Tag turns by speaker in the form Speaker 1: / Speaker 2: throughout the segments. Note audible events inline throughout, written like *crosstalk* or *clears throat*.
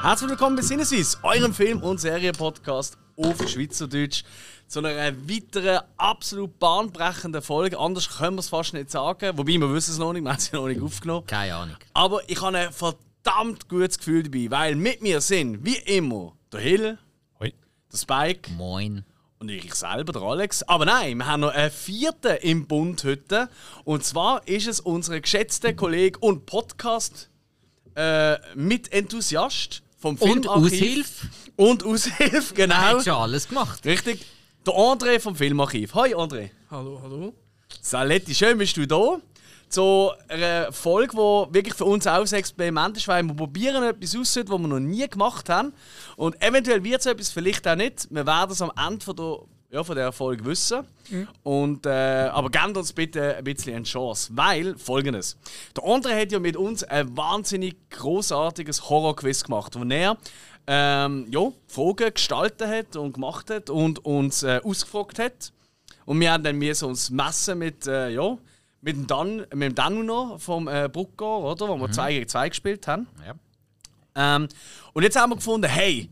Speaker 1: Herzlich willkommen bei Sinnesis, eurem Film- und Serienpodcast auf Schweizerdeutsch. Zu einer weiteren absolut bahnbrechenden Folge. Anders können wir es fast nicht sagen. Wobei, wir wissen es noch nicht, wir haben es noch nicht aufgenommen.
Speaker 2: Keine Ahnung.
Speaker 1: Aber ich habe ein verdammt gutes Gefühl dabei, weil mit mir sind, wie immer, der Hill,
Speaker 3: Hoi.
Speaker 1: der Spike
Speaker 2: Moin.
Speaker 1: und ich selber, der Alex. Aber nein, wir haben noch einen vierten im Bund heute. Und zwar ist es unser geschätzter Kollege und Podcast äh, mit Enthusiast vom
Speaker 2: Und
Speaker 1: Filmarchiv.
Speaker 2: Aushilfe?
Speaker 1: Und *laughs* Aushilfe,
Speaker 2: Er
Speaker 1: genau.
Speaker 2: hat schon alles gemacht.
Speaker 1: Richtig. Der André vom Filmarchiv. Hi André.
Speaker 4: Hallo, hallo.
Speaker 1: Saletti, schön bist du da. Zu einer Folge, die wirklich für uns auch ein Experiment ist, weil wir probieren etwas aus, was wir noch nie gemacht haben. Und eventuell wird es etwas, vielleicht auch nicht. Wir werden es am Ende von der, ja, von der Folge wissen. Und, äh, aber gebt uns bitte ein bisschen eine Chance. Weil folgendes: Der André hat ja mit uns ein wahnsinnig großartiges Horror-Quiz gemacht, wo er ähm, ja, Fragen gestaltet hat und gemacht hat und uns äh, ausgefragt hat. Und wir haben dann müssen uns messen mit, äh, ja, mit dem, Dan, mit dem Danu noch vom äh, Bruckgau, oder? Wo wir 2 gegen 2 gespielt haben.
Speaker 2: Ja.
Speaker 1: Ähm, und jetzt haben wir gefunden, hey,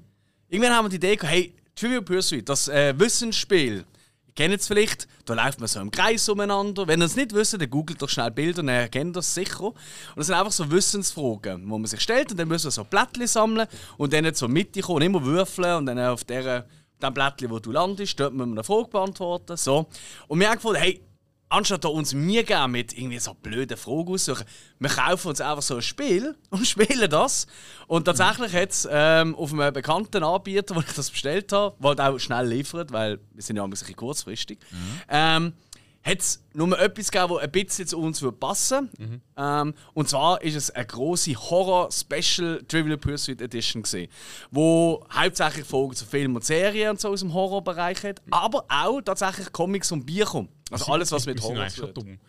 Speaker 1: irgendwann haben wir die Idee gehabt, hey, Trivial Pursuit, das äh, Wissensspiel. Ihr kennt es vielleicht, da läuft man so im Kreis umeinander. Wenn ihr es nicht wisst, dann googelt doch schnell Bilder, dann erkennt ihr es sicher. Und es sind einfach so Wissensfragen, wo man sich stellt und dann müssen wir so Blättchen sammeln und dann zur Mitte kommen und immer würfeln und dann auf der, dem Blättchen, wo du landest, dort müssen wir eine Frage beantworten. So. Und wir haben gefunden, hey, anstatt da uns Mühe geben mit irgendwie so blöden Fragen aussuchen, wir kaufen uns einfach so ein Spiel *laughs* und spielen das. Und tatsächlich hat es ähm, auf einem bekannten Anbieter, wo ich das bestellt habe, der halt auch schnell liefert, weil wir sind ja ein bisschen kurzfristig, ähm, hat es nur etwas gegeben, das ein bisschen zu uns würde passen ähm, Und zwar ist es eine große Horror-Special Trivial Pursuit Edition, gewesen, wo hauptsächlich Folgen zu Filmen und Serien und so aus dem Horrorbereich hat, aber auch tatsächlich Comics und Bier kommt. Also alles, was mit
Speaker 3: Wir sind
Speaker 1: Horror
Speaker 3: eigentlich
Speaker 1: zu
Speaker 3: schon
Speaker 1: tun hat.
Speaker 3: dumm.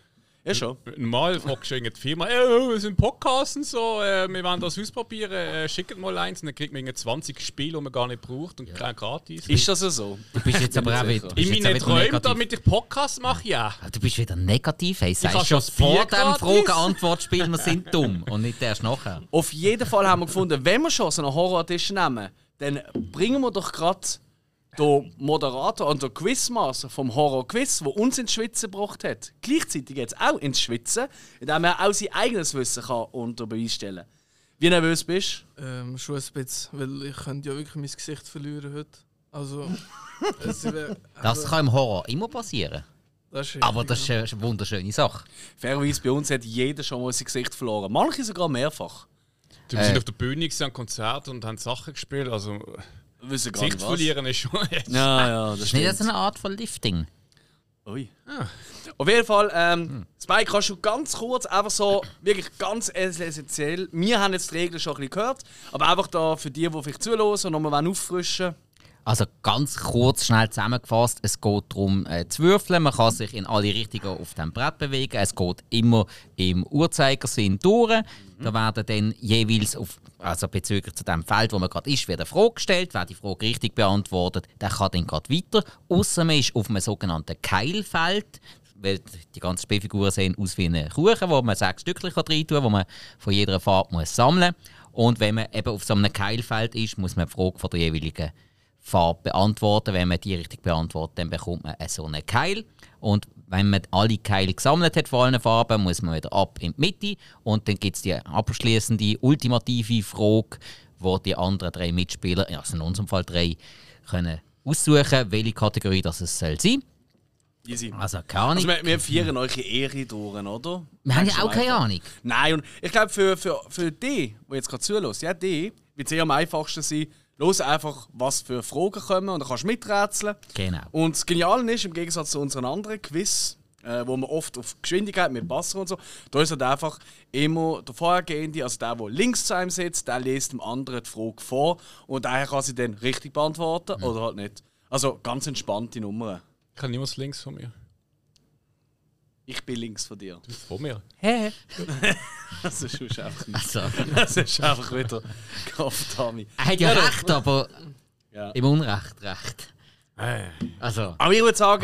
Speaker 1: Ja, schon.
Speaker 3: Normal fragst du irgendeine Firma, «Ey, oh, wir sind Podcasts und so, äh, wir wollen das ausprobieren, äh, schickt mal eins und dann kriegt man irgendwie 20 Spiele, die man gar nicht braucht und kein gratis.
Speaker 1: Ist das ja so?
Speaker 2: Du bist jetzt aber auch wieder. du
Speaker 3: in
Speaker 2: bist jetzt
Speaker 3: meinen
Speaker 2: auch wieder
Speaker 3: Träumen,
Speaker 2: negativ.
Speaker 3: damit ich Podcasts mache, ja.
Speaker 2: Ah, Du bist wieder negativ. Hey,
Speaker 3: habe
Speaker 2: sagst schon
Speaker 3: schon
Speaker 2: vor
Speaker 3: vier
Speaker 2: dem
Speaker 3: gratis.
Speaker 2: Fragen-Antwort-Spiel, wir sind dumm. Und nicht erst nachher.
Speaker 1: Auf jeden Fall haben wir gefunden, wenn wir schon so eine Horror-Edition nehmen, dann bringen wir doch gerade den Moderator und den Quizmaster vom Horror-Quiz, der uns ins Schwitzen gebracht hat, gleichzeitig jetzt auch ins Schwitzen, indem er auch sein eigenes Wissen kann unter Beweis stellen Wie nervös bist
Speaker 4: Ähm, schon ein bisschen, weil ich könnte ja wirklich mein Gesicht verlieren heute. Also, es wär,
Speaker 2: Das kann im Horror immer passieren.
Speaker 4: das ist
Speaker 2: Aber das ist äh, ist eine wunderschöne Sache.
Speaker 1: du? Fairerweise, bei uns hat jeder schon mal sein Gesicht verloren. Manche sogar mehrfach.
Speaker 3: Wir
Speaker 1: Äh.
Speaker 3: sind auf der Bühne, gewesen, haben Konzerte und haben Sachen gespielt, also
Speaker 1: Wir Wissen gar
Speaker 3: Gesicht
Speaker 1: nicht was.
Speaker 3: verlieren ist schon jetzt.
Speaker 1: Ja, ja, das
Speaker 2: Ist nicht so
Speaker 1: stimmt.
Speaker 2: eine Art von Lifting.
Speaker 1: Ui. Ah. Auf jeden Fall, ähm, Spike, kannst du ganz kurz, einfach so, wirklich ganz essentiell, wir haben jetzt die Regeln schon ein bisschen gehört, aber einfach da für die, die vielleicht zuhören und nochmal wollen auffrischen
Speaker 2: Also ganz kurz, schnell zusammengefasst, es geht darum äh, zu würfeln, man kann sich in alle Richtungen auf dem Brett bewegen, es geht immer im Uhrzeigersinn durch. Da werden dann jeweils, auf, also bezüglich zu dem Feld, wo man gerade ist, wird eine Frage gestellt, wer die Frage richtig beantwortet, der kann dann gerade weiter. Außer man ist auf einem sogenannten Keilfeld, weil die ganzen Spielfiguren sehen aus wie ein Kuchen, wo man sechs Stückchen kann rein tun kann, wo man von jeder Farbe muss sammeln muss. Und wenn man eben auf so einem Keilfeld ist, muss man die Frage von der jeweiligen Farbe beantworten. Wenn man die richtig beantwortet, dann bekommt man so einen Keil. Und wenn man alle Keile gesammelt hat von allen Farben, muss man wieder ab in die Mitte. Und dann gibt es die abschließende, ultimative Frage, wo die anderen drei Mitspieler, also in unserem Fall drei, können aussuchen, welche Kategorie das es soll sein.
Speaker 1: Easy.
Speaker 2: Also keine Ahnung.
Speaker 1: Also, wir, wir feiern eure Ehre durch, oder?
Speaker 2: wir haben ja
Speaker 1: Merkst du
Speaker 2: auch keine
Speaker 1: einfach.
Speaker 2: Ahnung.
Speaker 1: Nein, und ich glaube, für, für, für die, die jetzt gerade zuhören, ja, die, wird es eh am einfachsten sein, los einfach, was für Fragen kommen und dann kannst du miträtseln.
Speaker 2: Genau.
Speaker 1: Und das Geniale ist, im Gegensatz zu unseren anderen Quiz, äh, wo man oft auf Geschwindigkeit mit Wasser und so, da ist halt einfach immer der Vorhergehende, also der, der links zu einem sitzt, der liest dem anderen die Frage vor und daher kann sie dann richtig beantworten oder halt nicht. Also ganz entspannte Nummern.
Speaker 3: *laughs* Ich habe niemals links von mir.
Speaker 1: Ich bin links von dir.
Speaker 3: Von mir.
Speaker 2: Hä?
Speaker 1: Das ist sonst einfach nicht.
Speaker 2: Also,
Speaker 1: Das ist einfach wieder Kaftami.
Speaker 2: er hat ja recht, aber
Speaker 1: Ja. Äh.
Speaker 2: im Unrecht recht. Also,
Speaker 1: Aber ich würde sagen,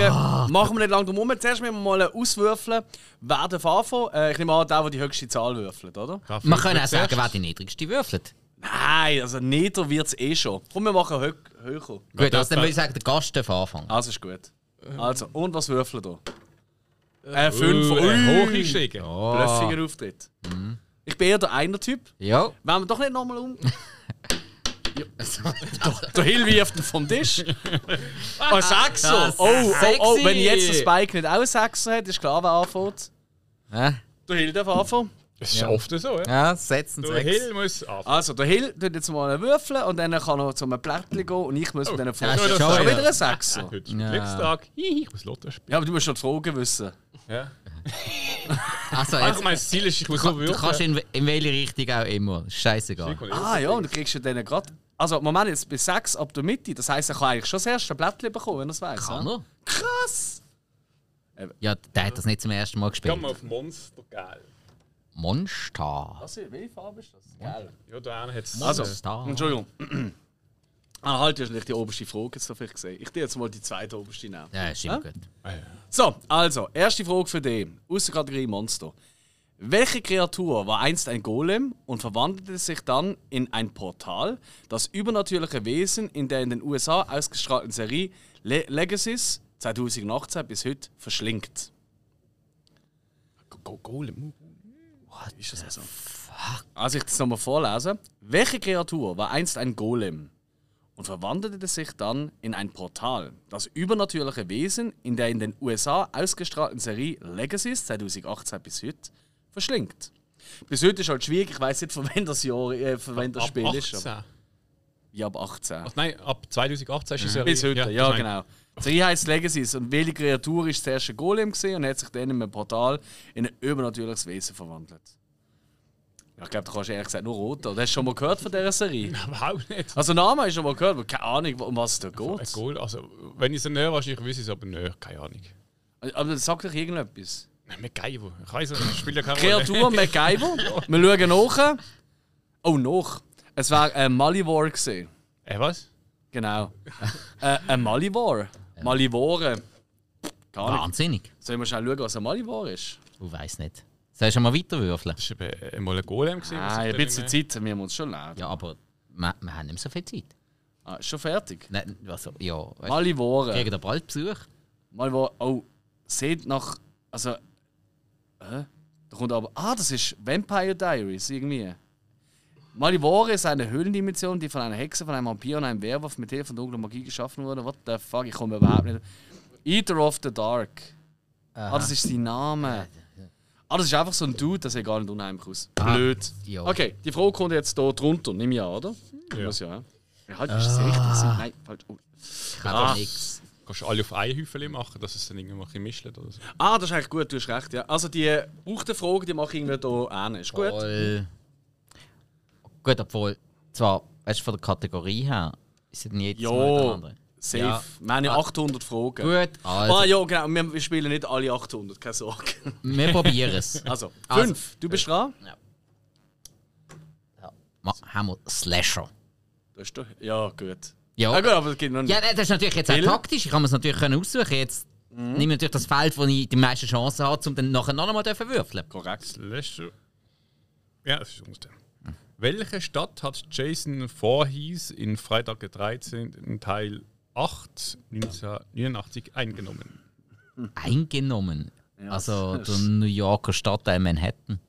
Speaker 1: machen wir nicht lange drum herum. Zuerst müssen wir mal auswürfeln, wer darf anfangen. Äh, ich nehme an, der, der die höchste Zahl würfelt, oder?
Speaker 2: man kann auch sagen, wer die niedrigste würfelt.
Speaker 1: Nein, also nieder wird es eh schon. Komm, wir machen hö höher.
Speaker 2: Gut,
Speaker 3: das
Speaker 2: also dann
Speaker 3: wär-
Speaker 2: würde ich sagen, der Gast darf anfangen.
Speaker 1: Also ist gut. Also, und was würfeln da? Äh, fünf.
Speaker 3: Fünf
Speaker 1: Ui,
Speaker 3: hoch gestiegen.
Speaker 1: Bluffiger Auftritt.
Speaker 2: Mhm.
Speaker 1: Ich bin eher der einer Typ.
Speaker 2: Ja.
Speaker 1: Wollen wir doch nicht nochmal
Speaker 2: *laughs*
Speaker 1: um. *laughs* Der Hill wirft ihn vom
Speaker 2: *laughs*
Speaker 1: Tisch. Oh, Sechser!
Speaker 2: Das
Speaker 1: Oh, oh, oh,
Speaker 2: Ah, sexy.
Speaker 1: wenn jetzt der Spike nicht auch einen Sechser hat, ist klar, wer anfängt.
Speaker 2: Äh,
Speaker 1: Der Hill darf anfangen.
Speaker 3: Das ist oft so, ja.
Speaker 2: ja, setzen
Speaker 3: Der Hill muss Ah, anfangen.
Speaker 1: Also, der Hill tut jetzt mal einen Würfel und dann kann er zum Plättchen gehen und ich muss mit einem Fuß.
Speaker 2: Oh. das
Speaker 1: Das
Speaker 2: ist
Speaker 1: ist
Speaker 2: schon
Speaker 1: schon
Speaker 2: wieder.
Speaker 1: wieder ein Sechser.
Speaker 3: Heute ist
Speaker 2: Ja.
Speaker 3: mein Glückstag. Hihi, Ich muss Lotto spielen.
Speaker 1: Ja, aber du musst schon die Fragen wissen.
Speaker 3: Ja.
Speaker 2: Also,
Speaker 3: Ach,
Speaker 2: jetzt,
Speaker 3: mein Ziel ist, ich muss Ah,
Speaker 2: du
Speaker 3: so
Speaker 2: kannst
Speaker 3: würfeln.
Speaker 2: in, in welche Richtung auch immer. Ist Scheißegal.
Speaker 1: Ah ja, und dann kriegst du dann gerade. Also, Moment, jetzt bis 6 ab der Mitte. Das heisst, er kann eigentlich schon das erste Blättchen bekommen, wenn er es weiß.
Speaker 2: Kann er?
Speaker 1: Krass!
Speaker 2: Ja, der hat das nicht zum ersten Mal gespielt.
Speaker 3: Gehen wir auf Monster, geil.
Speaker 2: Monster.
Speaker 1: Was, welche Farbe ist das? Gell.
Speaker 3: Ja, da einer hat es.
Speaker 1: Also,
Speaker 2: Monster.
Speaker 1: Entschuldigung. *clears throat* Ah, halt, du hast nicht die oberste Frage jetzt vielleicht gesehen. Ich dir jetzt mal die zweite oberste nehmen.
Speaker 2: Ja, ist immer
Speaker 1: Ah, Ja?
Speaker 2: gut.
Speaker 1: So, also, erste Frage für dich. Aus der Kategorie Monster. Welche Kreatur war einst ein Golem und verwandelte sich dann in ein Portal, das übernatürliche Wesen in der in den USA ausgestrahlten Serie Le Legacies 2018 bis heute verschlingt?
Speaker 3: Golem.
Speaker 1: Ist das also? Also ich das nochmal vorlesen. Welche Kreatur war einst ein Golem und verwandelte sich dann in ein Portal, das übernatürliche Wesen in der in den USA ausgestrahlten Serie Legacies 2018 bis heute verschlingt? Bis heute ist halt schwierig, ich weiß nicht, von wann das Jahr, äh, von wann das
Speaker 3: Ab
Speaker 1: Spiel ist.
Speaker 3: 18.
Speaker 1: aber- Ja, ab 18.
Speaker 3: Ach nein, ab 2018 ist es ja.
Speaker 1: Bis heute, ja,
Speaker 3: das mein-
Speaker 1: genau. Die Serie heisst Legacies und welche Kreatur ist zuerst ein Golem gesehen und hat sich dann in einem Portal in ein übernatürliches Wesen verwandelt? Ja, ich glaube, da kannst du ehrlich gesagt nur roten. Oder hast du schon mal gehört von dieser Serie?
Speaker 3: *laughs* Überhaupt nicht.
Speaker 1: Also, Name hast du schon mal gehört, aber keine Ahnung, um was es da
Speaker 3: Ein
Speaker 1: geht.
Speaker 3: Golem, also, wenn ich es näher wahrscheinlich wüsste ich es aber näher, keine Ahnung.
Speaker 1: Äh, Aber sag doch *laughs* irgendetwas.
Speaker 3: Nein, MacGyver. Ich weiß es nicht, spielt ja keine Rolle.
Speaker 1: Kreatur MacGyver. Wir schauen nach. Oh, nach. Es war ein Malivore gesehen.
Speaker 3: Äh, was?
Speaker 1: Genau. äh, ein Malivore. Malivore. Keine Ahnung.
Speaker 2: Wahnsinnig.
Speaker 1: Sollen wir schnell schauen, was ein Malivore ist?
Speaker 2: Du weißt nicht. Soll ich schon mal weiterwürfeln?
Speaker 3: Das war eben äh, mal ein Golem. gewesen, was
Speaker 1: Ah,
Speaker 3: ich
Speaker 1: ein
Speaker 3: dann
Speaker 1: bisschen
Speaker 3: nicht
Speaker 1: Zeit, wir müssen uns schon lernen.
Speaker 2: Ja, aber wir, wir haben nicht mehr so viel Zeit.
Speaker 1: Ah, ist schon fertig.
Speaker 2: Nein, also, ja. weißt du,
Speaker 1: Malivore.
Speaker 2: Kriegen da bald Besuch?
Speaker 1: Malivore, oh, seht nach. Also. Hä? Da kommt aber. Ah, das ist Vampire Diaries irgendwie. Malivore ist eine Höhlendimension, die von einer Hexe, von einem Vampir und einem Werwolf mit Hilfe von dunkler Magie geschaffen wurde. What the fuck, ich komme überhaupt nicht. Eater of the Dark. Ah, das ist sein Name. Ah, das ist einfach so ein Dude, das sieht gar nicht unheimlich aus. Blöd.
Speaker 2: ja.
Speaker 1: Okay, die Frage kommt jetzt hier drunter, nimm ja, oder?
Speaker 3: Ja.
Speaker 1: Muss ja. ja. Ja, Halt, ist das richtig? Nein, falsch. Oh.
Speaker 2: Ich habe nichts.
Speaker 3: Kannst du alle auf einen Häufchen machen, dass es dann irgendwann ein bisschen mischt oder so.
Speaker 1: Ah, das ist eigentlich gut, du hast recht. Ja. Also die äh, brauchten Fragen, die mache ich irgendwie hier an. Ist gut.
Speaker 2: Voll. Gut, obwohl, zwar, weißt du, von der Kategorie her, ist es nicht jedes Mal der
Speaker 1: Ja,
Speaker 2: andere.
Speaker 1: safe.
Speaker 2: Ja.
Speaker 1: Wir haben ja Ah. 800 Fragen.
Speaker 2: Gut, also,
Speaker 1: Ah ja, genau. Wir- Wir spielen nicht alle 800, keine Sorge. *laughs*
Speaker 2: wir probieren es.
Speaker 1: Also,
Speaker 2: Also.
Speaker 1: fünf. Du bist dran?
Speaker 2: Ja. Ma- Haben wir Slasher.
Speaker 1: Du hast doch- Ja, gut.
Speaker 2: Ja.
Speaker 1: Ah, gut, aber es gibt noch
Speaker 2: Ja, nein, das ist natürlich jetzt auch
Speaker 1: Will? Mhm.
Speaker 2: taktisch. Ich kann mir es natürlich können aussuchen. Jetzt nehme ich natürlich das Feld, wo ich die meisten Chancen habe, um dann nachher noch einmal zu würfeln.
Speaker 1: Korrekt.
Speaker 3: Letzte. Ja, das ist ungefähr. Welche Stadt hat Jason Voorhees in Freitag der 13. Teil 8 1989 eingenommen?
Speaker 2: Eingenommen. also
Speaker 1: das
Speaker 2: der New Yorker Stadtteil Manhattan.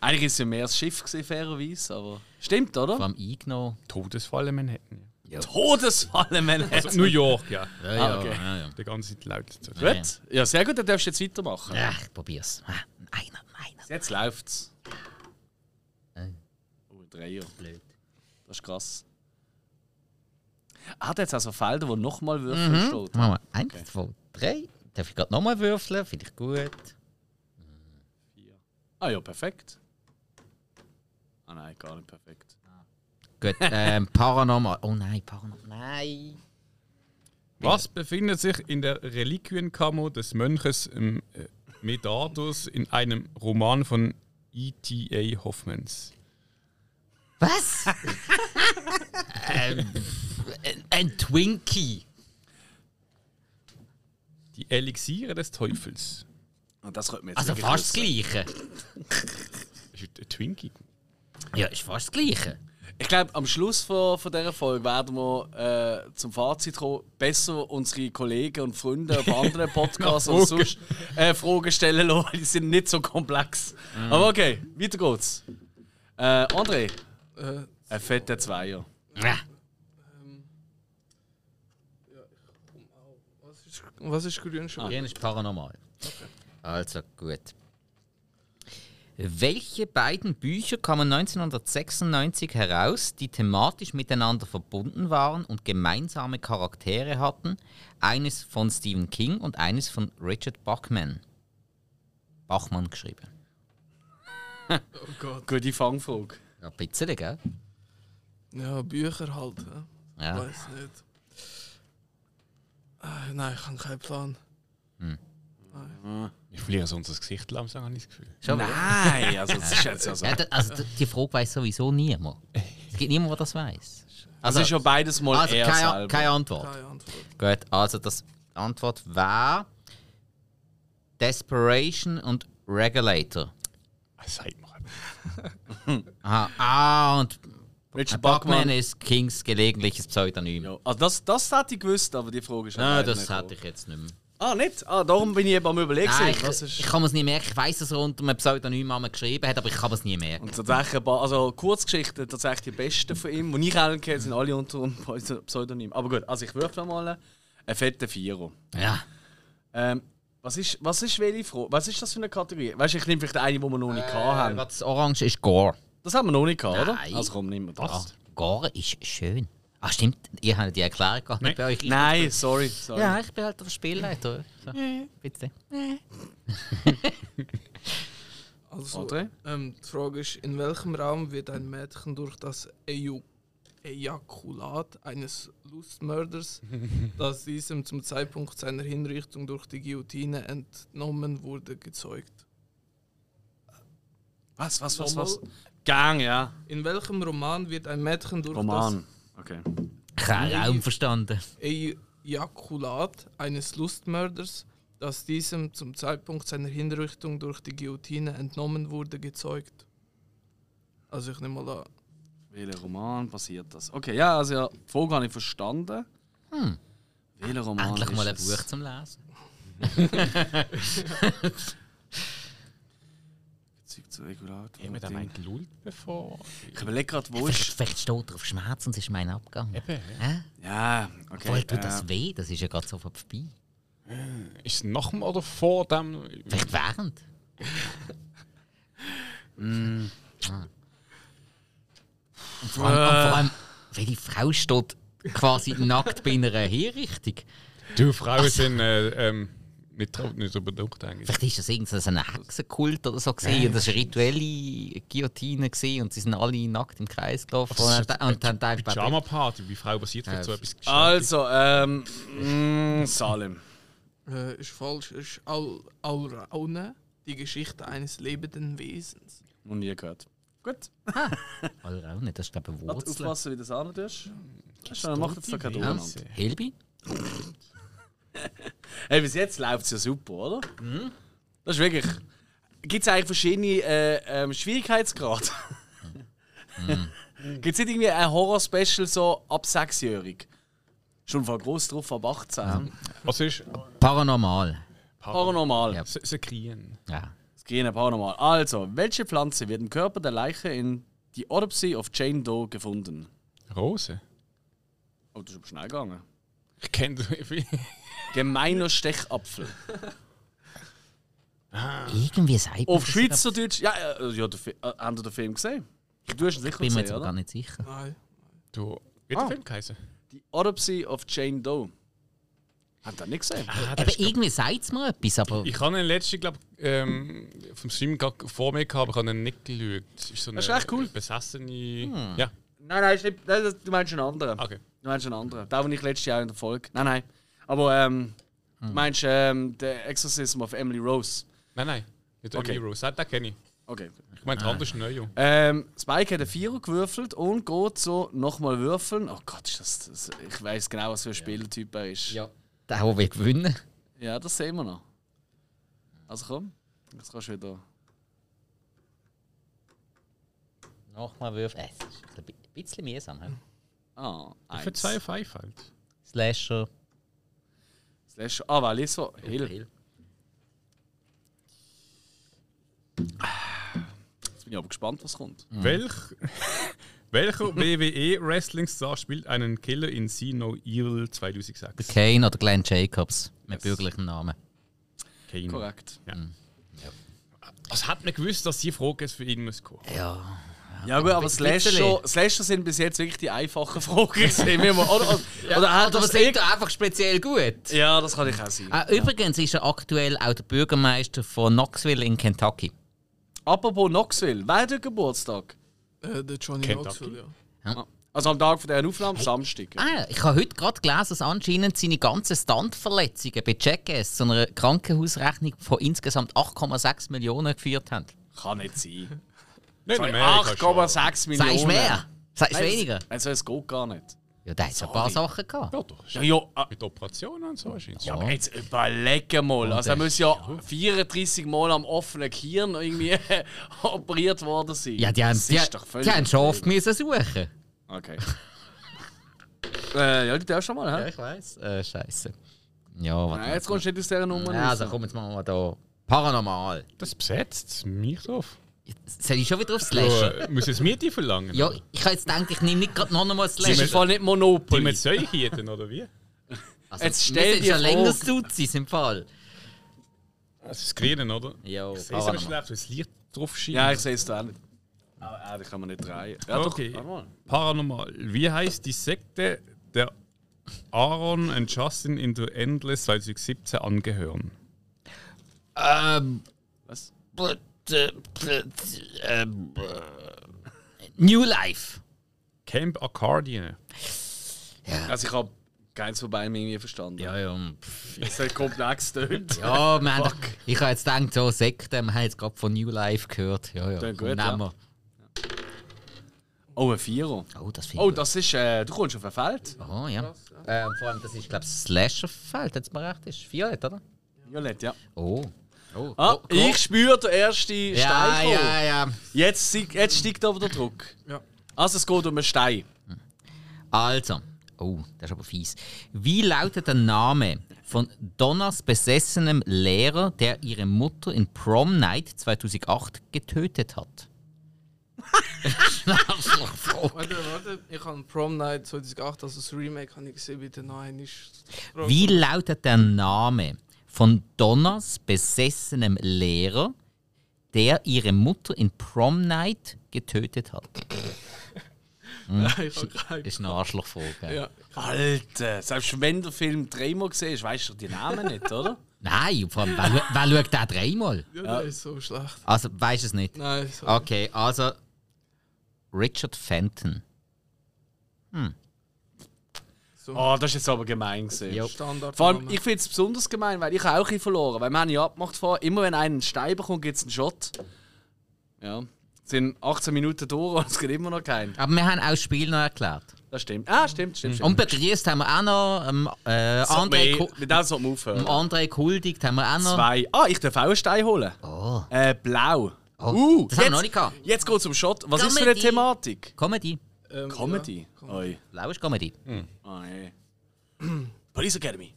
Speaker 1: Eigentlich ist es ja mehr das Schiff gewesen, fairerweise, aber... Stimmt,
Speaker 2: Vor
Speaker 1: oder?
Speaker 2: allem eingenommen.
Speaker 3: Todesfall in Manhattan.
Speaker 1: Todesfalle, Manhattan.
Speaker 3: Also New York, ja.
Speaker 2: Ja, ja,
Speaker 1: Ah, okay.
Speaker 2: ja, ja.
Speaker 3: Die ganze Zeit laut.
Speaker 1: Gut. Ja, sehr gut, dann darfst du jetzt weitermachen.
Speaker 2: Ja, ich probier's. Ah, Einer, einer.
Speaker 1: Jetzt läuft's.
Speaker 2: Äh.
Speaker 1: Oh, Dreier.
Speaker 2: Blöd.
Speaker 1: Das ist krass. Ah, da jetzt also Felder, wo nochmal Würfel mhm. steht.
Speaker 2: Machen wir eins, zwei, drei. Darf ich gerade nochmal würfeln? Finde ich gut.
Speaker 1: Ah ja, perfekt. Ah nein, gar nicht perfekt.
Speaker 2: Gut, *laughs* ähm, Paranormal. Oh nein, Paranormal. Nein.
Speaker 3: Was befindet sich in der Reliquienkammer des Mönches ähm, äh, Medardus in einem Roman von E.T.A. Hoffmans.
Speaker 2: Was? ähm, ein, ein Twinkie.
Speaker 3: Die Elixiere des Teufels.
Speaker 1: Und das könnte mir jetzt
Speaker 2: Also
Speaker 1: wirklich
Speaker 2: fast das
Speaker 1: wissen.
Speaker 2: Gleiche.
Speaker 3: Das ist ein Twinkie.
Speaker 2: Ja, ist fast das Gleiche.
Speaker 1: Ich glaube, am Schluss von, von dieser Folge werden wir äh, zum Fazit kommen, besser unsere Kollegen und Freunde auf anderen Podcasts und
Speaker 3: Fragen.
Speaker 1: sonst äh, Fragen stellen lassen, weil die sind nicht so komplex. Aber okay, weiter geht's. Äh, André,
Speaker 4: Äh,
Speaker 1: ein fetter Zweier.
Speaker 2: Ja.
Speaker 4: was, ist, was ist grün schon?
Speaker 2: Grün ist paranormal. Ah. Also gut. Welche beiden Bücher kamen 1996 heraus, die thematisch miteinander verbunden waren und gemeinsame Charaktere hatten? Eines von Stephen King und eines von Richard Bachman. Bachmann geschrieben. Ah.
Speaker 4: Oh Gott.
Speaker 1: Gute Fangfrage.
Speaker 2: Ja, bitte, gell?
Speaker 4: Ja, Bücher halt. Ja.
Speaker 2: Ja.
Speaker 4: Weiß nicht. Ah, nein, ich habe keinen Plan.
Speaker 3: Wir verlieren sonst das Gesicht langsam, habe ich das Gefühl.
Speaker 2: Schon wieder?
Speaker 1: Nein, also das ist jetzt also.
Speaker 2: ja, da, also d- die Frage weiß sowieso niemand. Es gibt niemanden, der das weiß.
Speaker 1: Das ist ja beides mal
Speaker 2: also
Speaker 1: er
Speaker 2: keine,
Speaker 1: selber.
Speaker 2: keine Antwort.
Speaker 4: Keine Antwort.
Speaker 2: Gut, also das die Antwort war Desperation und Regulator.
Speaker 3: Ah, Sagt mal.
Speaker 2: Aha. Ah, und
Speaker 1: Richard
Speaker 2: Bachman
Speaker 1: Bachman.
Speaker 2: ist Kings gelegentliches Pseudonym.
Speaker 1: Ja, also das, das hätte ich gewusst, aber die Frage ist halt
Speaker 2: Nein,
Speaker 1: leider
Speaker 2: das
Speaker 1: nicht
Speaker 2: hätte
Speaker 1: gekommen.
Speaker 2: ich jetzt nicht mehr.
Speaker 1: Ah, nicht? Ah, darum bin ich eben am überlegen.
Speaker 2: Nein,
Speaker 1: das
Speaker 2: ich,
Speaker 1: ist
Speaker 2: ich kann es nicht merken. Ich weiß, dass er unter einem Pseudonym einmal geschrieben hat, aber ich kann es nie merken.
Speaker 1: Und tatsächlich, ein paar- also Kurzgeschichten, tatsächlich die besten von ihm, die ich allen kenne, sind alle unter einem Pseudonym. Aber gut, also ich würfle mal einen fetten Vierer.
Speaker 2: Ja.
Speaker 1: Ähm, was ist, was ist welche Frage? Was ist das für eine Kategorie? Weißt du, ich nehme vielleicht eine, die wir noch nicht äh,
Speaker 2: Äh,
Speaker 1: haben.
Speaker 2: Das Orange ist Gore.
Speaker 1: Das haben wir noch nicht gehabt, oder?
Speaker 2: Nein.
Speaker 1: Also komm, nehmen wir
Speaker 2: Ah,
Speaker 1: das.
Speaker 2: Gore ist schön. Ah, stimmt. Ihr habt die Erklärung gar nicht bei euch.
Speaker 1: Nein, sorry, sorry.
Speaker 2: Ja, ich bin halt der Spielleiter. So, bitte.
Speaker 4: Also,
Speaker 1: André?
Speaker 4: ähm, die Frage ist, in welchem Raum wird ein Mädchen durch das Eju Ejakulat eines
Speaker 2: *laughs*
Speaker 4: Lustmörders, das diesem zum Zeitpunkt seiner Hinrichtung durch die Guillotine entnommen wurde, gezeugt?
Speaker 1: Was, was, was, was? Gang, ja.
Speaker 4: In welchem Roman wird ein Mädchen durch
Speaker 1: Roman. Okay.
Speaker 2: Kein Raum verstanden.
Speaker 4: das Ejakulat eines Lustmörders, das diesem zum Zeitpunkt seiner Hinrichtung durch die Guillotine entnommen wurde, gezeugt? Also ich nehme mal an,
Speaker 1: Welcher Roman passiert das? Okay, ja, also ja, die Frage habe ich verstanden. Hm. Welcher Roman
Speaker 2: Endlich
Speaker 1: ist
Speaker 2: mal ein
Speaker 1: es?
Speaker 2: Buch zum Lesen.
Speaker 1: Zeug zu Regulat.
Speaker 3: Jemand hat einen gelullt bevor.
Speaker 1: Ich überlege gerade, wo ist...
Speaker 2: Vielleicht, vielleicht steht er auf Schmerz und es ist mein Abgang. Hä?
Speaker 1: Ja, okay.
Speaker 2: Voll tut
Speaker 1: äh,
Speaker 2: das weh, das ist ja gerade sofort vorbei.
Speaker 3: Ist es nach dem oder vor dem?
Speaker 2: Vielleicht während. Und vor allem, und vor allem, weil die Frau steht quasi nackt bei einer Hinrichtung.
Speaker 3: Du, Frauen sind äh, ähm, nicht, trau- nicht so bedacht eigentlich.
Speaker 2: Vielleicht ist das irgendein so ein Hexenkult oder so gesehen und das war eine rituelle Guillotine gewesen und sie sind alle nackt im Kreis gelaufen
Speaker 3: Das
Speaker 2: und,
Speaker 3: ist
Speaker 2: und haben
Speaker 3: eine
Speaker 2: gedacht,
Speaker 3: Pyjama-Party, bei Frauen passiert vielleicht so
Speaker 2: Äh,
Speaker 3: etwas Gestaltes.
Speaker 1: Also, ähm, mm, Salem.
Speaker 4: Äh, ist falsch. Ist Al Alraune die Geschichte eines lebenden Wesens.
Speaker 1: Noch nie gehört. Gut.
Speaker 2: Oder auch nicht, das ist glaube ich eine
Speaker 1: Warte,
Speaker 2: Wurzel.
Speaker 1: aufpassen, wie das an tust. Dann macht jetzt da keinen
Speaker 2: Ja.
Speaker 1: Durcheinander.
Speaker 2: Hilbi?
Speaker 1: Hey, bis jetzt läuft es ja super, oder?
Speaker 2: Mhm.
Speaker 1: Das ist wirklich... Gibt es eigentlich verschiedene äh, ähm, Schwierigkeitsgrade?
Speaker 2: Mhm.
Speaker 1: Gibt es nicht irgendwie ein Horror-Special so ab 6-jährig? Schon voll groß drauf, ab 18.
Speaker 3: Also ist
Speaker 2: Paranormal.
Speaker 1: Paranormal.
Speaker 2: Ja.
Speaker 3: sie, sie kriegen.
Speaker 2: Ja.
Speaker 1: Es gehen ein paar nochmal. Also, welche Pflanze wird im Körper der Leiche in die Autopsy of Jane Doe gefunden?
Speaker 3: Rose.
Speaker 1: Oh, das ist aber schnell gegangen.
Speaker 3: Ich kenne so *laughs* viel.
Speaker 1: Gemeiner Stechapfel.
Speaker 2: *laughs* Irgendwie sagt man
Speaker 1: Auf
Speaker 2: das,
Speaker 1: Schweizerdeutsch. Ja, äh, ja der Fi- äh, habt ihr den Film gesehen? Du hast ihn sicher
Speaker 2: glaub Ich bin mir jetzt
Speaker 1: gesehen,
Speaker 2: aber
Speaker 1: oder?
Speaker 2: gar nicht sicher.
Speaker 4: Nein.
Speaker 3: Du, wie hat
Speaker 1: Ah.
Speaker 3: der Film geheißen?
Speaker 1: Die Autopsy of Jane Doe. Habt ihr nicht gesehen?
Speaker 2: Aber irgendwie sagt es mir etwas, aber
Speaker 3: Äh, Ich habe den letzten, glaube ich, ähm, vom Stream gerade vor mir gehabt, aber ich habe ihn nicht geschaut. Das ist, so
Speaker 1: Das ist
Speaker 3: eine
Speaker 1: echt cool.
Speaker 3: Besessene. Ja,
Speaker 1: Nein, nein, ist nicht, nein, das- du meinst einen
Speaker 2: Also-
Speaker 1: anderen.
Speaker 3: okay.
Speaker 1: Du meinst einen anderen. Den, den ich letztes Jahr in der
Speaker 2: Hm.
Speaker 1: Folge. Nein, nein. Aber ähm, du meinst ähm, The Exorcism of Emily Rose.
Speaker 3: Nein, nein. Nicht okay.
Speaker 1: Okay.
Speaker 3: Euro. Sag, den kenne ich.
Speaker 1: Okay.
Speaker 3: Ich meine, der andere ist Neo.
Speaker 1: Ähm, Spike hat einen Vierer gewürfelt und geht so nochmal würfeln. Oh Gott, ist das, das, ich weiß genau, was für ein Spielertyp er ist.
Speaker 2: Ja. Der, der will gewinnen.
Speaker 1: Ja, das sehen wir noch. Also komm, jetzt kannst du wieder.
Speaker 2: Nochmal würfeln. Äh, Es ist ein bi- ein bisschen mühsam. hä?
Speaker 1: Ah,
Speaker 3: Für
Speaker 1: eins.
Speaker 3: 2 5 halt.
Speaker 2: Slasher.
Speaker 1: Slash. Ah, weil ich so. Hill.
Speaker 2: Hill.
Speaker 1: Jetzt bin ich aber gespannt, was kommt.
Speaker 3: Welch, welcher WWE-Wrestling-Star spielt einen Killer in See No Evil 2006?
Speaker 2: Kane oder Glenn Jacobs. Mit
Speaker 3: Yes.
Speaker 2: bürgerlichem Namen.
Speaker 3: Kane.
Speaker 1: Korrekt.
Speaker 3: Also hat man gewusst, dass die Frage jetzt für ihn muss kommen.
Speaker 2: Ja.
Speaker 1: Ja, gut, aber Slasher, Slasher sind bis jetzt wirklich die einfachen *laughs* Fragen. gewesen, wie man- Oder, oder, oder hat
Speaker 2: Aber
Speaker 1: das
Speaker 2: sind
Speaker 1: irgend-
Speaker 2: da einfach speziell gut?
Speaker 1: Ja, das kann ich auch sein.
Speaker 2: Äh, übrigens ist er aktuell auch der Bürgermeister von Knoxville in Kentucky.
Speaker 1: Apropos Knoxville, wer hat heute Geburtstag?
Speaker 4: Äh, der Johnny
Speaker 3: Kentucky.
Speaker 4: Knoxville, ja.
Speaker 1: Also am Tag von dieser Aufnahme, Samstag.
Speaker 2: Ah, ich habe heute gerade gelesen, dass anscheinend seine ganzen Standverletzungen bei Jackass zu einer Krankenhausrechnung von insgesamt 8,6 Millionen geführt haben.
Speaker 1: Kann nicht sein.
Speaker 3: Nicht Amerika schon.
Speaker 1: 8,6 Millionen.
Speaker 2: Sagst du mehr? Sagst du
Speaker 1: Nein,
Speaker 2: weniger?
Speaker 1: das- Also es geht gar nicht.
Speaker 2: Ja, da hat es ein paar Sachen gehabt.
Speaker 3: Ja, doch.
Speaker 1: Ja, ja, ah,
Speaker 3: Mit Operationen und so wahrscheinlich.
Speaker 1: ja, aber jetzt überlegen mal. Also er
Speaker 2: das-
Speaker 1: muss ja 34 Mal am offenen Gehirn irgendwie *laughs* operiert worden sein.
Speaker 2: Ja, die haben,
Speaker 1: das
Speaker 2: die,
Speaker 1: ist doch völlig
Speaker 2: die haben schon oft müssen suchen.
Speaker 1: Okay. *laughs* äh, ja, du darfst schon mal, hä?
Speaker 2: ich weiß. Äh, Scheiße. Ja,
Speaker 1: Nein,
Speaker 2: warte.
Speaker 1: jetzt kommst du nicht aus dieser Nummer
Speaker 2: Ja, also
Speaker 1: raus.
Speaker 2: komm, jetzt machen wir da. Paranormal.
Speaker 3: Das besetzt mich drauf.
Speaker 2: Soll ich schon wieder auf Slasher?
Speaker 3: Ja, muss jetzt Miete verlangen?
Speaker 2: Ja, ich habe jetzt gedacht, ich nehme nicht gerade noch einmal
Speaker 1: Das ist
Speaker 2: Slasher.
Speaker 1: im Fall nicht
Speaker 3: Die
Speaker 1: Monopoly.
Speaker 3: mit solchen Mieten, oder wie?
Speaker 2: Also,
Speaker 1: Jetzt stell
Speaker 2: ist
Speaker 1: dir
Speaker 2: ja länger
Speaker 1: vor-
Speaker 2: Suzis im Fall.
Speaker 3: Das ist Grinen, oder?
Speaker 2: Ja,
Speaker 3: Ich sehe es aber schlecht, weil das Licht drauf scheint.
Speaker 1: Ja, ich sehe es da auch nicht. Aber ah, den kann man nicht drehen. Ja,
Speaker 3: Okay.
Speaker 1: warte mal.
Speaker 3: Paranormal. Wie heißt die Sekte, der Aaron und Justin in The Endless 2017 angehören?
Speaker 2: Ähm.
Speaker 1: Was?
Speaker 2: but, äh, but, ähm, äh, New Life.
Speaker 3: Camp Arcadia.
Speaker 1: Also ich habe keins von beiden irgendwie verstanden.
Speaker 2: Ja, ja. m, pff.
Speaker 1: Es hat komplex tönt.
Speaker 2: Ja, wir haben doch, ich habe jetzt gedacht, so Sekten, wir haben jetzt gerade von New Life gehört. Ja, ja.
Speaker 1: Klingt
Speaker 2: komm,
Speaker 1: gut, ja.
Speaker 2: nehmen wir.
Speaker 1: *laughs* Oh, ein Vierer.
Speaker 2: Oh, das finde
Speaker 1: Oh,
Speaker 2: ich. gut.
Speaker 1: das ist. Äh, du kommst auf ein Feld.
Speaker 2: Oh, ja. Ähm, vor allem, das ist, glaube ich, Slasher-Feld, wenn es mir recht ist. Violet, oder?
Speaker 1: Violett, ja.
Speaker 2: Oh. oh.
Speaker 1: Ah,
Speaker 2: oh,
Speaker 1: ich spüre den ersten
Speaker 2: Ja,
Speaker 1: Stein.
Speaker 2: ja, ja.
Speaker 1: Jetzt, steig- jetzt steigt aber der Druck.
Speaker 4: Ja.
Speaker 1: Also, es geht um einen Stein.
Speaker 2: Also, oh, das ist aber fies. Wie lautet der Name von Donnas besessenem Lehrer, der ihre Mutter in Prom Night 2008 getötet hat? Schnapslochfrage.
Speaker 4: Warte, warte, ich habe Prom Night 2008, also das Remake, habe ich gesehen, wie der neue ist.
Speaker 2: Wie lautet der Name von Donnas besessenem Lehrer, der ihre Mutter in Prom Night getötet hat?
Speaker 4: Nein, ich habe keine.
Speaker 2: Das ist eine Arschlochfrage.
Speaker 4: Ja.
Speaker 1: Alter, selbst wenn der Film dreimal gesehen ist, weißt du die *laughs* Namen nicht, oder?
Speaker 2: Nein, vor allem, wer, wer schaut den dreimal?
Speaker 4: Ja, der ist so schlecht.
Speaker 2: Also, weiß es nicht.
Speaker 4: Nein, so.
Speaker 2: Okay, also Richard Fenton.
Speaker 1: Oh, das ist jetzt aber gemein gesehen.
Speaker 2: Ja.
Speaker 4: Standard.
Speaker 1: Vor allem, ich finde es besonders gemein, weil ich habe auch ein bisschen verloren. Weil wir haben ja abgemacht vor, immer wenn einer einen Stein bekommt, gibt es einen Shot. Ja. Sind 18 Minuten durch und es gibt immer noch keinen.
Speaker 2: Aber wir haben auch das Spiel noch erklärt.
Speaker 1: Das stimmt. Ah, stimmt, stimmt. stimmt. Ah,
Speaker 2: Und begrüßt haben wir auch noch ähm, äh, André, Ku-
Speaker 1: mit dem sollten wir aufhören.
Speaker 2: ähm, André Kuldigt haben wir auch noch.
Speaker 1: Zwei. Ah, ich darf auch einen Stein holen.
Speaker 2: Oh,
Speaker 1: Äh, blau. Uh,
Speaker 2: Oh, das haben wir noch nicht gehabt.
Speaker 1: Jetzt geht es um Shot. Was ist für eine
Speaker 2: Comedy.
Speaker 1: Thematik?
Speaker 2: Comedy.
Speaker 4: ähm,
Speaker 1: Comedy. Oi.
Speaker 2: Blau ist Comedy.
Speaker 1: Oh, nee. *clears throat* Police Academy.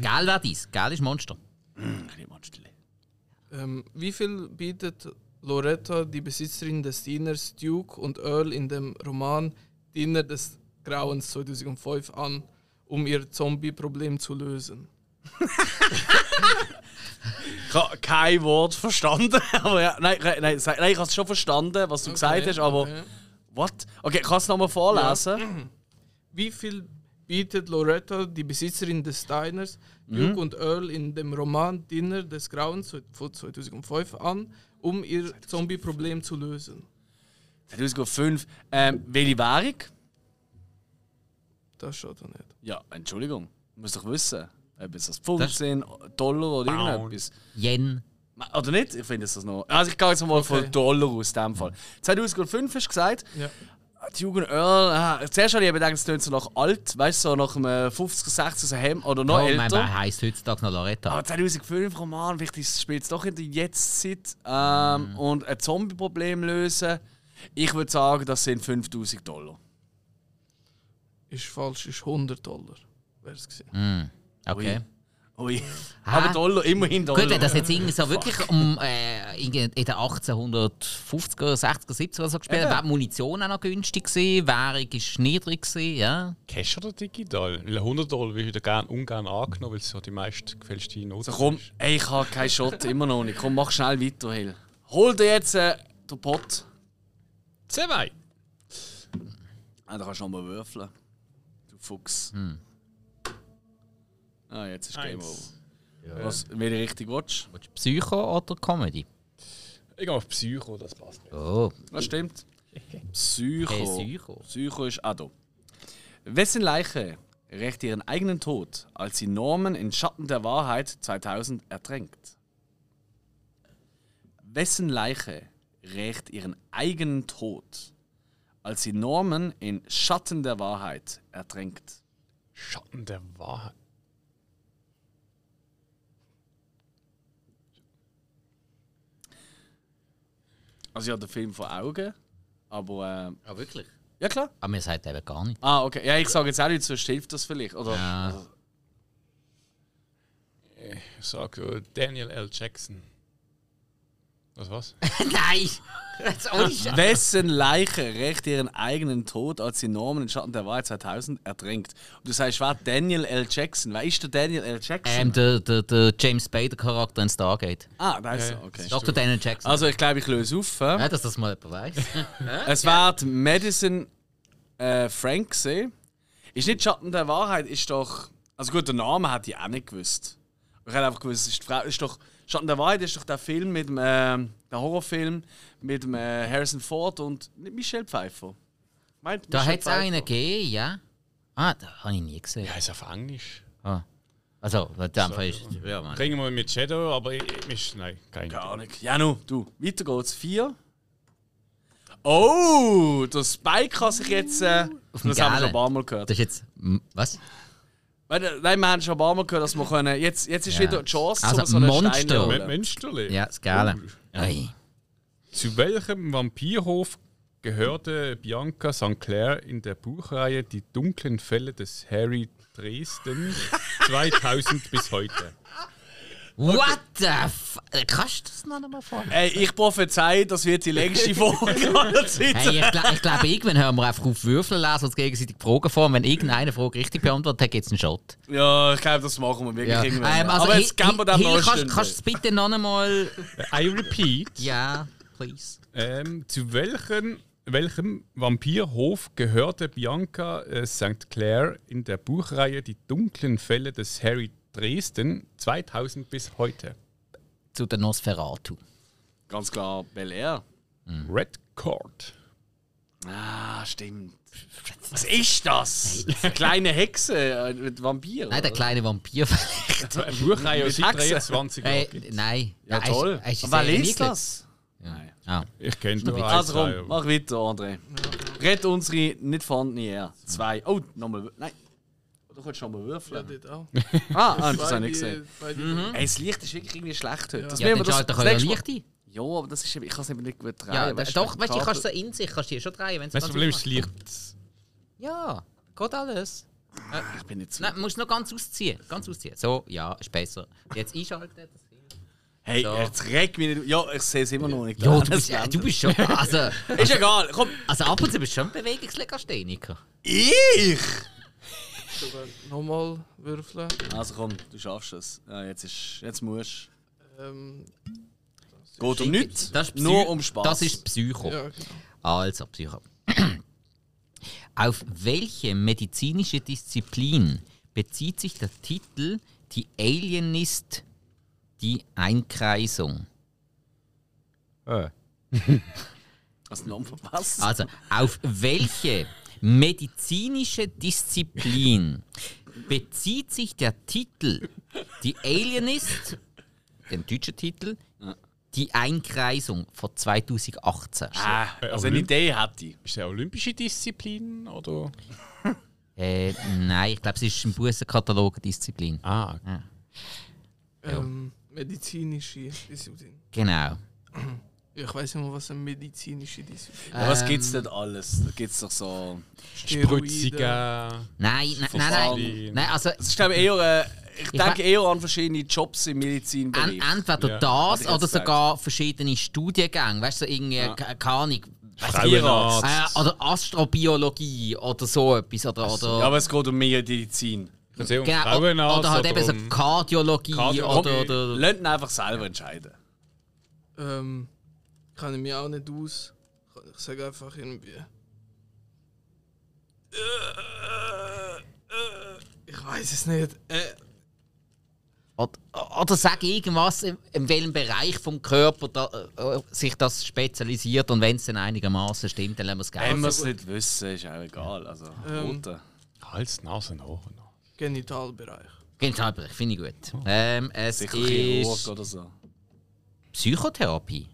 Speaker 2: Geil wäre dies. Geil ist Monster.
Speaker 1: Hm, ein Monsterli.
Speaker 4: Ja. Ähm, wie viel bietet Loretta, die Besitzerin des Dieners Duke und Earl in dem Roman Diener des Grauens 2005 an, um ihr Zombie-Problem zu lösen?
Speaker 1: Ich habe kein Wort verstanden. *laughs* aber ja, nein, nein, nein, sag- nein, ich habe es schon verstanden, was du gesagt hast, aber.
Speaker 4: okay.
Speaker 1: What? Okay, kannst du nochmal vorlesen?
Speaker 4: Wie viel bietet Loretta, die Besitzerin des Steiners,
Speaker 1: Mhm.
Speaker 4: Duke und Earl in dem Roman Dinner des Grauens von 2005 an, um ihr Zombie-Problem zu lösen?
Speaker 1: 2005. Ähm, welche Währung?
Speaker 4: Das steht da nicht.
Speaker 1: Ja, Entschuldigung. Du musst doch wissen, ob es das Pfund sind, Dollar oder irgendetwas.
Speaker 2: Yen.
Speaker 1: Oder nicht? Ich finde es das noch. Also ich gehe jetzt mal von Dollar aus in dem Fall. 2005 hast du gesagt,
Speaker 4: Ja.
Speaker 1: die Jugend Earl. Ah, zuerst habe ich eben gedacht, es tönt so nach alt, weißt du, so nach einem 50er, 60er so Hemd oder noch
Speaker 2: Oh, mein,
Speaker 1: älter. Ah,
Speaker 2: wer heisst heutzutage noch Loretta?
Speaker 1: Aber 2005 Roman, vielleicht ist- spielt es doch in der Jetztzeit. Ähm,
Speaker 2: Mm.
Speaker 1: Und ein Zombie-Problem lösen. Ich würde sagen, das sind 5000 Dollar.
Speaker 4: Ist falsch, ist 100 Dollar. Wäre es
Speaker 1: Mhm.
Speaker 4: gewesen.
Speaker 2: Okay.
Speaker 1: Ah, Ui. Ui. Aber Dollar, immerhin Dollar.
Speaker 2: Ah. Gut, wenn das jetzt irgendwie so wirklich um, äh, in in den 1850er, 60er, 70er oder so gespielt hat, wäre die Munition auch noch günstig gewesen, Währung ist niedrig gewesen, ja.
Speaker 3: Cash oder digital? Weil 100 Dollar würde ich da gern, ungern angenommen, weil es so die meist gefälschte Note
Speaker 1: So, komm,
Speaker 3: ist.
Speaker 1: ey, ich habe keinen Shot, immer noch nicht. Komm, mach schnell weiter, Hill. Hol dir jetzt äh, den Pott.
Speaker 3: Zwei.
Speaker 1: Ah, da kannst du nochmal würfeln. Du Fuchs. Ah, jetzt ist Game Over.
Speaker 3: Eins.
Speaker 1: Was, wenn du richtig willst.
Speaker 2: Willst du Psycho oder Comedy?
Speaker 3: Ich gehe auf Psycho, das passt nicht.
Speaker 2: Oh,
Speaker 1: Das stimmt.
Speaker 2: *laughs*
Speaker 1: Psycho.
Speaker 2: Hey, Psycho.
Speaker 1: Psycho ist Ado. Wessen Leiche rächt ihren eigenen Tod, als sie Norman in Schatten der Wahrheit 2000 ertränkt? Wessen Leiche rächt ihren eigenen Tod, als sie Norman in Schatten der Wahrheit ertränkt?
Speaker 3: Schatten der Wahrheit.
Speaker 1: Also, ich habe den Film vor Augen, aber. Äh,
Speaker 2: ah, wirklich?
Speaker 1: ja, klar.
Speaker 2: Aber mir sagt eben gar nicht.
Speaker 1: Ah, okay. Ja, ich sage jetzt auch nicht, sonst hilft das vielleicht. Oder,
Speaker 2: Ja.
Speaker 1: also,
Speaker 3: Ich sage äh, Daniel L. Jackson. Was was?
Speaker 2: *laughs* Nein! Das ist ohne Scheiß.
Speaker 1: Wessen Leiche rächt ihren eigenen Tod, als sie Norman in Schatten der Wahrheit 2000 ertränkt? Und du sagst, wer Daniel L. Jackson? Wer ist der Daniel L. Jackson?
Speaker 2: ähm, der, der, der James Spader-Charakter in Stargate.
Speaker 1: ah, da ist
Speaker 3: Ja,
Speaker 1: er,
Speaker 3: ja,
Speaker 1: okay.
Speaker 3: das ist-
Speaker 2: Dr. Daniel Jackson.
Speaker 1: Also, ich glaube, ich löse auf. hä?
Speaker 2: äh, ja, dass das mal jemand *laughs* weiß.
Speaker 1: Es war die Madison äh, Frank gesehen. Ist nicht Schatten der Wahrheit, ist doch. Also gut, den Namen hätte ich auch nicht gewusst. Ich hätte einfach gewusst, es ist die Frau. Ist doch, Schatten der Wahrheit ist doch der Film mit dem. ähm, der Horrorfilm mit dem äh, Harrison Ford und nicht Michelle Pfeiffer. Meint
Speaker 2: da
Speaker 1: Michelle
Speaker 2: hat es einen
Speaker 1: Pfeiffer.
Speaker 2: gegeben, ja. Ah, da habe ich nie gesehen.
Speaker 3: Ja, ist auf Englisch.
Speaker 2: Ah. Also, in dem Fall ist ja, Mann.
Speaker 3: Kriegen wir mit Shadow, aber ich, ich, mich- nein, keine Idee.
Speaker 1: Gar nicht. Janu, du, weiter geht's. Vier. Oh, der Spike hat sich jetzt. Äh,
Speaker 2: dem
Speaker 1: das haben wir schon
Speaker 2: Galen.
Speaker 1: ein paar Mal gehört.
Speaker 2: Das ist jetzt. m- Was?
Speaker 1: Weil, äh, Nein, wir haben schon ein paar Mal gehört, dass wir können. Jetzt, jetzt ist
Speaker 2: Ja.
Speaker 1: wieder die Chance,
Speaker 2: Also,
Speaker 1: um so einen
Speaker 2: Monster.
Speaker 1: Stein zu
Speaker 3: Mit
Speaker 1: holen.
Speaker 3: Münsterli.
Speaker 2: Ja, das Gale.
Speaker 3: Oh.
Speaker 2: Ei.
Speaker 3: Zu welchem Vampirhof gehörte Bianca St. Clair in der Buchreihe Die dunklen Fälle des Harry Dresden *laughs* 2000 bis heute?
Speaker 2: What the f. Äh, Kannst du das noch einmal vor? *laughs*
Speaker 1: Ey, ich prophezei, das wird die längste Folge aller Zeiten.
Speaker 2: Hey, ich, gla- ich glaube, irgendwann hören wir einfach auf Würfel lesen und uns gegenseitig Fragen vor. Und wenn irgendeine Frage richtig beantwortet hat, gibt es einen Shot.
Speaker 1: Ja, ich glaube, das machen wir wirklich
Speaker 2: Ja. Ähm,
Speaker 1: irgendwann.
Speaker 2: also,
Speaker 1: Aber jetzt
Speaker 2: Hi-
Speaker 1: geben wir dem
Speaker 2: Hi-
Speaker 1: noch
Speaker 2: Hill,
Speaker 1: eine
Speaker 2: kannst,
Speaker 1: Stunde.
Speaker 2: kannst du es bitte noch einmal.
Speaker 3: I repeat.
Speaker 2: Ja, please.
Speaker 3: Ähm, zu welchen, welchem Vampirhof gehörte Bianca äh, St. Clair in der Buchreihe Die dunklen Fälle des Harry Dresden 2000 bis heute?
Speaker 2: Zu der Nosferatu.
Speaker 1: Ganz klar, Bel Air.
Speaker 3: Red Court.
Speaker 1: Ah, stimmt. Was ist das? Eine kleine Hexe äh, mit Vampir.
Speaker 2: Nein, der
Speaker 1: oder?
Speaker 2: kleine Vampir.
Speaker 1: *laughs*
Speaker 3: Eine Äh, Buchreihe
Speaker 1: Mit
Speaker 3: seit
Speaker 1: Hexen.
Speaker 3: 23
Speaker 2: Äh,
Speaker 3: Jahren.
Speaker 2: nein.
Speaker 1: ja,
Speaker 2: Nein,
Speaker 1: toll.
Speaker 2: hast- hast du die
Speaker 1: Aber wer
Speaker 2: Serie nie
Speaker 1: liest
Speaker 2: gesehen?
Speaker 1: das?
Speaker 2: Ah.
Speaker 3: Ich kenne nur
Speaker 1: Also komm,
Speaker 3: eins.
Speaker 1: mach weiter, André. Red unsere nicht vorhandene R. Zwei. Oh, nochmal. wür- Nein. Du kannst schon mal
Speaker 4: Ja,
Speaker 1: würfeln. *laughs*
Speaker 4: dort auch.
Speaker 1: Ah, ah, das habe ich nicht
Speaker 4: Beide-
Speaker 1: gesehen. Mhm.
Speaker 4: beide-
Speaker 1: Ey, das Licht ist wirklich irgendwie schlecht heute. Das
Speaker 2: Ja,
Speaker 1: müssen wir
Speaker 2: dann
Speaker 1: das-
Speaker 2: schalten
Speaker 1: das
Speaker 2: kann ja
Speaker 1: nächste Mal-
Speaker 2: nicht ein.
Speaker 1: Ja, aber das ist eben, ich kann es eben nicht gut drehen.
Speaker 2: Ja,
Speaker 1: weißt du,
Speaker 2: doch, weißt du,
Speaker 1: Kabel-
Speaker 2: du kannst so in sich, kannst du die schon drehen, wenn es
Speaker 3: Das Problem ist das Licht.
Speaker 2: Ja, geht alles.
Speaker 1: Ich bin nicht so.
Speaker 2: Nein, du musst noch ganz ausziehen. Ganz ausziehen. So, ja, ist besser. Jetzt einschalten. das Ding.
Speaker 1: Hey,
Speaker 2: So.
Speaker 1: jetzt reg mich nicht. auf. Ja, ich sehe es immer noch nicht.
Speaker 2: Ja,
Speaker 1: *laughs* Das
Speaker 2: du bist, äh,
Speaker 1: blendet.
Speaker 2: du bist schon. *laughs* Also,
Speaker 1: Ist egal, komm.
Speaker 2: also ab und zu bist du schon Bewegungslegastheniker.
Speaker 1: Ich!
Speaker 4: Sogar Nochmal würfeln.
Speaker 1: Also komm, du schaffst es. Ja, jetzt, ist, jetzt musst
Speaker 4: Ähm,
Speaker 1: du. Geht um nichts,
Speaker 2: Das ist Psy-
Speaker 1: nur um Spaß.
Speaker 2: Das ist Psycho.
Speaker 4: ja, genau.
Speaker 2: Also, Psycho. *clears throat* Auf welche medizinische Disziplin bezieht sich der Titel Die Alienist, die Einkreisung?
Speaker 3: Äh.
Speaker 1: Hast du noch verpasst?
Speaker 2: Also, auf welche medizinische Disziplin bezieht sich der Titel Die Alienist, den deutschen Titel, die Einkreisung von 2018.
Speaker 1: Ah, also eine
Speaker 3: Olymp-
Speaker 1: Idee hätte ich.
Speaker 3: Ist eine olympische Disziplin oder?
Speaker 2: Äh, nein, ich glaube, es ist im Bussenkatalog eine Disziplin.
Speaker 3: Ah,
Speaker 4: Ähm, medizinische Disziplin.
Speaker 2: Genau.
Speaker 4: Ja, ich weiß nicht mal, was eine medizinische Disziplin
Speaker 1: Ja,
Speaker 2: Ähm,
Speaker 1: was gibt es denn alles? Da gibt es doch so.
Speaker 4: ist. Steroide.
Speaker 3: Sprützige.
Speaker 2: Nein, nein, nein, nein,
Speaker 3: Verfahren.
Speaker 2: nein. Also,
Speaker 1: Das ist, glaube ich, eher. Äh, ich
Speaker 2: Ich
Speaker 1: denke
Speaker 2: we-
Speaker 1: eher an verschiedene Jobs im
Speaker 2: en,
Speaker 1: Medizinbereich.
Speaker 2: entweder
Speaker 3: Ja,
Speaker 1: hätte
Speaker 2: das
Speaker 1: ich jetzt
Speaker 2: oder sogar verschiedene Studiengänge. Weißt du, so irgendwie, ke- keine Ahnung. weiss ich-
Speaker 3: Frauenarzt.
Speaker 2: Äh, oder Astrobiologie oder so etwas. Oder,
Speaker 1: ja,
Speaker 2: oder,
Speaker 1: aber es geht um Medizin.
Speaker 3: Genau,
Speaker 2: genau, oder, oder halt eben so
Speaker 3: um
Speaker 2: Kardiologie.
Speaker 3: Kardiologie.
Speaker 2: Oder, oder,
Speaker 1: Lasst Also, ihn einfach selber entscheiden.
Speaker 4: Ähm, kann ich mich auch nicht aus. Ich sage einfach irgendwie. Äh, äh, Ich weiß es nicht. Äh,
Speaker 2: oder, oder sag irgendwas, in, in welchem Bereich vom Körper da, äh, sich das spezialisiert. Und wenn es dann einigermaßen stimmt, dann lassen wir es
Speaker 1: Wenn
Speaker 2: gehen.
Speaker 1: wir es nicht wissen, ist auch egal. Also,
Speaker 4: Ähm.
Speaker 1: rote.
Speaker 3: Hals, Nase, Ohren.
Speaker 4: Genitalbereich.
Speaker 2: Genitalbereich, finde ich gut. Ähm, es
Speaker 1: Sicher Chirurg
Speaker 2: ist
Speaker 1: oder so.
Speaker 2: Psychotherapie.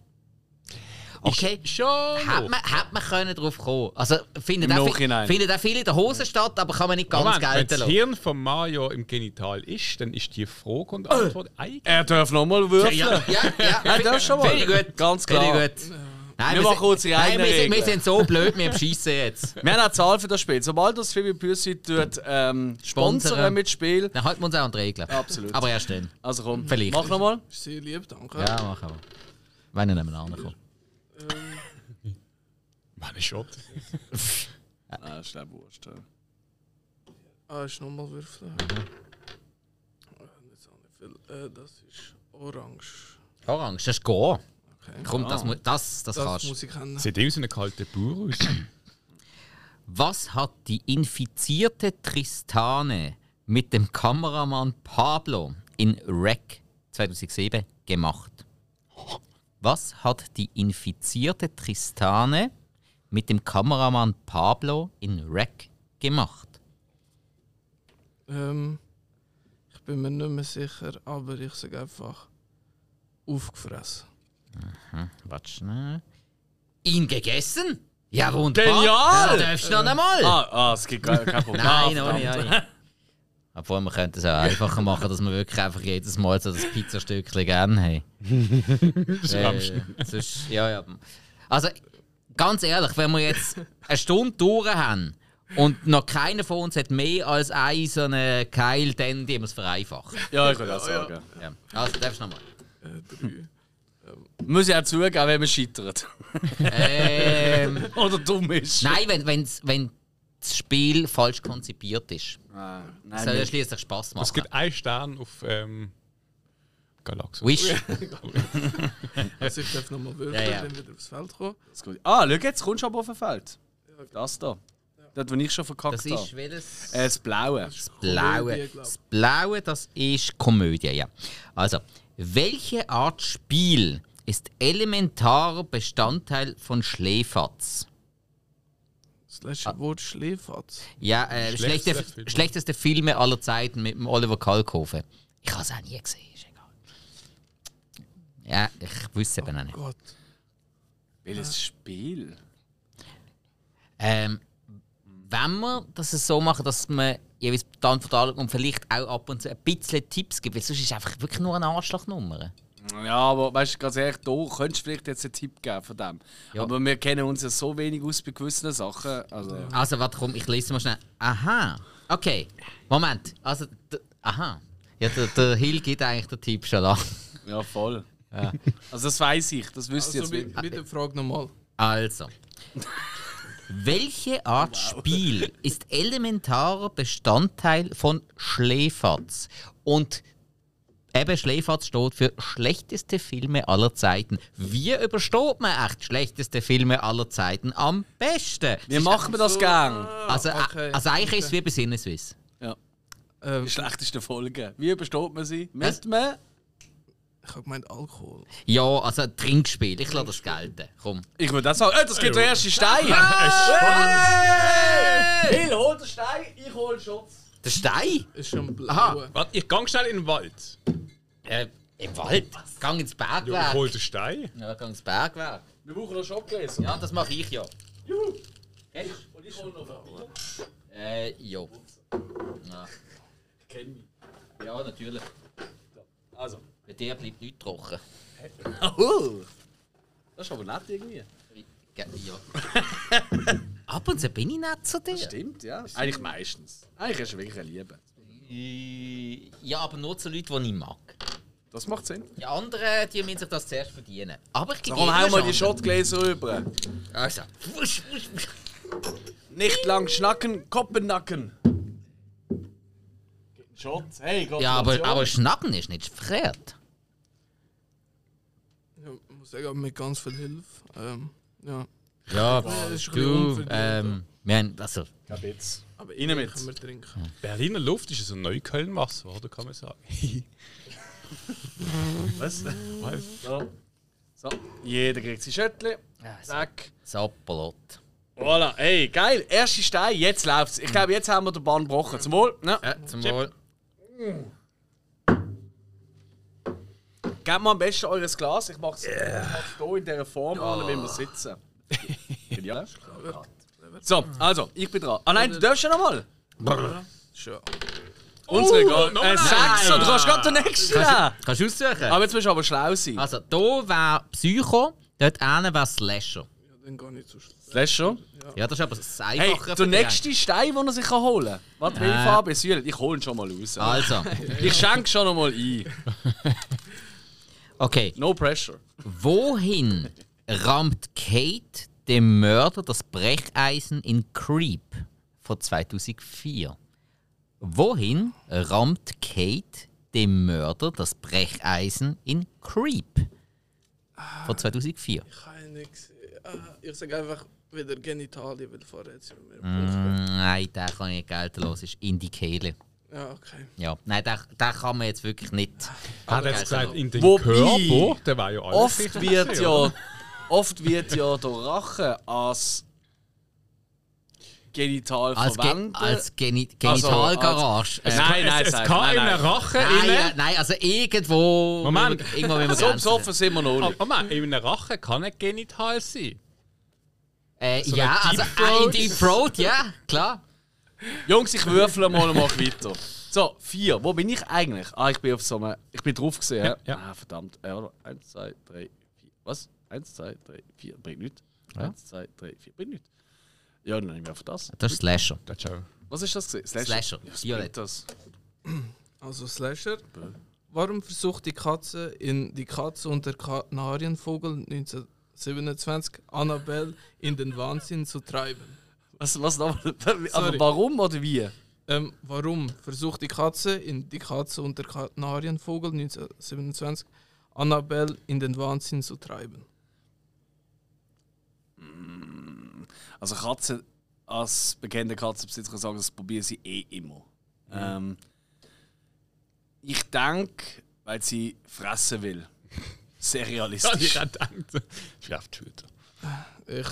Speaker 2: Okay.
Speaker 3: Schon.
Speaker 2: Hat man, hat man können drauf kommen. Also findet
Speaker 1: Im
Speaker 2: auch, viel-
Speaker 1: Nachhinein.
Speaker 2: findet auch viele in der Hose statt, aber kann man nicht ganz
Speaker 3: Moment, wenn
Speaker 2: gelten
Speaker 3: das
Speaker 2: lassen.
Speaker 3: Hirn von Mario im Genital ist, dann ist die Frage und Antwort eigentlich.
Speaker 1: Er darf nochmal würfeln.
Speaker 2: Ja, ja,
Speaker 1: *laughs*
Speaker 2: ja.
Speaker 1: Er darf schon mal.
Speaker 2: Finde ich gut.
Speaker 1: Ganz klar.
Speaker 2: Finde ich gut. Nein,
Speaker 1: Wir machen
Speaker 2: sind-
Speaker 1: unsere
Speaker 2: nein,
Speaker 1: eigenen
Speaker 2: wir, sind, wir
Speaker 1: Regeln.
Speaker 2: sind so blöd, wir
Speaker 1: *laughs*
Speaker 2: beschissen jetzt.
Speaker 1: Wir haben eine Zahl für das Spiel. Sobald das Phoebe Pürsi tut, ähm, sponsern
Speaker 2: Sponsoren.
Speaker 1: mit Spiel.
Speaker 2: Dann halten wir uns auch an die Regeln.
Speaker 1: Absolut.
Speaker 2: Aber erst dann.
Speaker 1: Also komm,
Speaker 2: Vielleicht.
Speaker 1: mach nochmal.
Speaker 4: Ist sehr lieb, danke.
Speaker 2: Ja, machen wir. Wenn ich nicht mehr ankomme.
Speaker 4: Ähm,
Speaker 3: Meine Schott.
Speaker 1: Ah, das ist glaub ich wurscht. ja.
Speaker 4: ah, ist nochmal würfeln. Äh, Das ist auch nicht viel. Äh, das ist orange.
Speaker 2: Orange, das ist go.
Speaker 4: Okay.
Speaker 2: Komm,
Speaker 1: Ah.
Speaker 2: das, mu- das, das,
Speaker 4: Das
Speaker 2: kannst du.
Speaker 4: muss ich kennen.
Speaker 3: Sieht eh aus wie ein kalter Bauer aus.
Speaker 2: Was hat die infizierte Tristane mit dem Kameramann Pablo in Rec 2007 gemacht? Was hat die infizierte Tristane mit dem Kameramann Pablo in Rec gemacht?
Speaker 4: Ähm, ich bin mir nicht mehr sicher, aber ich sage einfach aufgefressen.
Speaker 2: Warte schnell. Ihn gegessen? Ja, wunderbar.
Speaker 1: Genial!
Speaker 2: Ja, darfst du noch einmal.
Speaker 1: Ah, ah, es gibt gar kein Problem.
Speaker 2: Nein,
Speaker 1: Ah,
Speaker 2: noch nicht. noch nicht. Obwohl, wir könnten es auch einfacher machen, dass wir wirklich einfach jedes Mal so das Pizzastückchen gerne haben.
Speaker 3: Das
Speaker 2: Äh, sonst, ja, ja. Also, ganz ehrlich, wenn wir jetzt eine Stunde durch haben und noch keiner von uns hat mehr als einen so einen Keil, dann die wir es vereinfachen.
Speaker 1: Ja, ich würde auch sagen.
Speaker 2: Ja. Also, darfst du nochmal.
Speaker 1: Muss ich auch zugeben, auch wenn man scheitert.
Speaker 2: Ähm,
Speaker 1: Oder dumm ist.
Speaker 2: nein, wenn, wenn's, wenn das Spiel falsch konzipiert ist,
Speaker 1: Ah,
Speaker 2: soll ja
Speaker 1: nein.
Speaker 2: schließlich Spaß
Speaker 3: Es
Speaker 2: machen.
Speaker 3: gibt einen Stern auf ähm, Galaxus.
Speaker 2: Wish.
Speaker 4: Also ich darf nochmal würfeln,
Speaker 2: Ja, ja.
Speaker 4: dann wieder aufs Feld kommen.
Speaker 1: Das geht. Ah, schau, jetzt kommst du aber auf ein Feld. Das da. Das, was ich schon verkackt
Speaker 2: Das ist
Speaker 1: habe.
Speaker 2: welches?
Speaker 1: Äh, das Blaue.
Speaker 2: Blaue.
Speaker 4: Komödie, glaub.
Speaker 2: Das Blaue, das ist Komödie, ja. Also, welche Art Spiel ist elementarer Bestandteil von Schläferz?
Speaker 4: Das letzte
Speaker 2: Ah.
Speaker 4: Wort Schläfatz.
Speaker 2: Ja, äh,
Speaker 3: Schlechtester
Speaker 2: schlechte,
Speaker 3: Film.
Speaker 2: schlechteste Filme aller Zeiten mit dem Oliver Kalkofe. Ich habe es auch nie gesehen, ist egal. Ja, ich wüsste eben auch nicht.
Speaker 4: Gott.
Speaker 1: Welches Spiel?
Speaker 2: Ähm, wenn wir das so machen, dass man jeweils die Antwort anschaut und vielleicht auch ab und zu ein bisschen Tipps gibt, weil sonst ist es einfach wirklich nur eine Anschlagnummer.
Speaker 1: Ja, aber weißt du, ganz ehrlich, du könntest vielleicht jetzt einen Tipp geben von dem.
Speaker 2: Ja.
Speaker 1: Aber wir kennen uns ja so wenig aus bei gewissen Sachen. Also,
Speaker 2: Also, warte, komm, ich lese mal schnell. Aha, okay. Moment, also, d- aha. Ja, der, der Hill gibt eigentlich den Tipp schon an.
Speaker 1: ja, voll. Also, das weiß ich, das wüsste
Speaker 4: Also
Speaker 1: ich jetzt
Speaker 4: mit,
Speaker 1: nicht.
Speaker 4: mit der Frage nochmal.
Speaker 2: Also. Welche Art Spiel ist elementarer Bestandteil von Schläferz? Und eben Schläferz steht für schlechteste Filme aller Zeiten. Wie übersteht man echt schlechteste Filme aller Zeiten am besten?
Speaker 1: Wie machen wir das gern?
Speaker 2: Also, äh,
Speaker 4: okay.
Speaker 2: also eigentlich ist es wie bei Sinneswiss.
Speaker 1: Ja.
Speaker 4: Ähm,
Speaker 1: Die
Speaker 4: ich
Speaker 1: schlechtesten Folgen. Wie übersteht man sie? Müsste man?
Speaker 4: habe gemeint Alkohol.
Speaker 2: Ja, also Trinkspiel. Ich lasse das gelten. Komm.
Speaker 1: Ich würde auch sagen, oh, das gibt den ersten Stein! Hey! Hill, hol den Stein, ich hol den Schutz.
Speaker 2: Der Stein?
Speaker 4: Ist schon blau.
Speaker 3: Warte, ich gang schnell in den Wald.
Speaker 2: Äh, Im Wald? Gang ins
Speaker 3: Ja, ich
Speaker 2: Bergwerk.
Speaker 3: hol den Stein.
Speaker 2: Ja, gang ins Bergwerk.
Speaker 1: Wir brauchen noch Schockgläser.
Speaker 2: Ja, das mache ich ja.
Speaker 1: Juhu!
Speaker 2: Kennst
Speaker 1: Und ich komme noch vorbei.
Speaker 2: du? Äh, ja. Ja,
Speaker 1: Kenn mich.
Speaker 2: ja natürlich.
Speaker 1: Also.
Speaker 2: Bei dir bleibt nichts trocken.
Speaker 1: Oh. Das ist aber nett irgendwie.
Speaker 2: Ja.
Speaker 1: *laughs*
Speaker 2: Ab und zu bin ich nett zu dir.
Speaker 1: Stimmt, ja. Eigentlich meistens. Eigentlich hast du wirklich eine Liebe.
Speaker 2: Äh, Ja, aber nur zu Leuten, die ich mag.
Speaker 1: Das macht Sinn.
Speaker 2: Die anderen, die müssen sich das zuerst verdienen. Aber ich gebe
Speaker 1: Darum
Speaker 2: ihnen
Speaker 1: hauen wir
Speaker 2: eine
Speaker 1: die
Speaker 2: Chance.
Speaker 1: Schottgläser rüber.
Speaker 2: Also, wusch, wusch, wusch.
Speaker 1: Nicht lang schnacken, Koppennacken. Schott, hey, Gott.
Speaker 2: Ja, aber, aber Schnacken ist nicht verkehrt.
Speaker 4: Ja, ich muss sagen, mit ganz viel Hilfe. Ähm, ja.
Speaker 2: Ja,
Speaker 4: ist ein bisschen
Speaker 2: du,
Speaker 4: unverdient,
Speaker 2: ähm, wir haben, also,
Speaker 1: Kein Witz. Aber rein mit.
Speaker 4: Können wir trinken.
Speaker 3: Berliner Luft ist so Neukölln-Wasser, oder kann man sagen?
Speaker 1: Was? So. so. Jeder kriegt sein Schöttli. Zack.
Speaker 2: Sapperlot.
Speaker 1: Voilà, ey, geil. Erste Stein, jetzt läuft's. Ich glaube, jetzt haben wir den Bann gebrochen. Zum Wohl. Ja.
Speaker 2: Ja, zum Wohl.
Speaker 1: Gebt mal am besten eures Glas. Ich mach's hier in dieser Form an, wenn wir *laughs* sitzen. ja. So, also, ich bin dran. Ah nein, du darfst ja nochmal.
Speaker 4: Schon.
Speaker 1: Unsere Gott.
Speaker 3: noch
Speaker 1: Äh,
Speaker 3: nein.
Speaker 1: sechs, und du kannst Ah, gerade den nächsten nehmen.
Speaker 2: Kannst du aussuchen?
Speaker 1: Aber jetzt musst du aber schlau sein.
Speaker 2: Also, hier wäre Psycho, dort hinten wäre Slasher.
Speaker 4: Ja, dann gar nicht so schlecht.
Speaker 1: Das schon.
Speaker 2: Ja, das ist aber das
Speaker 1: Hey,
Speaker 2: Einfache. für
Speaker 1: der
Speaker 2: dich.
Speaker 1: nächste Stein, den er sich kann holen kann. Warte, welche Farbe ist Süle? Ich hole ihn schon mal raus.
Speaker 2: Also,
Speaker 1: Äh. Ah, Ich schenke schon noch mal ein.
Speaker 2: okay.
Speaker 1: No pressure.
Speaker 2: Wohin rammt Kate dem Mörder das Brecheisen in Creep von 2004? Wohin rammt Kate dem Mörder das Brecheisen in Creep von 2004?
Speaker 4: Ich habe ihn nicht gesehen. Ah, Ich sage einfach wieder Genitalien, weil vorher jetzt immer
Speaker 2: Nein, den kann ich nicht gelten lassen. Es ist in die Kehle.
Speaker 4: Ja, okay.
Speaker 2: Ja, nein, den, den kann man jetzt wirklich nicht.
Speaker 3: Hat er jetzt gesagt, in den
Speaker 1: Wobei-
Speaker 3: Körper, der war ja alles
Speaker 1: Oft
Speaker 3: sicher
Speaker 1: wird
Speaker 3: gewesen,
Speaker 1: ja,
Speaker 3: oder?
Speaker 1: oft wird ja der Rachen als Genital
Speaker 2: Als, Ge
Speaker 1: verwendet.
Speaker 2: als Geni
Speaker 1: Also, als-
Speaker 2: Genitalgarage. äh,
Speaker 1: Nein, nein,
Speaker 3: es, es
Speaker 1: sag-
Speaker 3: kann
Speaker 1: nein,
Speaker 3: in
Speaker 1: nein.
Speaker 3: einer Rache
Speaker 2: nein,
Speaker 3: innen.
Speaker 2: ja, nein, also irgendwo.
Speaker 3: Moment.
Speaker 2: Irgendwo, wenn wir
Speaker 1: so besoffen sind wir noch
Speaker 3: Aber
Speaker 1: nicht.
Speaker 3: Moment, Oh, in einer Rache kann ein Genital sein.
Speaker 2: Äh,
Speaker 3: So
Speaker 2: ja,
Speaker 3: eine
Speaker 2: also
Speaker 3: Deep
Speaker 2: äh, in
Speaker 3: Throat.
Speaker 2: Deep Throat, ja, klar.
Speaker 1: Jungs, ich würfle mal und mach weiter. So, vier. Wo bin ich eigentlich? Ah, ich bin auf so einem. Ich bin drauf gesehen. hä?
Speaker 3: ja.
Speaker 1: Ah, verdammt. Äh, warte mal. eins, zwei, drei, vier. Was? Eins, zwei, drei, vier. Bringt nichts. Eins, zwei, drei, vier. Bringt nichts. Ja, dann nehme ich einfach das.
Speaker 2: Das ist Slasher.
Speaker 3: Das ist auch.
Speaker 1: Was ist das gesehen?
Speaker 2: Slasher.
Speaker 1: Ja, was
Speaker 2: Violett.
Speaker 1: bringt das?
Speaker 4: Also Slasher. Warum versucht die Katze in Die Katze und der Kanarienvogel 1927 Annabelle in den Wahnsinn zu treiben?
Speaker 1: Was, was nochmal? *laughs* Aber
Speaker 4: Sorry.
Speaker 1: warum oder wie?
Speaker 4: Ähm, warum versucht die Katze in Die Katze und der Kanarienvogel 1927 Annabelle in den Wahnsinn zu treiben?
Speaker 1: Also Katzen, als bekannter Katzenbesitzer kann ich sagen, das probieren sie eh immer. Ähm, ich denke, weil sie fressen will. Sehr
Speaker 3: Das
Speaker 1: realistisch.
Speaker 3: ich auch gedacht. Schärft Schulter.
Speaker 4: Ich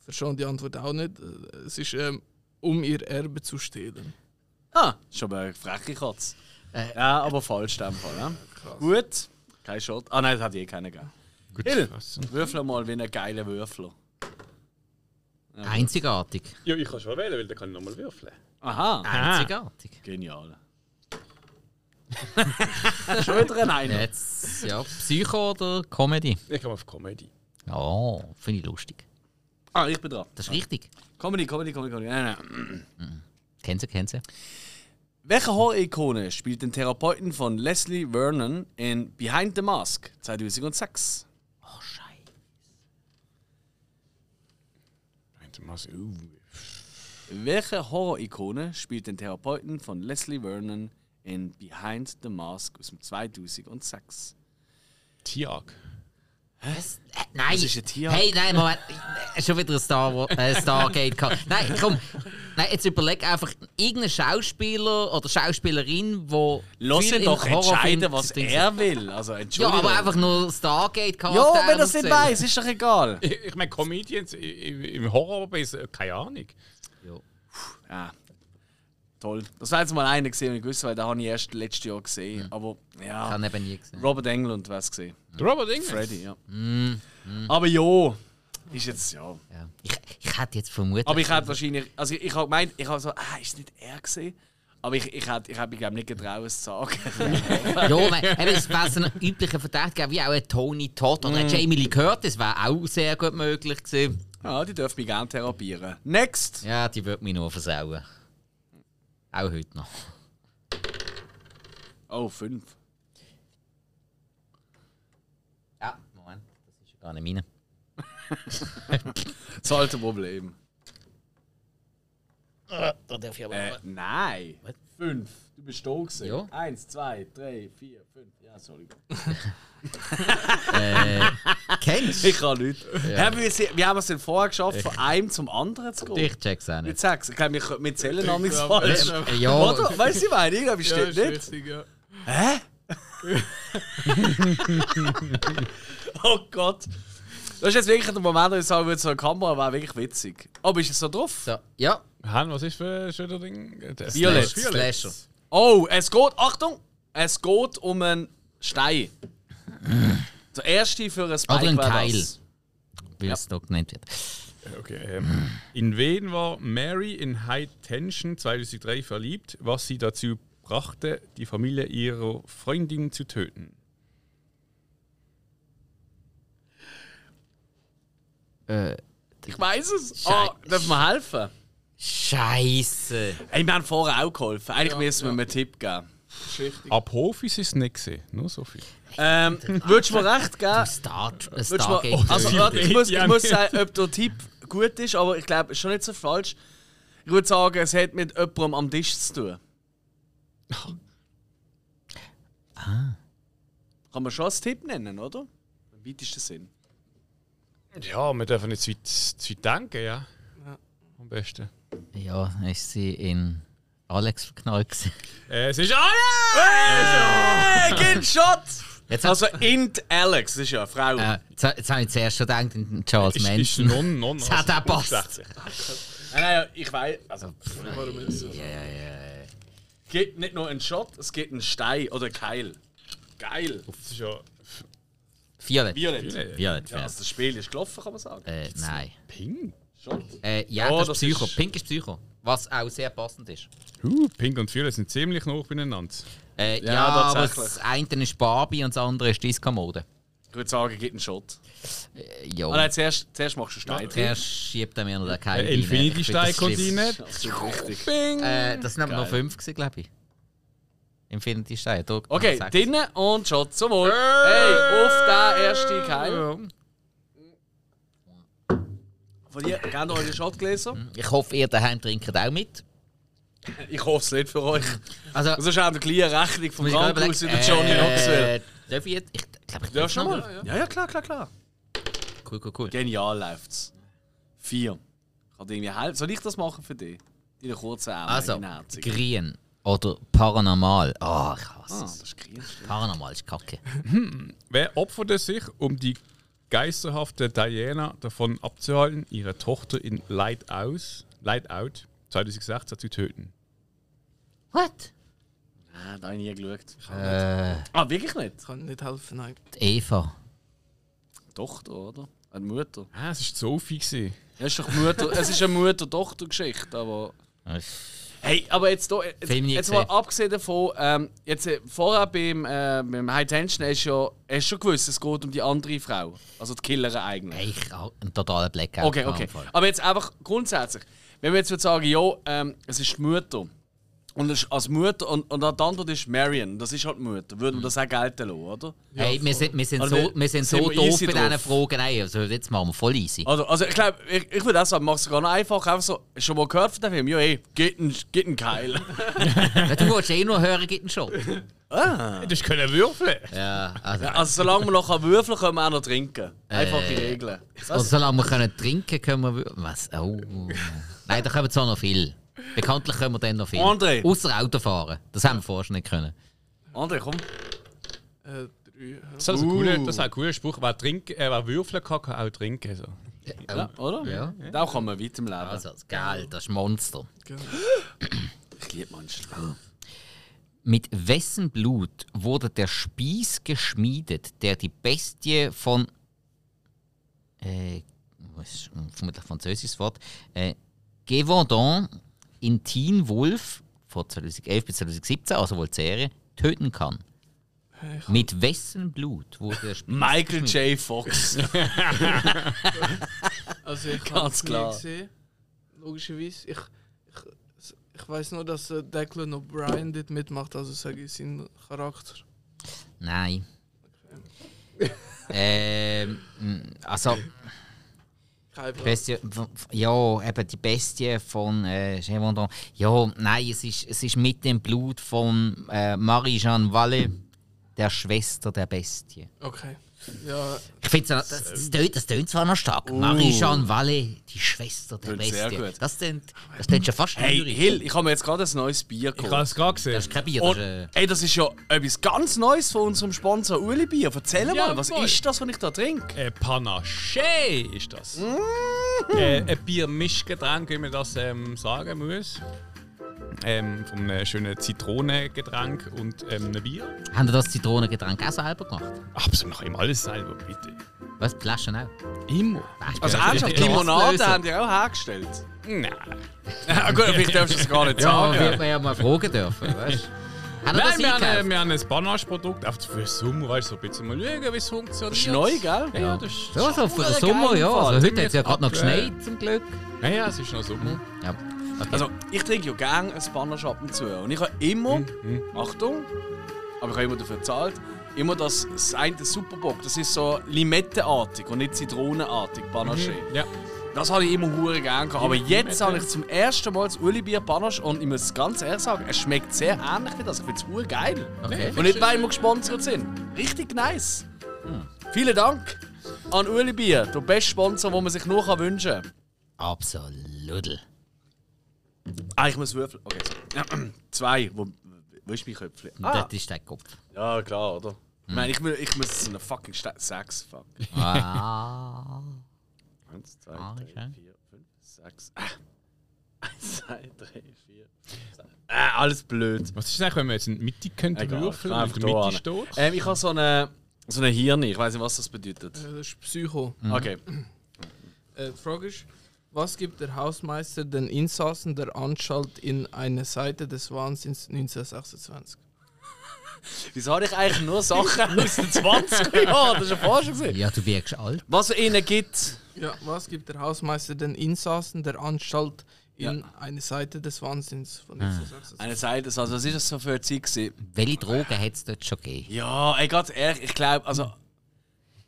Speaker 4: verstehe die Antwort auch nicht. Es ist, ähm, um ihr Erbe zu stehlen.
Speaker 1: ah, schon mal eine freche Katze.
Speaker 2: Äh,
Speaker 1: ja, aber falsch in dem Fall. Ja? Gut. Kein Shot. Ah nein, das hat eh keinen gegeben.
Speaker 3: Gut
Speaker 1: Hill.
Speaker 3: fressen.
Speaker 1: Würfel mal wie ein geiler Würfler.
Speaker 2: Einzigartig.
Speaker 3: Ja, ich kann schon wählen, weil dann kann ich nochmal würfeln.
Speaker 1: Aha.
Speaker 2: Einzigartig.
Speaker 1: Ah. Genial. *laughs* schon wieder ein
Speaker 2: Äh.
Speaker 1: Einer.
Speaker 2: Jetzt, ja, Psycho oder Comedy?
Speaker 3: Ich komme auf Comedy.
Speaker 2: Ja, oh, finde ich lustig.
Speaker 1: Ah, ich bin dran.
Speaker 2: Das ist richtig.
Speaker 1: Comedy, Comedy, Comedy, Comedy. Nein, nein.
Speaker 2: Kennst du, kennst du?
Speaker 1: Welche Horror-Ikone spielt den Therapeuten von Leslie Vernon in Behind the Mask 2006?
Speaker 2: Oh, Scheiße.
Speaker 3: uh,
Speaker 1: Welche Horror-Ikone spielt den Therapeuten von Leslie Vernon in Behind the Mask aus dem 2006?
Speaker 3: Tiag.
Speaker 2: Was? Äh, nein.
Speaker 1: Das ist ein Tier.
Speaker 2: Hey, nein, Moment. Äh, Schon wieder ein Star Wars, äh,
Speaker 1: *laughs*
Speaker 2: Stargate. gehabt. nein, komm. Nein, jetzt überleg einfach irgendeinen Schauspieler oder Schauspielerin, wo.
Speaker 1: Lass
Speaker 2: viel
Speaker 1: ihn
Speaker 2: im
Speaker 1: doch
Speaker 2: Horrorfilm
Speaker 1: entscheiden, was
Speaker 2: zu tun-
Speaker 1: er will. Also,
Speaker 2: Ja,
Speaker 1: Entschuldigung.
Speaker 2: aber einfach nur Stargate.
Speaker 1: Ja, wenn er es nicht weiß, ist doch egal.
Speaker 3: Ich, ich meine, äh, Comedians i- i- im Horror, keine Ahnung.
Speaker 1: Ja. Toll. Das war jetzt mal einer gesehen, ich wusste, weil den habe ich erst letztes Jahr gesehen. Aber
Speaker 2: Ich
Speaker 1: ja,
Speaker 2: habe eben nie gesehen.
Speaker 1: Robert Englund wäre es gesehen.
Speaker 3: Robert Inglis.
Speaker 1: Freddy, ja.
Speaker 2: Mhm.
Speaker 1: Aber ja, ist jetzt ja.
Speaker 2: Ja. Ich, ich hätte jetzt vermutet.
Speaker 1: Aber ich hätte wahrscheinlich, also ich habe gemeint, ich habe so, ah, ist nicht er gesehen? Aber ich, ich hätte ich hätte mich glaube nicht getraut, es zu sagen.
Speaker 2: ja, weil eben, es wäre so ein üblicher Verdächtiger, wie auch ein Tony Todd oder ein
Speaker 1: Mm.
Speaker 2: Jamie Lee Curtis, wäre auch sehr gut möglich gewesen.
Speaker 1: *laughs* ja, die dürfen mich gerne therapieren. Next!
Speaker 2: Ja, die würde mich nur versauen. Auch heute noch.
Speaker 1: Oh, fünf.
Speaker 2: Ja, Moment, das ist ja gar nicht meine.
Speaker 1: Das alte Problem.
Speaker 2: Ah, Da darf ich aber.
Speaker 1: Äh, nein.
Speaker 2: Was?
Speaker 1: Fünf. Du bist da gewesen.
Speaker 2: Ja.
Speaker 1: Eins, zwei, drei, vier, fünf. Ja, sorry.
Speaker 2: Kennst du?
Speaker 1: Ich kann nicht. Ja. wir, sind- wir haben es denn vorher geschafft, von einem zum anderen zu gehen.
Speaker 2: Ich check's auch
Speaker 1: Mit
Speaker 2: nicht.
Speaker 1: sechs. Ich glaube, wir, können- wir zählen noch nichts
Speaker 4: glaube,
Speaker 1: falsch.
Speaker 4: ja.
Speaker 2: Äh, Ja,
Speaker 1: Oder? Weißt du, ich meine, irgendwie
Speaker 4: Ja,
Speaker 1: stimmt
Speaker 4: ist
Speaker 1: nicht.
Speaker 4: richtig, ja.
Speaker 1: Hä? *laughs* oh Gott. Das ist jetzt wirklich der Moment, wo ich sagen würde, so eine Kamera wäre wirklich witzig. Aber ist es so drauf?
Speaker 2: so, ja,
Speaker 3: Han, was ist für ein schöner Ding? Das
Speaker 1: Violett.
Speaker 3: Violett.
Speaker 2: Slasher.
Speaker 1: Oh, es geht, Achtung, es geht um einen Stein. der erste für ein Spike
Speaker 2: Oder einen
Speaker 1: wäre das.
Speaker 2: Keil. wie es da genannt wird.
Speaker 3: Okay, ähm, in wen war Mary in High Tension 2003 verliebt, was sie dazu brachte, die Familie ihrer Freundin zu töten?
Speaker 2: Äh,
Speaker 1: Ich weiß es. Ah, dürfen wir helfen?
Speaker 2: Scheiße.
Speaker 1: Ey, wir haben vorher auch geholfen. Eigentlich müssen wir ihm einen Tipp geben.
Speaker 4: Ist richtig.
Speaker 3: Ab Hof ist es nicht gesehen, nur so viel.
Speaker 1: Ähm, würdest du mir recht geben?
Speaker 2: Star,
Speaker 1: Würdest du
Speaker 2: Stargate.
Speaker 1: mal, also, warte, ich, muss, ich
Speaker 3: Ja,
Speaker 1: muss
Speaker 3: nee.
Speaker 1: sagen, ob der Tipp gut ist, aber ich glaube, ist schon nicht so falsch. Ich würde sagen, es hat mit jemandem am Tisch zu tun.
Speaker 2: Ah.
Speaker 1: Kann man schon als Tipp nennen, oder? Im weitesten Sinn.
Speaker 3: Ja, wir dürfen nicht zu weit, zu weit denken, ja. Am besten.
Speaker 1: Oh,
Speaker 2: ja, dann ist sie in Alex verknallt. gewesen.
Speaker 3: Äh, Es ist alle!
Speaker 1: Hey, Gil Shot!
Speaker 2: Jetzt
Speaker 1: Also, Int Alex, das ist ja eine Frau.
Speaker 2: äh, jetzt, jetzt habe ich zuerst schon gedacht, in Charles
Speaker 3: Ist, ist
Speaker 2: Manson.
Speaker 3: non, non.
Speaker 2: Das hat auch passt.
Speaker 1: Nein, nein, ich weiß. Also,
Speaker 2: Ja, ja, ja. ja.
Speaker 1: es gibt nicht nur einen Shot, es gibt einen Stein oder einen Keil. Geil.
Speaker 3: Das ist ja
Speaker 2: Violett.
Speaker 1: Violett.
Speaker 2: Violett,
Speaker 1: Ja, also das Spiel ist gelaufen, kann man sagen.
Speaker 2: Äh, nein.
Speaker 3: pink.
Speaker 1: Shot.
Speaker 2: Äh, ja,
Speaker 1: Oh,
Speaker 2: das,
Speaker 1: das
Speaker 2: ist Psycho.
Speaker 1: ist-
Speaker 2: Pink ist Psycho. Was auch sehr passend ist.
Speaker 3: Uh, pink und Violet sind ziemlich nah beieinander.
Speaker 2: Äh, ja,
Speaker 1: Ja,
Speaker 2: aber
Speaker 1: tatsächlich.
Speaker 2: das eine ist Barbie und das andere ist Disco-Mode.
Speaker 1: Ich würde sagen, gibt einen Shot.
Speaker 2: Äh, ja.
Speaker 1: Ah, nein, zuerst, zuerst machst du einen Stein.
Speaker 2: Der schiebt er mir noch den Keil
Speaker 3: Äh,
Speaker 2: rein. Ich finde das
Speaker 3: Infinity-Stein kommt
Speaker 2: schlimm.
Speaker 3: rein.
Speaker 1: Das ist
Speaker 2: *laughs*
Speaker 1: richtig.
Speaker 3: Bing!
Speaker 2: Äh, das sind aber nur
Speaker 1: Geil.
Speaker 2: fünf, glaube ich. Infinity-Stein. da-
Speaker 1: Okay,
Speaker 2: sechs.
Speaker 1: drinnen und Shot. Zum Wohl. Hey, auf den ersten Keil. Von dir, gerne noch einen Shot gelesen.
Speaker 2: Ich hoffe, ihr daheim trinkt auch mit.
Speaker 1: Ich hoffe es nicht für euch.
Speaker 2: Also,
Speaker 1: *laughs* Das ist auch eine kleine Rechnung vom
Speaker 2: muss ich gerade
Speaker 1: Krankenhaus über
Speaker 2: überlegen,
Speaker 1: Johnny
Speaker 2: äh,
Speaker 1: Knoxville.
Speaker 2: Darf ich jetzt? Ich glaube, ich
Speaker 1: Ja,
Speaker 2: darf
Speaker 1: schon
Speaker 2: noch.
Speaker 1: mal. Ja, ja, klar, klar, klar.
Speaker 2: Cool, cool, cool.
Speaker 1: Genial läuft's. Vier. Kann dir irgendwie helfen. Soll ich das machen für dich? Deine kurzen Arme,
Speaker 2: Also,
Speaker 1: deine Herzen.
Speaker 2: Green oder Paranormal. Oh, ich
Speaker 1: Ah,
Speaker 2: hasse
Speaker 1: das
Speaker 2: es.
Speaker 1: ist grün.
Speaker 2: Paranormal ist kacke.
Speaker 3: Wer opferte sich, um die geisterhafte Diana davon abzuhalten, ihre Tochter in Light, aus, Light Out 2016 zu töten?
Speaker 2: What?
Speaker 1: Ah, da habe ich nie geschaut.
Speaker 2: Äh,
Speaker 1: Ah, wirklich nicht?
Speaker 4: Ich kann nicht helfen, nein.
Speaker 2: die Eva.
Speaker 1: Tochter, oder? Eine Mutter.
Speaker 3: Ah, es war Sophie. Gewesen.
Speaker 1: Ja, ist doch Mutter, es ist eine Mutter-Tochter-Geschichte, aber.
Speaker 2: Äh,
Speaker 1: Hey, aber jetzt, da, jetzt,
Speaker 2: Film nie
Speaker 1: jetzt mal
Speaker 2: gesehen.
Speaker 1: abgesehen davon, ähm, jetzt, äh, vorher beim, äh, beim High Tension hast du ja, hast du schon gewusst, es geht um die andere Frau. Also die Killerin eigentlich.
Speaker 2: Ich habe einen totalen Blackout.
Speaker 1: Okay, okay. Aber jetzt einfach grundsätzlich, wenn wir jetzt würd sagen, ja, ähm, es ist die Mutter. Und es ist als Mutter, und, und dann die Antwort ist Marion, das ist halt die Mutter. Würde man
Speaker 2: Mhm.
Speaker 1: das auch gelten lassen, oder?
Speaker 2: Hey, wir sind, wir sind
Speaker 1: Also,
Speaker 2: so, wir sind
Speaker 1: sind
Speaker 2: so
Speaker 1: wir
Speaker 2: doof
Speaker 1: easy
Speaker 2: bei diesen
Speaker 1: drauf.
Speaker 2: Fragen. Nein, also jetzt machen wir voll easy.
Speaker 1: Also, also ich glaube, ich, ich würde auch sagen, mach es gar noch einfach. Einfach so, schon mal gehört von dem Film? Ja, ey, geht ein, geht ein Keil. *laughs*
Speaker 2: Wenn du willst, eh nur hören, gibt einen Shot.
Speaker 3: Hättest du können würfeln
Speaker 2: Ja, also,
Speaker 1: Also solange wir noch würfeln können, können wir auch noch trinken. Einfache Regeln.
Speaker 2: und solange wir können trinken können, wir. wür- Was? Oh. Nein, da können wir zwar noch viel. Bekanntlich können wir dann noch viel.
Speaker 1: André.
Speaker 2: Außer Autofahren. Das haben wir vorher schon nicht können.
Speaker 1: André, komm.
Speaker 4: Äh, drei.
Speaker 3: Das ist also ein cooler, das ist ein cooler Spruch. Wer, trinken, äh, wer würfeln kann, kann auch trinken. So.
Speaker 1: Ja, Also, oder?
Speaker 2: Ja.
Speaker 1: Da kann man weiter im Leben.
Speaker 2: Also, das Geld, das ist ein Monster.
Speaker 1: Ich liebe meinen Schlauch.
Speaker 2: Mit wessen Blut wurde der Spieß geschmiedet, der die Bestie von. Äh, was ist ein vermutlich französisches Wort? Äh, Gévaudan in Teen Wolf von 2011 bis 2017, also wohl die Serie, töten kann. Mit wessen Blut wurde der Spieß.
Speaker 1: Michael J. *laughs* Fox.
Speaker 4: Also ich
Speaker 1: Ganz
Speaker 4: hab's nie
Speaker 1: klar.
Speaker 4: Gesehen, logischerweise. Ich, ich, ich weiß nur, dass äh, Declan O'Brien dort mitmacht, also sage ich seinen Charakter.
Speaker 2: Nein. *laughs* ähm, also.
Speaker 4: Kein Plan.
Speaker 2: Bestie, w- w- ja, eben die Bestie von äh, Chevandon. Ja, nein, es ist, es ist mit dem Blut von äh, Marie-Jeanne Valle, der Schwester der Bestie.
Speaker 4: Okay. Ja, äh,
Speaker 2: Ich finde, das, das, das, tönt, das tönt zwar noch
Speaker 3: Uh.
Speaker 2: stark. Marie-Jeanne Valle, die Schwester der
Speaker 1: Tönt sehr
Speaker 2: Bestie.
Speaker 1: gut.
Speaker 2: Das tönt, das tönt schon fast
Speaker 1: Hey,
Speaker 2: rührig.
Speaker 1: Hill, ich habe mir jetzt gerade ein neues Bier
Speaker 3: Ich
Speaker 1: geholt.
Speaker 3: habe es gerade gesehen.
Speaker 2: Das ist kein Bier, das
Speaker 1: Und,
Speaker 2: ist, äh,
Speaker 1: ey, das ist ja etwas ganz Neues von unserem Sponsor Uli Bier. Erzähl mal, was
Speaker 3: Jawohl.
Speaker 1: ist das, was ich da trinke?
Speaker 3: Äh, Panache ist das. Äh, ein Biermischgetränk, wie man das ähm, sagen muss. Ähm, von einem schönen Zitronengetränk und ähm, einem Bier.
Speaker 2: Haben ihr das Zitronengetränk auch selber gemacht?
Speaker 3: Absolut, mache ich immer alles selber, bitte.
Speaker 2: Was, die Flaschen auch?
Speaker 3: Immer?
Speaker 1: Also
Speaker 2: Ja,
Speaker 1: ernsthaft,
Speaker 2: ja.
Speaker 1: Limonade
Speaker 2: Auslöser.
Speaker 1: haben die auch hergestellt.
Speaker 3: Nein.
Speaker 1: Ah, gut, aber ich darf es gar nicht
Speaker 2: Ja,
Speaker 1: sagen.
Speaker 2: wird man ja mal fragen dürfen, weißt
Speaker 3: *laughs*
Speaker 2: du? Haben ihr
Speaker 3: Nein,
Speaker 2: das
Speaker 3: wir haben, äh,
Speaker 2: eingekauft?
Speaker 3: wir haben ein Panache-Produkt, einfach für den Sommer, weißt du, so ein bisschen mal schauen, wie es funktioniert.
Speaker 1: Das ist neu, gell?
Speaker 3: Ja, das ist...
Speaker 2: Ja, so für den
Speaker 1: Geil
Speaker 2: Sommer, ja.
Speaker 1: gefallen.
Speaker 2: Also heute hat es ja gerade noch
Speaker 3: Ziemlich ab, äh,
Speaker 2: geschneit, zum Glück. Mhm.
Speaker 3: Ja, ja, es ist noch Sommer.
Speaker 2: Ja. Okay.
Speaker 1: Also, ich trinke ja gerne einen Spanisch ab und zu. Und ich habe immer, Achtung, aber ich habe immer dafür bezahlt, immer das, das eine Superbock. Das ist so Limettenartig und nicht Zitronenartig, Panache.
Speaker 3: Ja.
Speaker 1: Das habe ich immer hure gern gehabt. Aber jetzt
Speaker 3: Limette.
Speaker 1: habe ich zum ersten Mal das Uli-Bier Panache und ich muss es ganz ehrlich sagen, es schmeckt sehr ähnlich wie das. Ich finde es hure geil.
Speaker 2: Okay.
Speaker 1: Und nicht, weil wir gesponsert sind. Richtig nice. Vielen Dank an Uli Bier, der beste Sponsor, den man sich nur wünschen kann.
Speaker 2: Absolut.
Speaker 1: Ah, ich muss würfeln. Okay, sorry. *clears throat* Zwei. Wo, wo ist mein Köpfchen? Ah,
Speaker 2: Das ist der Kopf.
Speaker 1: ja, klar, oder? Ich meine, ich, mu- ich muss so eine fucking Ste- Sechs. Fuck.
Speaker 2: Ah.
Speaker 1: Eins, zwei,
Speaker 2: Ah,
Speaker 1: drei,
Speaker 2: okay.
Speaker 1: vier, fünf, sechs. Ah. *laughs* Eins, zwei, drei, vier. sechs. Ah, alles blöd.
Speaker 3: Was ist eigentlich, wenn wir jetzt in die Mitte könnten
Speaker 1: Egal,
Speaker 3: würfeln
Speaker 1: ich
Speaker 3: und
Speaker 1: kann
Speaker 3: in der Mitte
Speaker 1: einfach
Speaker 3: steht?
Speaker 1: Ähm, ich habe so eine, so eine Hirn. Ich weiß nicht, was das bedeutet.
Speaker 4: das ist Psycho.
Speaker 1: Okay.
Speaker 4: Äh, die Frage ist, was gibt der Hausmeister den Insassen der Anstalt in eine Seite des Wahnsinns 1926?
Speaker 1: Wieso habe ich eigentlich nur Sachen *laughs* aus den 20er Jahren? Das ist ja falsch. gewesen.
Speaker 2: *laughs* Ja, du wirkst alt.
Speaker 1: Was ihnen gibt.
Speaker 4: Ja, was gibt der Hausmeister den Insassen der Anstalt in eine Seite des Wahnsinns
Speaker 1: Mhm.
Speaker 4: von 1926?
Speaker 1: Eine Seite, also was ist das so für eine Zeit? Gewesen?
Speaker 2: Welche Drogen hat es dort schon gegeben?
Speaker 1: Ja, ey, ganz ehrlich, ich glaube, also.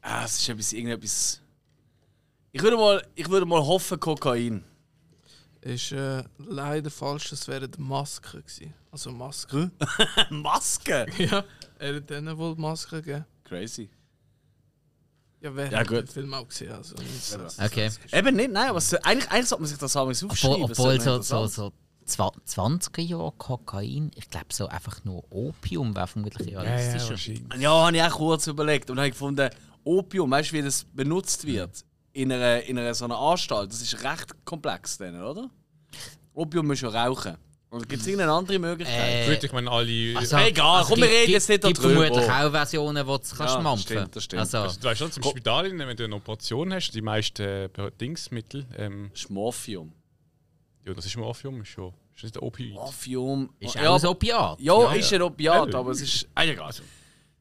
Speaker 1: Ah, es ist etwas, irgendetwas. Ich würde mal, ich würde mal hoffen, Kokain.
Speaker 4: Ist äh, leider falsch, das wäre die Maske gewesen. Also Maske.
Speaker 1: *laughs* Maske!
Speaker 4: *laughs* ja, er hat denen wohl die Maske gegeben.
Speaker 1: Crazy.
Speaker 4: Ja, wer
Speaker 1: Ja,
Speaker 4: hat
Speaker 1: gut.
Speaker 4: den Film auch gesehen? Also, 1926.
Speaker 2: Okay.
Speaker 1: Eben nicht, nein, aber es, eigentlich, eigentlich sollte man sich das abends aufschreiben.
Speaker 2: Obwohl, obwohl
Speaker 1: das ist ja
Speaker 2: so, so,
Speaker 1: interessant.
Speaker 2: so 20er Jahre Kokain, ich glaube so einfach nur Opium wäre vermutlich realistischer.
Speaker 1: Ja, habe ich auch kurz überlegt und habe gefunden, Opium, weißt du, wie das benutzt wird in einer, in einer so einer Anstalt? Das ist recht komplex, dann, oder? Opium muss ja rauchen. Oder gibt es irgendeine andere Möglichkeit?
Speaker 2: Äh,
Speaker 3: Gut, ich meine, alle...
Speaker 2: also-
Speaker 1: Egal, komm, wir
Speaker 2: gibt-
Speaker 1: reden jetzt nicht
Speaker 2: gibt
Speaker 1: darüber.
Speaker 2: vermutlich auch Versionen, die du kannst
Speaker 1: das
Speaker 2: mampfen
Speaker 1: stimmt, das stimmt.
Speaker 2: Also,
Speaker 3: Also, du weißt schon, zum Spital, wenn du eine Operation hast, die meisten äh, Be- Dingsmittel, ähm,
Speaker 1: Das ist Morphium.
Speaker 3: ja, das ist Morphium, ist schon. Ist nicht ein Opioid.
Speaker 1: Morphium.
Speaker 2: ist
Speaker 1: ja,
Speaker 2: auch ein Opiat.
Speaker 1: Ja,
Speaker 3: Ja,
Speaker 1: ist
Speaker 3: ja.
Speaker 1: ein Opiat,
Speaker 3: Eben.
Speaker 1: aber es ist. Ah, egal.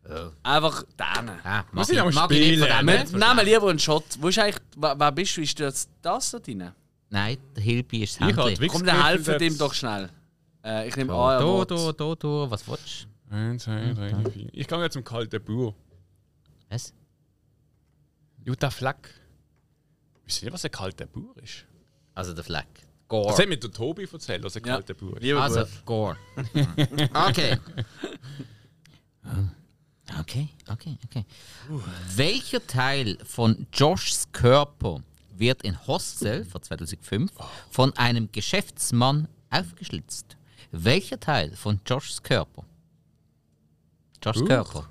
Speaker 2: Ja.
Speaker 1: Einfach denen.
Speaker 2: Ah,
Speaker 3: Wir
Speaker 2: mag
Speaker 3: sind
Speaker 2: ich,
Speaker 3: am
Speaker 2: mag ich nicht von
Speaker 3: Spielen.
Speaker 2: dem
Speaker 1: Wir
Speaker 2: jetzt
Speaker 1: nehmen lieber einen Shot. Wo ist eigentlich. Wer, wer bist du? Ist das das da drin?
Speaker 2: Nein, der Hilby ist das
Speaker 3: Ich habe die
Speaker 2: Händchen.
Speaker 1: Komm,
Speaker 3: Wichsgriffel
Speaker 1: dann helfen
Speaker 3: jetzt.
Speaker 1: dem doch schnell. Äh, ich nehme an, er
Speaker 2: Da,
Speaker 1: will-
Speaker 2: da, da, da, was willst du?
Speaker 3: Eins, zwei, drei, vier. Ich gehe jetzt zum kalten Bauer.
Speaker 2: Was?
Speaker 3: Jutta Fleck. Wisst ihr, was ein kalter Bauer ist?
Speaker 2: Also der Fleck. Gore.
Speaker 3: Das hat mir der Tobi erzählt, dass ein
Speaker 1: Ja.
Speaker 3: kalter Bauer ist.
Speaker 1: Lieber
Speaker 2: Also,
Speaker 1: Bub.
Speaker 3: *laughs*
Speaker 2: Gore. Okay. Ah, Okay, okay, okay. Welcher Teil von Joshs Körper wird in Hostel von 2005
Speaker 3: Oh.
Speaker 2: von einem Geschäftsmann aufgeschlitzt? Welcher Teil von Joshs Körper? Joshs
Speaker 3: Buch.
Speaker 2: Körper.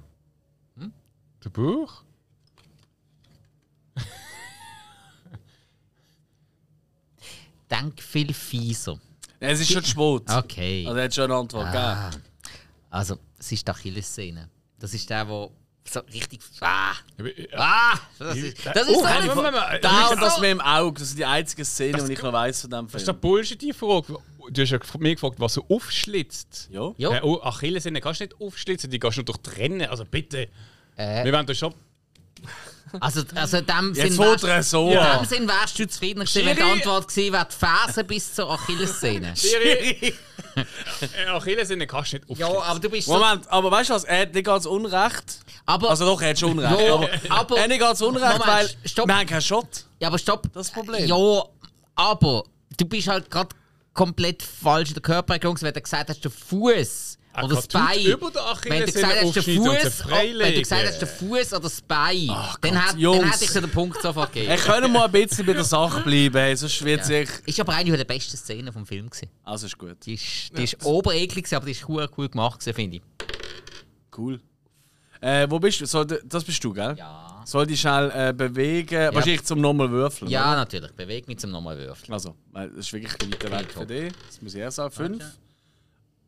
Speaker 3: Der Bauer?
Speaker 2: Denk viel fieser.
Speaker 1: Nein, es ist schon zu spät.
Speaker 2: Okay.
Speaker 1: Also, er hat schon eine Antwort gegeben.
Speaker 2: Ah. Also, es ist die Achillessehne. Das ist der, der so richtig. Ah! Ah! Das ist, das ist
Speaker 3: Oh,
Speaker 2: so
Speaker 3: Moment,
Speaker 2: eine-
Speaker 3: Moment, Moment.
Speaker 1: Da
Speaker 2: Das
Speaker 1: und
Speaker 2: ist
Speaker 1: das
Speaker 2: so-
Speaker 1: mit dem Auge, das sind die einzigen Szenen, die ich noch weiss von diesem
Speaker 3: Das ist doch
Speaker 1: Film.
Speaker 3: Bullshit, die Frage. Du hast ja gef- mich gefragt, was so aufschlitzt.
Speaker 1: Ja.
Speaker 2: Ja.
Speaker 3: Äh, oh, Achillessehne kannst du nicht aufschlitzen, die kannst du nur durchtrennen. Also bitte.
Speaker 2: Äh.
Speaker 3: Wir werden
Speaker 2: *laughs*
Speaker 3: das schon.
Speaker 2: Also, also in dem
Speaker 1: Jetzt
Speaker 2: Sinn
Speaker 1: holt
Speaker 2: wärst,
Speaker 1: er so.
Speaker 2: in
Speaker 1: Ja.
Speaker 2: dem Sinn wärst du zufriedener gewesen, wenn die
Speaker 3: Schiri!
Speaker 2: Antwort gewesen wäre, die Fersen bis zur Achillessehne.
Speaker 3: Äh, Achillessehne kannst du nicht
Speaker 2: ja,
Speaker 3: aufschlitzen.
Speaker 2: aber du bist so.
Speaker 1: Moment, aber weißt du was? Er hat nicht ganz unrecht.
Speaker 2: Aber,
Speaker 1: Also doch, er hat schon unrecht.
Speaker 2: Ja,
Speaker 1: aber,
Speaker 2: *laughs* aber-
Speaker 1: er hat nicht ganz unrecht,
Speaker 2: Moment,
Speaker 1: weil
Speaker 2: stopp.
Speaker 1: wir haben keinen Shot.
Speaker 2: ja, aber stopp.
Speaker 1: Das Problem.
Speaker 2: Ja, aber du bist halt gerade komplett falsch in der Körperregion, gewesen, wenn du gesagt hast, der Fuß.
Speaker 3: Ein
Speaker 2: Oder das
Speaker 3: Kartut
Speaker 2: Bein.
Speaker 3: über
Speaker 2: wenn du
Speaker 3: der Achillessehne
Speaker 2: gesagt hast, der
Speaker 3: aufschneiden und
Speaker 2: Fuß,
Speaker 3: sie
Speaker 2: wenn du gesagt
Speaker 3: freilegen.
Speaker 2: hast, der Fuß oder das Bein, dann, hat, dann
Speaker 1: Jungs.
Speaker 2: hätte ich dir den Punkt sofort
Speaker 1: Er
Speaker 2: gegeben.
Speaker 1: können mal ein bisschen bei der Sache bleiben, hey, sonst wird sich.
Speaker 2: Ist aber eine der besten Szenen vom Film gewesen.
Speaker 1: Also ist gut.
Speaker 2: Die ist, die ist obereklig, gewesen, aber die ist cool, cool gemacht, gewesen, finde ich.
Speaker 1: Cool. Äh, wo bist du? Soll, das bist du, gell?
Speaker 2: Ja.
Speaker 1: Soll dich schnell äh, bewegen? Wahrscheinlich zum nochmal würfeln.
Speaker 2: Ja, natürlich. Beweg mich zum nochmal würfeln.
Speaker 1: oder? Also, weil das ist wirklich ein weiter Weg für
Speaker 2: top.
Speaker 1: dich. Das muss ich erst sagen. Fünf.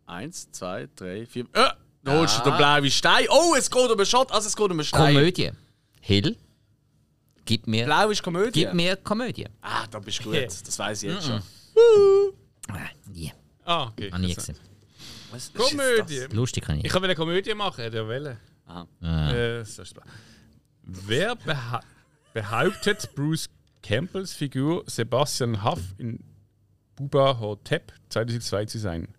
Speaker 1: Eins, zwei, drei, vier. Äh, da holst du
Speaker 2: Ah.
Speaker 1: den blauen Stein. Oh, es geht um einen Shot. Also, es geht um einen Stein.
Speaker 2: Komödie. Hill, gib mir,
Speaker 1: Blau ist Komödie.
Speaker 2: gib mir Komödie.
Speaker 1: Ah, da bist du gut. Das weiß ich jetzt schon.
Speaker 2: Ah, Nie,
Speaker 3: Ah, okay.
Speaker 2: habe nie
Speaker 3: Also,
Speaker 2: gesehen.
Speaker 1: Was ist jetzt das?
Speaker 3: Komödie.
Speaker 2: Lustig kann ich.
Speaker 3: Ich wollte eine Komödie machen, der Welle.
Speaker 2: Ah.
Speaker 1: Aha.
Speaker 3: Äh, so ist klar. Wer beha behauptet, Bruce Campbells Figur Sebastian Huff in Buba Hotep 2002 zu sein?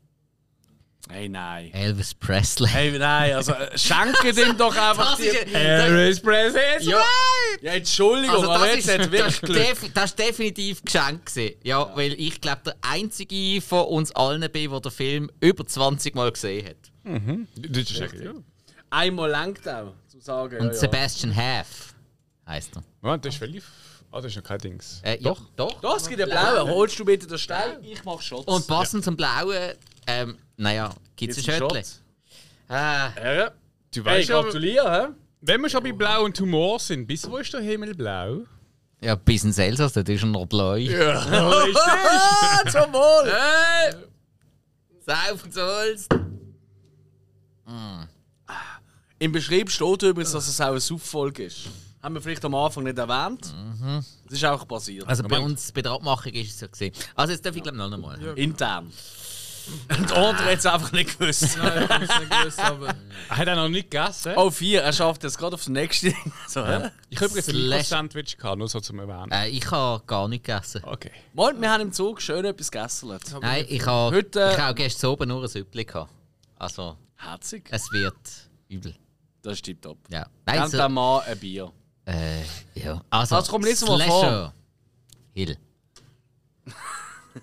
Speaker 1: Hey, nein.
Speaker 2: Elvis Presley.
Speaker 1: Hey, nein, also äh, schenke dem
Speaker 2: *laughs*
Speaker 1: doch einfach
Speaker 2: Das
Speaker 1: die...
Speaker 2: ist ja-
Speaker 3: Elvis Presley!
Speaker 2: ja,
Speaker 1: Ja, Entschuldigung,
Speaker 2: also
Speaker 1: aber
Speaker 2: das
Speaker 1: jetzt
Speaker 2: ist,
Speaker 1: hat
Speaker 2: das,
Speaker 1: wirklich
Speaker 2: ist
Speaker 1: Glück.
Speaker 2: defi- das ist definitiv geschenkt gewesen. Ja, weil ich glaube der einzige von uns allen bin, der den Film über 20 Mal gesehen hat.
Speaker 3: Das ist echt. Ja.
Speaker 1: Einmal lenkt auch, zu sagen.
Speaker 2: Und
Speaker 1: ja, ja.
Speaker 2: Sebastian Haff heißt er.
Speaker 3: Moment, das ist völlig. Ah, das ist noch kein Dings.
Speaker 2: Äh, ja,
Speaker 3: Doch.
Speaker 2: doch.
Speaker 1: Das gibt einen blauen. Holst du bitte den Stein? Ich mach Shots.
Speaker 2: Und passend zum Blauen, ähm, naja, gibt es ein Schöttli. Ah,
Speaker 1: Herren,
Speaker 3: Du
Speaker 1: hey,
Speaker 3: weißt ja,
Speaker 1: gratuliere.
Speaker 3: wenn wir schon bei Blau und Humor sind, bis wo ist der Himmel blau?
Speaker 2: ja, ein bisschen Elsass, das ist schon noch blau.
Speaker 1: Ah, zum Wohl.
Speaker 2: Äh, Saufen sollst.
Speaker 1: Im Beschrieb steht übrigens, dass es auch eine Sufffolge ist. Haben wir vielleicht am Anfang nicht erwähnt.
Speaker 2: Mhm.
Speaker 1: Das ist auch passiert.
Speaker 2: Also bei uns, bei der Abmachung ist es so gesehen. Also jetzt darf ich glaube noch einmal.
Speaker 1: Intern. Und Andre hat es einfach nicht gewusst.
Speaker 4: Nein, ich hab's nicht gewusst, aber
Speaker 3: Er hat er noch nicht gegessen.
Speaker 1: Oh, vier, er schafft es gerade aufs nächste. So, hä?
Speaker 3: Ich habe übrigens ein
Speaker 2: Slash-
Speaker 3: Mikro-Sandwich gehabt, nur so zum Erwähnen.
Speaker 2: Äh, ich habe gar nicht gegessen.
Speaker 1: Ah,
Speaker 3: Okay.
Speaker 1: Moment, wir haben im Zug schön etwas gegessen.
Speaker 2: Nein, ich habe
Speaker 1: Heute, äh,
Speaker 2: ich habe gestern oben nur ein Süppli gehabt. Also,
Speaker 1: Herzig.
Speaker 2: es wird übel.
Speaker 1: Das ist tipptopp.
Speaker 2: Ja.
Speaker 1: Dann
Speaker 2: Nein,
Speaker 1: also,
Speaker 2: so,
Speaker 1: der Mann ein Bier.
Speaker 2: äh, ja. Also,
Speaker 1: Also, komm, lies mal vor.
Speaker 2: Slasher. Hill.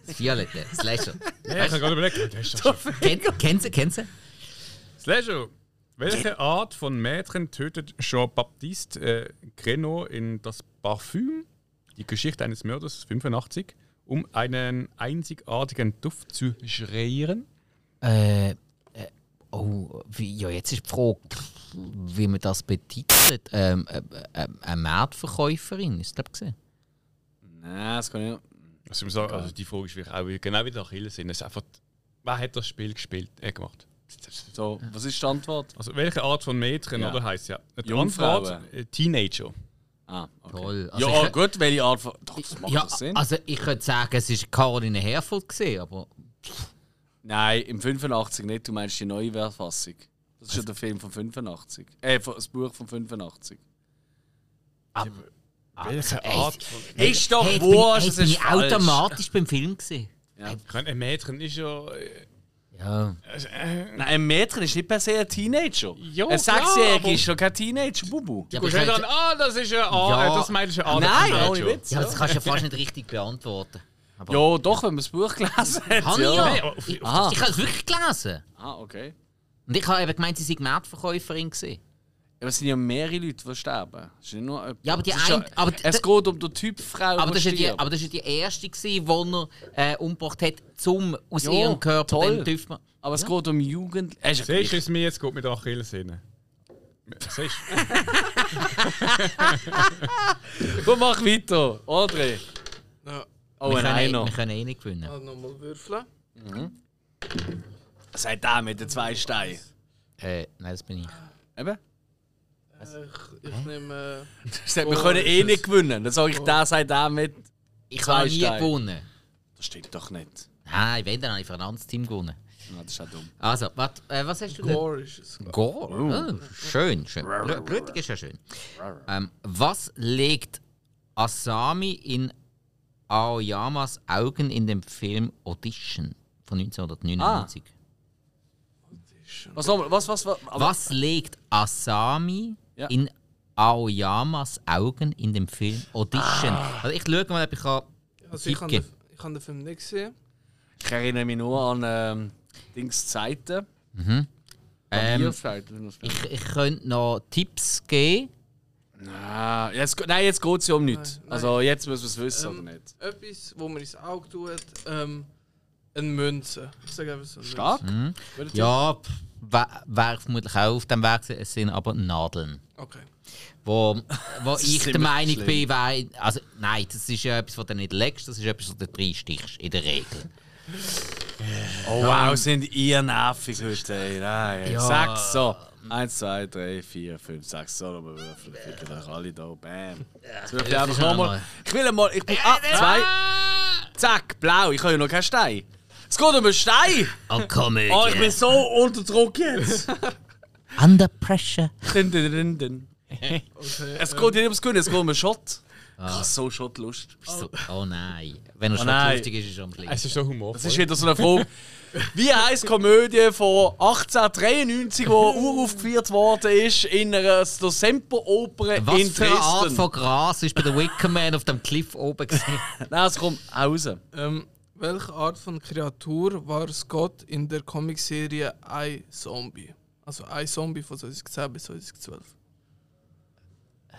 Speaker 2: Das Violette,
Speaker 1: *laughs*
Speaker 2: Slasher.
Speaker 3: Ja, ich habe gerade überlegt. Das ist doch schon-
Speaker 2: Ken, kennst du, kennst du?
Speaker 3: Slasher, welche Art von Mädchen tötet Jean-Baptiste äh, Greno in Das Parfüm, die Geschichte eines Mörders 85, um einen einzigartigen Duft zu schreieren?
Speaker 2: Äh, äh, oh, wie, ja, jetzt ist die Frage, pff, wie man das betitelt. Ähm, äh, äh, eine Marktverkäuferin, ist das gesehen?
Speaker 1: Nein, das kann ich nicht.
Speaker 3: Also, ich muss sagen, also die Frage ist wirklich auch wieder- genau wie der Achilles. Es ist einfach, wer hat das Spiel gespielt, äh, gemacht?
Speaker 1: So, was ist die Antwort?
Speaker 3: Also welche Art von Mädchen,
Speaker 1: Ja.
Speaker 3: oder heißt ja? Die
Speaker 1: Jungfrauen.
Speaker 3: Antwort, äh, Teenager.
Speaker 1: Ah, okay.
Speaker 2: Toll. Also
Speaker 1: ja,
Speaker 2: ich-
Speaker 1: gut, welche Art von. Doch, das macht
Speaker 2: Ja,
Speaker 1: das Sinn.
Speaker 2: also ich könnte sagen, es ist Caroline Herford gesehen, aber
Speaker 1: Nein, im 85 nicht. Du meinst die neue Verfassung. Das ist ja der Film von 85. Äh, von- das Buch von 85.
Speaker 2: Also,
Speaker 3: welche Art von...
Speaker 1: Ist doch
Speaker 2: jetzt
Speaker 1: wurscht,
Speaker 2: bin,
Speaker 1: es
Speaker 2: hey, jetzt
Speaker 1: ist
Speaker 2: bin ich
Speaker 1: falsch.
Speaker 2: automatisch beim Film gesehen.
Speaker 3: Ich meine, Ein Mädchen ist ja... äh,
Speaker 2: Ja.
Speaker 1: Nein, ein Mädchen ist nicht per se ein Teenager.
Speaker 3: Ja,
Speaker 1: ein Sechsjähriger
Speaker 3: klar,
Speaker 1: ist schon kein Teenager, Bubu.
Speaker 2: Ja, aber,
Speaker 3: Du
Speaker 2: ich
Speaker 3: kannst
Speaker 2: könnte-
Speaker 3: dann, ah, das ist ein Art,
Speaker 2: Ja.
Speaker 3: äh, das Mädchen ist ein Art
Speaker 1: Nein,
Speaker 3: Teenager.
Speaker 1: ohne Witz.
Speaker 2: ja, aber das kannst du ja fast nicht richtig beantworten. Aber
Speaker 1: Ja, doch, wenn man das Buch gelesen hat.
Speaker 2: Habe ich
Speaker 1: ja.
Speaker 2: ja.
Speaker 3: Nein, aber auf-
Speaker 2: Ich, ich
Speaker 1: Ah.
Speaker 2: habe es wirklich gelesen.
Speaker 1: Ah, okay.
Speaker 2: Und ich habe eben gemeint, sie sei Marktverkäuferin gesehen.
Speaker 1: Aber es sind ja mehrere Leute, die sterben. Es ist nicht nur jemand.
Speaker 2: Ja, aber die
Speaker 1: Es ist ja-
Speaker 2: ein- aber die-
Speaker 1: es geht um den Typ Frau,
Speaker 2: Aber das, ist ja die,
Speaker 1: stirbt.
Speaker 2: aber das ist ja die erste, gewesen, die er äh, umgebracht hat, zum aus
Speaker 1: Ja,
Speaker 2: ihrem Körper
Speaker 1: toll.
Speaker 2: dann dürfen wir.
Speaker 1: Aber es geht um Jugend. Äh, ist ja
Speaker 3: Siehst du,
Speaker 1: gleich.
Speaker 3: es mir jetzt gut mit Achilles hin. Siehst
Speaker 1: Komm, mach weiter. Oh, André.
Speaker 4: ja,
Speaker 1: Oh,
Speaker 2: wir,
Speaker 1: ein
Speaker 2: können, eh-
Speaker 1: Einer.
Speaker 2: wir können eh nicht gewinnen.
Speaker 4: also nochmal würfeln.
Speaker 1: Sagt der mit den zwei Steinen.
Speaker 2: Äh, nein, das bin ich.
Speaker 1: Eben?
Speaker 4: Ich, ich nehme.
Speaker 1: Das sagt, wir
Speaker 4: Oh,
Speaker 1: können eh
Speaker 4: ist
Speaker 1: nicht gewinnen. Dann sage ich, der sagt der mit.
Speaker 2: Ich
Speaker 1: Zwei
Speaker 2: habe nie
Speaker 1: Steine.
Speaker 2: gewonnen.
Speaker 1: Das stimmt doch nicht.
Speaker 2: Nein, wenn, dann habe ich für ein anderes Team gewonnen.
Speaker 1: Ja, das ist auch dumm.
Speaker 2: Also, wat, äh, was hast du denn?
Speaker 4: Gore ist es.
Speaker 2: Gore. Oh, schön, schön. Blö- Blötig ist ja schön. Ähm, was legt Asami in Aoyamas Augen in dem Film Audition von 1999?
Speaker 1: Was nochmal? Was, was, was? Aber,
Speaker 2: Was legt Asami
Speaker 1: Ja.
Speaker 2: in Aoyamas Augen in dem Film Audition?
Speaker 1: Ah.
Speaker 2: Also ich schaue mal, ob ich kann.
Speaker 4: Also ich habe
Speaker 2: Dicke.
Speaker 4: den, ich habe den Film nicht gesehen.
Speaker 1: Ich erinnere mich nur an ähm, Dings Zeiten.
Speaker 2: Ähm,
Speaker 1: Zeiten.
Speaker 2: Ich, ich könnte noch Tipps geben.
Speaker 1: Ah, jetzt, ge- nein, jetzt geht es ja um nichts.
Speaker 4: Nein, nein.
Speaker 1: Also jetzt müssen wir es wissen,
Speaker 4: Ähm,
Speaker 1: oder nicht?
Speaker 4: Etwas, wo mir ins Auge tut. Ähm, eine Münze. Ich sage einfach so. eine
Speaker 1: Stark?
Speaker 4: Münze.
Speaker 2: Ja, pff, wär, wär vermutlich auch auf dem Weg. Es sind aber Nadeln.
Speaker 4: Okay.
Speaker 2: Wo,
Speaker 1: *laughs*
Speaker 2: wo ich der
Speaker 1: ziemlich
Speaker 2: Meinung
Speaker 1: schlimm.
Speaker 2: bin, weil, also nein, das ist ja etwas, was du nicht legst, das ist etwas, was du reinstichst, in der Regel.
Speaker 1: Oh wow, sind ihr nervig heute. Ey. Nein,
Speaker 2: Ja.
Speaker 1: Sechs, so. Eins, zwei, drei, vier, fünf, sechs. So, nochmal würfeln. Ficken euch alle da. Bam. Jetzt würfel ich
Speaker 2: das
Speaker 1: einfach
Speaker 2: ist
Speaker 1: nochmal.
Speaker 2: normal.
Speaker 1: Ich will mal. Ich, ah, zwei. Zack, blau. Ich habe ja noch keinen Stein. Es geht um einen Stein.
Speaker 2: Oh, Komödie.
Speaker 1: Oh, ich bin so unter Druck jetzt.
Speaker 2: Under pressure.
Speaker 1: *laughs* Dun, dun, dun, dun.
Speaker 4: Okay.
Speaker 1: Es geht nicht ums Gewinnen, es geht um einen Shot. Krass, so Shotlust.
Speaker 2: So, oh nein. Wenn er schon
Speaker 1: nein.
Speaker 2: lustig ist, ist er am schlimmsten.
Speaker 3: Es ist so humorvoll.
Speaker 1: Das ist wieder so eine *laughs* Frage. Wie heisst die Komödie von 1893, die *laughs* uraufgeführt worden ist in einer der Semperoper in
Speaker 2: Was für eine Art
Speaker 1: Dresden?
Speaker 2: von Gras ist bei der Wicker Man auf dem Cliff oben gesehen?
Speaker 1: Nein, es kommt raus.
Speaker 4: Ähm, welche Art von Kreatur war Scott in der Comicserie I Zombie? Also I Zombie von 2010 bis 2012.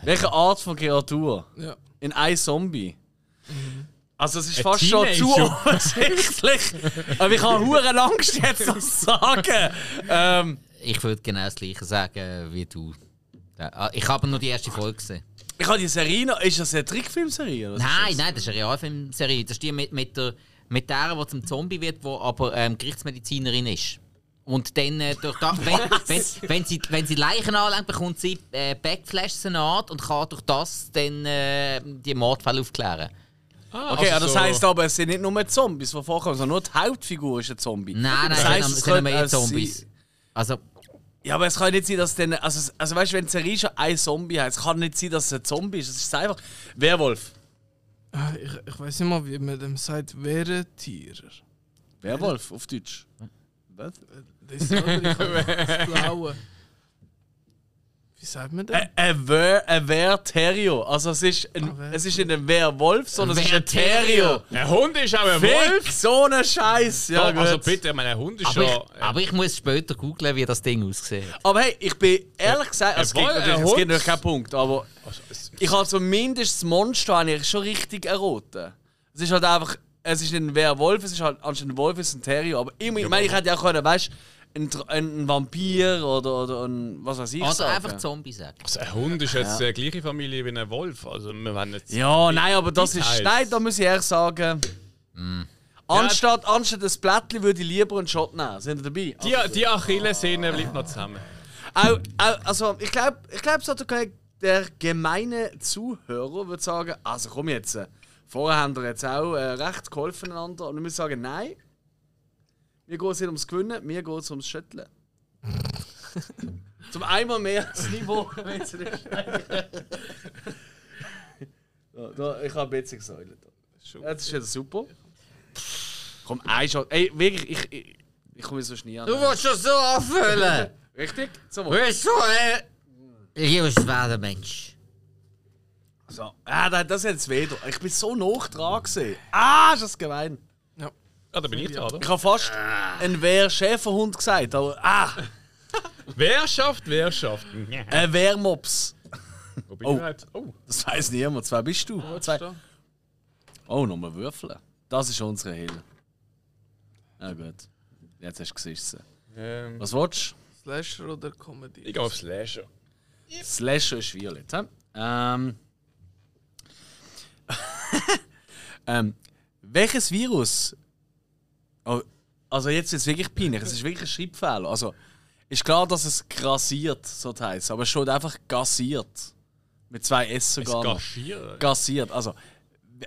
Speaker 1: Welche Art von Kreatur?
Speaker 4: Ja.
Speaker 1: In ein Zombie. Also es ist
Speaker 3: Ein
Speaker 1: fast schon zu *laughs*
Speaker 3: Teenager.
Speaker 1: offensichtlich. Aber ich habe hure Angst jetzt das zu sagen. Ähm,
Speaker 2: Ich würde genau das gleiche sagen wie du. Ja, ah, Ich habe nur die erste Folge gesehen.
Speaker 1: ich habe die Serie noch... Ist das eine Trickfilmserie? oder was ist
Speaker 2: Nein,
Speaker 1: das?
Speaker 2: nein, das ist eine Realfilmserie. Das ist die mit, mit der, mit der, die zum Zombie wird, die aber ähm, Gerichtsmedizinerin ist. Und dann, äh, durch da, *laughs* wenn, wenn, wenn, sie, wenn sie Leichen anlangt, bekommt sie äh, Backflashes an und kann durch das dann äh, die Mordfälle aufklären.
Speaker 3: Ah,
Speaker 1: Okay, also
Speaker 3: also
Speaker 1: das
Speaker 3: so-
Speaker 1: heisst aber, es sind nicht nur Zombies, die vorkommen, sondern nur die Hauptfigur ist ein Zombie.
Speaker 2: Nein, nein,
Speaker 1: das
Speaker 2: das
Speaker 1: heisst,
Speaker 2: sind,
Speaker 1: es
Speaker 2: sind
Speaker 1: könnte
Speaker 2: aber eh
Speaker 1: auch sein-
Speaker 2: Zombies. Also,
Speaker 1: Ja, aber es kann nicht sein, dass dann. Also, es- also weißt du, wenn die Serie schon ein Zombie heißt, kann nicht sein, dass es ein Zombie ist. Das ist einfach. Werwolf.
Speaker 4: Ah, Ich, ich weiß nicht mal, wie man dem sagt, wäre Tiere.
Speaker 1: Werwolf auf Deutsch. Was?
Speaker 4: Das ist *laughs* das Blaue. Wie sagt man das?
Speaker 1: Ä- Ein Wer- ein Werterio. Also, es ist, ein,
Speaker 4: Ah,
Speaker 1: es ist nicht ein Werwolf, sondern es ist ein Terio.
Speaker 2: Werterio.
Speaker 3: Ein Hund ist auch ein Wolf.
Speaker 1: Fick, so ein Scheiß. Ja,
Speaker 3: Ja, also
Speaker 1: gut.
Speaker 3: bitte, ich meine, ein Hund ist äh,
Speaker 2: aber,
Speaker 3: schon.
Speaker 2: ich, aber ich muss später googlen, wie das Ding aussieht.
Speaker 1: Aber hey, ich bin ehrlich gesagt. Also, es gibt
Speaker 3: Wolf,
Speaker 1: natürlich,
Speaker 3: ein
Speaker 1: es gibt
Speaker 3: Hund.
Speaker 1: natürlich keinen Punkt, aber.
Speaker 3: Also, es-
Speaker 1: Ich habe zumindest das Monster habe ich schon richtig erraten. Es ist halt einfach, es ist nicht ein Werwolf, es ist halt anstatt ein Wolf es ist ein Terrier. Aber immer, ich meine, ich hätte ja auch können, weißt du, ein, Dr- ein Vampir oder, oder ein, was weiß ich.
Speaker 2: Oder
Speaker 1: sagen.
Speaker 2: Also einfach Zombie sagen.
Speaker 3: also ein Hund ist jetzt die gleiche Familie wie ein Wolf. Also, wir werden jetzt.
Speaker 1: Ja, nein, aber das ist,
Speaker 3: Details. Hm.
Speaker 1: nein, da muss ich ehrlich sagen. Anstatt, anstatt ein Blättchen würde ich lieber einen Shot nehmen. Sind ihr dabei?
Speaker 3: Die, die Achillessehne bleibt noch zusammen.
Speaker 1: Auch, auch, also ich glaube, ich glaub, so der, der gemeine Zuhörer würde sagen, also komm jetzt, äh, vorher haben wir jetzt auch äh, recht geholfen einander und ich muss sagen, nein, mir geht es nicht ums Gewinnen, mir geht es ums Schütteln. Zum einmal mehr das Niveau, wenn sie nicht steigen. *laughs* da, da, Ich habe jetzt gesäulet. Ja, das ist wieder super. Komm, ein Shot. Ey, wirklich, ich, ich, ich komme so schnell an.
Speaker 2: willst schon so anfüllen!
Speaker 1: Richtig? So,
Speaker 2: Weißt du, äh, ich bin ein schwerer Mensch.
Speaker 1: So. Ah, da- das hat jetzt weh. getan. Ich bin so nah dran. Gewesen. Ah, ist das gemein.
Speaker 4: Ja.
Speaker 3: Ah, da bin ich dran,
Speaker 1: Ich
Speaker 3: oder?
Speaker 1: habe fast einen Wehr-Schäferhund gesagt, aber ah,
Speaker 3: Wer schafft, wer schafft?
Speaker 1: ein Wehrmops.
Speaker 3: Wo bin
Speaker 1: Oh.
Speaker 3: ich halt? Oh,
Speaker 1: Das weiß niemand. Zwei bist du. Zwei.
Speaker 4: Zwei.
Speaker 1: Oh, nochmal würfeln. Das ist unsere Hill. Ah, gut. Jetzt hast du gesissen.
Speaker 3: ähm,
Speaker 1: Was willst
Speaker 4: Slasher oder
Speaker 3: ich
Speaker 4: Comedy?
Speaker 3: gehe auf Slasher.
Speaker 1: du? Slasher ist Violet. hä? Ähm. *laughs* ähm. Welches Virus? Oh, also jetzt ist es wirklich peinlich. Es ist wirklich ein Schreibfehler. Also ist klar, dass es grassiert, so heißt aber es steht einfach gassiert. Mit zwei S sogar. noch.
Speaker 3: Gaschieren.
Speaker 1: Gassiert. Also,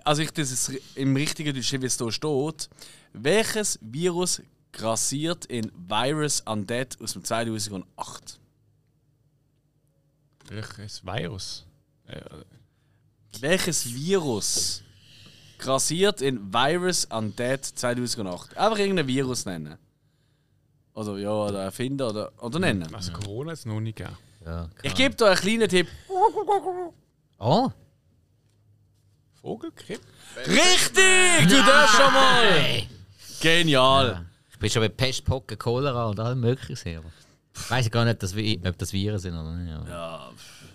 Speaker 1: also ich das jetzt im richtigen Deutsch, wie es hier steht. Welches Virus grassiert in Virus Undead aus dem 2008?
Speaker 3: Welches Virus? Äh,
Speaker 1: Welches Virus grassiert in Virus Undead 2008? Einfach irgendein Virus nennen. Oder ja, oder erfinden oder, oder nennen.
Speaker 3: also Corona ist noch nicht gegeben.
Speaker 2: Ja,
Speaker 1: Ich gebe dir einen kleinen Tipp.
Speaker 2: oh,
Speaker 3: Vogelgrippe?
Speaker 1: Richtig! Du darfst schon mal! Genial!
Speaker 2: ich bin schon bei Pest, Pocken, Cholera und allem Möglichen. aber Ich weiß gar nicht, dass wir, ob das Viren sind oder nicht. Ja.
Speaker 1: Ja,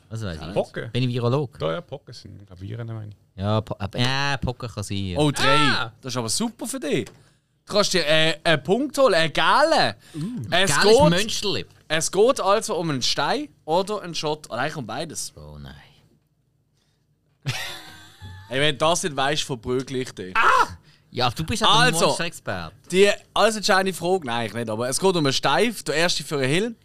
Speaker 2: Also weiß ich nicht.
Speaker 3: Pocken?
Speaker 2: Bin ich Virolog?
Speaker 3: Da ja, Pocken sind glaub, Viren, meine ich.
Speaker 2: Ja, po äh, ja, Pocken kann sein. Ja.
Speaker 1: Oh, drei. Das ist aber super für dich. Du kannst dir äh, einen Punkt holen, einen gelben. es,
Speaker 2: Gell, ist
Speaker 1: geht,
Speaker 2: Mönchterlip.
Speaker 1: es geht also um einen Stein oder einen Shot. Oder eigentlich um beides.
Speaker 2: Oh nein.
Speaker 1: Hey, wenn du das nicht weißt, verprügel ich dich.
Speaker 2: Ja, du bist halt
Speaker 1: Also.
Speaker 2: ein Monster-Experte.
Speaker 1: Die alles entscheidende Frage, nein, ich nicht, aber es geht um einen Steif, der erste für einen Hill.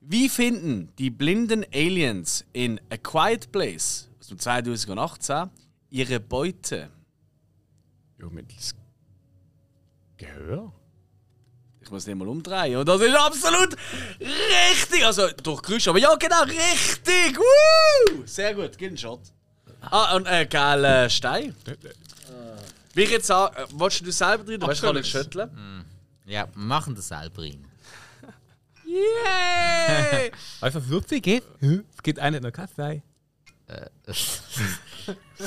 Speaker 1: Wie finden die blinden Aliens in A Quiet Place aus dem 2018 ihre Beute?
Speaker 3: Ja, mittels Gehör?
Speaker 1: Ich muss nicht mal umdrehen. Und das ist absolut richtig. Also durch Geräusch, aber ja, genau, richtig. Woo! Sehr gut, gib einen Shot. Ah, und äh, geiler Stein. Wie ich jetzt sage, äh, willst du selber drin? Du weißt, ich kann nicht
Speaker 3: Absolut.
Speaker 1: schütteln.
Speaker 2: Ja, wir machen das selber rein.
Speaker 3: *laughs*
Speaker 1: Yay!
Speaker 3: Einfach wirklich geht? Es gibt einen noch Kaffee. *laughs*
Speaker 1: Ich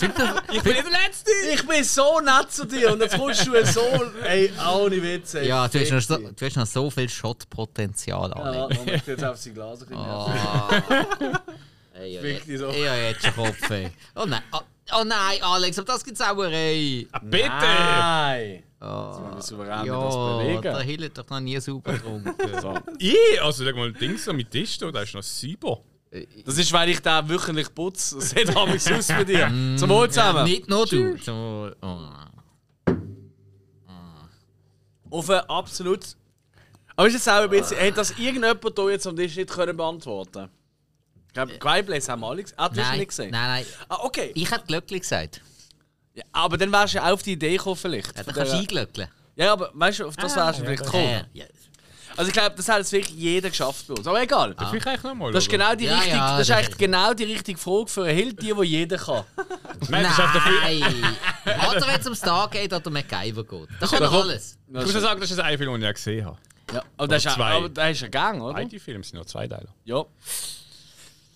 Speaker 1: bin der Letzte! Ich bin so nett zu dir und jetzt kommst du so. Ey, ohne Witz. Ey.
Speaker 2: Ja, du hast, noch so,
Speaker 1: Ja,
Speaker 2: du hast noch so viel Shot-Potenzial,
Speaker 1: da
Speaker 2: Alex.
Speaker 1: muss ich Ah, jetzt auf sein Glas ein bisschen werfen.
Speaker 2: Ey, ja,
Speaker 1: Wirklich
Speaker 2: jetzt-
Speaker 1: so.
Speaker 2: ey, ja, jetzt schon Kopf, ey. Oh nein, oh, oh nein, Alex, aber das gibt's auch eine
Speaker 3: Ah, Bitte!
Speaker 1: Nein!
Speaker 2: Oh,
Speaker 1: Wir souverän ja, das
Speaker 2: ja, der
Speaker 1: bewegen.
Speaker 2: Hill hat doch noch nie
Speaker 1: *laughs*
Speaker 2: sauber getrunken.
Speaker 3: Ich, also sag mal, Dings am Tisch da, da ist noch Cyber.
Speaker 1: Das ist, weil ich den wöchentlich putze. Das sieht abends aus bei dir. Zum Wohl zusammen.
Speaker 2: Nicht nur du. So, oh.
Speaker 1: Auf ein absolut. Aber ist jetzt auch ein bisschen. Hat das irgendjemand hier jetzt am Tisch nicht können beantworten Ich
Speaker 2: Eh.
Speaker 1: glaube, Greyplays haben wir alle gesehen. Ah, du hast ihn
Speaker 2: Nein,
Speaker 1: nicht
Speaker 2: nein,
Speaker 1: gesehen.
Speaker 2: nein.
Speaker 1: Ah, okay.
Speaker 2: Ich hätte glücklich gesagt.
Speaker 1: Ja, aber dann wärst du ja auch auf die Idee gekommen, vielleicht.
Speaker 2: Ja,
Speaker 1: Von
Speaker 2: dann kannst du
Speaker 1: der-
Speaker 2: einglöckeln.
Speaker 1: ja, aber weißt du, auf das wärst du vielleicht gekommen.
Speaker 2: Ja, ja. Ah.
Speaker 1: Also, ich glaube, das hat jetzt wirklich jeder geschafft bei uns. Aber egal.
Speaker 3: Vielleicht eigentlich nochmal.
Speaker 1: Das ist, genau die
Speaker 2: Ja,
Speaker 1: richtige,
Speaker 2: ja,
Speaker 1: das ist
Speaker 2: das-
Speaker 1: eigentlich genau die richtige Frage für einen Held, die, die jeder
Speaker 2: *laughs*
Speaker 1: kann.
Speaker 3: genau- Nein, das ist einfach dafür.
Speaker 2: Nein! Oder wenn es um Star geht oder MacGyver geht. Da kommt
Speaker 1: kommt-
Speaker 2: alles.
Speaker 3: Ich muss ja sagen, das ist ein Film, den ich ja gesehen habe.
Speaker 1: Ja, Oh, aber das ist, auch-
Speaker 3: zwei.
Speaker 1: aber das ist ein Gang, oder?
Speaker 3: Beide Filme sind noch zwei Teile.
Speaker 1: Ja.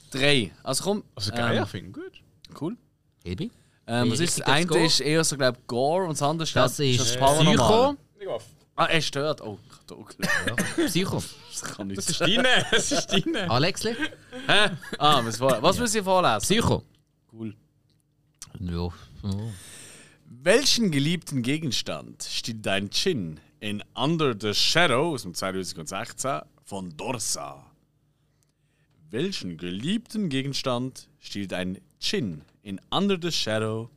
Speaker 1: Drei. Also komm.
Speaker 3: Also geil,
Speaker 1: ähm,
Speaker 3: ich finde gut.
Speaker 1: Cool.
Speaker 2: Hilbi?
Speaker 1: Ähm,
Speaker 2: Wie
Speaker 1: was ist
Speaker 2: richtig
Speaker 1: das
Speaker 2: das
Speaker 1: eine
Speaker 2: Gore?
Speaker 1: ist eher so, glaub Gore und das andere ist,
Speaker 2: Das
Speaker 1: glaub,
Speaker 2: ist äh,
Speaker 1: das Paranormale.
Speaker 2: Psycho.
Speaker 1: Ah, er stört. Oh, ich hab da auch gelesen.
Speaker 2: Psycho.
Speaker 1: das kann nicht
Speaker 3: Das ist
Speaker 1: sein.
Speaker 3: deine, *laughs* das ist deine.
Speaker 2: Alexli?
Speaker 1: Ah, was, war, was muss ich vorlesen?
Speaker 2: Psycho.
Speaker 1: Cool.
Speaker 2: Ja. Oh.
Speaker 1: Welchen geliebten Gegenstand stiehlt dein Chin in Under the Shadow aus dem 2016 von Dorsa? Welchen geliebten Gegenstand stiehlt ein Chin in Under the Shadow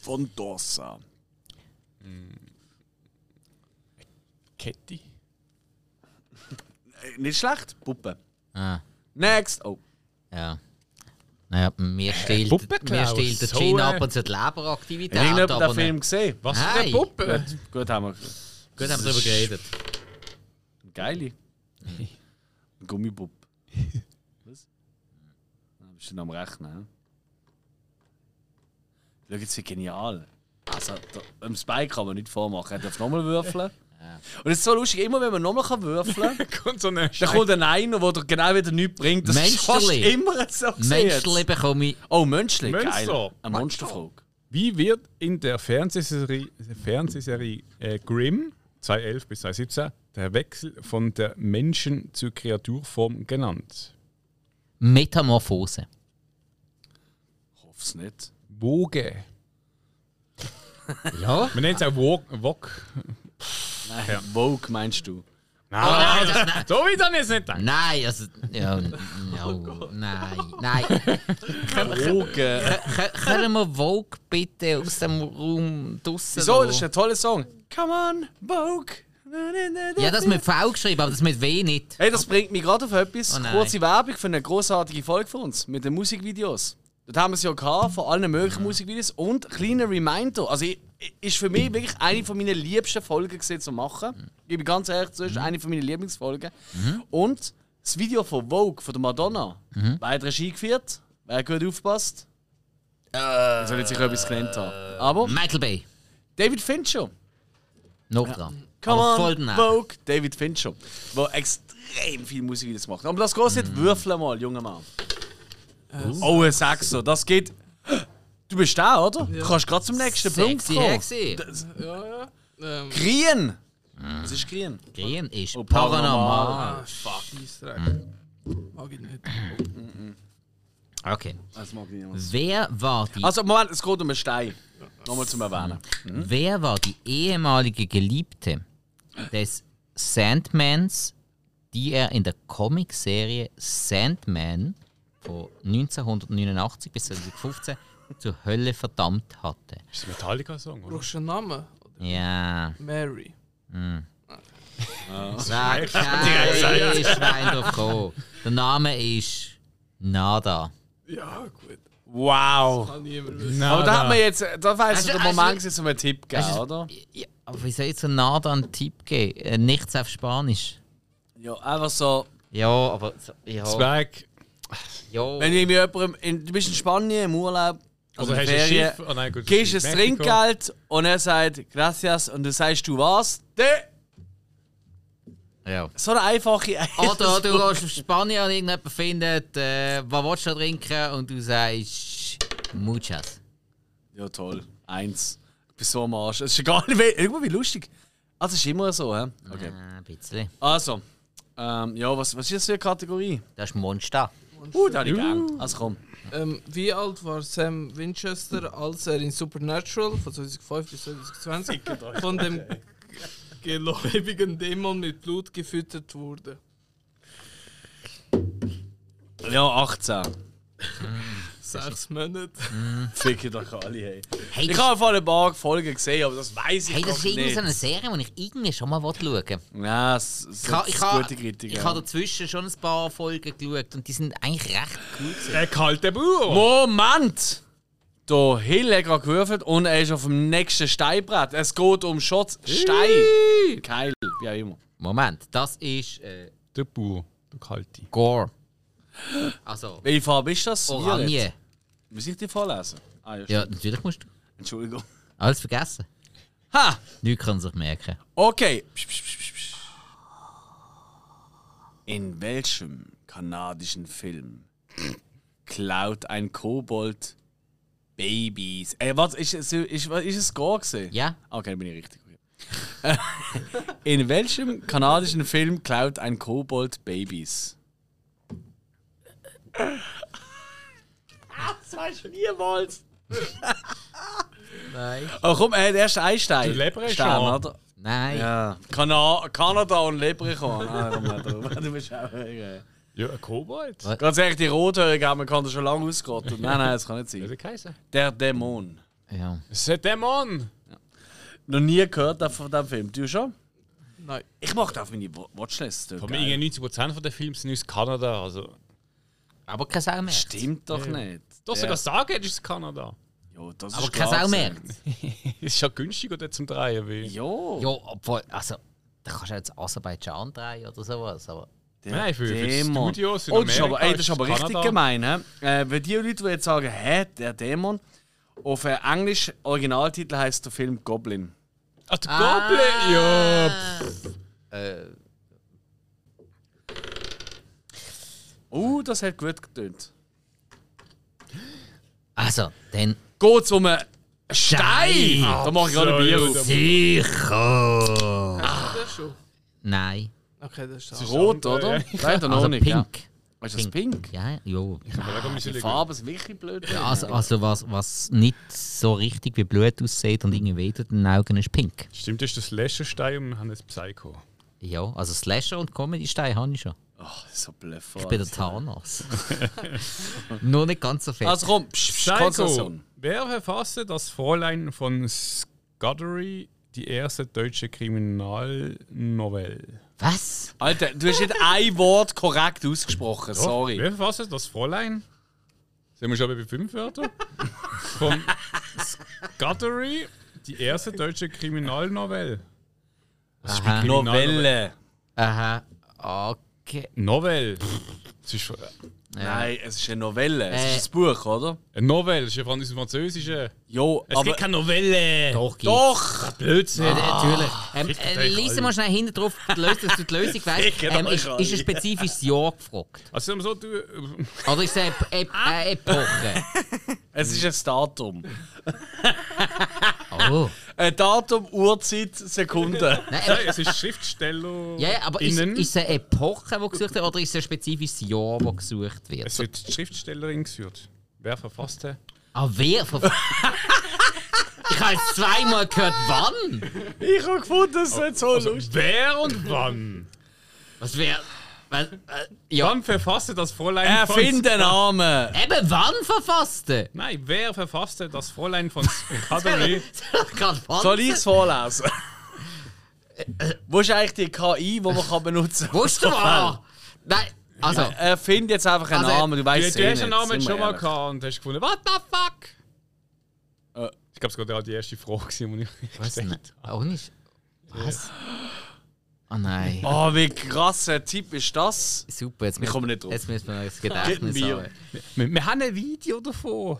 Speaker 1: von Dorsa?
Speaker 3: Kette.
Speaker 1: Äh, Nicht schlecht, Puppe.
Speaker 2: Ah,
Speaker 1: Next! Oh.
Speaker 2: ja. Naja, mir stiehlt,
Speaker 3: Puppenklaus,
Speaker 2: mir stiehlt der
Speaker 3: Äh, so
Speaker 2: Gin
Speaker 3: äh,
Speaker 2: ab und zu die Leberaktivität.
Speaker 1: Hat irgendjemand
Speaker 2: aber
Speaker 1: den Film gesehen?
Speaker 3: Was für
Speaker 2: Hey.
Speaker 3: eine Puppe?
Speaker 1: Gut, gut haben wir.
Speaker 2: nicht. Gut, haben wir darüber geredet.
Speaker 1: Geile. Ein Gummibub. Was? Ah, bist du noch am Rechnen? hä? Schau jetzt, wie genial. Also, da, dem Spike kann man nicht vormachen. Er darf nochmal würfeln. Und es ist so lustig, immer wenn man nochmal kann würfeln kann,
Speaker 3: *laughs* Kommt so eine
Speaker 1: dann kommt ein Einer, der dir genau wieder nichts bringt. Das ist
Speaker 2: Menschli.
Speaker 1: fast immer so gesehen.
Speaker 2: Menschli bekomme ich.
Speaker 1: Oh, Mönchli, geil.
Speaker 3: Mönster.
Speaker 1: Eine Monsterfrage.
Speaker 3: Wie wird in der Fernsehserie, Fernsehserie äh, Grimm 2011 bis 2017 der Wechsel von der Menschen zur Kreaturform genannt?
Speaker 2: Metamorphose.
Speaker 1: Ich hoffe es nicht.
Speaker 3: Woge.
Speaker 2: Ja?
Speaker 3: Man nennt es auch Wog. Wog.
Speaker 1: Nein, Vogue meinst du?
Speaker 2: Oh,
Speaker 3: Nein, so wie dann jetzt nicht. denkt.
Speaker 2: Nein, also. Ja, *laughs* n- no, nein, nein.
Speaker 1: Vogue. äh,
Speaker 2: K- Können wir Vogue bitte aus dem Raum draussen?
Speaker 1: Wieso?
Speaker 2: lassen?
Speaker 1: Das ist ein toller Song. Come on, Vogue.
Speaker 2: Ja, das mit V geschrieben, aber das mit W nicht.
Speaker 1: Hey, das bringt mich gerade auf etwas.
Speaker 2: Oh nein.
Speaker 1: Kurze Werbung für eine großartige Folge von uns mit den Musikvideos. Dort haben wir es ja gehabt, von allen möglichen Musikvideos. Und kleiner Reminder, also ich, ich- ist für mich wirklich eine von meiner liebsten Folgen gewesen, zu machen. Ich bin ganz ehrlich, das
Speaker 2: Mhm.
Speaker 1: ist eine von meinen Lieblingsfolgen. Und das Video von Vogue, von der Madonna,
Speaker 2: Mhm.
Speaker 1: wer hat Regie geführt? Wer gut aufpasst? Äh, soll jetzt sich etwas genannt haben.
Speaker 2: Äh,
Speaker 1: Aber
Speaker 2: Michael Bay.
Speaker 1: David Fincher.
Speaker 2: Noch dran.
Speaker 1: Come
Speaker 2: Aber
Speaker 1: on,
Speaker 2: voll danach.
Speaker 1: Vogue, David Fincher, der extrem viel Musikvideos macht. Aber das geht nicht.
Speaker 2: Mhm.
Speaker 1: Würfel mal, junger Mann.
Speaker 2: Äh,
Speaker 1: Oh, ein Sechser, das geht... Du bist da, oder? Du kannst gerade zum nächsten Punkt
Speaker 2: Sexy
Speaker 1: kommen.
Speaker 2: Hexi.
Speaker 4: Ja, ja. Ähm,
Speaker 1: Green!
Speaker 2: Mhm.
Speaker 1: Es ist Green.
Speaker 2: Green ist
Speaker 1: Oh,
Speaker 2: paranormal.
Speaker 4: ah, Mhm. Scheissdreck. Mag ich nicht.
Speaker 2: Okay.
Speaker 1: Das mag niemand.
Speaker 2: Wer war die
Speaker 1: Also, Moment, es geht um einen Stein. Nochmal zum Erwähnen.
Speaker 2: Hm? Wer war die ehemalige Geliebte des Sandmans, die er in der Comicserie Sandman von 1989 bis 2015 zur Hölle verdammt hatte?
Speaker 3: Ist das ein Metallica-Song, oder?
Speaker 4: Brauchst du einen Namen?
Speaker 2: Ja,
Speaker 4: Mary.
Speaker 2: sag kein Schwein drauf gekommen. Der Name ist Nada.
Speaker 4: Ja, gut.
Speaker 1: Wow.
Speaker 4: Kann niemand wissen.
Speaker 1: Aber da hat man jetzt... Da war jetzt
Speaker 2: Hast
Speaker 1: der
Speaker 2: du-
Speaker 1: Moment
Speaker 2: hast
Speaker 1: gewesen, um einen Tipp zu geben, oder?
Speaker 2: Ja, aber wie soll ich zu Nada einen Tipp geben? Äh, Nichts auf Spanisch.
Speaker 1: Ja, einfach so...
Speaker 2: Ja, aber. so- Ja,
Speaker 3: Zweig.
Speaker 2: ja.
Speaker 1: Wenn du irgendwie jemandem... in- Du bist in Spanien, im Urlaub...
Speaker 3: Also
Speaker 1: in
Speaker 3: hast du ein
Speaker 1: Ferien.
Speaker 3: Schiff? Oh nein, gut, das
Speaker 1: gibst
Speaker 3: ist
Speaker 1: ein
Speaker 3: Mexiko.
Speaker 1: Trinkgeld und er sagt «Gracias» und dann sagst du «Was?» De
Speaker 2: ja.
Speaker 1: so eine
Speaker 2: *laughs*
Speaker 1: einfache
Speaker 2: Oder Ah, du gehst auf Spanien und irgendjemand findet, äh, was willst du trinken? Und du sagst, muchas.
Speaker 1: Ja, toll. Eins. Ich bin so am Arsch. Es ist egal, *laughs* wie, irgendwo wie lustig. Also, es ist immer so, hä? Okay.
Speaker 2: Ah, ein bisschen.
Speaker 1: Also, ähm, ja, was, was ist das für eine Kategorie?
Speaker 2: Das ist Monster.
Speaker 1: Uh, da habe ich gern. Also komm.
Speaker 4: Ähm, wie alt war Sam Winchester, als er in Supernatural von 2005 bis 2020 von dem gläubigen Dämon mit Blut gefüttert wurde?
Speaker 1: Ja, 18.
Speaker 4: Sechs Monate.
Speaker 1: Ficke doch alle, hey.
Speaker 2: Hey,
Speaker 1: Ich
Speaker 2: das,
Speaker 1: habe auf alle paar Folgen gesehen, aber das weiß ich
Speaker 2: hey, das ist
Speaker 1: nicht.
Speaker 2: irgendwie so eine Serie, die ich irgendwie schon mal schauen wollte.
Speaker 1: Ja, es, es
Speaker 2: Ich habe
Speaker 1: es
Speaker 2: ich
Speaker 1: ist
Speaker 2: ha,
Speaker 1: gute Kritik.
Speaker 2: ich
Speaker 1: ja.
Speaker 2: ha dazwischen schon ein paar Folgen geschaut und die sind eigentlich recht cool. Gewesen.
Speaker 3: Der kalte Bauer.
Speaker 1: Moment! Der Hill hat gerade gewürfelt und er ist auf dem nächsten Steinbrett. Es geht um Schotz, Stein, Keil, wie auch immer.
Speaker 2: Moment, das ist äh,
Speaker 3: Der Bauer. Der kalte.
Speaker 2: Gore. Also,
Speaker 1: Welche Farbe ist das? Violett.
Speaker 2: Oranje.
Speaker 1: Muss ich die vorlesen? Ah, ja,
Speaker 2: Ja, natürlich musst du.
Speaker 1: stimmt. Entschuldigung.
Speaker 2: Alles vergessen.
Speaker 1: Ha!
Speaker 2: Nichts kann sich merken.
Speaker 1: Okay. Psch, psch, psch, psch, psch. In welchem kanadischen Film klaut ein Kobold Babys? Äh, was ist, es- ist, was- ist es Gore gesehen?
Speaker 2: Ja?
Speaker 1: Okay, dann bin ich richtig. Äh, *laughs* In welchem kanadischen Film klaut ein Kobold Babys? Das weißt du niemals.
Speaker 2: Nein.
Speaker 1: Oh komm, er hat erst einen Stein.
Speaker 3: Der Leprechaun.
Speaker 1: Stern, oder?
Speaker 2: Nein.
Speaker 1: Ja. Kana Kanada und Leprechaun. Ah, komm, nicht drauf. du bist auch irgendwie-
Speaker 3: Ja, ein Kobold.
Speaker 2: Was?
Speaker 1: Ganz ehrlich, die Rothörige haben wir kann das schon lange ausgerottet. Nein, nein, das kann nicht sein.
Speaker 3: der Kaiser.
Speaker 1: Der Dämon.
Speaker 2: Ja.
Speaker 3: Es ist ein Dämon.
Speaker 1: Noch nie gehört davon- von diesem Film. Du schon?
Speaker 4: Nein.
Speaker 1: Ich mache das auf meine Wa- Watchlist.
Speaker 3: Von mir irgendwie 90% der Filme sind aus Kanada. Also,
Speaker 2: Aber keine Sau mehr.
Speaker 1: Stimmt doch nicht.
Speaker 3: du hast
Speaker 1: Der-
Speaker 3: sogar sagen, es ist aus Kanada.
Speaker 1: Ja, das
Speaker 2: Aber
Speaker 1: ist
Speaker 2: keine
Speaker 1: klar
Speaker 2: Sau
Speaker 1: gewesen.
Speaker 2: mehr.
Speaker 3: ist ja günstiger dort zum Drehen. Wie.
Speaker 1: Ja.
Speaker 2: Ja, obwohl, also, da kannst du ja jetzt Aserbaidschan drehen oder sowas, aber.
Speaker 3: Nein, für- für das
Speaker 1: Dämon.
Speaker 3: Studio, Südamerika
Speaker 1: Oh, das ist aber, ey, das ist
Speaker 3: ist
Speaker 1: aber richtig
Speaker 3: Kanada.
Speaker 1: gemein. He? Äh, wenn die Leute, die jetzt sagen, hä, der Dämon, auf äh, Englisch Originaltitel heißt der Film Goblin.
Speaker 3: Ah, der Goblin! Ja!
Speaker 2: Äh,
Speaker 1: Uh, das hat gut getönt.
Speaker 2: also, dann.
Speaker 1: Geht's um einen Stein?
Speaker 2: Stein.
Speaker 1: Da mache ich gerade ein Bier
Speaker 3: Absolut.
Speaker 1: auf.
Speaker 2: Sicher!
Speaker 4: Ist das schon?
Speaker 2: Nein.
Speaker 4: Okay, das Ah. ist
Speaker 1: Das
Speaker 4: das.
Speaker 1: ist Rot,
Speaker 3: *laughs*
Speaker 1: oder? Nein, doch noch
Speaker 2: Also,
Speaker 1: nicht. Ja.
Speaker 2: pink.
Speaker 1: Ist das pink?
Speaker 2: Ja, ja. jo.
Speaker 3: Da kann man sich
Speaker 1: Die
Speaker 3: schauen.
Speaker 1: Farbe ist wirklich blöd.
Speaker 2: Also, also was, was nicht so richtig wie Blut aussieht und irgendwie weht in den Augen, ist pink.
Speaker 3: Stimmt, das ist das letzte Stein und wir haben jetzt Psycho.
Speaker 2: Ja, also Slasher und Comedy-Stein habe ich schon.
Speaker 1: Ach, so bluff.
Speaker 2: Ich bin der Thanos. *laughs* Nur nicht ganz so fest.
Speaker 1: Also komm, psch, psch, Konzentration.
Speaker 3: Wer verfasste das Fräulein von Scuddery, die erste deutsche Kriminalnovelle.
Speaker 2: Was?
Speaker 1: Alter, du hast nicht ein Wort korrekt ausgesprochen, sorry.
Speaker 3: Wie was ist das Fräulein? Sind wir schon bei fünf Wörtern? Von Scuttery, die erste deutsche Kriminalnovelle.
Speaker 2: Aha.
Speaker 1: Novelle.
Speaker 2: Aha. Okay.
Speaker 3: Novelle. Das ist
Speaker 1: Nein, es ist eine Novelle. Es
Speaker 2: Äh.
Speaker 1: ist ein Buch, oder?
Speaker 3: ein Novelle, das ist ja von diesem französischen.
Speaker 1: Jo,
Speaker 3: Es
Speaker 1: aber.
Speaker 3: gibt keine Novelle.
Speaker 2: Doch, gibt's.
Speaker 1: Doch!
Speaker 3: Blödsinn.
Speaker 2: Natürlich. Ähm,
Speaker 3: fickt
Speaker 2: äh,
Speaker 3: euch
Speaker 2: lies
Speaker 3: alle.
Speaker 2: mal schnell hinten drauf, die Lösung, dass du die Lösung
Speaker 3: *laughs*
Speaker 2: weißt.
Speaker 1: Fickt
Speaker 2: Ähm,
Speaker 1: euch
Speaker 2: ist,
Speaker 1: alle.
Speaker 2: ist ein spezifisches Jahr gefragt?
Speaker 3: Also sagen wir so, du,
Speaker 2: Oder ist es eine, Ep- eine Epoche?
Speaker 1: Es ist ein Datum.
Speaker 2: Oh.
Speaker 1: Ein Datum, Uhrzeit, Sekunde.
Speaker 2: Nein, aber,
Speaker 3: nein, es ist Schriftsteller.
Speaker 2: ja, ja, aber ist,
Speaker 3: innen.
Speaker 2: ist es eine Epoche, die gesucht wird, oder ist es ein spezifisches Jahr, das gesucht wird?
Speaker 3: Es wird die Schriftstellerin geführt. Wer verfasste?
Speaker 2: Ah, wer?
Speaker 3: *laughs*
Speaker 2: Ver ich habe jetzt zweimal gehört, wann?
Speaker 1: *laughs* ich habe gefunden, es ist so lustig.
Speaker 3: Wer und wann?
Speaker 2: Was wäre. Was, äh, ja,
Speaker 3: Wann verfasste das Fräulein von...
Speaker 1: Erfinde Namen!
Speaker 2: eben wann verfasste?
Speaker 3: Nein, wer verfasste das Fräulein
Speaker 2: *laughs*
Speaker 3: von Scuttery?
Speaker 2: Gerade wann?
Speaker 1: Soll ich es vorlesen? Also- *laughs* Wo ist eigentlich die KI, die man kann benutzen kann?
Speaker 2: Wusstest du was? Nein, also.
Speaker 1: Erfinde jetzt einfach einen
Speaker 2: Also,
Speaker 1: Namen, du
Speaker 3: du,
Speaker 1: weißt es eh
Speaker 3: du hast
Speaker 1: nicht,
Speaker 3: den Namen
Speaker 1: sind wir
Speaker 3: schon mal
Speaker 1: ehrlich.
Speaker 3: gehabt und hast gefunden, what the
Speaker 1: Äh.
Speaker 3: fuck? Ich glaube, es war gerade auch die erste Frage, die ich *laughs*
Speaker 2: Was? denn? Oh, nicht. Was? Oh nein.
Speaker 1: Oh, wie krasser Typ ist das?
Speaker 2: Super, jetzt,
Speaker 1: Wir
Speaker 2: müssen-
Speaker 1: kommen nicht drauf.
Speaker 2: jetzt müssen wir das
Speaker 1: Gib
Speaker 2: Gedächtnis
Speaker 1: mir.
Speaker 2: haben.
Speaker 3: wir, wir haben ein Video davon.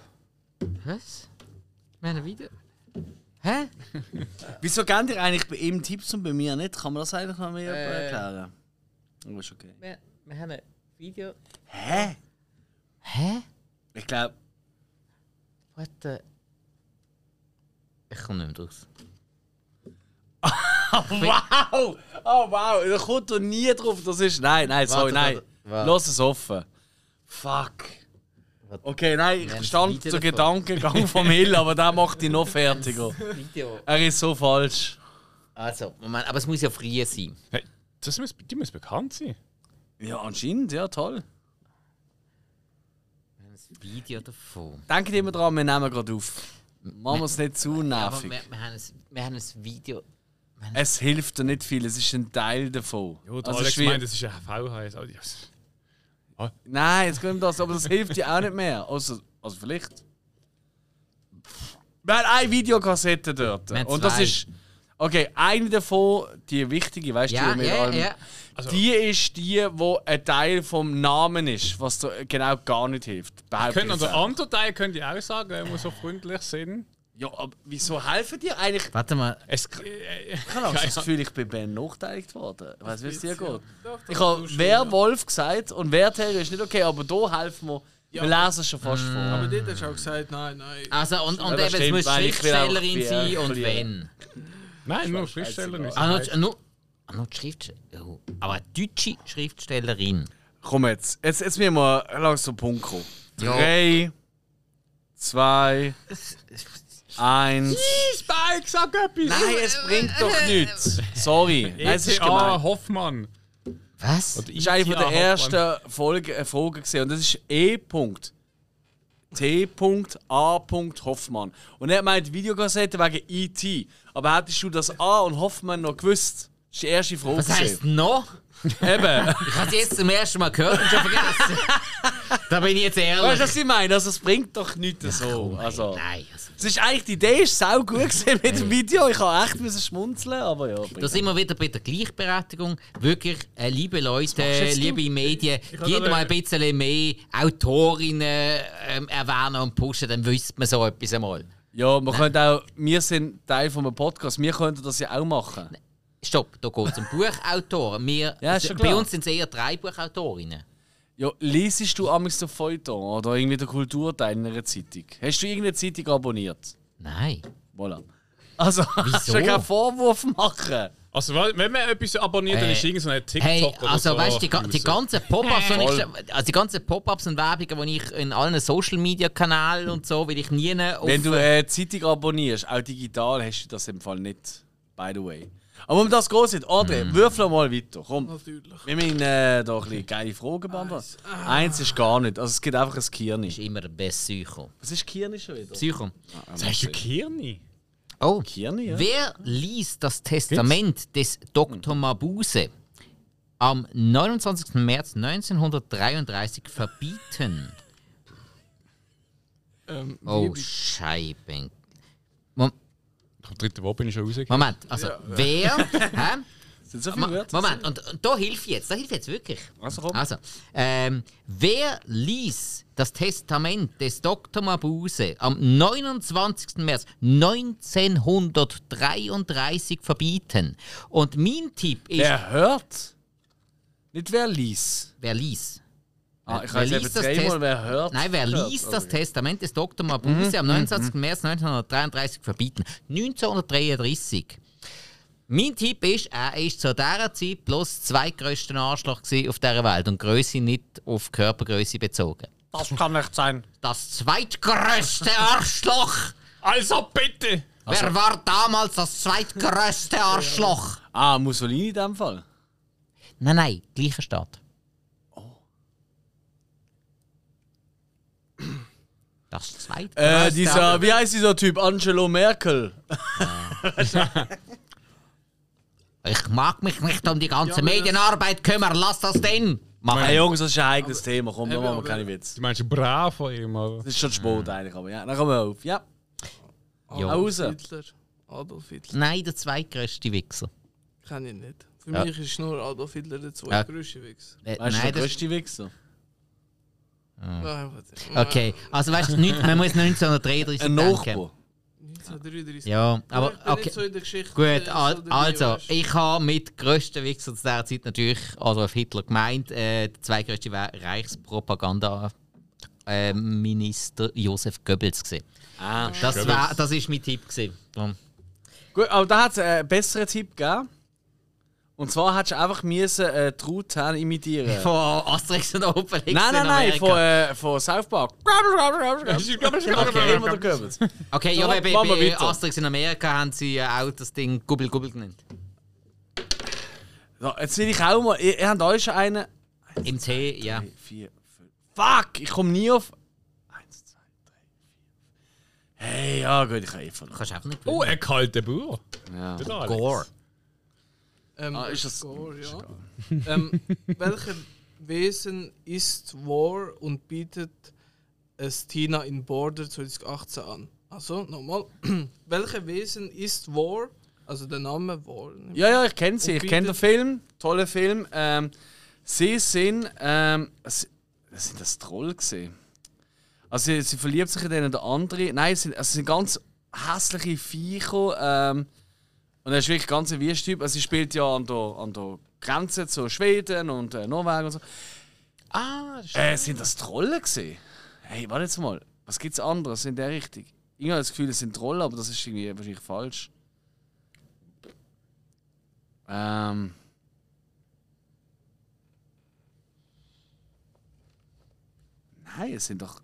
Speaker 2: Was? Wir haben wieder. Hä?
Speaker 1: Wieso gebt ihr eigentlich bei ihm Tipps und bei mir nicht? Kann man das eigentlich noch mehr erklären? Oh, ist okay.
Speaker 2: Wir, haben ein Video.
Speaker 1: Hä?
Speaker 2: Hä?
Speaker 1: Ich glaube,
Speaker 2: What the... Ich komme nicht mehr draus.
Speaker 1: Wow! Oh wow, da kommt doch nie drauf, das ist. Nein, nein, sorry,
Speaker 2: Warte,
Speaker 1: nein.
Speaker 2: warte, warte.
Speaker 1: Lass es offen. Fuck. Okay, nein,
Speaker 2: Wir haben
Speaker 1: ich stand
Speaker 2: das
Speaker 1: zu
Speaker 2: Video *laughs*
Speaker 1: Gedankengang vom Hill, aber der macht ihn noch fertiger.
Speaker 2: Video.
Speaker 1: Er ist so falsch.
Speaker 2: Also, Moment, aber es muss ja frei sein.
Speaker 3: Hey, das muss, die muss bekannt sein.
Speaker 1: Ja, anscheinend, ja, toll.
Speaker 2: Wir haben ein Video davon.
Speaker 1: Denkt immer dran, wir nehmen gerade auf. Machen wir es nicht zu
Speaker 2: Aber wir,
Speaker 1: nervig.
Speaker 2: wir, haben ein, wir haben ein Video.
Speaker 1: Es hilft dir nicht viel, es ist ein Teil davon.
Speaker 3: Ja, der
Speaker 1: Also
Speaker 3: Alex
Speaker 1: es ist wie-
Speaker 3: meint, das ist ein VHS. Also, ja, s-
Speaker 1: Nein, jetzt kommt das, aber das hilft dir auch nicht mehr. Also, also vielleicht. Wir haben eine Videokassette dort.
Speaker 2: Wir haben
Speaker 1: Und das
Speaker 2: zwei.
Speaker 1: ist. Okay, eine davon, die wichtige, weißt du,
Speaker 2: Ja,
Speaker 1: die mit
Speaker 2: ja,
Speaker 1: allem.
Speaker 2: ja.
Speaker 3: Also-
Speaker 1: Die ist die, wo ein Teil vom Namen ist, was dir genau gar nicht hilft. behaupte
Speaker 3: Können
Speaker 1: ich
Speaker 3: also
Speaker 1: jetzt auch.
Speaker 3: andere Teile könnt ihr auch sagen, wenn wir so freundlich sind.
Speaker 1: Ja, aber wieso helfen dir eigentlich?
Speaker 2: Warte mal.
Speaker 3: Es, äh, äh,
Speaker 1: Ich habe
Speaker 3: keine
Speaker 1: das
Speaker 3: Ahnung.
Speaker 1: Gefühl, ich bin Ben nachteiligt worden. Weißt du, wie es dir geht?
Speaker 4: Doch, doch,
Speaker 1: Ich
Speaker 4: du
Speaker 1: habe
Speaker 4: schon,
Speaker 1: Werwolf gesagt und Wertherr ist nicht okay, aber da helfen wir. Wir lesen es schon fast
Speaker 2: Mm.
Speaker 1: vor.
Speaker 4: Aber dort hast du auch gesagt, nein, nein.
Speaker 2: Also, und, und
Speaker 1: Ja, das
Speaker 2: eben, es muss
Speaker 1: stimmt, weil ich will auch
Speaker 2: Schriftstellerin
Speaker 1: die,
Speaker 2: sein
Speaker 1: äh,
Speaker 2: und
Speaker 1: verlieren.
Speaker 2: wenn.
Speaker 3: Nein, nur Schriftsteller.
Speaker 2: Ah, noch, noch, noch die Schriftstellerin. Oh, aber eine deutsche Schriftstellerin.
Speaker 1: Komm jetzt, jetzt, jetzt müssen wir langsam zum Punkt kommen.
Speaker 2: Ja.
Speaker 1: Drei, zwei, eins.
Speaker 3: Spike, sag etwas! E
Speaker 1: Nein, es bringt doch nichts. Sorry, nein, es ist gemein.
Speaker 3: Hoffmann. E
Speaker 2: Was?
Speaker 1: Das ist eine von der ersten Folge, äh, Folgen gesehen und das ist E. Punkt. T. Punkt, A. Punkt, Hoffmann. Und er meint Videokassette wegen IT. Aber hättest du das A und Hoffmann noch gewusst? Das ist die erste Frage.
Speaker 2: Was heisst
Speaker 1: gewesen.
Speaker 2: noch?
Speaker 1: *laughs* Eben.
Speaker 2: Ich habe es jetzt zum ersten Mal gehört und
Speaker 1: *laughs*
Speaker 2: schon vergessen. da bin ich jetzt
Speaker 1: weißt du,
Speaker 2: ehrlich.
Speaker 1: was ich meine? Also, es bringt doch nichts so. Also.
Speaker 2: Nein, also,
Speaker 1: Es ist eigentlich, die Idee ist sau gut gewesen mit dem Video. Ich habe echt müssen schmunzeln, aber ja.
Speaker 2: da sind wir wieder bei der Gleichberechtigung. Wirklich, äh, liebe
Speaker 1: machst
Speaker 2: Leute,
Speaker 1: jetzt du?
Speaker 2: liebe Medien,
Speaker 3: kann
Speaker 2: jeder
Speaker 3: alle-
Speaker 2: mal ein bisschen mehr Autorinnen ähm, erwähnen und pushen, dann wüsste man so etwas einmal.
Speaker 1: Ja, man könnte auch, wir sind Teil von einem Podcast, wir könnten das ja auch machen.
Speaker 2: Stopp, da geht
Speaker 1: *laughs*
Speaker 2: es um Buchautoren. Wir,
Speaker 1: Ja, ist schon
Speaker 2: bei
Speaker 1: klar.
Speaker 2: uns sind es eher drei Buchautorinnen.
Speaker 1: Ja, liest du amigs den Feuilleton oder irgendwie den Kulturteil in einer Zeitung? Hast du irgendeine Zeitung abonniert?
Speaker 2: Nein.
Speaker 1: Voilà. Also, *laughs* kannst du keinen Vorwurf machen.
Speaker 3: Also, weil- wenn man etwas abonniert, dann
Speaker 2: Äh,
Speaker 3: ist irgend so ein TikTok
Speaker 2: Hey,
Speaker 3: oder
Speaker 2: also
Speaker 3: so.
Speaker 2: weißt du, die, ga- die
Speaker 3: raus.
Speaker 2: ganzen Pop-ups, die ich- also die ganzen Pop-ups und Werbungen, die ich in allen Social Media Kanälen und so, weil ich nie ne auf
Speaker 1: Wenn du eine Zeitung abonnierst, auch digital, hast du das im Fall nicht. By the way. Aber um das geht nicht. André,
Speaker 2: Mhm.
Speaker 1: würfel mal weiter. Komm.
Speaker 4: Natürlich. ah.
Speaker 1: Wir müssen äh, da ein bisschen geile Fragen beantworten. Eins ist gar nicht. Also es gibt einfach ein Kirni.
Speaker 2: ist immer der beste Psycho.
Speaker 1: Was ist Kirni schon wieder?
Speaker 2: Psycho.
Speaker 3: Sagst du Kirni?
Speaker 2: Oh,
Speaker 1: Kirni, ja.
Speaker 2: wer ließ das Testament des Dr. Mabuse am 29. März 1933 verbieten?
Speaker 4: Ähm,
Speaker 2: Oh,
Speaker 4: liebe-
Speaker 2: Scheiben. Mom-
Speaker 3: Am dritten Woche bin ich schon rausgekommen.
Speaker 2: Moment, also wer? hä?
Speaker 1: Sind so
Speaker 2: Ma-
Speaker 1: viele Wörter?
Speaker 2: Moment, und, und da hilf jetzt, da hilf jetzt wirklich.
Speaker 1: Also komm.
Speaker 2: Also, ähm, wer ließ das Testament des Dr. Mabuse am 29. März 1933 verbieten? Und mein Tipp ist,
Speaker 1: Wer hört? Nicht wer liest.
Speaker 2: wer ließ?
Speaker 1: Ah, ich
Speaker 2: Wer
Speaker 1: weiß eben
Speaker 2: liest das
Speaker 1: dreimal,
Speaker 2: Test-
Speaker 1: wer hört.
Speaker 2: Nein, wer
Speaker 1: hört.
Speaker 2: ließ das Testament des Dr.
Speaker 1: Mhm.
Speaker 2: Mabuse am 29. März 1933 verbieten? 1933. Mein Tipp ist, er ist zu dieser Zeit bloß zweitgrößter Arschloch gewesen auf dieser Welt und Größe nicht auf Körpergröße bezogen.
Speaker 1: Das kann nicht sein.
Speaker 2: Das zweitgrößte Arschloch!
Speaker 3: Also bitte!
Speaker 2: Wer war damals das zweitgrößte Arschloch?
Speaker 1: Ah, Mussolini in dem Fall.
Speaker 2: Nein, nein, gleicher Staat.
Speaker 1: Oh.
Speaker 2: Das zweitgrößte
Speaker 1: Äh, dieser,
Speaker 2: Arschloch.
Speaker 1: wie heißt dieser Typ? Angelo Merkel.
Speaker 2: Ich mag mich nicht um die ganze Medienarbeit kümmern, lass das denn!
Speaker 1: Hey
Speaker 2: Machen.
Speaker 1: Ah, Jungs, das ist ein eigenes Thema. Komm, da
Speaker 4: Eben,
Speaker 1: machen wir
Speaker 4: aber-
Speaker 1: keine Witze.
Speaker 3: Du meinst brav von ihm, aber.
Speaker 1: Das ist schon
Speaker 2: Ah.
Speaker 1: Sport eigentlich, aber ja. Dann kommen wir auf. Ja.
Speaker 2: Ja.
Speaker 1: Raus.
Speaker 4: Hitler. Adolf Hitler.
Speaker 2: Nein, der zweitgrößte Wichser.
Speaker 4: Kenne ich nicht. Für
Speaker 2: Ja.
Speaker 4: mich ist nur Adolf Hitler der zweitgrößte Wichser.
Speaker 1: Weißt
Speaker 2: Äh,
Speaker 1: du, der
Speaker 2: nein, das
Speaker 1: größte Wichser?
Speaker 4: Nein, warte.
Speaker 2: Okay, also weißt du, nicht- man muss 1933
Speaker 1: Ein
Speaker 2: denken.
Speaker 1: Nachbar.
Speaker 4: 1933.
Speaker 2: Ja, aber
Speaker 4: ich bin nicht so
Speaker 2: okay.
Speaker 4: in der Geschichte.
Speaker 2: Gut,
Speaker 4: äh,
Speaker 2: al
Speaker 4: so dabei,
Speaker 2: also,
Speaker 4: weißt du.
Speaker 2: ich habe mit grössten Wichser zu dieser Zeit natürlich Adolf Hitler gemeint, äh, der zweitgrößte Wa- Reichspropaganda-Minister Josef Goebbels gesehen.
Speaker 1: Ah,
Speaker 2: Das,
Speaker 3: Goebbels.
Speaker 2: war, das ist mein Tipp gewesen. Darum.
Speaker 1: Gut, aber da hat es einen besseren Tipp gegeben. Und zwar hättest du einfach müssen, äh, Truthahn imitieren
Speaker 2: *laughs*
Speaker 1: Nein,
Speaker 2: Von Asterix und Obelix
Speaker 1: nein,
Speaker 2: in
Speaker 1: nein,
Speaker 2: Amerika.
Speaker 1: von, äh, von South
Speaker 2: *laughs*
Speaker 1: Park. Immer der Goebbels.
Speaker 2: Okay, ja,
Speaker 1: So,
Speaker 2: bei,
Speaker 1: machen wir
Speaker 2: bei
Speaker 1: weiter.
Speaker 2: Asterix in Amerika haben sie ja auch das Ding Gubbel Gubbel genannt.
Speaker 1: So, jetzt will ich auch mal. Ihr, ihr habt alle schon einen.
Speaker 2: Im T, ja.
Speaker 1: Drei, vier, fünf. Fuck! Ich komme nie auf. Eins, zwei, drei, vier. Hey, ja, gut, ich kann eh verloren.
Speaker 2: Kannst du auch nicht
Speaker 3: Oh,
Speaker 2: gewinnen.
Speaker 3: ein kalter Bauer.
Speaker 1: Ja.
Speaker 3: Der Alex.
Speaker 2: Gore.
Speaker 4: Ähm,
Speaker 1: Ah, ist das-
Speaker 4: ist das Gore, ja. *laughs* ähm, welcher Wesen ist War und bietet es Tina in Border 2018 an? Also, nochmal. *clears throat* welcher Wesen ist War? Also der Name War.
Speaker 1: Ja, ja, ich kenne sie.
Speaker 4: Und
Speaker 1: Ich kenne den
Speaker 4: bietet-
Speaker 1: Film. Toller Film. Ähm, sie sind. Ähm, sie, sind das Troll gesehen? Also, sie, sie verliebt sich in den oder andere. Nein, sie sind, also, sie sind ganz hässliche Viecher. Ähm, und er ist wirklich ganz ein Wüsttyp. Also, sie spielt ja an der, an der Grenze zu Schweden und äh, Norwegen und so.
Speaker 2: Ah, das ist-
Speaker 1: Äh, sind das Trolle gesehen? Hey, warte jetzt mal. Was gibt's anderes in der Richtung? Ich habe das Gefühl, es sind Trolle, aber das ist irgendwie wahrscheinlich falsch. Ähm. Nein, es sind doch.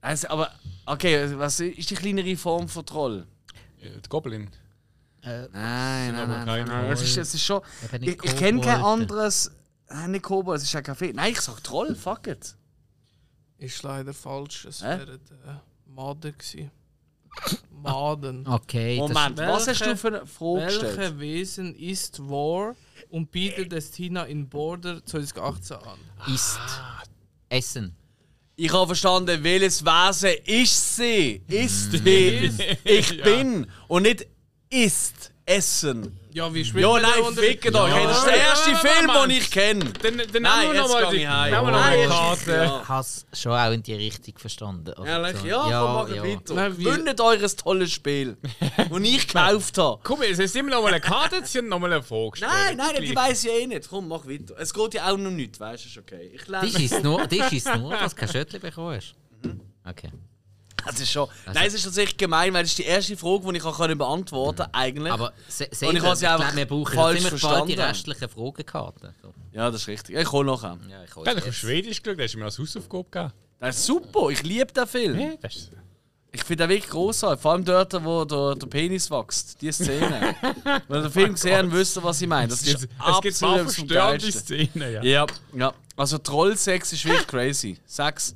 Speaker 1: Also, aber, okay, was ist die kleinere Form von Troll?
Speaker 3: Ja, Der Goblin.
Speaker 2: Äh,
Speaker 1: Nein, nein,
Speaker 3: aber
Speaker 1: nein.
Speaker 3: keine
Speaker 1: nein, nein. Es, ist, es ist schon.
Speaker 2: Eben
Speaker 1: Ich,
Speaker 2: nicht
Speaker 1: ich kenne kein
Speaker 2: Kobolde.
Speaker 1: anderes. Nein, nicht Kobold, es ist ein Kaffee. Nein, ich sag Troll, fuck it.
Speaker 4: Ist leider falsch. Es
Speaker 1: Hä?
Speaker 4: wäre der Maden gewesen. *laughs* Maden.
Speaker 1: Ah,
Speaker 2: Okay,
Speaker 1: Moment, was hast du
Speaker 4: welche-
Speaker 1: für eine Frage gestellt?
Speaker 4: Welcher Wesen ist War und bietet es Tina in Border 2018 an?
Speaker 2: das ist
Speaker 1: Ah.
Speaker 2: Essen.
Speaker 1: Ich habe verstanden, welches Wesen ist sie? Ist wie ich bin und nicht ist Essen.
Speaker 4: Ja, wie spielt
Speaker 1: Ja,
Speaker 4: man da
Speaker 1: Oh, nein,
Speaker 4: unter-
Speaker 1: ficken euch. Hey, das ist der erste Film, den ich kenne.
Speaker 3: Dann, dann
Speaker 1: Nein,
Speaker 3: nehmen
Speaker 1: jetzt
Speaker 3: wir nochmal
Speaker 1: geh
Speaker 3: die,
Speaker 1: ich heim.
Speaker 3: nehmen wir noch mal
Speaker 1: Nein,
Speaker 3: die
Speaker 1: jetzt-
Speaker 3: Karte.
Speaker 1: ja.
Speaker 2: Hast schon auch in die Richtung verstanden. oder?
Speaker 1: Ehrlich,
Speaker 2: So.
Speaker 1: ja, komm, mach weiter.
Speaker 4: Nein, wie-
Speaker 1: Wündet euch ein tolles *laughs* Spiel, das ich gekauft habe.
Speaker 3: Komm, es ist immer noch mal eine Karte, jetzt sind noch mal eine Frage gestellt.
Speaker 1: Nein, nein,
Speaker 3: Gleich.
Speaker 1: die weiss ich eh nicht. Komm, mach weiter. Es geht ja auch noch nicht, weißt du, ist okay. Ich
Speaker 2: Dich
Speaker 1: lerne.
Speaker 2: ist nur, dich ist nur, dass du kein Schöttli bekommst.
Speaker 1: Mhm.
Speaker 2: Okay.
Speaker 1: *laughs* Das ist schon. Nein, es ist tatsächlich gemein, weil das ist die erste Frage, die ich auch können beantworten konnte, eigentlich.
Speaker 2: Aber se, se,
Speaker 1: Und ich
Speaker 2: ich
Speaker 1: habe sie
Speaker 2: glaube,
Speaker 1: einfach
Speaker 2: wir brauchen
Speaker 1: falsch
Speaker 2: ziemlich bald die
Speaker 1: verstanden.
Speaker 2: restlichen Fragenkarten. So.
Speaker 1: Ja, das ist richtig. Ich komme nachher.
Speaker 2: Ja, ich
Speaker 3: Ja, du hast auf Schwedisch geschaut, hast du mir als Hausaufgabe gegeben.
Speaker 1: Das ist super, ich liebe den Film.
Speaker 3: Ja, das ist-
Speaker 1: Ich finde den wirklich großartig, vor allem dort, wo der, der Penis wächst, die *laughs* Szene. Wenn ihr den Film gesehen habt, wisst ihr, was ich meine. Das
Speaker 3: Es
Speaker 1: ist
Speaker 3: gibt es gibt ein
Speaker 1: absolut
Speaker 3: paar
Speaker 1: am
Speaker 3: verstörende
Speaker 1: geilsten.
Speaker 3: Szenen, ja.
Speaker 1: Ja, ja. Also Trollsex ist wirklich crazy. Sex.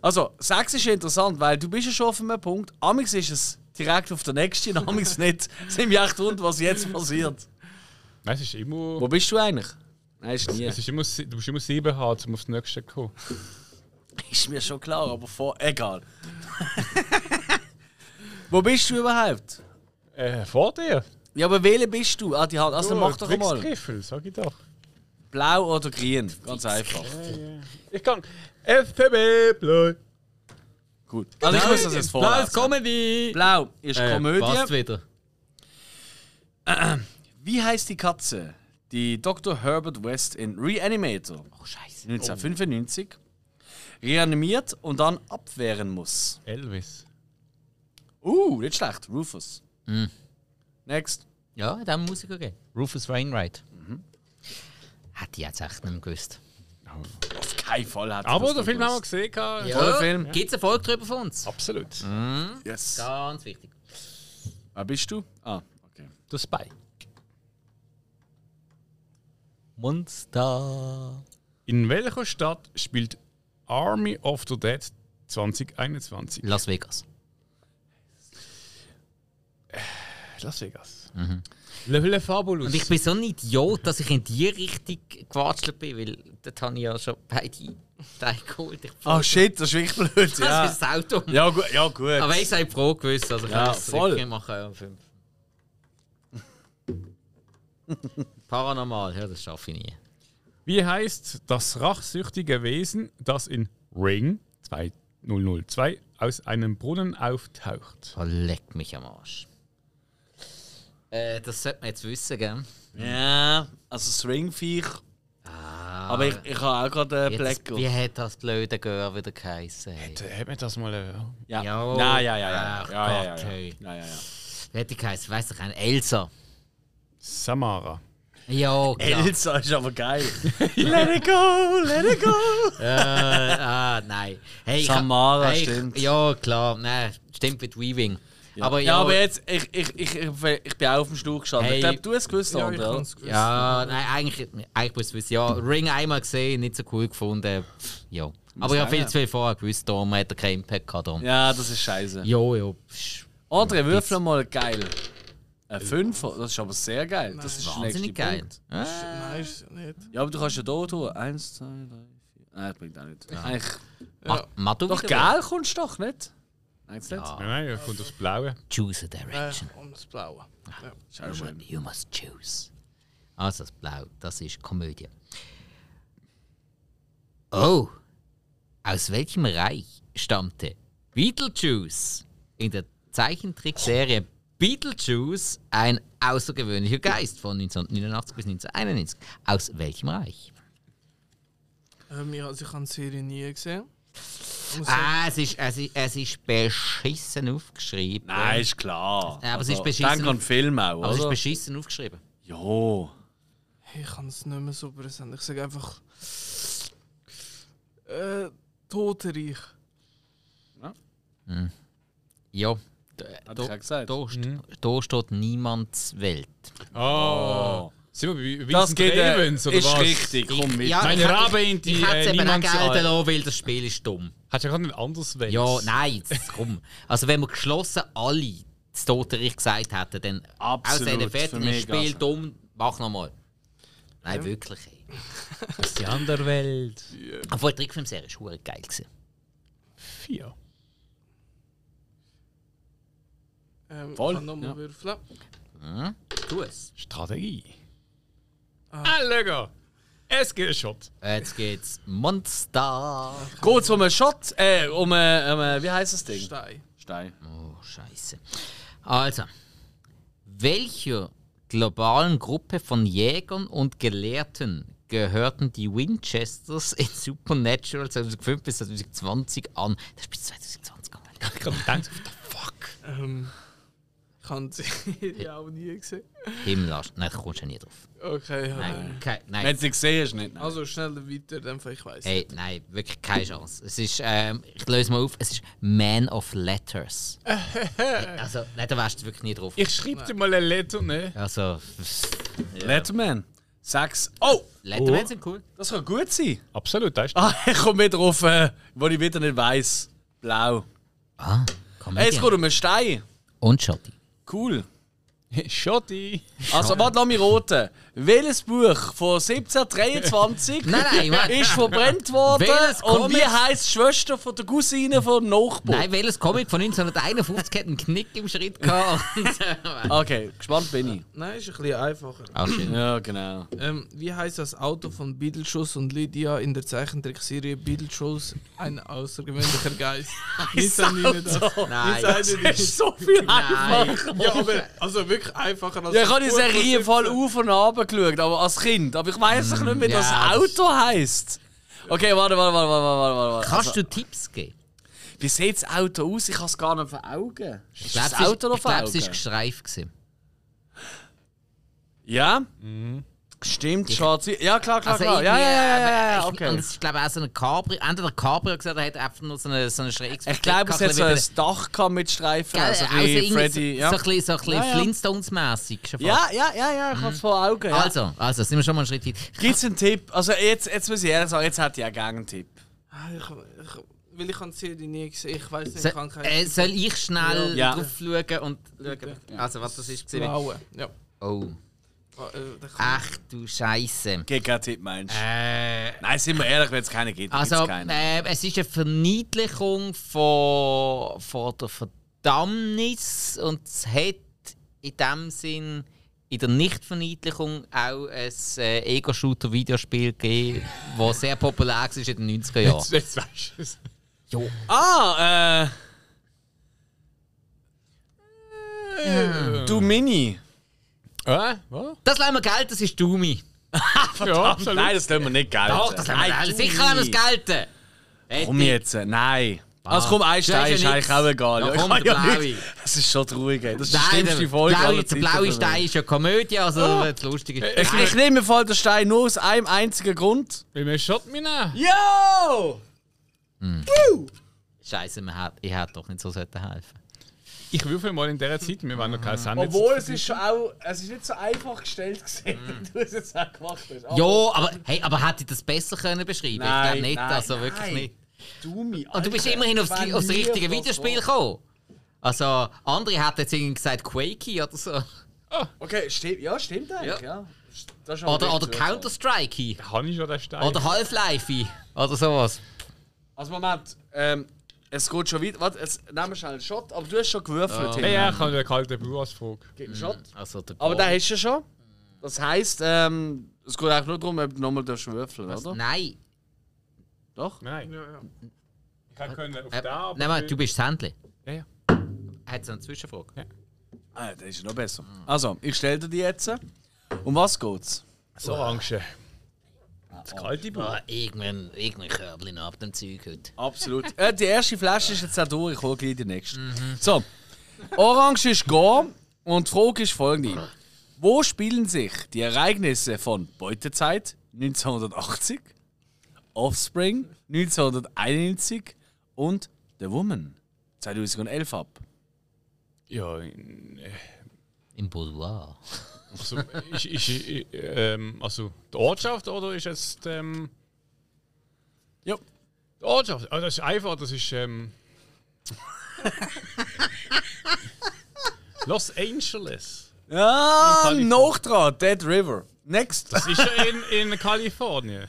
Speaker 1: Also, Sex ist interessant, weil du bist ja schon auf einem Punkt. Amix ist es direkt auf den nächsten, namens nicht. *laughs* Sind wir echt rund, was jetzt passiert.
Speaker 3: Nein, es ist immer.
Speaker 1: Wo bist du eigentlich? Nein, ist nie.
Speaker 3: Es ist immer sie- du musst immer 7 haben, um aufs nächste zu kommen.
Speaker 1: *laughs* Ist mir schon klar, aber vor. Egal. *laughs* Wo bist du überhaupt?
Speaker 3: Äh, vor dir?
Speaker 1: Ja, aber wählen bist du? Ah, die Hand. Also mach doch mal.
Speaker 3: Tricksgriffel, sag ich doch.
Speaker 1: Blau oder grün? Ganz einfach.
Speaker 3: Ich kann. FPB Blau.
Speaker 1: Gut. Also ich muss das jetzt
Speaker 2: Blaues
Speaker 1: vorlesen.
Speaker 2: Comedy!
Speaker 1: Blau ist
Speaker 2: Äh, Passt
Speaker 1: Komödie.
Speaker 2: wieder.
Speaker 1: Wie heißt die Katze, die Dr. Herbert West in Reanimator
Speaker 2: Oh, Scheiße.
Speaker 1: 1995 reanimiert und dann abwehren muss?
Speaker 3: Elvis.
Speaker 1: Uh, nicht schlecht. Rufus. Next.
Speaker 2: Ja, dann Musiker gehen. Rufus Wainwright. Hätte ich jetzt echt nicht mehr gewusst.
Speaker 1: Auf keinen Fall hat er
Speaker 3: Aber
Speaker 1: das
Speaker 3: den Film haben wir
Speaker 1: gewusst.
Speaker 3: gesehen. Mhm. Ja.
Speaker 1: Toller Film.
Speaker 2: Gibt es einen Folge drüber von uns?
Speaker 3: Absolut.
Speaker 1: Yes.
Speaker 2: Ganz wichtig.
Speaker 1: Wer bist du? Ah, okay.
Speaker 2: Der Spike. Monster.
Speaker 3: In welcher Stadt spielt Army of the Dead 2021?
Speaker 2: Las Vegas.
Speaker 3: Las Vegas. Le, Le Fabulous.
Speaker 2: Und ich bin so ein Idiot, dass ich in die Richtung gewatschelt bin, weil dort habe ich ja schon beide Teile geholt. Ich
Speaker 1: Ah, shit, das ist wirklich blöd.
Speaker 2: das
Speaker 1: Ja,
Speaker 2: ist das Auto.
Speaker 1: ja, gut, ja gut.
Speaker 2: Aber ich sei pro gewusst, also ich
Speaker 1: Ja,
Speaker 2: kann es
Speaker 1: voll.
Speaker 2: wirklich machen. Ja, um *laughs* fünf. Paranormal, ja, das schaffe ich nie.
Speaker 3: Wie heißt das rachsüchtige Wesen, das in Ring 2002 aus einem Brunnen auftaucht?
Speaker 2: Oh, leck mich am Arsch. Äh, das sollte man jetzt wissen, gell?
Speaker 1: ja, also das Ringviech. Aber ich, ich habe auch gerade einen
Speaker 2: Ah. Jetzt,
Speaker 1: Blackout.
Speaker 2: wie hat das blöde Girl wieder geheißen? Hey?
Speaker 3: Hat man das mal. äh,
Speaker 1: Ja.
Speaker 2: Ja.
Speaker 1: Nein, ja, ja, ja.
Speaker 2: Ach
Speaker 1: ja, ja, ja,
Speaker 2: Gott,
Speaker 1: ja.
Speaker 2: hey.
Speaker 1: ja, ja, ja.
Speaker 2: Wie hat die geheißen? Weiß ich nicht. Elsa.
Speaker 3: Samara.
Speaker 2: Ja, klar.
Speaker 1: Elsa ist aber geil. *laughs* let it go, let it go.
Speaker 2: äh, ah, nein. Hey, ich-
Speaker 1: Samara,
Speaker 2: hey, ich-
Speaker 1: stimmt.
Speaker 2: Ja, klar. Nein, stimmt mit Weaving. Aber
Speaker 1: ja,
Speaker 2: ja,
Speaker 1: aber jetzt, ich, ich, ich, ich bin auch auf dem Stuhl gestanden.
Speaker 2: Hey.
Speaker 1: Ich glaube, du hast es gewusst,
Speaker 4: Ja, ich
Speaker 1: André, oder?
Speaker 4: kann's gewusst.
Speaker 2: Ja, nein, eigentlich, eigentlich muss ich wissen. Ja, Ring einmal gesehen, nicht so cool gefunden. Pff, Ja. Aber ich habe viel
Speaker 1: sagen.
Speaker 2: zu viel vorher gewusst, darum hat er keinen Impact gehabt. darum.
Speaker 1: Ja, das ist scheiße.
Speaker 2: Jo, jo. pff,
Speaker 1: André, würfel mal geil. Ein Fünfer, das ist aber sehr geil. Das ist der nächste
Speaker 2: Wahnsinnig geil.
Speaker 1: Punkt.
Speaker 2: Äh,
Speaker 4: Nein, ist ja nicht.
Speaker 1: Ja, aber du kannst ja da tun. Eins, zwei, drei, vier. Nein, das bringt auch nicht. Eigentlich,
Speaker 2: Ma- ma du
Speaker 1: doch,
Speaker 2: wieder.
Speaker 1: geil kommst du doch nicht. Eins nicht.
Speaker 2: Ja.
Speaker 3: Ah. Nein, nein, er kommt aus Blaue.
Speaker 2: Choose a
Speaker 4: Äh,
Speaker 2: direction.
Speaker 4: um das Blaue. Ja.
Speaker 1: Schau mal.
Speaker 2: You must choose. Also das Blau, das ist Komödie. Oh, aus welchem Reich stammte Beetlejuice? In der Zeichentrickserie Beetlejuice, ein außergewöhnlicher Geist von 1989 bis 1991. Aus welchem Reich?
Speaker 4: Ähm, ich, also ich habe die Serie nie gesehen. Muss sagen,
Speaker 2: Ah, es ist, es ist, es ist beschissen aufgeschrieben.
Speaker 1: Nein, ist klar.
Speaker 2: Ja, aber es ist beschissen.
Speaker 1: Denk an den Film auch,
Speaker 2: aber es ist
Speaker 1: oder?
Speaker 2: beschissen aufgeschrieben.
Speaker 1: Ja.
Speaker 4: ich kann es nicht mehr so präsent. Ich sage einfach. Äh, Totenreich.
Speaker 2: Ja,
Speaker 1: Hat ich auch gesagt.
Speaker 2: da, st- da steht niemands Welt.
Speaker 3: Oh.
Speaker 1: Oh.
Speaker 3: Sind wir bei
Speaker 1: Das
Speaker 3: Vincent
Speaker 1: geht äh,
Speaker 3: Ravens, oder
Speaker 1: ist
Speaker 3: was?
Speaker 1: richtig, komm mit.
Speaker 2: Ja,
Speaker 3: Meine
Speaker 2: ich-
Speaker 3: Rabe in
Speaker 2: Ich
Speaker 3: die
Speaker 2: hätte es
Speaker 3: äh,
Speaker 2: eben auch gelten
Speaker 3: Niemandsal.
Speaker 2: lassen, weil das Spiel ist dumm.
Speaker 3: Hast du ja gerade nicht anders wählen?
Speaker 2: Ja, nein, jetzt komm. Also wenn wir geschlossen alle das Totenreich gesagt hätten, dann
Speaker 1: Absolut,
Speaker 2: aus einer
Speaker 1: für
Speaker 2: Fertigen
Speaker 1: mich
Speaker 2: ist Spiel
Speaker 1: also.
Speaker 2: dumm, mach nochmal. Nein, wirklich. Ey.
Speaker 3: Aus der anderen Welt.
Speaker 2: Obwohl die Trickfilmserie ist hure geil gewesen.
Speaker 3: Vier.
Speaker 4: Ähm,
Speaker 1: Voll,
Speaker 4: Ich kann nochmal
Speaker 1: ja.
Speaker 4: würfeln.
Speaker 2: Tu es.
Speaker 3: Strategie. Ah, lecker. Es geht ein Shot.
Speaker 2: Jetzt geht's Monster.
Speaker 1: Geht's um einen Shot? Äh, um einen, um einen wie heißt das Ding?
Speaker 4: Stein.
Speaker 1: Stein.
Speaker 2: Oh, scheiße. Also, welcher globalen Gruppe von Jägern und Gelehrten gehörten die Winchesters in Supernatural 2005 bis 2020 an? Das ist bis 2020 gegangen.
Speaker 3: Ich habe gedacht, what the fuck?
Speaker 4: Ähm, ich habe die Serie auch nie gesehen.
Speaker 2: Himmel, Arsch. Nein, da kommst du ja nie drauf.
Speaker 4: Okay, ja.
Speaker 2: Nein, kein, nein.
Speaker 1: Wenn du es nicht gesehen hast, nicht. Nein.
Speaker 4: Also schnell weiter, dann ich weiß.
Speaker 2: Hey, nein, wirklich keine Chance. Es ist, ähm, ich löse mal auf, es ist Man of *laughs* Letters. Hey, also, nein, da wärst du wirklich nie drauf.
Speaker 3: Ich schreibe dir mal eine Letter, ne?
Speaker 2: Also,
Speaker 1: Letterman. Sechs. Oh,
Speaker 2: Letterman sind cool.
Speaker 1: das kann gut sein.
Speaker 3: Absolut, das ist
Speaker 1: Ah, *laughs* ich komme wieder auf, äh, wo ich wieder nicht weiss. Blau.
Speaker 2: Ah,
Speaker 1: Hey,
Speaker 2: Comedian.
Speaker 1: es geht um einen Stein.
Speaker 2: Und Schotti.
Speaker 1: Cool.
Speaker 3: *laughs* Schotti!
Speaker 1: Also, warte, lass mich roten. Welches Buch von 1723
Speaker 2: *laughs* Nein, nein, warte.
Speaker 1: ist verbrannt worden
Speaker 2: Welches
Speaker 1: und wie
Speaker 2: Comic-
Speaker 1: heisst die Schwester von der Cousine von Nachbar?
Speaker 2: Nein, welches Comic von 1951 hat einen Knick
Speaker 1: *laughs*
Speaker 2: im Schritt gehabt?
Speaker 1: Okay, gespannt bin ich.
Speaker 4: Nein, ist ein bisschen einfacher.
Speaker 2: Ach, schön.
Speaker 1: Ja, genau. *laughs*
Speaker 4: Ähm, wie heißt das Auto von Beetlejuice und Lydia in der Zeichentrickserie Beetlejuice? Ein außergewöhnlicher Geist. Nicht so das.
Speaker 2: Nein.
Speaker 4: Das
Speaker 1: Das ist so viel
Speaker 2: Nein.
Speaker 1: einfacher.
Speaker 4: Ja, aber also wirklich einfacher als
Speaker 1: Ja, ich habe die
Speaker 4: Buch-
Speaker 1: Serie voll auf und ab geschaut, aber als Kind. Aber ich weiß nicht mehr, wie
Speaker 2: ja,
Speaker 1: das
Speaker 2: das-
Speaker 1: Auto heisst. Okay, warte, warte, warte, warte, warte, warte.
Speaker 2: Kannst du Tipps geben?
Speaker 1: Wie sieht das Auto aus? Ich habe es gar nicht vor Augen. Ist
Speaker 2: glaub,
Speaker 1: das
Speaker 2: es ist-
Speaker 1: Auto noch
Speaker 2: ich
Speaker 1: vor
Speaker 2: glaube, es
Speaker 1: Augen?
Speaker 2: war gestreift. Gewesen.
Speaker 1: Ja? Stimmt, schwarz. Ja, klar, klar,
Speaker 2: Mhm. Also
Speaker 1: klar. Ja, ja,
Speaker 2: irgendwie,
Speaker 1: ja, ja, ja,
Speaker 2: aber
Speaker 1: ja,
Speaker 2: ich- Und
Speaker 1: okay.
Speaker 2: es ist, glaube ich, auch so ein Cabrio. Entweder ein Cabrio gesagt, er hat einfach nur so eine, so eine schräges
Speaker 1: Ich glaube, es hat so ein Dach gehabt mit Streifen. Also ein bisschen Freddy.
Speaker 2: So
Speaker 1: Ja.
Speaker 2: ein bisschen, so ein bisschen
Speaker 1: Ja, ja.
Speaker 2: Flintstones-mässig. schon fast.
Speaker 1: ja, ja, ja, ja, ich habe es vor Augen. Ja.
Speaker 2: Also, also, sind wir schon mal einen Schritt weit.
Speaker 1: Gibt es einen Tipp? Also, jetzt, jetzt muss ich ehrlich sagen, jetzt hätte ich auch gerne einen Tipp.
Speaker 4: Ah, Ich, ich, weil ich habe die Serie nie gesehen. Ich weiß nicht,
Speaker 2: So,
Speaker 4: ich kann keine.
Speaker 2: äh, soll ich schnell
Speaker 1: Ja.
Speaker 2: drauf schauen und schauen? Also, was das ist? gewesen?
Speaker 4: Blaue. Ja.
Speaker 2: Oh.
Speaker 4: Ah, äh, da kann-
Speaker 2: Ach du Scheiße.
Speaker 1: Geht keinen Tipp, meinst du?
Speaker 2: Äh,
Speaker 1: Nein, sind wir ehrlich, wenn es keinen gibt. gibt's
Speaker 2: also,
Speaker 1: keinen.
Speaker 2: äh, es ist eine Verniedlichung von, von der Verdammnis und es hat in dem Sinn in der Nichtverniedlichung auch ein äh, Ego-Shooter-Videospiel gegeben, das sehr populär war in den 90er Jahren.
Speaker 3: Jetzt, jetzt weißt du es.
Speaker 2: Jo.
Speaker 1: Ah, äh. Du Mini.
Speaker 3: Äh, was?
Speaker 2: Das lassen wir Geld, das ist Dumi.
Speaker 3: Ja, absolut.
Speaker 1: Nein, das lassen wir nicht gelten.
Speaker 2: Doch, das lassen wir
Speaker 1: Nein,
Speaker 2: Geld.
Speaker 1: du
Speaker 2: Sicher lassen
Speaker 1: Mini.
Speaker 2: wir es gelten.
Speaker 1: Komm jetzt, äh, nein. Also komm, ein
Speaker 2: Das ist ja
Speaker 1: Stein ist eigentlich
Speaker 2: nix.
Speaker 1: auch egal.
Speaker 2: Ja,
Speaker 1: Ich
Speaker 2: komm,
Speaker 1: kann
Speaker 2: der
Speaker 1: ja
Speaker 2: blaue.
Speaker 1: nicht- Das ist schon traurig, ey. Das ist die
Speaker 2: Nein, der
Speaker 1: schlimmste Folge
Speaker 2: blaue,
Speaker 1: aller
Speaker 2: der
Speaker 1: Zeiten. Ah.
Speaker 2: blaue Stein ist ja Komödie, also das Lustige ist.
Speaker 1: Ich, ich nehme im Fall den Stein nur aus einem einzigen Grund.
Speaker 3: Will man einen Shot mitnehmen?
Speaker 1: Yo!
Speaker 2: Scheiße, man hat, ich hätte doch nicht so helfen sollen.
Speaker 3: Ich würfel mal in dieser Zeit, wir waren noch keine Sendung.
Speaker 1: Obwohl es ist schon auch. Es ist nicht so einfach gestellt gesehen, wie *laughs* du es jetzt auch gemacht hast. Aber
Speaker 2: Ja, aber, hey, aber hätte ich das besser können beschreiben können? Ich
Speaker 1: Nein,
Speaker 2: glaube nicht,
Speaker 1: nein,
Speaker 2: also wirklich
Speaker 1: nein.
Speaker 2: nicht.
Speaker 1: Du, mich,
Speaker 2: Und du bist
Speaker 1: Alter,
Speaker 2: immerhin aufs,
Speaker 1: ich wär
Speaker 2: aufs
Speaker 1: nie
Speaker 2: richtige
Speaker 1: auf das
Speaker 2: Videospiel
Speaker 1: gekommen.
Speaker 2: gekommen. Also, andere hätten jetzt irgendwie gesagt Quakey oder so.
Speaker 1: Okay, stimmt, ja, stimmt eigentlich, ja. Das ist aber
Speaker 2: Oder,
Speaker 1: wirklich
Speaker 2: oder
Speaker 1: so.
Speaker 2: Counter-Strikey.
Speaker 3: Habe ich schon den Stein?
Speaker 2: Oder Half-Lifey. Oder sowas.
Speaker 1: Also Moment, ähm, es geht schon weit. Warte, jetzt nehmen wir schnell einen Shot, aber du hast schon gewürfelt.
Speaker 3: Ja,
Speaker 1: Tim.
Speaker 3: ja, ich habe eine kalte Bauausfrage.
Speaker 1: Gib einen Shot.
Speaker 2: Also der
Speaker 1: Aber
Speaker 2: Ball-
Speaker 1: den hast du schon. Das heisst, ähm, es geht eigentlich nur darum, ob du nochmal darfst würfeln, oder?
Speaker 2: Nein.
Speaker 1: Doch?
Speaker 3: Nein. Ich kann können auf
Speaker 2: Äh,
Speaker 3: den, aber...
Speaker 2: nein, Moment, du bist das Händchen.
Speaker 3: Ja, ja.
Speaker 2: Hat es eine Zwischenfrage?
Speaker 1: Ah, das ist ja noch besser. Also, ich stelle dir die jetzt. Um was geht's?
Speaker 3: So, Orange. Das kalte Bau.
Speaker 2: Ah, irgendwann, irgendwann Körbchen ab dem Zeug heute.
Speaker 1: Absolut. äh, die erste Flasche ist jetzt auch durch, ich hole gleich die nächste. So, Orange ist gone und die Frage ist folgende. Wo spielen sich die Ereignisse von Beutezeit 1980, Offspring 1991 und The Woman 2011 ab?
Speaker 3: Ja, in- äh,
Speaker 2: Im Boudoir.
Speaker 3: also, ist, ist, äh, ähm, also die Ortschaft oder ist jetzt... Ähm,
Speaker 1: Ja.
Speaker 3: die Ortschaft, oh, das ist einfach, das ist... *laughs* Ähm, Los Angeles.
Speaker 1: Ja,
Speaker 3: In Kalifornien.
Speaker 1: noch dran, Dead River. Next.
Speaker 3: Das ist ja in, in Kalifornien.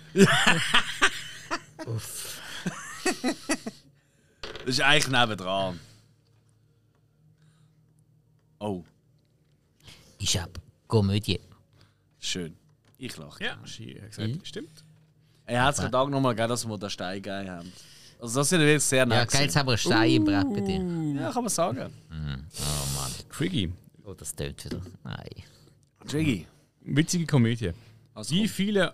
Speaker 1: Das ist eigentlich nebendran. Oh,
Speaker 2: Ich hab Komödie.
Speaker 1: schön. Ich lache.
Speaker 3: Ja, Hm? Ski, hat gesagt, stimmt.
Speaker 1: Ey, herzlichen Dank nochmal, gell, dass wir den Stein gegeben haben. Also, das sind wirklich sehr
Speaker 2: Ja,
Speaker 1: nett.
Speaker 2: geil, jetzt haben wir einen Stein im Brett bei dir.
Speaker 1: gewesen. ja kann man sagen.
Speaker 3: Tricky.
Speaker 2: Oh, das tönt wieder. Nein.
Speaker 1: Tricky.
Speaker 3: Witzige Komödie.
Speaker 1: Also,
Speaker 3: Wie viele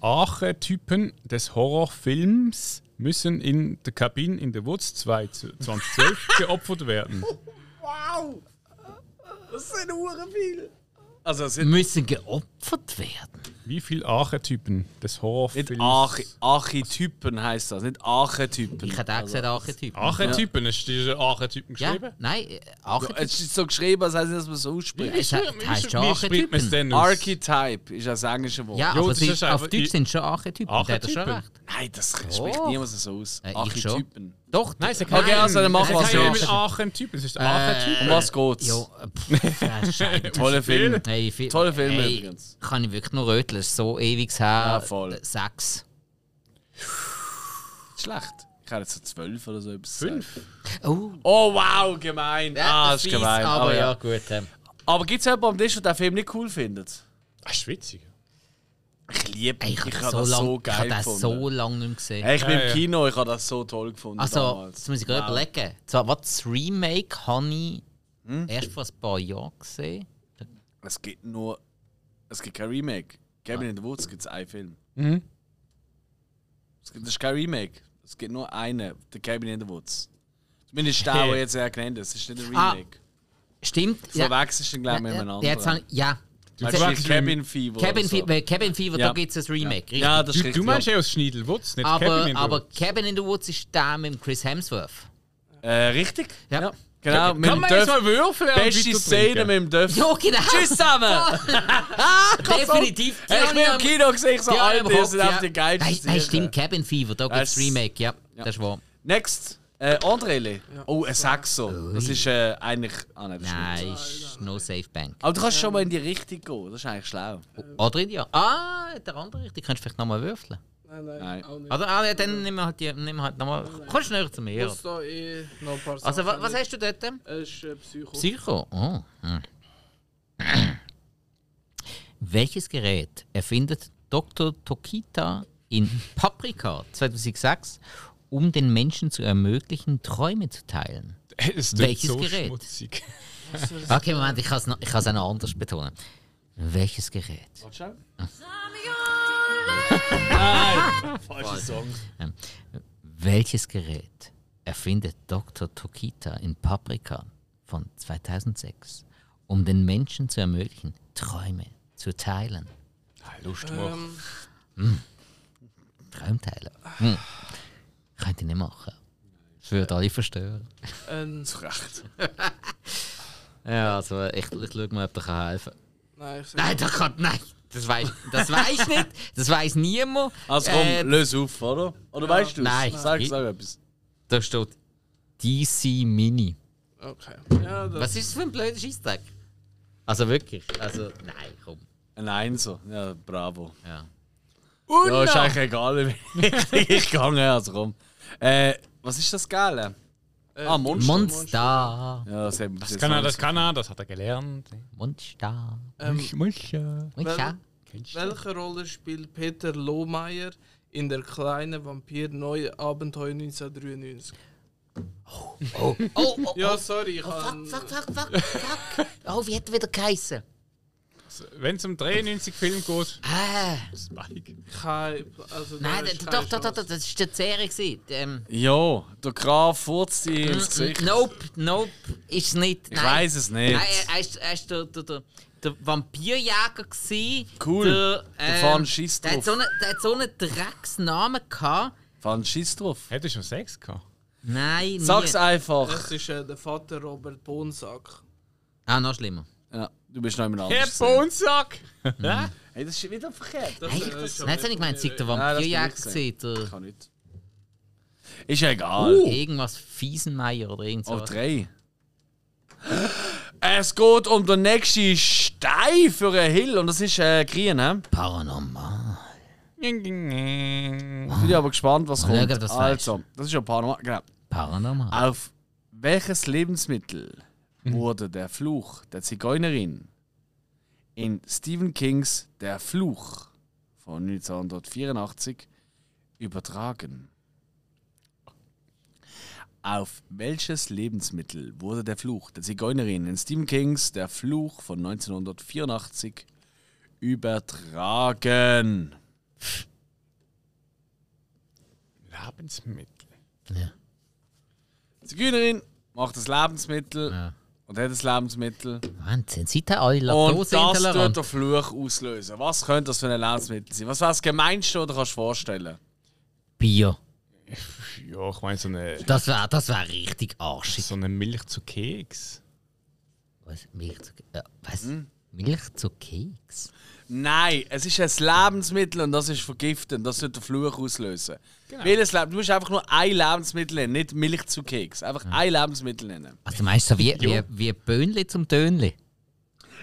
Speaker 3: Archetypen des Horrorfilms müssen in der Kabine in der Woods 2 zu- 2012 geopfert werden?
Speaker 1: wow! Das sind Uhren viel. Also, das sind
Speaker 2: Müssen geopfert werden.
Speaker 3: Wie viele Archetypen des
Speaker 1: nicht
Speaker 3: Horrorfilms?
Speaker 1: Archi Archetypen heisst das, nicht Archetypen.
Speaker 2: Ich hätte auch gesagt Archetyp.
Speaker 3: Archetypen, ja. ist dieser Archetypen
Speaker 2: ja?
Speaker 3: geschrieben?
Speaker 2: Nein, äh,
Speaker 1: Ja,
Speaker 2: Archetyp.
Speaker 1: Es ist so geschrieben, als heißt nicht, dass man es ausspricht.
Speaker 2: Es he- heisst schon
Speaker 3: Wie spricht man es
Speaker 2: Archetypen.
Speaker 3: denn aus?
Speaker 1: Archetype ist das englische Wort.
Speaker 2: Ja,
Speaker 3: Jo,
Speaker 2: aber
Speaker 3: das
Speaker 2: sie,
Speaker 3: ist
Speaker 2: auf
Speaker 3: einfach-
Speaker 2: Deutsch
Speaker 3: ich-
Speaker 2: sind schon Archetypen. Archetypen. Da hat er schon
Speaker 3: Archetypen?
Speaker 2: recht.
Speaker 1: Nein, das spricht niemand so aus.
Speaker 2: Äh, ich schon.
Speaker 1: Archetypen.
Speaker 2: Doch,
Speaker 3: Nein, sie
Speaker 1: Okay, also dann mach was,
Speaker 3: Es
Speaker 1: ja.
Speaker 3: ist mit Aachen-Typ. Es ist ein Aachen-Typ.
Speaker 1: Um was geht's?
Speaker 2: Äh, ja, pff, äh, Scheiße.
Speaker 1: Toller Film.
Speaker 2: Hey, fi
Speaker 1: Toller Film
Speaker 2: hey,
Speaker 1: übrigens.
Speaker 2: Kann ich wirklich nur röteln, ist so ewig her.
Speaker 1: Ja, voll.
Speaker 2: Sechs.
Speaker 1: Schlecht. Ich hätte jetzt so zwölf oder so etwas.
Speaker 3: Fünf.
Speaker 2: Oh,
Speaker 1: Oh wow, gemein. ah, ist
Speaker 2: fies,
Speaker 1: gemein.
Speaker 2: Aber ja,
Speaker 1: ja.
Speaker 2: gut. ähm.
Speaker 1: aber gibt es jemanden am Tisch, der den Film nicht cool findet?
Speaker 3: Ah, schwitzig.
Speaker 1: Ich liebe
Speaker 2: Ey,
Speaker 1: ihn.
Speaker 2: ich
Speaker 1: Ich habe
Speaker 2: habe so
Speaker 1: das
Speaker 2: lang,
Speaker 1: so
Speaker 2: ich hab
Speaker 1: geil
Speaker 2: das so
Speaker 1: gefunden.
Speaker 2: lange nicht mehr gesehen.
Speaker 1: Hey, ich bin
Speaker 3: Ja,
Speaker 1: im
Speaker 3: ja.
Speaker 1: Kino, ich habe das so toll gefunden
Speaker 2: also,
Speaker 1: damals.
Speaker 2: jetzt muss ich gerade überlegen. Zwar, was das Remake habe ich
Speaker 1: Hm?
Speaker 2: erst vor ein paar Jahren gesehen.
Speaker 1: Es gibt nur. Es gibt kein Remake. Cabin in the Woods gibt es einen Film.
Speaker 3: Mhm.
Speaker 1: Es gibt, das ist kein Remake. Es gibt nur einen, The Cabin in the Woods. Zumindest der, der jetzt ja genannt ist. Es ist nicht ein
Speaker 2: Ah,
Speaker 1: Remake.
Speaker 2: Stimmt.
Speaker 1: Du verwechselst ihn, glaube ich, mit einem
Speaker 2: ja, jetzt hab
Speaker 1: anderen.
Speaker 2: ich, ja.
Speaker 1: Weil
Speaker 2: Jetzt-
Speaker 1: es
Speaker 3: verwechselst
Speaker 1: ist
Speaker 3: ihn mit-
Speaker 1: Cabin Fever.
Speaker 2: Cabin,
Speaker 1: oder so.
Speaker 2: Fever, äh, Cabin Fever,
Speaker 1: Ja.
Speaker 2: da gibt es ein Remake.
Speaker 1: Ja,
Speaker 2: richtig.
Speaker 1: das ist
Speaker 3: Du,
Speaker 1: richtig.
Speaker 3: du meinst
Speaker 1: ja.
Speaker 3: ja aus Schniedelwutz, nicht
Speaker 2: aber,
Speaker 3: Kevin in
Speaker 2: aber
Speaker 3: *laughs*
Speaker 2: Cabin in the Woods ist der mit dem Chris Hemsworth.
Speaker 1: äh, richtig?
Speaker 2: Ja.
Speaker 1: Genau, mit
Speaker 3: Kann
Speaker 1: dem
Speaker 3: man jetzt
Speaker 1: Döff.
Speaker 3: mal würfeln? und
Speaker 1: Beste
Speaker 3: weiter
Speaker 1: Szene
Speaker 3: trinken?
Speaker 1: mit dem Döff.
Speaker 2: Ja, genau.
Speaker 1: Tschüss zusammen!
Speaker 2: Definitiv.
Speaker 1: Hey, ich bin im Kino gesehen, ich so, Alter, ihr seid auf die geilsten
Speaker 2: Nein,
Speaker 1: Szenen.
Speaker 2: nein, stimmt, Cabin Fever, da gibt es
Speaker 1: Das-
Speaker 2: Remake, ja, das ist wahr.
Speaker 1: Next, äh, Andrele. Oh, ein Saxo. Das ist äh, eigentlich... Ah, nein, das stimmt.
Speaker 2: Nein, Ähm. ist no safe bank.
Speaker 1: Aber du kannst schon mal in die Richtung gehen, das ist eigentlich schlau.
Speaker 2: Oder in ja. Ah, der andere richtig, kannst du vielleicht nochmal würfeln.
Speaker 4: Nein, nein,
Speaker 1: Nein.
Speaker 4: auch nicht.
Speaker 2: Oder ah, ja, dann nehmen wir halt, die- nehmen wir halt nochmal. Kommst näher zu
Speaker 4: Ich
Speaker 2: mir.
Speaker 4: muss da eh noch ein paar
Speaker 2: Also, wa,
Speaker 4: Sachen
Speaker 2: was
Speaker 4: nicht-
Speaker 2: hast du dort?
Speaker 4: Es ist äh, Psycho.
Speaker 2: Psycho. Oh. Hm. *clears throat* Welches Gerät erfindet Dr. Tokita in Paprika *laughs* 2006, um den Menschen zu ermöglichen, Träume zu teilen?
Speaker 3: Es klingt
Speaker 2: Welches
Speaker 3: so
Speaker 2: Gerät?
Speaker 3: schmutzig.
Speaker 2: Okay, Moment, ich kann es noch ich kann's auch noch anders betonen. Welches Gerät? Ah.
Speaker 1: *laughs* Falscher Song.
Speaker 2: Ähm, Welches Gerät erfindet Dr. Tokita in Paprika von 2006, um den Menschen zu ermöglichen, Träume zu teilen?
Speaker 3: Ah, Lust machen.
Speaker 4: Ähm,
Speaker 2: Traumteilen. Hm. Könnt ihr nicht machen. Das würde alle verstören.
Speaker 4: ein-
Speaker 1: Zu Recht.
Speaker 2: Ja, also ich, ich schaue mal, ob der kann helfen kann.
Speaker 4: nein, ich sag,
Speaker 2: Nein, der kann nein. Das weiß *laughs* das weiß nicht. Das weiß niemand.
Speaker 1: Also komm,
Speaker 2: Äh,
Speaker 1: löse auf, oder? Oder weißt du
Speaker 2: Nein.
Speaker 1: Sag, sag etwas.
Speaker 2: da steht DC Mini.
Speaker 4: okay. Ja, das,
Speaker 2: Was ist das für ein blöder Scheißdreck? Also wirklich, also nein, komm.
Speaker 1: Ein Einser. Ja, bravo.
Speaker 2: Ja.
Speaker 1: Ja, ist eigentlich egal, wie ich- *laughs* ich gegangen also komm. Äh, was ist das Geile?
Speaker 2: Äh,
Speaker 1: ah, Monster.
Speaker 2: Monster,
Speaker 1: ja, das, haben wir
Speaker 3: Das
Speaker 1: jetzt
Speaker 3: kann er,
Speaker 1: noch
Speaker 3: das
Speaker 1: nicht
Speaker 3: kann er, das hat er gelernt.
Speaker 2: Monster,
Speaker 4: ähm,
Speaker 3: Muscha.
Speaker 2: Monster.
Speaker 4: welche Rolle spielt Peter Lohmeier in der kleine Vampir Neue Abenteuer 1993?
Speaker 2: Oh, oh, oh,
Speaker 4: Ja, sorry, ich
Speaker 2: fuck,
Speaker 4: kann.
Speaker 2: fuck, fuck, fuck, fuck. *laughs* Oh, wie hat er wieder geheissen?
Speaker 3: Wenn es um 93 Film geht,
Speaker 2: Ah,
Speaker 3: Spike.
Speaker 4: Kein, also, da
Speaker 2: nein,
Speaker 4: ist
Speaker 2: d-
Speaker 4: keine
Speaker 2: doch, doch, doch, doch,
Speaker 4: Chance.
Speaker 2: das war die Serie. gewesen. Ähm,
Speaker 1: gesehen. Ja, der Graf furzt dir ins Gesicht.
Speaker 2: nope, nope, ist nicht.
Speaker 1: Ich weiß es nicht.
Speaker 2: Mm, Nein, äh, er- er ist- er ist der, der, der, der Vampirjäger. Gewesen,
Speaker 1: Cool.
Speaker 2: Der, ähm,
Speaker 1: Da fahren Schiss
Speaker 2: der, hat
Speaker 1: drauf.
Speaker 2: so einen, der hat so einen Drecksnamen gehabt.
Speaker 1: Fahren Schiss drauf.
Speaker 3: Hättest du schon Sex gehabt?
Speaker 2: Nein, nie.
Speaker 1: Sag's einfach.
Speaker 4: Das ist äh, der Vater Robert Bonsack.
Speaker 2: Ah, noch schlimmer.
Speaker 1: Ja, du bist noch jemand
Speaker 3: Herr
Speaker 1: anderes.
Speaker 3: Bonsack!
Speaker 1: Hey, das ist wieder verkehrt.
Speaker 4: Das,
Speaker 2: Hey,
Speaker 4: äh, ist
Speaker 2: nein, jetzt habe ich gemeint, sei der
Speaker 1: Nein, das
Speaker 2: Vampirjäger
Speaker 1: bin ich
Speaker 2: gewesen, der
Speaker 1: Ich kann nicht. Ist ja egal. Uh,
Speaker 2: irgendwas Fiesenmeier oder irgend
Speaker 1: oh,
Speaker 2: sowas.
Speaker 1: drei. Es geht um den nächsten Stein für einen Hill und das ist äh, Green, hä?
Speaker 2: Paranormal.
Speaker 3: Ding,
Speaker 1: Bin ich aber gespannt, was
Speaker 2: Mal
Speaker 1: kommt.
Speaker 2: schauen, ob das
Speaker 1: also, das ist ja Panorama. Genau.
Speaker 2: Paranormal.
Speaker 1: Auf welches Lebensmittel wurde der Fluch der Zigeunerin in Stephen Kings Der Fluch von 1984 übertragen? Auf welches Lebensmittel wurde der Fluch der Zigeunerin in Stephen Kings Der Fluch von 1984 übertragen?
Speaker 3: Lebensmittel.
Speaker 2: Ja.
Speaker 1: Die Zigeunerin macht das Lebensmittel
Speaker 2: Ja.
Speaker 1: und hat das Lebensmittel.
Speaker 2: Wahnsinn, seid ihr alle
Speaker 1: Und das tut
Speaker 2: laktoseintolerant?
Speaker 1: der Fluch auslösen. Was könnte das für ein Lebensmittel sein? Was wäre das Gemeinste, das du kannst vorstellen
Speaker 2: Bier.
Speaker 3: Ja, ich meine, so eine,
Speaker 2: Das wäre das wär richtig arschig.
Speaker 3: so eine Milch zu Keks.
Speaker 1: Hm?
Speaker 2: Was? Milch zu... Äh, was? Milch zu Keks?
Speaker 1: Nein, es ist ein Lebensmittel und das ist vergiftet und das wird der Fluch auslösen.
Speaker 2: Genau.
Speaker 1: Welches Leben? Du musst einfach nur ein Lebensmittel nennen, nicht Milch zu Keks. Einfach ein Lebensmittel nennen.
Speaker 2: Also du meinst so wie, wie, wie Böhnli zum Tönli?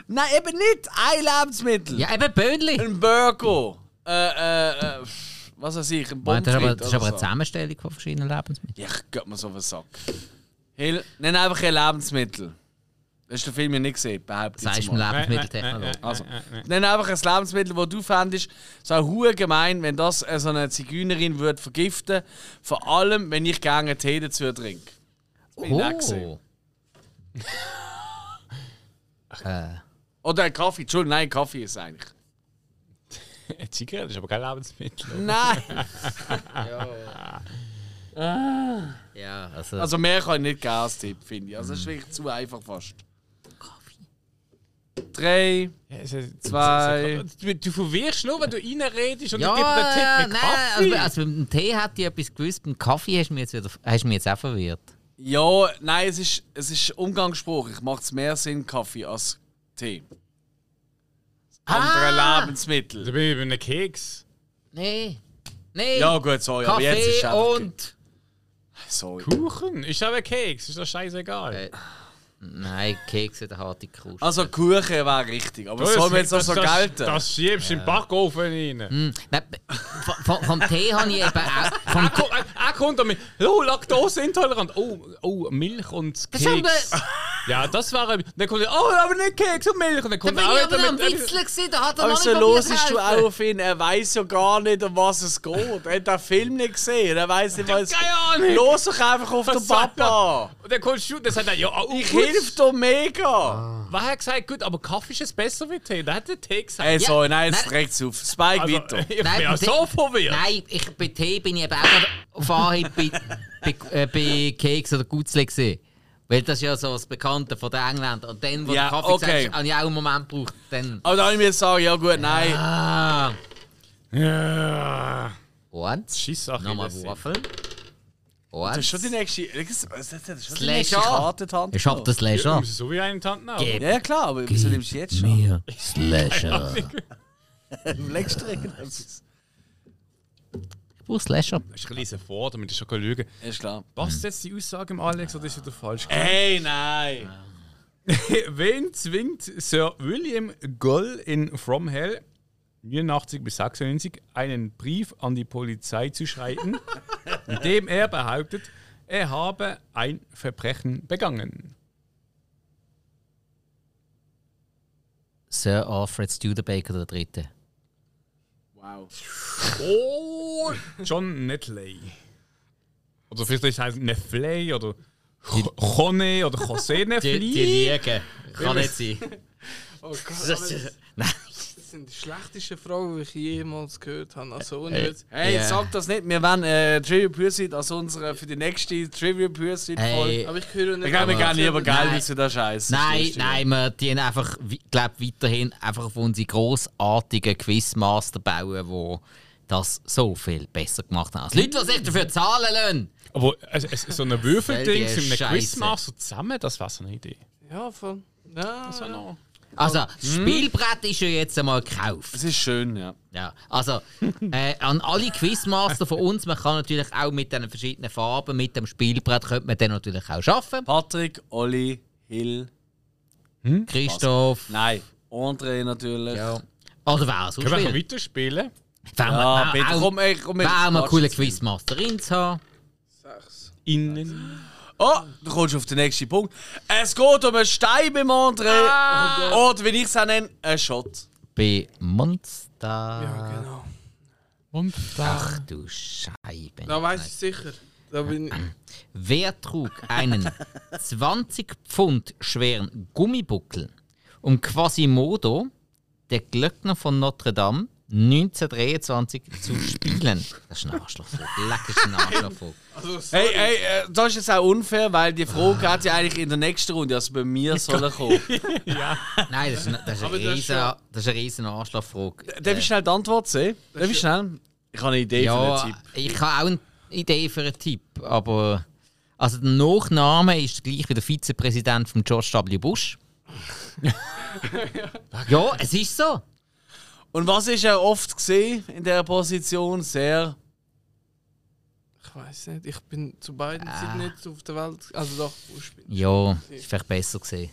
Speaker 1: Nein, eben nicht ein Lebensmittel.
Speaker 2: Ja, eben Böhnli!
Speaker 1: Ein Burger. Äh, äh, äh, pff, was weiß ich, ein
Speaker 2: Das
Speaker 1: Bonfrit
Speaker 2: ist aber, das ist
Speaker 1: oder
Speaker 2: aber eine
Speaker 1: so.
Speaker 2: Zusammenstellung von verschiedenen Lebensmitteln.
Speaker 1: Ja, ich geh mir so auf den Sack. Hill, nenn einfach ein Lebensmittel. Das ist der Film ja nicht gesehen, behaupte
Speaker 2: Das
Speaker 1: ich
Speaker 2: heißt
Speaker 1: jetzt
Speaker 2: im
Speaker 1: mal.
Speaker 2: Lebensmitteltechnologie.
Speaker 1: Also, nenn einfach ein Lebensmittel, das du fändest, es wäre hure gemein, wenn das äh, so eine Zigeunerin würde vergiften Vor allem, wenn ich gerne einen Tee dazu trinke. bin ich nicht
Speaker 2: Oh!
Speaker 1: gewesen.
Speaker 2: *laughs* äh,
Speaker 1: Oder einen Kaffee. Entschuldigung, nein, Kaffee ist eigentlich.
Speaker 3: Eine Zigarette ist aber kein Lebensmittel.
Speaker 1: Nein!
Speaker 2: ja, also,
Speaker 1: Also mehr kann ich nicht geben als Tipp, finde ich. Also das ist wirklich zu einfach fast. Kaffee. Drei. Zwei.
Speaker 3: Du, du verwirrst nur, wenn du reinredest und
Speaker 2: Ja,
Speaker 3: ich gebe dir einen Tipp
Speaker 2: nein,
Speaker 3: mit Kaffee.
Speaker 2: also, also mit dem Tee hat ich etwas gewusst, mit dem Kaffee hast du mich jetzt, wieder, hast du mich jetzt auch verwirrt.
Speaker 1: Ja, nein, es ist, es ist umgangssprachlich. Macht es mehr Sinn, Kaffee als Tee. Andere
Speaker 2: Ah!
Speaker 3: da
Speaker 1: Lebensmittel.
Speaker 3: bin Also, ich bei einem Keks.
Speaker 2: Nee. Nee.
Speaker 1: Ja gut, sorry, aber jetzt ist
Speaker 2: Kaffee
Speaker 1: einfach...
Speaker 2: und.
Speaker 1: Sorry.
Speaker 3: Kuchen? Ist aber ein Keks, ist doch scheißegal.
Speaker 2: Äh, Nein, Keks hat eine harte Krust.
Speaker 1: Also Kuchen wäre richtig, aber
Speaker 3: Das-
Speaker 1: soll man jetzt auch so
Speaker 3: das- das-
Speaker 1: gelten?
Speaker 3: Das schiebst du im Backofen rein.
Speaker 2: Hm, nein, b- v- vom, vom Tee habe ich eben auch.
Speaker 1: *laughs*
Speaker 2: Vom
Speaker 3: Er kommt- er- äh, Er kommt damit. Oh, Laktoseintolerant. Oh, oh, Milch und
Speaker 2: Das haben *laughs*
Speaker 3: Keks. Ja, das wäre. Dann kommt er, oh, aber nicht Keks und Milch. Und dann
Speaker 2: da
Speaker 3: kommt
Speaker 2: bin ich
Speaker 3: er auch
Speaker 2: aber noch am
Speaker 3: damit.
Speaker 2: Witzeln gewesen, da hat er
Speaker 1: Aber
Speaker 2: noch
Speaker 1: so
Speaker 2: nicht probiert
Speaker 1: los ist du
Speaker 2: helfen.
Speaker 1: auch auf ihn, er weiß ja gar nicht, um was es geht. Er hat den Film nicht gesehen, er weiß nicht, was...
Speaker 3: Keine Ahnung.
Speaker 1: Los doch einfach auf
Speaker 3: Was
Speaker 1: den
Speaker 3: sagt
Speaker 1: Papa!
Speaker 3: Und dann kommst du, dann sagt er, ja, oh,
Speaker 1: Ich
Speaker 3: gut.
Speaker 1: hilf dir
Speaker 2: Ah.
Speaker 1: mega!
Speaker 3: Was hat er gesagt? Gut, aber Kaffee ist es besser wie Tee. Dann hat der Tee gesagt.
Speaker 1: Ey, sorry, nein,
Speaker 2: nein.
Speaker 1: jetzt regt's auf. Spike
Speaker 3: Also, *laughs*
Speaker 1: weiter.
Speaker 3: Ich bin
Speaker 2: Nein,
Speaker 3: ja
Speaker 2: Tee-
Speaker 3: so verwirrt.
Speaker 2: Nein, ich, bei Tee bin ich eben auch gerade auf Anhieb bei, bei, äh, bei Keks oder Gutzli gewesen. Weil das ist ja so das Bekannte von den Engländern. Und dann, wo
Speaker 1: Ja,
Speaker 2: der Kaffee
Speaker 1: okay.
Speaker 2: gesagt ist, habe ich auch einen Moment gebraucht. Dann,
Speaker 1: Aber dann habe ich mir sagen, ja gut, nein.
Speaker 2: ah,
Speaker 3: Ja.
Speaker 2: und?
Speaker 3: Schisssache.
Speaker 2: Nochmal
Speaker 3: das
Speaker 2: Waffeln.
Speaker 1: Das ist
Speaker 2: Und?
Speaker 1: schon die nächste. Das ist das ist schon die
Speaker 2: Slasher.
Speaker 1: nächste Karte, Tante.
Speaker 2: Ich hab den
Speaker 3: ist. Ja,
Speaker 2: Slasher.
Speaker 3: muss ich so wie einen Tanten haben.
Speaker 2: Gib
Speaker 1: Ja, ja, klar, aber wieso nimmst du jetzt schon?
Speaker 2: mir Slasher.
Speaker 1: Im Leckstrecken. Das
Speaker 2: Ich brauche Slasher.
Speaker 3: Ich lese vor, damit ich schon lügen kann.
Speaker 1: ist klar.
Speaker 3: Passt jetzt die Aussage im Alex oder ist wieder falsch?
Speaker 1: Hey,
Speaker 2: Ah.
Speaker 1: nein!
Speaker 3: *laughs* Wen zwingt Sir William Goll in From Hell 89 bis 96 einen Brief an die Polizei zu schreiben, in dem er behauptet, er habe ein Verbrechen begangen?
Speaker 2: Sir Alfred Studebaker der Dritte.
Speaker 1: Wow.
Speaker 3: Oh! John Netley. Oder vielleicht heißt es Nefley oder Chone oder José Nefley.
Speaker 2: liegen. Kann
Speaker 1: *laughs*
Speaker 2: nicht sein.
Speaker 4: Oh Gott, aber das
Speaker 2: Nein.
Speaker 4: sind die schlechtesten Fragen, die ich jemals gehört habe. Also ohne
Speaker 2: Äh,
Speaker 4: Witz.
Speaker 1: Hey,
Speaker 2: Ja.
Speaker 1: sag das nicht. Wir wollen äh, Trivia Pursuit als unsere für die nächste Trivia Pursuit
Speaker 2: Hey.
Speaker 1: Folge.
Speaker 4: Aber ich höre nicht.
Speaker 1: Ich glaube, wir gehen lieber geil
Speaker 2: Nein.
Speaker 1: wie zu der Scheiße.
Speaker 2: Nein, nein, wir dienen einfach, glaube weiterhin einfach auf unsere grossartigen Quizmaster bauen, wo das so viel besser gemacht haben. Als Leute, die sich dafür zahlen lassen.
Speaker 3: Aber also, es- so ein Würfelding
Speaker 2: Völlige
Speaker 3: mit einem
Speaker 2: Scheiße.
Speaker 3: Quizmaster zusammen, das wäre so eine Idee.
Speaker 4: Ja, voll. Ja,
Speaker 3: Das wär noch-
Speaker 2: Also, das Spielbrett ist ja jetzt einmal gekauft.
Speaker 1: Es ist schön, ja.
Speaker 2: Ja, also äh, an alle Quizmaster von uns, man kann natürlich auch mit den verschiedenen Farben, mit dem Spielbrett, könnte man dann natürlich auch arbeiten.
Speaker 1: Patrick, Olli, Hill.
Speaker 2: Christoph.
Speaker 1: Nein, André natürlich.
Speaker 2: Ja. Oder wer sonst
Speaker 3: Können wir noch
Speaker 2: will.
Speaker 3: weiterspielen?
Speaker 2: Wäre
Speaker 1: Ah,
Speaker 2: mal-
Speaker 1: bitte,
Speaker 2: wär
Speaker 1: komm,
Speaker 2: auch-
Speaker 1: ey, komm mit.
Speaker 2: wär auch mal coole Quizmasterin zu haben.
Speaker 4: sechs.
Speaker 3: Innen.
Speaker 1: Oh, du kommst auf den nächsten Punkt. Es geht um einen Stein beim André.
Speaker 2: Ah.
Speaker 1: Oh Oder wie ich es auch nenne, einen Shot.
Speaker 2: Bei Monster.
Speaker 4: Ja, genau.
Speaker 3: Und
Speaker 2: Ach du Scheibe.
Speaker 4: Da weiß ich sicher. Da bin ich.
Speaker 2: Wer trug einen 20 Pfund schweren Gummibuckel, um Quasimodo, der Glöckner von Notre Dame, 1923 zu spielen? Das ist ein Arschlochvogel. Leck ist ein Arschlochvogel.
Speaker 4: Also, so-
Speaker 1: Hey, hey, äh, das ist jetzt auch unfair, weil die Frage hat ja eigentlich in der nächsten Runde, also bei mir soll er kommen.
Speaker 2: Nein, das ist ein, das ist ein
Speaker 4: Aber das ist
Speaker 2: riesen,
Speaker 4: ja-
Speaker 2: das ist ein riesen Arschlochvogel.
Speaker 1: Darf ich schnell die Antwort sehen? Darf ich schnell? Ich habe eine Idee für den
Speaker 2: Ja,
Speaker 1: Tipp.
Speaker 2: ich habe auch eine Idee für einen Tipp, aber
Speaker 1: *laughs*
Speaker 2: also der Nachname ist gleich wie der Vizepräsident von George W. Bush. Ja, es ist so.
Speaker 1: Und was ist er oft gesehen in dieser Position? Sehr.
Speaker 4: Ich weiß nicht, ich bin zu beiden
Speaker 2: Ah.
Speaker 4: Seiten nicht auf der Welt. Also doch, Fußspiel.
Speaker 2: Ja, ist vielleicht besser gesehen.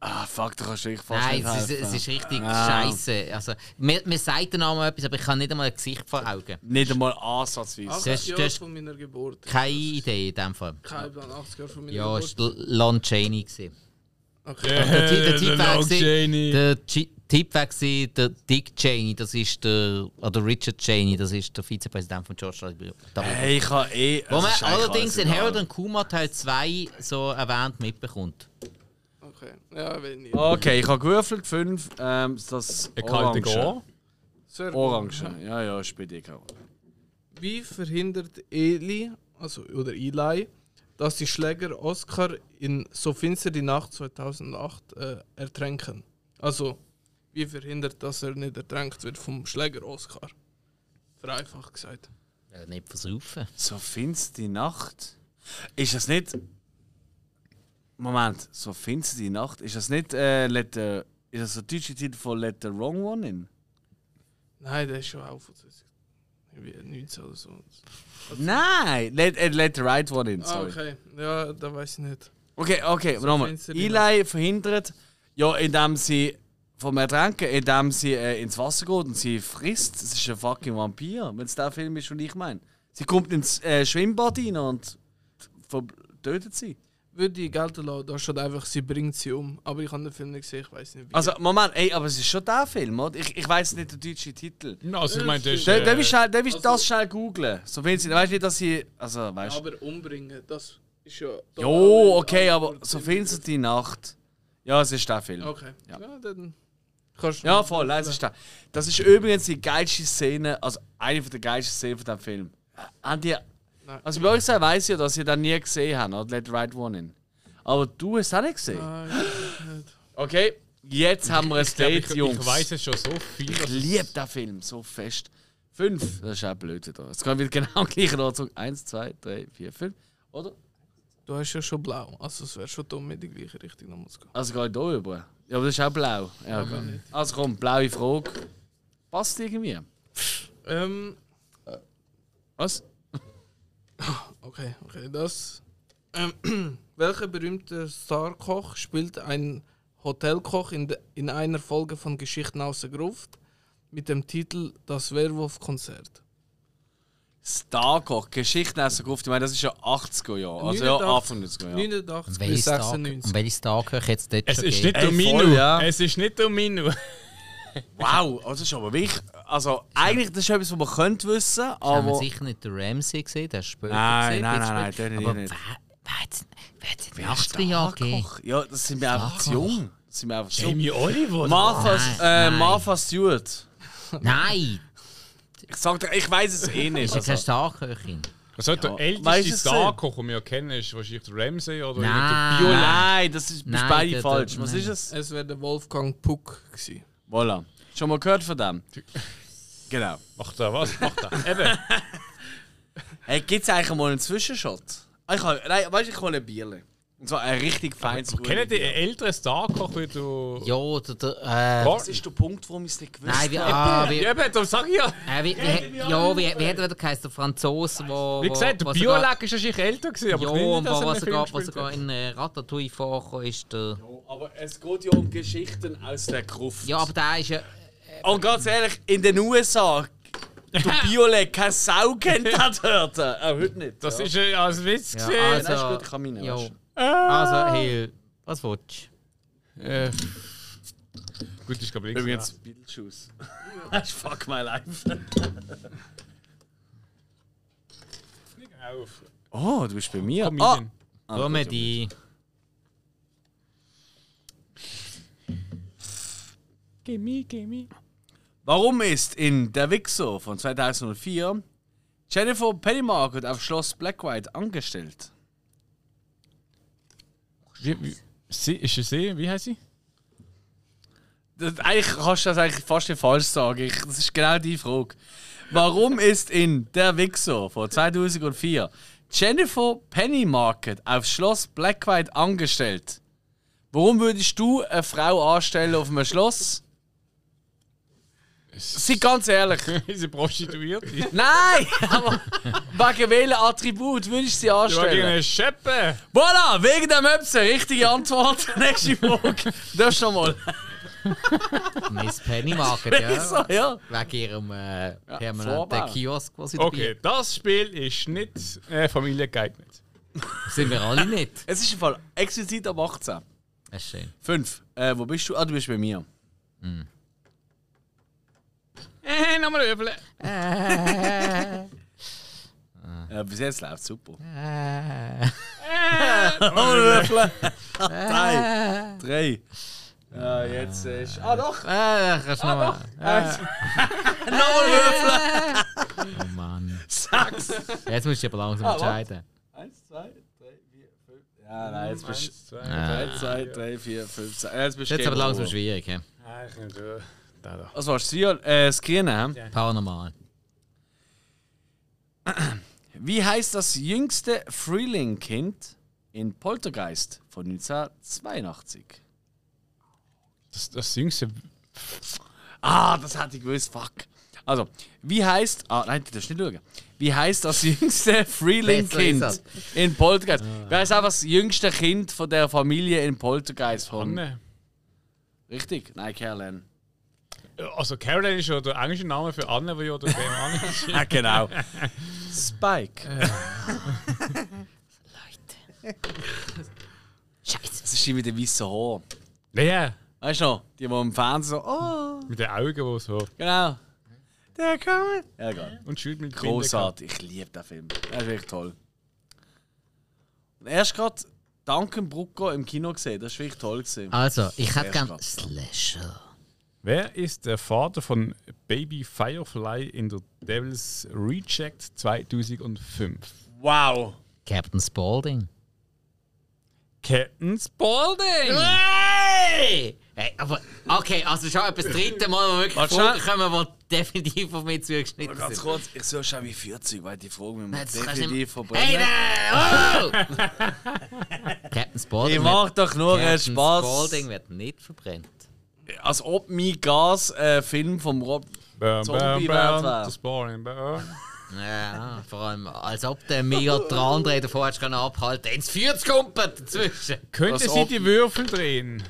Speaker 1: Ah, fuck, da kannst du dich fast
Speaker 2: Nein,
Speaker 1: nicht
Speaker 2: es ist,
Speaker 1: helfen.
Speaker 2: es ist richtig scheiße. Also, mir, mir sagt der Name etwas, aber ich habe nicht einmal ein Gesicht vor Augen.
Speaker 1: Nicht einmal ansatzweise.
Speaker 4: Acht
Speaker 2: Das-
Speaker 4: Jahre
Speaker 2: das-
Speaker 4: von meiner Geburt.
Speaker 2: Keine Idee in dem Fall.
Speaker 4: Kein Plan, 80 Jahre von meiner
Speaker 2: Ja, es
Speaker 4: Geburt.
Speaker 2: war Lon Chaney. gewesen.
Speaker 4: Okay.
Speaker 2: Der, Ti- der
Speaker 3: Äh,
Speaker 2: Typ
Speaker 3: der
Speaker 2: war
Speaker 3: Lon
Speaker 2: gewesen-
Speaker 3: Chaney.
Speaker 2: der Chi- Typ war gewesen, der Dick Cheney, das ist der, oder Richard Cheney, das ist der Vizepräsident von George W. W.
Speaker 1: Hey, ich kann eh.
Speaker 2: Wo
Speaker 1: es
Speaker 2: man
Speaker 1: ist eigentlich
Speaker 2: allerdings
Speaker 1: alles
Speaker 2: in
Speaker 1: egal.
Speaker 2: Harold und Kuma Teil 2 so erwähnt mitbekommt.
Speaker 4: okay. Ja, wenn nicht.
Speaker 1: Okay, ich habe gewürfelt 5. Ähm, das
Speaker 3: Ein
Speaker 2: halt
Speaker 3: kalter
Speaker 1: Orange.
Speaker 3: Gore.
Speaker 4: Sehr gut.
Speaker 1: Orange. Ja, ja, ist bei dir auch.
Speaker 4: Wie verhindert Eli, also oder Eli, dass die Schläger Oscar in So finster die Nacht 2008 äh, ertränken? Also, wie verhindert, dass er nicht ertränkt wird vom Schläger Oscar? Vereinfacht gesagt.
Speaker 2: Ja, nicht versaufen.
Speaker 1: So finster die Nacht. Ist das nicht. Moment, so finster die Nacht. Ist das nicht. Äh, let the, ist das der deutsche Titel von Let the Wrong One in?
Speaker 4: Nein, der ist schon auch von 20. Irgendwie 19 oder so.
Speaker 1: Nein! Let, äh, let the Right One in,
Speaker 4: Ah,
Speaker 1: sorry.
Speaker 4: okay. Ja, da weiß ich nicht.
Speaker 1: Okay, okay, nochmal.
Speaker 4: finster die
Speaker 1: Eli verhindert, ja, indem sie vom Ertränken, indem sie äh, ins Wasser geht und sie frisst. Es ist ein fucking Vampir, wenn es der Film ist, und ich meine. Sie kommt ins äh, Schwimmbad rein und ver- tötet sie.
Speaker 4: Würde ich gelten lassen, da steht einfach, sie bringt sie um. Aber ich habe den Film nicht gesehen, ich weiß nicht wie.
Speaker 1: Also, Moment, ey, aber es ist schon der Film, oder? Ich, ich weiß nicht den deutschen Titel.
Speaker 3: Na, Also, ich meine, das ist.
Speaker 1: Der, der
Speaker 3: äh,
Speaker 1: ist schnell, der ist das schnell googeln. So viel sie, weißt du nicht, dass sie, also, weißt du.
Speaker 4: also aber umbringen, das ist ja. da
Speaker 1: Jo,
Speaker 4: auch-
Speaker 1: okay, aber so viel sie die Nacht. Ja, es ist der Film.
Speaker 4: Okay.
Speaker 1: Ja.
Speaker 4: Ja, dann kannst du.
Speaker 1: Ja, voll, nein, es ist da. Das ist übrigens die geilste Szene, also eine von der geilsten Szenen von diesem Film. An die,
Speaker 4: Nein.
Speaker 1: also bei euch sei weiß ja, dass ihr das nie gesehen habt, oder? Let the Right One in. Aber du hast es auch nicht gesehen.
Speaker 4: Nein, nicht.
Speaker 1: Okay, jetzt haben wir ein
Speaker 3: ich glaub,
Speaker 1: Date,
Speaker 3: ich,
Speaker 1: Jungs.
Speaker 3: ich weiß es schon so viel. dass-
Speaker 1: Ich liebe diesen Film so fest. Fünf, das ist auch blöd wieder. Jetzt kommen wir genau *laughs* gleich in Ordnung. Eins, zwei, drei, vier, fünf. Oder?
Speaker 4: Du hast ja schon blau, also es wäre schon dumm, in die gleiche Richtung nochmal zu gehen.
Speaker 1: Also geht da über. Ja, aber das ist auch blau. Ja, okay. Also komm, blaue Frage. Passt irgendwie?
Speaker 4: Ähm,
Speaker 1: Was?
Speaker 4: okay, okay, das. Ähm, *clears throat* welcher berühmte Starkoch spielt einen Hotelkoch in, de, in einer Folge von Geschichten aus der Gruft mit dem Titel Das Werwolf-Konzert?
Speaker 1: Starcock, Geschichten aus der Gruft. Ich meine, das ist ja 80er Jahre. Also ja,
Speaker 4: 89
Speaker 1: Anfang 90er Jahre.
Speaker 4: 89 bis
Speaker 2: Welches Tag, um
Speaker 4: 96.
Speaker 2: welches Tag höre ich jetzt dort
Speaker 3: Es
Speaker 2: schon
Speaker 3: ist
Speaker 2: gehen?
Speaker 3: nicht
Speaker 1: Ey,
Speaker 3: Domino.
Speaker 1: voll, ja.
Speaker 3: Es ist nicht Domino.
Speaker 1: Wow, also das ist aber wirklich. Also eigentlich das ist etwas, was man könnte wissen,
Speaker 2: Haben wir
Speaker 1: aber.
Speaker 2: sicher nicht den Ramsey gesehen, der ist später
Speaker 1: Nein,
Speaker 2: gesehen.
Speaker 1: nein,
Speaker 2: jetzt
Speaker 1: nein,
Speaker 2: später.
Speaker 1: nein, den
Speaker 2: Aber
Speaker 1: nicht.
Speaker 2: wer, wer hat wer hat's in den 80er Jahren gegeben?
Speaker 1: Starcock. Ja, das sind wir einfach zu jung. Das sind wir einfach zu jung.
Speaker 3: Jamie Oliver.
Speaker 1: Martha, äh,
Speaker 2: Nein, nein.
Speaker 1: Martha Stewart.
Speaker 2: Nein,
Speaker 1: Ich sag dir, ich weiß es eh nicht.
Speaker 2: ist jetzt
Speaker 1: Also.
Speaker 2: eine Starköchin.
Speaker 3: Also der
Speaker 1: weiss
Speaker 3: älteste
Speaker 1: es
Speaker 3: Starkoch, den wir ja kennen, ist wahrscheinlich der Ramsey oder
Speaker 2: Nein.
Speaker 3: der Biola.
Speaker 1: Nein, das ist bist
Speaker 2: Nein,
Speaker 1: beide
Speaker 2: der-
Speaker 1: falsch.
Speaker 2: der-
Speaker 1: Was
Speaker 2: nein.
Speaker 1: ist es?
Speaker 4: Es wäre der Wolfgang Puck gewesen.
Speaker 1: Voilà. Schon mal gehört von dem? Genau.
Speaker 3: Macht er was? Macht er? Eben.
Speaker 1: Hey, gibt es eigentlich mal einen Zwischenshot? Ah, Ich hab, nein, weißt du, ich hole ein Bierle. Und zwar ein richtig feines
Speaker 3: Wir kennen den älteren Starkoch wie du.
Speaker 2: Ja, der, der, äh,
Speaker 3: Gott.
Speaker 1: Das ist der Punkt, warum ich es nicht gewusst
Speaker 2: nein, wie,
Speaker 1: habe.
Speaker 2: ah, wie,
Speaker 3: Ja, eben, darum sag ich ja.
Speaker 2: äh, wie, wie, ja, wie, wie hat er wieder geheißen? Der Franzose, wo,
Speaker 3: Wie
Speaker 2: wo-
Speaker 3: gesagt, der
Speaker 2: wo sogar-
Speaker 3: Biolag ist wahrscheinlich älter gewesen, aber
Speaker 2: Ja,
Speaker 3: ich nehme
Speaker 2: und
Speaker 3: nicht, dass
Speaker 2: wo
Speaker 3: er
Speaker 2: was
Speaker 3: einen Film
Speaker 2: sogar, was
Speaker 3: gespielt
Speaker 2: sogar
Speaker 3: hat.
Speaker 2: in äh, Ratatouille vorkommt, ist der.
Speaker 1: Oh, Aber es geht ja um Geschichten aus der Gruft.
Speaker 2: Ja, aber der ist ja.
Speaker 1: Und ganz ehrlich, in den USA, der Biole, keine Sau kennt das dort. Auch heute nicht.
Speaker 3: Das
Speaker 1: ja.
Speaker 3: ist äh, als Witz
Speaker 2: ja
Speaker 3: gesehen.
Speaker 1: Nein, ist gut, ich kann meine,
Speaker 2: ja.
Speaker 1: weißt
Speaker 2: Also, hey, was willst
Speaker 3: Äh, gut, ist glaube ich
Speaker 1: Übrigens, *laughs* Beetlejuice. Das ist fuck my life.
Speaker 3: Ja. Auf.
Speaker 1: Oh, du bist bei mir.
Speaker 3: Komm
Speaker 1: Ah,
Speaker 3: rein.
Speaker 2: du? Comedy.
Speaker 3: Gimme, gimme.
Speaker 1: Warum ist in Der Wichser von 2004 Jennifer Pennymarket auf Schloss Blackwhite angestellt?
Speaker 3: Wie, wie, sie, ist sie sie? Wie heißt sie? *laughs*
Speaker 1: Das, eigentlich kannst du das eigentlich fast nicht falsch sagen. Ich, das ist genau die Frage. Warum ist in Der Wichser von 2004 Jennifer Pennymarket auf Schloss Blackwhite angestellt? Warum würdest du eine Frau anstellen auf einem Schloss? Sei ganz ehrlich.
Speaker 3: Diese Prostituierte.
Speaker 1: Nein! Aber wegen welchem Attribut würdest du sie
Speaker 3: Wegen
Speaker 1: anstellen?
Speaker 3: einer Scheppe.
Speaker 1: Voilà! Wegen dem Möpsen. Richtige Antwort. *laughs* Nächste Frage. Darfst du nochmal?
Speaker 2: Miss Pennymarket,
Speaker 3: *laughs*
Speaker 1: *laughs* So,
Speaker 2: ja.
Speaker 1: ja.
Speaker 2: Wegen ihrem äh, permanenten
Speaker 1: Vorbau.
Speaker 2: Kiosk, was sie
Speaker 3: Okay, das Spiel ist nicht äh, Familie geeignet.
Speaker 2: dabei Sind wir alle nicht?
Speaker 1: Es ist im Fall explizit ab 18.
Speaker 2: Das ist schön.
Speaker 1: Fünf. Äh, wo bist du? Ah, du bist bei mir.
Speaker 3: Äh, nochmal öffnen.
Speaker 1: Äh, bis jetzt läuft super. *laughs*
Speaker 2: Äh,
Speaker 1: Nochmal würfeln. Drei. Drei. Ja, jetzt ist. Ah, doch!
Speaker 2: äh, kannst du noch mal.
Speaker 1: Nochmal würfeln!
Speaker 2: Oh Mann.
Speaker 1: Sechs!
Speaker 2: Jetzt musst du dich aber langsam
Speaker 1: Ah,
Speaker 2: entscheiden.
Speaker 1: Eins, zwei, drei, vier, fünf. Ja, nein, jetzt bist
Speaker 3: Eins, zwei,
Speaker 1: du.
Speaker 3: drei.
Speaker 1: Eins, zwei, drei, vier, fünf. sechs. Ja, Jetzt bist
Speaker 2: Das ist Äh, jetzt
Speaker 1: Gamer
Speaker 2: aber langsam
Speaker 1: Ruhe.
Speaker 2: schwierig. hä?
Speaker 3: Ah, ich nicht durch. Da, da.
Speaker 1: Also, hast du sie äh, screenen? hä?
Speaker 2: Paranormal.
Speaker 1: Wie heißt das jüngste Freeling-Kind in Poltergeist von 1982?
Speaker 3: Das, das jüngste.
Speaker 1: Ah, das hätte ich gewusst, fuck. Also, wie heißt. Ah, nein, du darfst nicht schauen. Wie heißt das *laughs* jüngste
Speaker 2: Besser
Speaker 1: Freeling-Kind
Speaker 2: ist
Speaker 1: in Poltergeist? Wer ist einfach das jüngste Kind von der Familie in Poltergeist von.
Speaker 3: Anne.
Speaker 1: Richtig? Nein, Caroline. *laughs*
Speaker 3: Also, Caroline ist ja der englische Name für Anne, weil ja der Game Anne *laughs* ist.
Speaker 1: Ah, genau. Äh. Spike.
Speaker 2: Scheiße.
Speaker 1: Das ist die mit dem weißen Haar.
Speaker 3: Wer?
Speaker 1: Weißt du noch? Die, die im Fernsehen so. Oh,
Speaker 3: Mit den Augen, die so.
Speaker 1: genau. Der kommt. Ja, egal.
Speaker 3: Und schüttelt mit Binde-
Speaker 1: Großartig. Ich liebe den Film. Er ist wirklich toll. Und erst gerade Duncan Brucko im Kino gesehen. Das war wirklich toll. Gewesen.
Speaker 2: Also, ich hätte
Speaker 1: Sehr
Speaker 2: gern
Speaker 1: schade.
Speaker 2: Slasher.
Speaker 3: Wer ist der Vater von Baby Firefly in der Devil's Reject 2005?
Speaker 1: Wow.
Speaker 2: Captain Spaulding.
Speaker 3: Captain Spaulding!
Speaker 2: Hey! Hey, aber, okay, also schon etwas dritte Mal, wo wirklich
Speaker 1: Warte,
Speaker 2: Fragen kommen, die definitiv auf mich zugeschnitten
Speaker 1: Ganz
Speaker 2: sind.
Speaker 1: kurz, ich suche schon wie 40, weil die Frage müssen wir
Speaker 2: Nein, das kannst du
Speaker 1: definitiv
Speaker 2: nicht-
Speaker 1: verbrennen.
Speaker 2: Hey, nein! Oh! *laughs* Captain Spaulding.
Speaker 1: ich
Speaker 2: wird-
Speaker 1: mache doch nur einen
Speaker 2: Captain
Speaker 1: Spaß.
Speaker 2: Spaulding wird nicht verbrennt.
Speaker 1: Als ob mein Gas-Film vom Rob.
Speaker 3: Bam, bam,
Speaker 1: Zombie
Speaker 3: bam,
Speaker 1: wär.
Speaker 3: der Spaulding, bam.
Speaker 2: Ja, Äh, ah, vor allem, als ob der mir der andere davon hättest können abhalten ins Feuer zu kumpen dazwischen.
Speaker 3: Könnte
Speaker 1: Das
Speaker 3: sie
Speaker 1: Open-
Speaker 3: die Würfel drehen?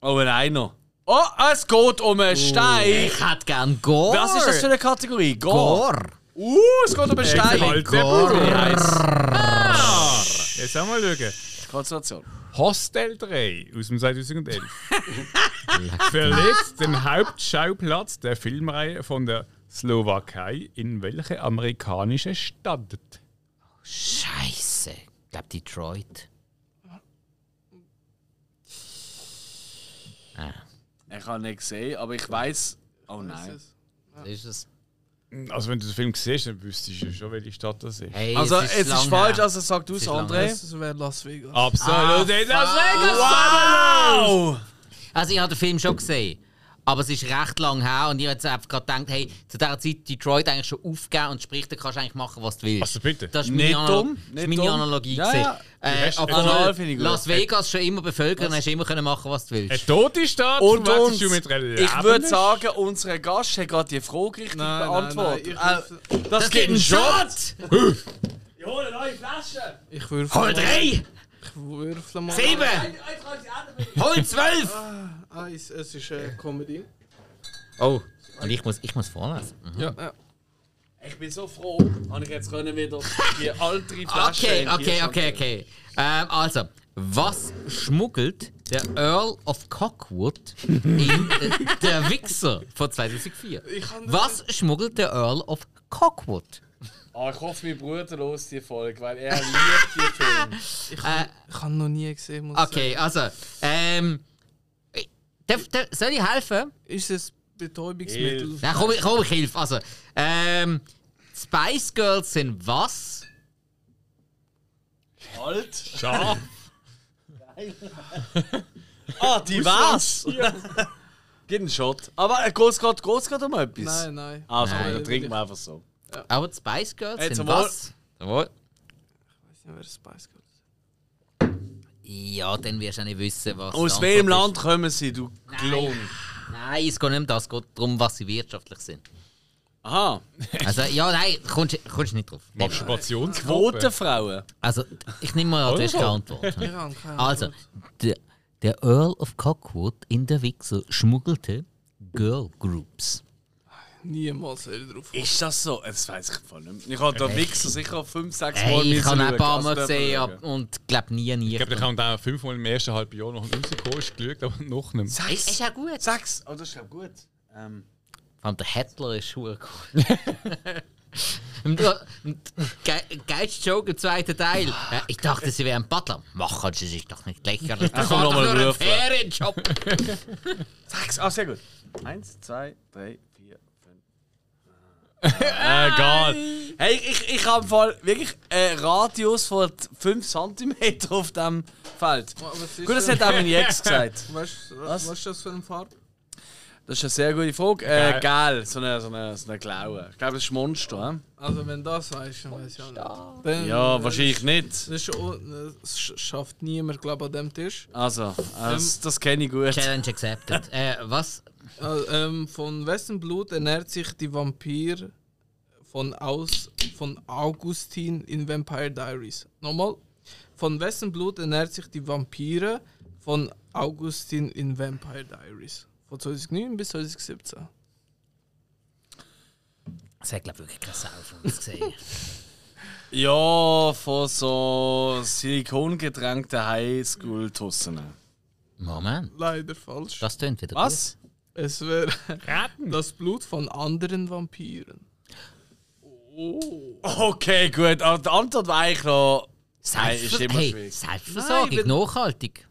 Speaker 1: Oh, nein, noch. Oh, es geht um
Speaker 2: Oh.
Speaker 1: einen Stein.
Speaker 2: Ich hätte gern Gore.
Speaker 1: Was ist das für eine Kategorie? Gore.
Speaker 2: Gore?
Speaker 1: Uh, es geht um einen Stein.
Speaker 3: Alte Bauer.
Speaker 1: Nice.
Speaker 3: Jetzt haben wir schauen.
Speaker 1: Konzentration.
Speaker 3: Hostel 3 aus dem 2011.
Speaker 2: *laughs*
Speaker 3: Verlässt den Hauptschauplatz der Filmreihe von der Slowakei in welche amerikanische Stadt?
Speaker 2: Scheiße. Ich glaube Detroit. Ah,
Speaker 1: Ich habe nicht gesehen, aber ich weiß. Oh
Speaker 4: Ist
Speaker 1: nein.
Speaker 4: es?
Speaker 2: das ist es.
Speaker 3: Also wenn du den Film siehst, dann wüsstest du schon, welche Stadt das ist.
Speaker 2: Hey,
Speaker 1: Also,
Speaker 2: es ist, lang
Speaker 1: falsch,
Speaker 2: her.
Speaker 1: also sag du
Speaker 2: Es
Speaker 1: es,
Speaker 2: ist lang
Speaker 1: André.
Speaker 2: her.
Speaker 4: Das wäre Las Vegas.
Speaker 3: Absolut.
Speaker 2: Ah,
Speaker 3: in Las Vegas.
Speaker 1: Wow!
Speaker 2: Also ich habe den Film schon gesehen. Aber es ist recht lang her und ich habe jetzt einfach gerade gedacht, hey, zu dieser Zeit Detroit eigentlich schon aufgegeben und sprich, dann kannst du eigentlich machen, was du willst.
Speaker 3: Also bitte.
Speaker 2: Das ist
Speaker 1: Nicht
Speaker 2: meine, Analog
Speaker 1: dumm,
Speaker 2: das ist
Speaker 1: nicht
Speaker 2: meine
Speaker 1: dumm.
Speaker 2: Analogie.
Speaker 1: Ja,
Speaker 2: gewesen.
Speaker 1: ja.
Speaker 2: Äh,
Speaker 3: hast-
Speaker 2: obwohl
Speaker 1: Anal finde ich gut.
Speaker 2: Las Vegas schon immer bevölkert und hast immer können machen, was du
Speaker 3: Eine
Speaker 2: willst.
Speaker 3: tote Stadt
Speaker 1: Und uns,
Speaker 3: verwechselst du mit einer
Speaker 1: ich würde
Speaker 3: lebenden
Speaker 1: sagen, unser Gast hat gerade die Frage richtig
Speaker 4: Nein, nein, nein,
Speaker 1: beantwortet.
Speaker 4: ich
Speaker 1: äh,
Speaker 4: würfel-
Speaker 1: das, gibt einen Shot! Ich hole eine neue Flasche!
Speaker 4: Ich würfle
Speaker 2: Hol
Speaker 4: mal.
Speaker 2: drei!
Speaker 4: Ich würfle mal.
Speaker 2: Sieben! Hol zwölf!
Speaker 4: Eins, es ist äh, Comedy.
Speaker 2: Oh, und ich muss, ich muss vorlesen. Mhm.
Speaker 4: Ja.
Speaker 1: Ich bin so froh, habe ich jetzt können *laughs* wieder die alte Flasche.
Speaker 2: Okay,
Speaker 1: im
Speaker 2: okay,
Speaker 1: Kühlschrank
Speaker 2: okay,
Speaker 1: tun.
Speaker 2: okay. Ähm, also, was schmuggelt der Earl of Cockwood in äh, Der Wichser von 2004?
Speaker 4: kann das
Speaker 2: Was schmuggelt der Earl of Cockwood?
Speaker 1: Ah, ich hoffe, mein Bruder los die Folge, weil er liebt die Filme.
Speaker 4: Ich habe noch nie gesehen. Muss
Speaker 2: Okay, also, ähm. ich- Darf, darf, soll ich helfen?
Speaker 4: Ich sagen. Ist es Betäubungsmittel?
Speaker 2: Nein, komm, ich- komm ich helfe. Also, ähm. Spice Girls sind was?
Speaker 1: Alt?
Speaker 3: Schaf.
Speaker 1: *laughs* Ah, die war's! *laughs* Gib einen Shot. Aber äh, geht's gerade geht's gerade um etwas?
Speaker 4: Nein, nein.
Speaker 1: Also,
Speaker 2: Nein.
Speaker 1: dann trinken wir einfach so.
Speaker 2: Aber die Spice Girls
Speaker 1: Hey,
Speaker 2: sind
Speaker 1: zum Wohl.
Speaker 2: was? Jawohl.
Speaker 4: Ich weiß nicht, wer Spice Girls ist.
Speaker 2: Ja, dann wirst du auch nicht wissen, was. die
Speaker 1: Aus
Speaker 2: Antwort
Speaker 1: welchem
Speaker 2: ist.
Speaker 1: Land kommen sie, du Klon?
Speaker 2: Nein, es geht nicht um das, es geht darum, was sie wirtschaftlich sind.
Speaker 1: Aha,
Speaker 2: Also, ja, nein, kommst, kommst nicht drauf.
Speaker 3: Masturbationsquote.
Speaker 1: Quotenfrauen.
Speaker 2: Also, ich nehme mal an, du hast
Speaker 3: Oder
Speaker 2: keine
Speaker 3: so.
Speaker 2: Antwort.
Speaker 4: Ich habe keine
Speaker 2: Also,
Speaker 4: Ahnung.
Speaker 2: der, der Earl of Cockwood in der Wichser schmuggelte Girl Groups.
Speaker 4: niemals hätte ich drauf
Speaker 1: Ist das so? Das weiß ich voll nicht mehr. Ich habe den Wichser sicher fünf, sechs Mal
Speaker 2: Hey, ich
Speaker 1: müssen
Speaker 2: habe
Speaker 1: schauen.
Speaker 2: ein paar Mal
Speaker 1: Also
Speaker 2: gesehen
Speaker 1: dürfen wir
Speaker 2: ab- und glaube nie, nie.
Speaker 3: Ich glaube, ich habe auch fünfmal im ersten halben Jahr noch rausgekommen, ist geschaut, aber noch nicht.
Speaker 1: schauen.
Speaker 2: Ist
Speaker 1: Sechs?
Speaker 2: ja gut.
Speaker 1: Sechs? Oh, das ist glaub gut. Ähm,
Speaker 2: Vor allem der Hitler ist schon cool. Und du- und *laughs* Ge Geist Joke im zweiten Teil. Äh, Ich dachte, sie wären Butler. Machen sie sich doch nicht lächerlich. Das
Speaker 1: komm,
Speaker 2: war
Speaker 1: noch
Speaker 2: doch
Speaker 1: mal
Speaker 2: nur ein
Speaker 1: rufen.
Speaker 2: Ferienjob.
Speaker 1: sechs? Ah, sehr gut. Eins, zwei, drei, vier, fünf.
Speaker 3: Egal.
Speaker 1: Hey, ich, ich habe im Fall wirklich einen Radius von 5 cm auf diesem Feld.
Speaker 4: Aber was ist
Speaker 1: Gut, das
Speaker 4: denn-
Speaker 1: hat auch meine *laughs* Ex gesagt.
Speaker 4: Weißt du, was, was ist das für eine Farbe?
Speaker 1: Das ist eine sehr gute Frage. Äh, gell, so eine, so eine, so eine Klaue. Ich glaube, das ist ein Monster. Hm?
Speaker 4: Also, wenn das weißt, dann weiß ich auch nicht. Dann,
Speaker 1: Ja, wahrscheinlich nicht.
Speaker 4: Das, ist auch- das sch- schafft niemand, glaube ich, an dem Tisch.
Speaker 1: Also, äh, das, das kenne ich gut.
Speaker 2: Challenge accepted. Äh, was?
Speaker 4: Äh, ähm, von wessen Blut ernährt sich die Vampir von, Aus, von Augustin in Vampire Diaries? Nochmal. Von wessen Blut ernährt sich die Vampire von Augustin in Vampire Diaries? Von 2009 bis 2017.
Speaker 2: Das hat, glaube ich, wirklich keine Sau von uns gesehen.
Speaker 1: Ja, von so silikongetränkten Highschool-Tussen.
Speaker 2: *laughs* Moment,
Speaker 4: Leider falsch.
Speaker 2: das tönt wieder
Speaker 1: Was?
Speaker 4: Es wäre *laughs* das Blut von anderen Vampiren.
Speaker 1: Okay, gut. Aber die Antwort war eigentlich noch.
Speaker 2: gut.
Speaker 1: Nein, ist immer
Speaker 2: hey,
Speaker 1: schwierig.
Speaker 2: Selbstversorgung,
Speaker 4: Nein, ich bin-
Speaker 2: nachhaltig.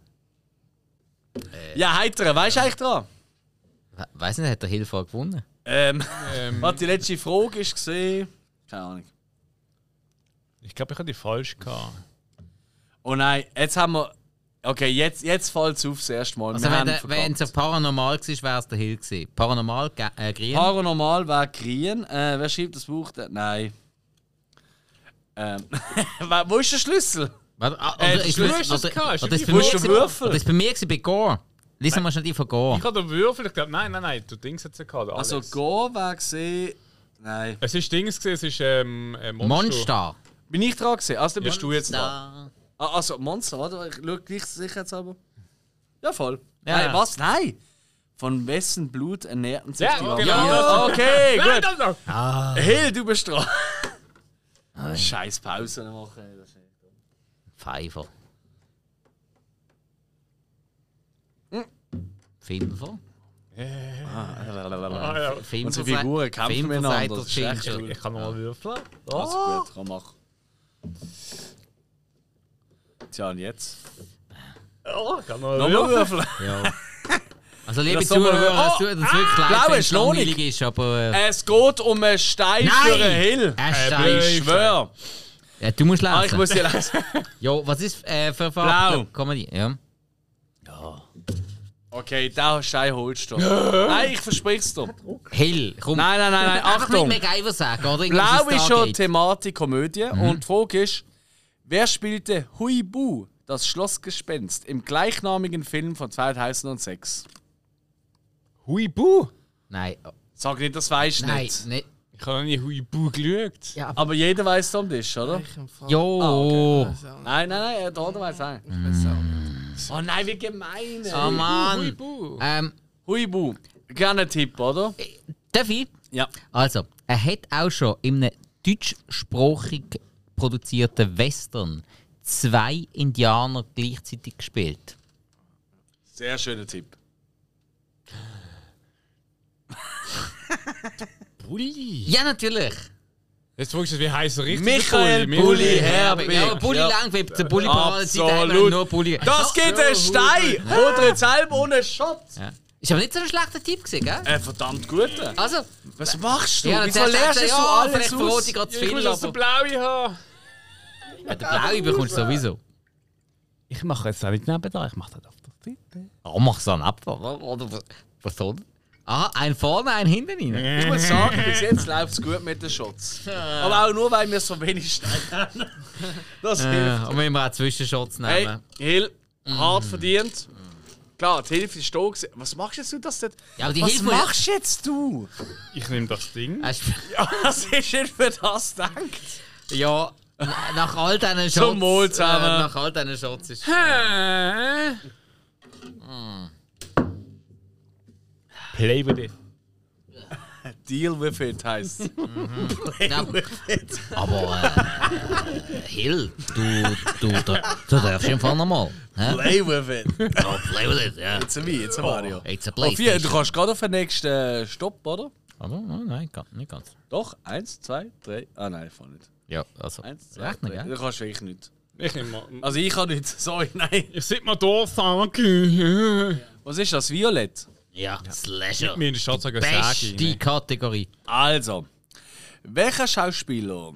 Speaker 1: Ja, heiter, weißt du eigentlich dran?
Speaker 2: We- Weiss nicht, hat der Hilfe gewonnen?
Speaker 1: Ähm,
Speaker 3: Ähm,
Speaker 1: was die letzte Frage ist gesehen. Keine Ahnung.
Speaker 3: ich glaube, ich habe die falsch gehabt.
Speaker 1: Oh nein, jetzt haben wir. Okay, jetzt, jetzt fällt es auf das erste Mal.
Speaker 2: Also,
Speaker 1: wir
Speaker 2: wenn
Speaker 1: haben
Speaker 2: der- wenn
Speaker 1: verkackt.
Speaker 2: es paranormal war, wäre es der Hill gewesen. Paranormal, ge- äh, grün.
Speaker 1: Paranormal wäre Green. Äh, wer schreibt das Buch? denn? Nein. Ähm, *laughs* wer- wo ist der Schlüssel?
Speaker 2: Warte, ah,
Speaker 1: Äh,
Speaker 2: Oder ist
Speaker 1: du
Speaker 2: bei-
Speaker 1: hast
Speaker 3: es gehabt,
Speaker 2: oder-
Speaker 3: hast
Speaker 2: oder
Speaker 3: du
Speaker 2: ist
Speaker 3: die
Speaker 2: bei mir
Speaker 1: Wurst
Speaker 2: gewesen-
Speaker 1: und Würfel?
Speaker 2: oder ist bei mir gewesen bei Gore. Lesen wir schon die von Gore.
Speaker 3: Ich habe den Würfel, ich glaube, nein, nein, nein, der Dings hat es gehabt. der Alex.
Speaker 1: Also, Go wäre gesehen. Nein.
Speaker 3: Es ist Dings gesehen, es ist ähm, äh, Monster.
Speaker 2: Monster.
Speaker 1: Bin ich dran gesehen? Also, dann bist du jetzt dran.
Speaker 2: Da.
Speaker 1: Ah, also, Monster, oder? Ich schaue gleich sicherheitshalber. Ja, voll.
Speaker 2: Ja.
Speaker 1: Nein, was? Nein! Von wessen Blut ernährten sich
Speaker 3: Ja,
Speaker 1: die
Speaker 3: genau.
Speaker 1: Vampire?
Speaker 3: Ja.
Speaker 1: Okay,
Speaker 3: Nein,
Speaker 1: gut.
Speaker 3: nein, nein.
Speaker 1: Hill, du bist dran. Scheiß Pause machen. ey, das ist echt dumm.
Speaker 2: Pfeifer.
Speaker 1: Hm.
Speaker 2: Finfer.
Speaker 1: Ah,
Speaker 3: Ah,
Speaker 2: Finfer
Speaker 1: Unsere
Speaker 2: sagt-
Speaker 1: Figuren kämpfen
Speaker 2: Finfer
Speaker 1: miteinander,
Speaker 2: sagt,
Speaker 1: das
Speaker 2: dass
Speaker 1: ist echt
Speaker 2: Ginger-
Speaker 3: ja. Ich kann nochmal würfeln.
Speaker 1: Also
Speaker 3: Oh.
Speaker 1: gut, kann machen. Tja, und jetzt?
Speaker 3: Oh, ich kann nochmal
Speaker 1: Nochmal
Speaker 3: würfeln.
Speaker 1: würfeln.
Speaker 2: Ja. Also, liebe
Speaker 1: Das soll man-
Speaker 2: Zuhörer, es
Speaker 1: Oh,
Speaker 2: tut uns wirklich
Speaker 1: ah,
Speaker 2: leid,
Speaker 1: blaue
Speaker 2: wenn es
Speaker 1: Schlonig.
Speaker 2: langweilig ist, aber... Äh,
Speaker 1: Es geht um einen Stein für einen Hill.
Speaker 2: Ein
Speaker 3: Äh,
Speaker 2: Stein.
Speaker 1: Ich schwöre.
Speaker 2: Ja, du musst
Speaker 1: Ah, ich
Speaker 2: lesen.
Speaker 1: muss hier lesen.
Speaker 2: Jo, was ist äh, für Farbe?
Speaker 1: Blau.
Speaker 2: Comedy, ja.
Speaker 1: Okay, den Stein holst du. Nein, ich verspreche es dir.
Speaker 2: Hill, komm.
Speaker 1: Nein, nein, nein, nein,
Speaker 2: Einfach
Speaker 1: Achtung.
Speaker 2: nicht MacGyver sagen, oder? Irgendwas
Speaker 1: Blau ist schon
Speaker 2: Stargate.
Speaker 1: Thematik Komödie
Speaker 2: Mhm.
Speaker 1: und die Frage ist, wer spielte Hui Bu, das Schlossgespenst, im gleichnamigen Film von 2006?
Speaker 3: Hui Bu.
Speaker 2: Nein, oh,
Speaker 1: Sag nicht, das weiß
Speaker 2: nein,
Speaker 1: nicht.
Speaker 2: nicht.
Speaker 3: Ich habe noch nie Hui Bu geschaut.
Speaker 2: Ja, aber.
Speaker 1: Aber jeder weiß es am Tisch, oder?
Speaker 4: Ich empfand
Speaker 2: Jo!
Speaker 1: Ah,
Speaker 4: es auch nicht.
Speaker 1: Nein, nein, nein, der andere weiß auch.
Speaker 4: Ich weiß auch nicht.
Speaker 2: Mm.
Speaker 1: Oh nein, wie gemein. ey.
Speaker 2: Oh
Speaker 4: Hui,
Speaker 2: Mann!
Speaker 4: bu.
Speaker 2: Ähm, äh,
Speaker 1: Hui Bu. Gerne einen Tipp, oder?
Speaker 2: darf ich?
Speaker 1: Ja.
Speaker 2: Also, er hat auch schon in einem deutschsprachig produzierten Western zwei Indianer gleichzeitig gespielt.
Speaker 1: Sehr schöner Tipp.
Speaker 3: Bulli.
Speaker 2: Ja, natürlich!
Speaker 3: Jetzt fragst du, wie heißt er richtig?
Speaker 1: Michael Bulli Herbig.
Speaker 2: Ja, aber Bulli
Speaker 1: Ja.
Speaker 2: lang, wenn der Bulli
Speaker 1: Absolut.
Speaker 2: Zeit nur Bulli.
Speaker 1: Das geht ein Stein! Oder jetzt halb ohne Schott.
Speaker 2: Ja. Ist aber nicht so ein schlechter Typ gewesen, gell?
Speaker 1: Äh, verdammt guter.
Speaker 2: Also,
Speaker 1: Was machst du?
Speaker 2: ja,
Speaker 1: Wieso lernst du so alles
Speaker 2: vielleicht verrate ich
Speaker 1: aus?
Speaker 2: gerade zu
Speaker 3: Ich muss
Speaker 2: viel,
Speaker 3: aus der
Speaker 2: aber
Speaker 3: blaue haben.
Speaker 2: Ja, den blauen bekommst du sowieso.
Speaker 3: Ich mache jetzt auch nicht nebenan, ich mache das auf der Seite.
Speaker 2: Oh, mach's dann ab. Was soll das? Aha, ein vorne, ein hinten rein.
Speaker 1: Ich muss sagen, bis
Speaker 2: *laughs*
Speaker 1: jetzt läuft es gut mit den Shots. Aber auch nur, weil wir so wenig Steine haben. Das
Speaker 2: Äh,
Speaker 1: hilft.
Speaker 2: und wenn wir auch Zwischenshots
Speaker 1: Hey,
Speaker 2: nehmen.
Speaker 1: Hill, hart verdient. Klar, die Hilfe ist da. gewesen. Was machst jetzt du das denn?
Speaker 2: Ja, aber die
Speaker 1: Was
Speaker 2: Hilfe-
Speaker 1: machst jetzt du?
Speaker 3: Ich nehme das Ding.
Speaker 2: Hast-
Speaker 1: Ja, was ist denn für das denkt?
Speaker 2: Ja, na- nach all deinen Shots.
Speaker 1: Zum Wohl zusammen.
Speaker 2: Äh, nach all deinen Shots ist.
Speaker 3: Play with it.
Speaker 1: Deal with it heisst
Speaker 2: Ja, aber äh, Hill, du, du, du, du darfst im Fall nochmal.
Speaker 1: *laughs*
Speaker 2: hä?
Speaker 1: Play with it.
Speaker 2: Oh, play with it, ja.
Speaker 1: It's a me, it's a Mario.
Speaker 2: It's a
Speaker 1: Oh, vier, du
Speaker 2: PlayStation.
Speaker 1: kannst gerade auf den nächsten äh, Stopp, oder?
Speaker 2: Aber oh, nein, ga- nicht ganz.
Speaker 1: Doch, eins, zwei, drei. Ah nein, ich nicht.
Speaker 2: Ja, also.
Speaker 1: Eins, zwei,
Speaker 2: Rechnen,
Speaker 1: drei.
Speaker 2: gell?
Speaker 1: Du kannst wirklich nicht.
Speaker 3: Ich nehme mal.
Speaker 1: Also ich kann nicht. *laughs* Sorry, nein.
Speaker 3: Ich sehe mal da sagen.
Speaker 1: Was ist das? Violett?
Speaker 2: Ja, Slasher.
Speaker 3: Mir in der Stadt sagen,
Speaker 2: Beste
Speaker 3: Sagi.
Speaker 2: Kategorie.
Speaker 1: Also, welcher Schauspieler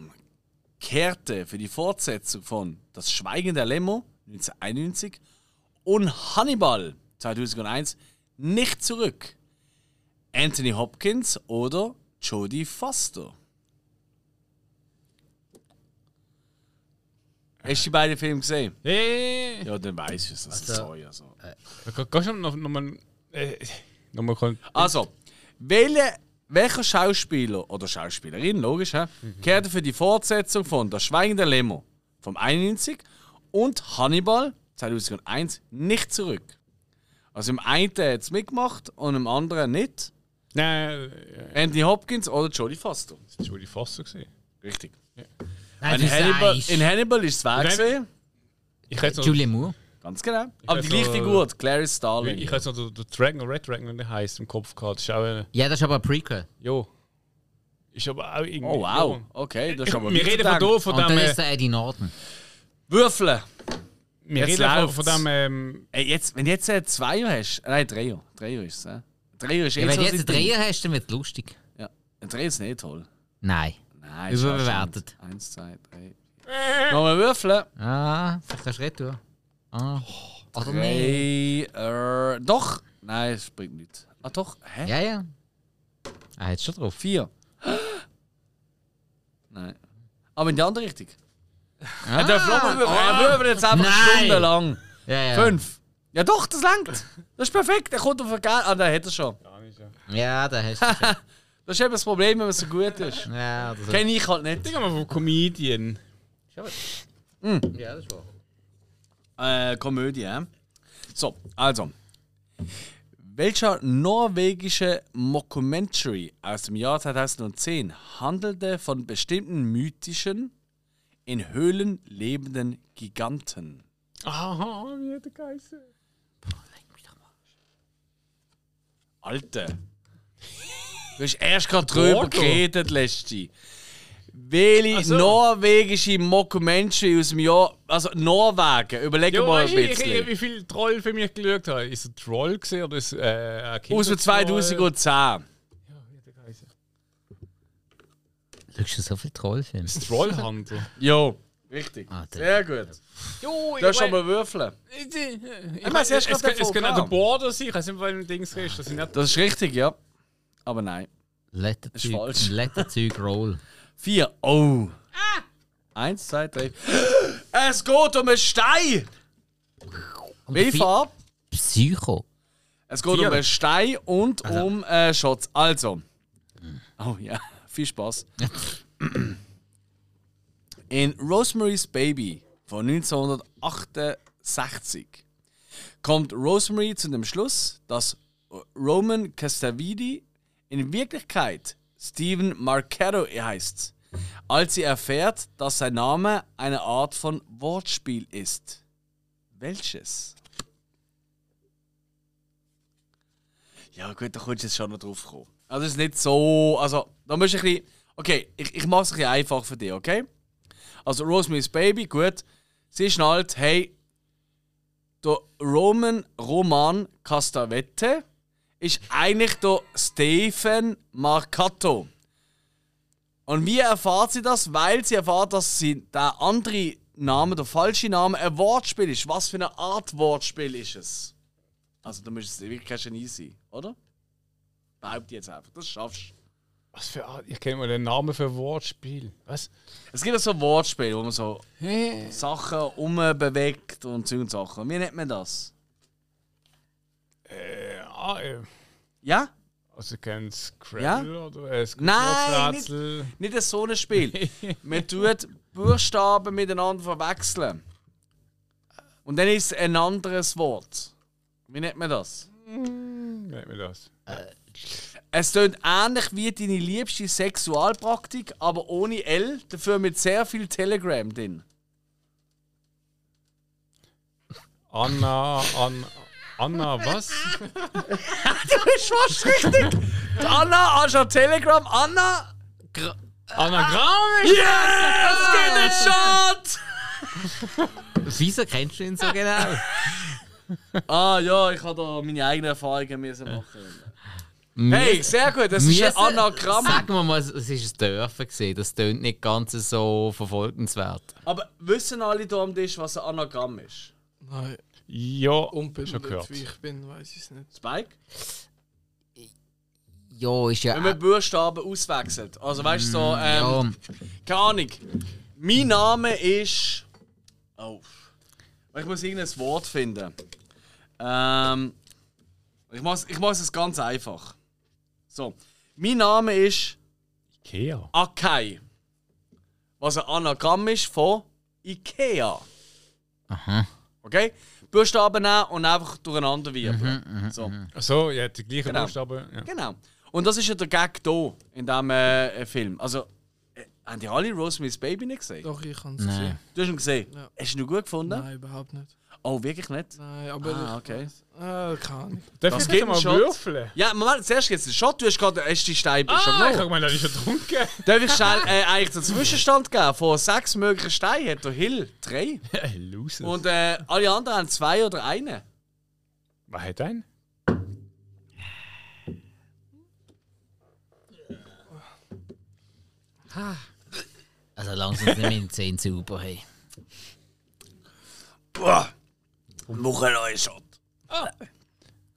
Speaker 1: kehrte für die Fortsetzung von Das Schweigen der Lämmer 1991 und Hannibal 2001 nicht zurück? Anthony Hopkins oder Jodie Foster? Hast du die beiden Filme gesehen?
Speaker 3: Hey!
Speaker 1: Ja, dann weiß ich es. Also, sorry, also.
Speaker 3: Kannst du noch, noch mal. Äh, noch mal kon-
Speaker 1: Also, welche, welcher Schauspieler oder Schauspielerin, logisch, hä, kehrte für die Fortsetzung von Das Schweigen der Lämmer vom 91 und Hannibal 2001 nicht zurück? Also im einen hat es mitgemacht und im anderen nicht.
Speaker 3: Nein, äh,
Speaker 1: Andy Hopkins oder Jodie Foster.
Speaker 3: das war schon die Fassung. gewesen.
Speaker 1: Richtig.
Speaker 2: Nein,
Speaker 1: In Hannibal,
Speaker 2: sagst.
Speaker 1: in Hannibal ist es weg
Speaker 3: Nein.
Speaker 1: gesehen.
Speaker 3: Ich hätte noch,
Speaker 2: Julia Moore.
Speaker 1: Ganz genau. Aber die
Speaker 3: weiß
Speaker 1: gleiche
Speaker 3: noch,
Speaker 1: Figur, die Clarice Starling.
Speaker 3: ich hätte noch den, den Dragon, Red Dragon, wie der heißt, im Kopf gehabt. Das ist auch eine.
Speaker 2: Ja, das ist aber ein Prequel.
Speaker 3: Jo. Ist aber auch irgendwie.
Speaker 1: oh wow,
Speaker 3: Ja.
Speaker 1: okay, das ist
Speaker 3: Ich,
Speaker 1: aber
Speaker 3: wir reden von,
Speaker 1: weitergedacht.
Speaker 3: da, von
Speaker 2: Und dann
Speaker 3: dem. äh,
Speaker 2: ist der Eddie Norton.
Speaker 1: Würfeln!
Speaker 3: Wir
Speaker 1: Jetzt
Speaker 3: reden von,
Speaker 1: läuft's.
Speaker 3: von dem. Ähm,
Speaker 1: Ey, jetzt, wenn du jetzt äh, zwei hast, äh, nein, drei Uhr. Drei Uhr ist es. Äh. Drei Uhr ist eh
Speaker 2: Ja, wenn
Speaker 1: so
Speaker 2: du jetzt einen
Speaker 1: sein Ding.
Speaker 2: Dreier hast, dann wird es lustig.
Speaker 1: Ja, ein Drei ist nicht toll.
Speaker 2: Nein.
Speaker 1: Nein,
Speaker 2: Überbewertet.
Speaker 1: ist auch schon. Eins, zwei, drei. Nochmal würfeln.
Speaker 2: Ah, vielleicht kannst du reden. ja. Ah. Oder nein.
Speaker 1: Drei, äh, doch. Nein, es bringt nichts. Ah, doch. Hä?
Speaker 2: Ja, ja. Ah, jetzt schon drauf.
Speaker 1: Vier. *gasps* nein. Aber in die andere Richtung. Er darf nochmal würfeln. Er würfelt jetzt einfach
Speaker 2: Ah. Nein.
Speaker 1: stundenlang.
Speaker 2: Ja, ja.
Speaker 1: Fünf. Ja doch, das langt. Das ist perfekt. Er kommt auf den Geld. Ah, den hat er schon.
Speaker 2: Ja, da hast du.
Speaker 1: Das ist eben das Problem, wenn man so gut
Speaker 2: *laughs*
Speaker 1: ist.
Speaker 2: Ja, das
Speaker 1: Kenn ich halt nicht.
Speaker 3: Digga mal von Comedian.
Speaker 1: Hm.
Speaker 2: Ja, das war.
Speaker 1: Äh, Komödie, hä? So, also. Welcher norwegische Mockumentary aus dem Jahr 2010 handelte von bestimmten mythischen, in Höhlen lebenden Giganten?
Speaker 3: Aha, wie hat der Geißel?
Speaker 1: Alter! Du hast erst gerade drüber
Speaker 3: Gordo.
Speaker 1: geredet, letzte. Welche
Speaker 3: so.
Speaker 1: norwegische Mockumentary aus dem Jahr. Also Norwegen, überleg
Speaker 3: Ja,
Speaker 1: mal
Speaker 3: weißt
Speaker 1: ein
Speaker 3: du, ich, ich,
Speaker 1: bisschen.
Speaker 3: wie viel Troll für mich geschaut habe? Ist es ein Troll gewesen oder ist es äh, ein Kind?
Speaker 1: Aus dem 2010.
Speaker 2: Schaust du Ah, so viel Trollfilme?
Speaker 3: Das Trollhandel.
Speaker 1: Jo, richtig. *laughs*
Speaker 2: Alter.
Speaker 1: Sehr gut.
Speaker 3: jo, ich
Speaker 1: Du hast schon mal würfeln.
Speaker 3: Ich
Speaker 1: meine, es
Speaker 3: meine,
Speaker 1: ist
Speaker 3: es,
Speaker 1: gerade
Speaker 3: es, kann- es
Speaker 1: davon
Speaker 3: kann auch
Speaker 1: gekommen.
Speaker 3: der Border sein, ich weiß nicht, weil ein Dings ist. Das sind nicht
Speaker 1: Das ist richtig, ja. Aber nein. Ist falsch.
Speaker 2: Letterzeug Roll.
Speaker 1: Vier. Oh.
Speaker 3: Ah!
Speaker 1: Eins, zwei, drei. *gasps* Es geht um einen Stein.
Speaker 3: Um
Speaker 2: Und
Speaker 1: Welche
Speaker 2: viel-
Speaker 1: Farbe?
Speaker 2: Psycho.
Speaker 1: Es geht um einen Stein und um äh, Schatz. Also. Oh ja, *laughs* viel Spaß. In Rosemary's Baby von 1968 kommt Rosemary zu dem Schluss, dass Roman Castavidi in Wirklichkeit Stephen Marchetto heißt, als sie erfährt, dass sein Name eine Art von Wortspiel ist. Welches? Ja gut, da kommst du jetzt schon noch drauf kommen. Also es ist nicht so, also da musst du ein bisschen, okay, ich, ich mache es ein bisschen einfach für dich, okay? Also Rosemary's Baby, gut, sie schnallt, hey, der Roman Roman Castavette ist eigentlich der Stephen Marcato. Und wie erfahrt sie das? Weil sie erfahrt, dass sie der andere Name, der falsche Name, ein Wortspiel ist. Was für eine Art Wortspiel ist es? Also, du musst es wirklich kein Genie sein, oder? Behaupte ich jetzt einfach, das schaffst du.
Speaker 3: Was für Art? Ich kenne mal den Namen für Wortspiel. Was?
Speaker 1: Es gibt ja so Wortspiele, wo man so Sachen umbewegt und so und Sachen. Wie nennt man das?
Speaker 3: Ja, äh,
Speaker 1: Ja?
Speaker 3: also ich kenne Scrabble
Speaker 1: Ja?
Speaker 3: oder äh, Scrabble
Speaker 1: Nein, nicht, nicht so ein Spiel. Man tut Buchstaben miteinander verwechseln. Und dann ist es ein anderes Wort. Wie nennt man das?
Speaker 3: Nennt man das?
Speaker 1: Es tönt ähnlich wie deine liebste Sexualpraktik, aber ohne L, dafür mit sehr viel Telegram drin.
Speaker 3: Anna, Anna, Anna, was?
Speaker 1: Du bist fast richtig! Die Anna, hast du Telegram? Anna?
Speaker 3: Anagramm?
Speaker 1: Yes! Geht ein Shot!
Speaker 2: Wieso kennst du ihn so genau?
Speaker 1: Ah ja, ich habe da meine eigenen Erfahrungen müssen machen. *laughs* Hey, sehr gut, das ist
Speaker 2: Müssen-
Speaker 1: ein Anagramm.
Speaker 2: Sagen wir mal, es es ist ein Dörfer gesehen. Das tönt nicht ganz so verfolgenswert.
Speaker 1: Aber wissen alle hier am Tisch, was ein Anagramm ist?
Speaker 4: Nein,
Speaker 3: Ja, schon
Speaker 4: unbebildet
Speaker 3: gehört.
Speaker 4: wie ich bin, weiß ich es nicht.
Speaker 1: Spike?
Speaker 2: Ja, ist ja.
Speaker 1: Wenn man Buchstaben auswechselt. Also weißt du, so, ähm,
Speaker 2: Äh. Mm, ja.
Speaker 1: keine Ahnung. Mein Name ist. Oh. Ich muss irgendein Wort finden. Ähm. Ich mache ich mach's es ganz einfach. So. Mein Name ist
Speaker 3: Ikea.
Speaker 1: Akai. Was ein Anagramm ist von Ikea.
Speaker 2: Aha.
Speaker 1: Okay? Buchstaben nehmen und einfach durcheinander wirbeln. so.
Speaker 3: Achso, ja, die gleichen
Speaker 1: Genau.
Speaker 3: Buchstaben. Ja.
Speaker 1: Genau. Und das ist ja der Gag hier in diesem äh, Film. Also, äh, haben die alle Rosemary's Baby nicht gesehen?
Speaker 4: Doch, ich kann es
Speaker 2: Nein.
Speaker 4: sehen.
Speaker 1: Du hast ihn gesehen.
Speaker 4: Ja.
Speaker 1: Hast du ihn gut gefunden?
Speaker 4: Nein, überhaupt nicht.
Speaker 1: Oh, wirklich nicht?
Speaker 4: Nein, aber.
Speaker 1: Ah,
Speaker 4: ich
Speaker 1: okay.
Speaker 4: weiss- Ah, keine Ahnung.
Speaker 3: Darf
Speaker 1: Das
Speaker 3: ich
Speaker 1: gibt
Speaker 3: bitte mal
Speaker 1: einen Shot.
Speaker 3: würfeln?
Speaker 1: Ja, Moment, zuerst jetzt den Shot. Du hast gerade hast die Steine schon
Speaker 3: Ah, ich
Speaker 1: genommen.
Speaker 3: habe gemeint, das ist getrunken. *laughs*
Speaker 1: Darf ich schnell äh, eigentlich den Zwischenstand geben? Von sechs möglichen Steinen hat der Hill drei.
Speaker 3: Loser.
Speaker 1: Und äh, alle anderen haben zwei oder einen.
Speaker 3: Wer hat einen?
Speaker 2: Also langsam sind wir in 10 sauber. Hey.
Speaker 1: Boah! Mach einen neuen Shot.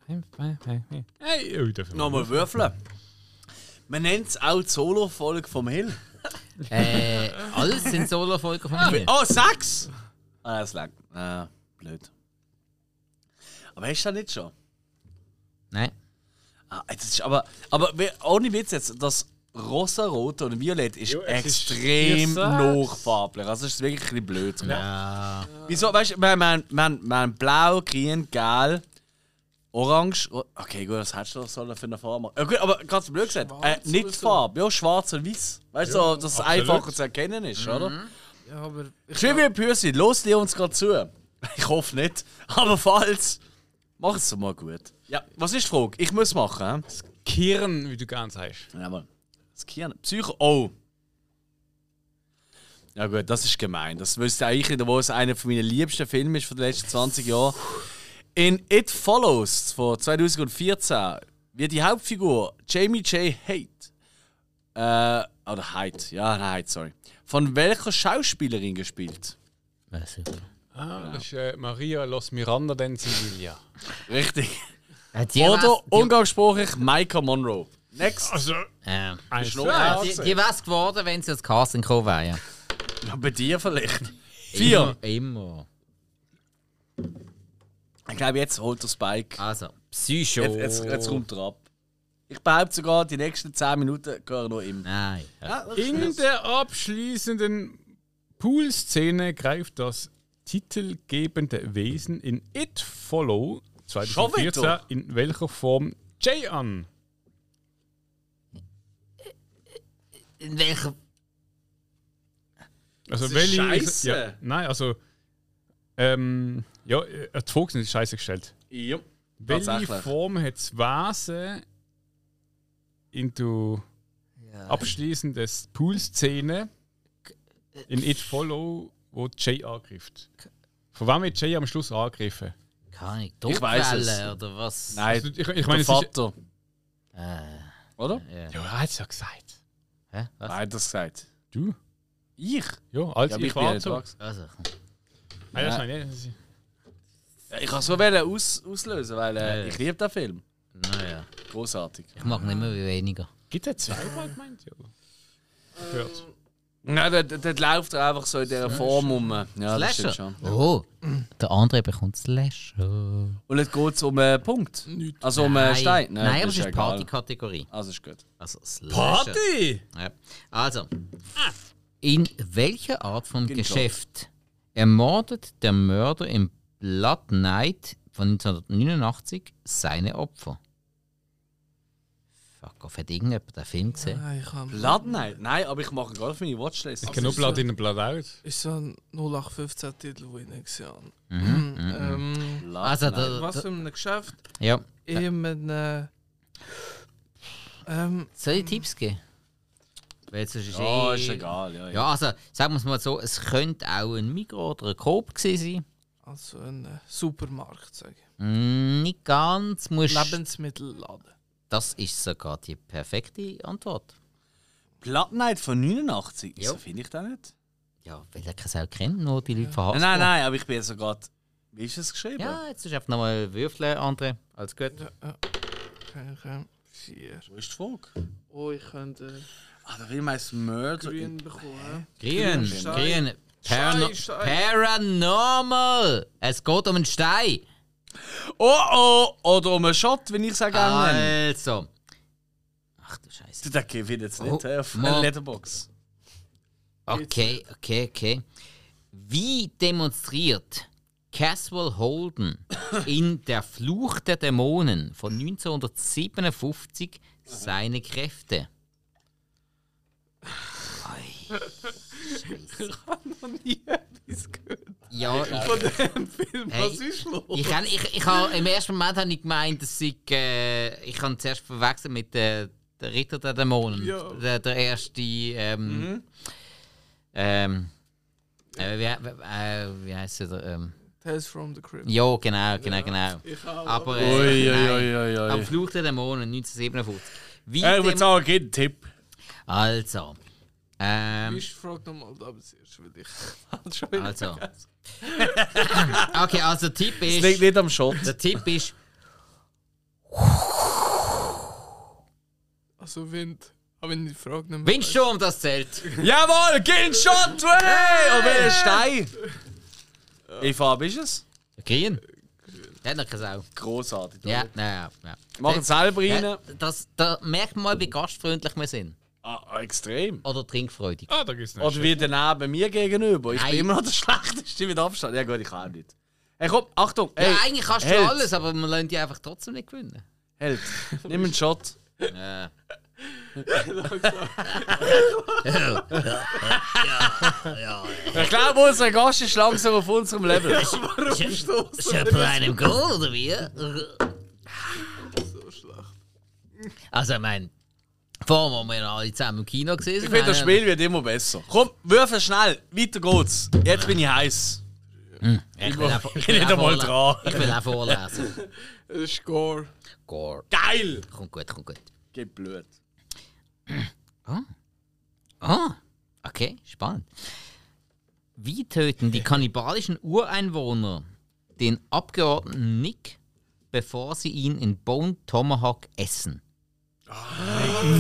Speaker 3: Hey, oh, darf ich mal.
Speaker 1: Nochmal würfeln. Man nennt es auch die Solo-Folge vom Hill.
Speaker 2: Äh, alles sind Solo-Folgen von mir.
Speaker 1: Oh, sechs! Ah, es lag. Ah, blöd. Aber hast du das nicht schon?
Speaker 2: Nein.
Speaker 1: Ah, das ist aber, aber we- ohne Witz jetzt, das rosarote und violett ist
Speaker 3: Ja, es ist
Speaker 1: extrem
Speaker 3: vier Sechs.
Speaker 1: nachfarblich. Also es ist wirklich ein bisschen blöd. zu machen.
Speaker 2: Ah,
Speaker 1: Wieso, weißt du, wir, wir, wir, wir haben blau, grün, gel, orange. Oh, Okay, gut, was hättest du noch sollen für eine Farbe machen? Ja, gut, aber ganz blöd gesagt, äh,
Speaker 4: Schwarz
Speaker 1: nicht
Speaker 4: oder so.
Speaker 1: Farbe, ja, schwarz und weiß. Weißt du, so, dass es
Speaker 3: absolut. Mhm.
Speaker 1: einfacher zu erkennen ist, oder?
Speaker 4: Ja, aber. Ich
Speaker 1: Trivial Pursuit, los dir uns gerade zu. *laughs* Ich hoffe nicht, aber falls, mach es doch mal gut. Ja, was ist die Frage? Ich muss machen, hä?
Speaker 3: Kirn, wie du gerne sagst.
Speaker 1: Ja, aber das Gehirn. Psycho. Oh! Ja gut, das ist gemein. Das wüsste auch ich nicht, obwohl es einer meiner liebsten Filme ist von den letzten 20 Jahren. In It Follows von 2014 wird die Hauptfigur Jamie J. Haidt, äh, oder Haidt, ja, nein, Haidt, sorry, von welcher Schauspielerin gespielt?
Speaker 2: ja, super.
Speaker 3: Ah, das ist äh, Maria Los Miranda den Sevilla.
Speaker 1: *laughs* Richtig.
Speaker 2: Äh, die
Speaker 1: Oder
Speaker 2: wär's- die-
Speaker 1: umgangssprachlich Micah Monroe. Next.
Speaker 3: Also,
Speaker 2: äh,
Speaker 3: ein
Speaker 1: Schnurr.
Speaker 3: Schlag.
Speaker 2: die, die wär's geworden, wenn sie das Casting gekommen wäre. ja.
Speaker 1: Ja, *laughs* Bei dir vielleicht. Vier.
Speaker 2: Immer. immer.
Speaker 1: Ich glaube, jetzt holt der Spike.
Speaker 2: Also, Psycho.
Speaker 1: Jetzt, jetzt, jetzt kommt er ab. Ich behaupte sogar, die nächsten 10 Minuten gehören noch ihm.
Speaker 2: Nein.
Speaker 3: In der abschließenden Pool-Szene greift das titelgebende Wesen in It Follow
Speaker 1: Schon
Speaker 3: 2014
Speaker 1: wieder?
Speaker 3: in welcher Form Jay an.
Speaker 2: In welcher.
Speaker 3: Also
Speaker 1: Das ist
Speaker 3: welche
Speaker 1: scheisse.
Speaker 3: Ja, nein, also ähm, ja, äh, die Vogel ist scheiße gestellt.
Speaker 1: Ja.
Speaker 3: Welche
Speaker 1: Tatsächlich.
Speaker 3: Form hat das Wesen in der abschließenden Pool-Szene in It Follow, wo Jay angreift? Von wem wird Jay am Schluss angegriffen?
Speaker 2: Keine Ahnung.
Speaker 1: Ich weiss es.
Speaker 2: Druckwelle oder was?
Speaker 1: Nein,
Speaker 3: Also, ich, ich
Speaker 1: der
Speaker 3: meine, es ist,
Speaker 1: Vater.
Speaker 2: Äh,
Speaker 1: Oder?
Speaker 2: ja.
Speaker 3: Ja, er hat es ja gesagt.
Speaker 2: Hä? Was?
Speaker 1: Nein, hat das gesagt.
Speaker 3: Du?
Speaker 1: Ich?
Speaker 3: Ja, als
Speaker 1: Ja, aber
Speaker 3: ich,
Speaker 1: ich bin ja
Speaker 3: war
Speaker 1: nicht
Speaker 3: so.
Speaker 1: da.
Speaker 3: Nein,
Speaker 2: Also,
Speaker 3: das meine ich. nicht.
Speaker 1: Ja, Ich kann so wollen aus, auslösen, weil äh,
Speaker 2: Äh.
Speaker 1: ich liebe den Film.
Speaker 2: Naja.
Speaker 1: Großartig.
Speaker 2: Ich mag nicht mehr wie weniger.
Speaker 3: Gibt es zweimal gemeint? Ja. Gehört.
Speaker 1: Nein, dort, dort läuft er einfach so in dieser Form um. Ja, das stimmt
Speaker 2: Slasher.
Speaker 1: schon.
Speaker 2: Oh, der andere bekommt Slasher.
Speaker 1: Und jetzt geht es um einen Punkt. Also um einen Stein.
Speaker 2: Nein, aber es
Speaker 1: ja
Speaker 2: ist
Speaker 1: egal.
Speaker 2: Party-Kategorie.
Speaker 1: Also ist gut.
Speaker 2: Also Slasher. Ja. Also, in welcher Art von
Speaker 1: Guten
Speaker 2: Geschäft ermordet der Mörder im Blood Night von 1989 seine Opfer? Fuck off, hat irgendjemand den Film gesehen?
Speaker 4: Nein, ich habe.
Speaker 1: Blood Night? Nein, aber ich mache ihn gerade auf meine Watchlist.
Speaker 3: Ich kenne nur Blood in und Blood out.
Speaker 4: Ist so ein 0815-Titel, den ich nicht gesehen habe.
Speaker 2: Mhm.
Speaker 4: Ähm,
Speaker 1: Blood
Speaker 2: Also,
Speaker 1: Night.
Speaker 2: der,
Speaker 4: was
Speaker 2: der,
Speaker 4: für ein Geschäft?
Speaker 2: ja.
Speaker 4: Eben einem. Ähm,
Speaker 2: Soll ich Tipps geben? Weil jetzt ist es
Speaker 1: Ja,
Speaker 2: eh-
Speaker 1: ist egal. Ja, ja.
Speaker 2: Ja, also sagen wir es mal so, es könnte auch ein Mikro oder ein Coop gewesen
Speaker 4: also ein äh, Supermarkt, sage ich.
Speaker 2: sein. Mm, Nicht ganz, musst
Speaker 4: Lebensmittelladen.
Speaker 2: Das ist sogar die perfekte Antwort.
Speaker 1: Blood Night von 89? Wieso
Speaker 2: Ja.
Speaker 1: finde ich den nicht?
Speaker 2: Ja, weil er keine Sau kennt, nur die Leute verhaftet.
Speaker 1: Nein, nein, nein, aber ich bin jetzt so gerade. Wie ist es geschrieben?
Speaker 2: Ja, jetzt ist einfach nochmal würfeln, André. Alles gut.
Speaker 4: Ja, ja. Okay, okay. Vier.
Speaker 1: Wo ist die Frage?
Speaker 4: Oh, ich könnte
Speaker 1: Ah, der Film heißt Murder.
Speaker 4: grün
Speaker 1: in-
Speaker 4: bekommen.
Speaker 2: Grün,
Speaker 4: Stein.
Speaker 2: grün. Parano
Speaker 4: Stein, Stein.
Speaker 2: Paranormal! Es geht um einen Stein!
Speaker 1: Oh oh! Oder um einen Shot, wenn ich sage ah,
Speaker 2: Also. Ach du Scheiße.
Speaker 1: Der gewinnt jetzt
Speaker 2: Oh,
Speaker 1: nicht oh, auf
Speaker 2: Mann.
Speaker 1: eine Letterbox.
Speaker 2: Okay, okay, okay. Wie demonstriert Caswell
Speaker 4: *coughs*
Speaker 2: Holden in Der Fluch der Dämonen von 1957 seine Kräfte? Ei, Scheiße.
Speaker 4: Nie etwas gehört
Speaker 2: Ja,
Speaker 4: von
Speaker 2: ich,
Speaker 4: dem Film.
Speaker 2: Hey.
Speaker 4: Was ist los?
Speaker 2: ich, hab- ich, ich hab, im ersten Moment habe ich gemeint, dass ich, äh, ich hab zuerst verwechselt mit äh, der Ritter der Dämonen.
Speaker 4: Ja. Mhm.
Speaker 2: Der, der erste. Ähm, ähm, äh, wie, äh, wie heißt der? Ähm,
Speaker 4: Tales from the Crypt.
Speaker 2: Ja, genau, genau, genau.
Speaker 4: Ich habe
Speaker 2: Aber,
Speaker 1: Ui, ui,
Speaker 2: äh, nein,
Speaker 1: ui, ui.
Speaker 2: am Fluch der Dämonen 1957. Wie
Speaker 1: Äh, ich
Speaker 2: dem-
Speaker 1: würde sagen, jeden Tipp.
Speaker 2: also, ähm,
Speaker 4: Ich frage nochmal, ob es erst will. Ich *laughs* habe schon wieder
Speaker 2: also.
Speaker 4: vergessen.
Speaker 2: okay, also Tipp
Speaker 1: Es liegt
Speaker 2: ist,
Speaker 1: nicht am Shot.
Speaker 2: der Tipp ist,
Speaker 4: Also Wind. Aber wenn ich frage nicht mehr.
Speaker 2: Windsturm, das zählt.
Speaker 1: Jawohl, geh in den Shot! Hey! Und welcher Stein? Wie Farbe ist es?
Speaker 2: Grün. Der hat noch keine Sau.
Speaker 1: Großartig.
Speaker 2: Ja, ja, ja.
Speaker 1: Machen selber rein.
Speaker 2: ja das, da merkt man mal, wie gastfreundlich wir sind.
Speaker 1: Ah, extrem.
Speaker 2: Oder trinkfreudig.
Speaker 3: Ah, da gibt es
Speaker 1: Oder
Speaker 3: nicht.
Speaker 1: wie daneben mir gegenüber. Ich
Speaker 2: Nein.
Speaker 1: bin immer noch der *laughs* Schlechteste mit Abstand. Ja gut, ich kann auch nicht. Hey komm, Achtung! Hey,
Speaker 2: ja, eigentlich kannst du
Speaker 1: Held.
Speaker 2: alles, aber man lernt die einfach trotzdem
Speaker 1: *laughs*
Speaker 2: nicht gewinnen. *laughs*
Speaker 1: Held, Halt, nimm einen Shot.
Speaker 2: Ja.
Speaker 1: Ich glaube, unser Gast ist langsam auf unserem Level.
Speaker 2: Schöpfer einem Goal, oder wie?
Speaker 1: Ah.
Speaker 4: So schlecht.
Speaker 2: Also, ich meine, vorher, wo wir alle zusammen im Kino gesehen sind.
Speaker 1: Ich finde, das Spiel wird immer besser. Komm, würfel schnell, weiter geht's. Jetzt bin ich heiß.
Speaker 2: Ich will auch, ich
Speaker 1: bin
Speaker 2: will
Speaker 1: nicht
Speaker 2: auch
Speaker 1: einmal
Speaker 2: vorle-
Speaker 1: dran.
Speaker 2: Ich will auch vorlesen.
Speaker 4: Äh, Score.
Speaker 2: Gore.
Speaker 1: Geil!
Speaker 2: Kommt gut, kommt gut.
Speaker 1: Geht blöd.
Speaker 2: Ah, okay, spannend. Wie töten die kannibalischen Ureinwohner den Abgeordneten Nick, bevor sie ihn in Bone Tomahawk essen?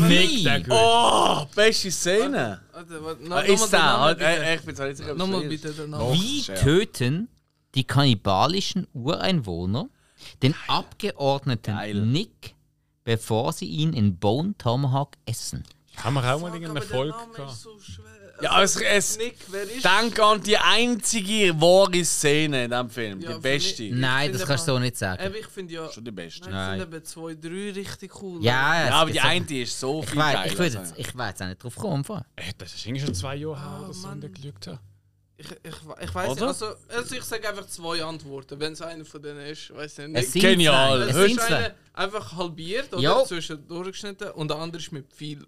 Speaker 2: Wie?
Speaker 1: Ah,
Speaker 3: Der gut.
Speaker 1: Oh, beste Szene!
Speaker 4: Warte, warte. No,
Speaker 1: Ah, ist da?
Speaker 4: nochmal
Speaker 1: Ah,
Speaker 4: den Namen bitte.
Speaker 1: äh, Ich bin zwar nicht sicher, ob es
Speaker 4: Nochmal
Speaker 1: der ist.
Speaker 4: bitte den Namen.
Speaker 2: halt, Wie
Speaker 1: Scherz.
Speaker 2: töten die kannibalischen Ureinwohner den Abgeordneten
Speaker 1: Geil.
Speaker 2: Nick, bevor sie ihn in Bone Tomahawk essen?
Speaker 1: Oh.
Speaker 3: Haben wir auch mal
Speaker 4: Aber
Speaker 3: irgendeinen
Speaker 4: der
Speaker 3: Erfolg
Speaker 4: Name ist
Speaker 3: gehabt?
Speaker 4: so schwer.
Speaker 1: Ja, es, es,
Speaker 4: Nick, wer ist
Speaker 1: Denk an die einzige wahre Szene in diesem Film.
Speaker 4: Ja,
Speaker 1: die
Speaker 4: für
Speaker 1: beste.
Speaker 4: mich-
Speaker 2: Nein,
Speaker 4: finde
Speaker 2: das kannst du so nicht sagen.
Speaker 1: Ähm,
Speaker 4: Eben, Äh, ich finde ja.
Speaker 1: Schon die beste.
Speaker 4: Nein,
Speaker 1: Ja,
Speaker 2: Nein.
Speaker 4: ich finde eben 2, 3 richtig cool.
Speaker 2: Ja, es
Speaker 1: aber die
Speaker 2: gibt so-
Speaker 1: eine ist so
Speaker 2: Ich
Speaker 1: viel
Speaker 2: weiß, ich,
Speaker 1: geiler. also.
Speaker 2: würde jetzt- ich weiß jetzt auch nicht drauf kommen. vorher.
Speaker 3: Ey, Äh, Das ist irgendwie schon zwei Jahre her
Speaker 4: Ah,
Speaker 3: oder so,
Speaker 4: Mann.
Speaker 3: und der geglückt hat.
Speaker 4: Ich, ich, ich weiß nicht.
Speaker 1: Oder?
Speaker 4: Also, also, ich sage einfach zwei Antworten. Wenn es einer von denen ist, weiß ich
Speaker 2: Es
Speaker 4: nicht.
Speaker 2: sind
Speaker 1: Genial.
Speaker 2: zwei, Es
Speaker 4: Es ist
Speaker 2: sind
Speaker 4: eine
Speaker 2: zwei.
Speaker 4: einfach halbiert oder
Speaker 2: Jo.
Speaker 4: zwischendurch geschnitten und der andere ist mit viel.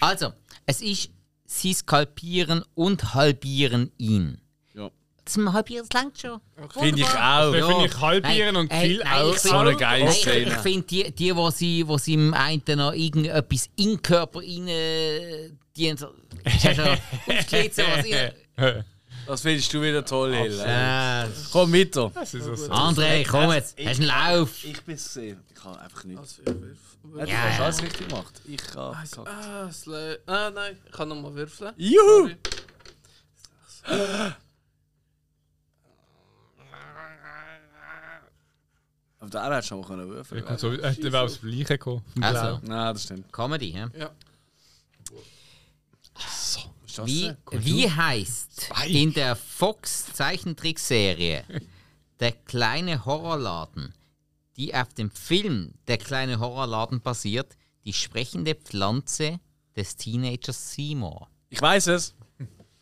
Speaker 2: Also, es ist, sie skalpieren und halbieren ihn.
Speaker 1: Ja.
Speaker 2: Zum Halbieren das langt schon.
Speaker 1: Finde ich auch.
Speaker 3: Ja. finde ich halbieren und
Speaker 2: ey,
Speaker 3: viel
Speaker 2: nein, ich
Speaker 3: auch-
Speaker 2: find-
Speaker 1: So eine geile
Speaker 2: nein,
Speaker 1: Szene.
Speaker 2: Ich, ich finde, die, die wo sie, wo sie im einen noch irgendetwas in den Körper rein. Die haben so. hast du schon aufgelesen, was ich.
Speaker 1: Das findest du wieder toll, Hill.
Speaker 2: Äh,
Speaker 1: Komm weiter.
Speaker 3: *laughs* Das ist so.
Speaker 2: André, komm jetzt, hast einen Lauf.
Speaker 1: Ich bin es gesehen. Ich kann einfach nicht.
Speaker 4: Also, ich wirf.
Speaker 1: Du
Speaker 2: Ja,
Speaker 1: hast
Speaker 2: ja.
Speaker 1: alles richtig gemacht. Ich habe.
Speaker 4: Ah, Slay. Ah, nein, ich kann nochmal würfeln.
Speaker 1: Juhu! Aber der hat schon mal können würfeln.
Speaker 3: Und so hätte er aufs Gleiche gekommen.
Speaker 2: Also,
Speaker 1: Nein, das stimmt.
Speaker 2: Comedy, hä?
Speaker 4: Ja.
Speaker 1: Ist das
Speaker 2: Wie,
Speaker 1: so?
Speaker 2: wie heißt in der Fox-Zeichentrickserie der kleine Horrorladen, die auf dem Film Der kleine Horrorladen basiert, die sprechende Pflanze des Teenagers Seymour?
Speaker 1: Ich weiß es.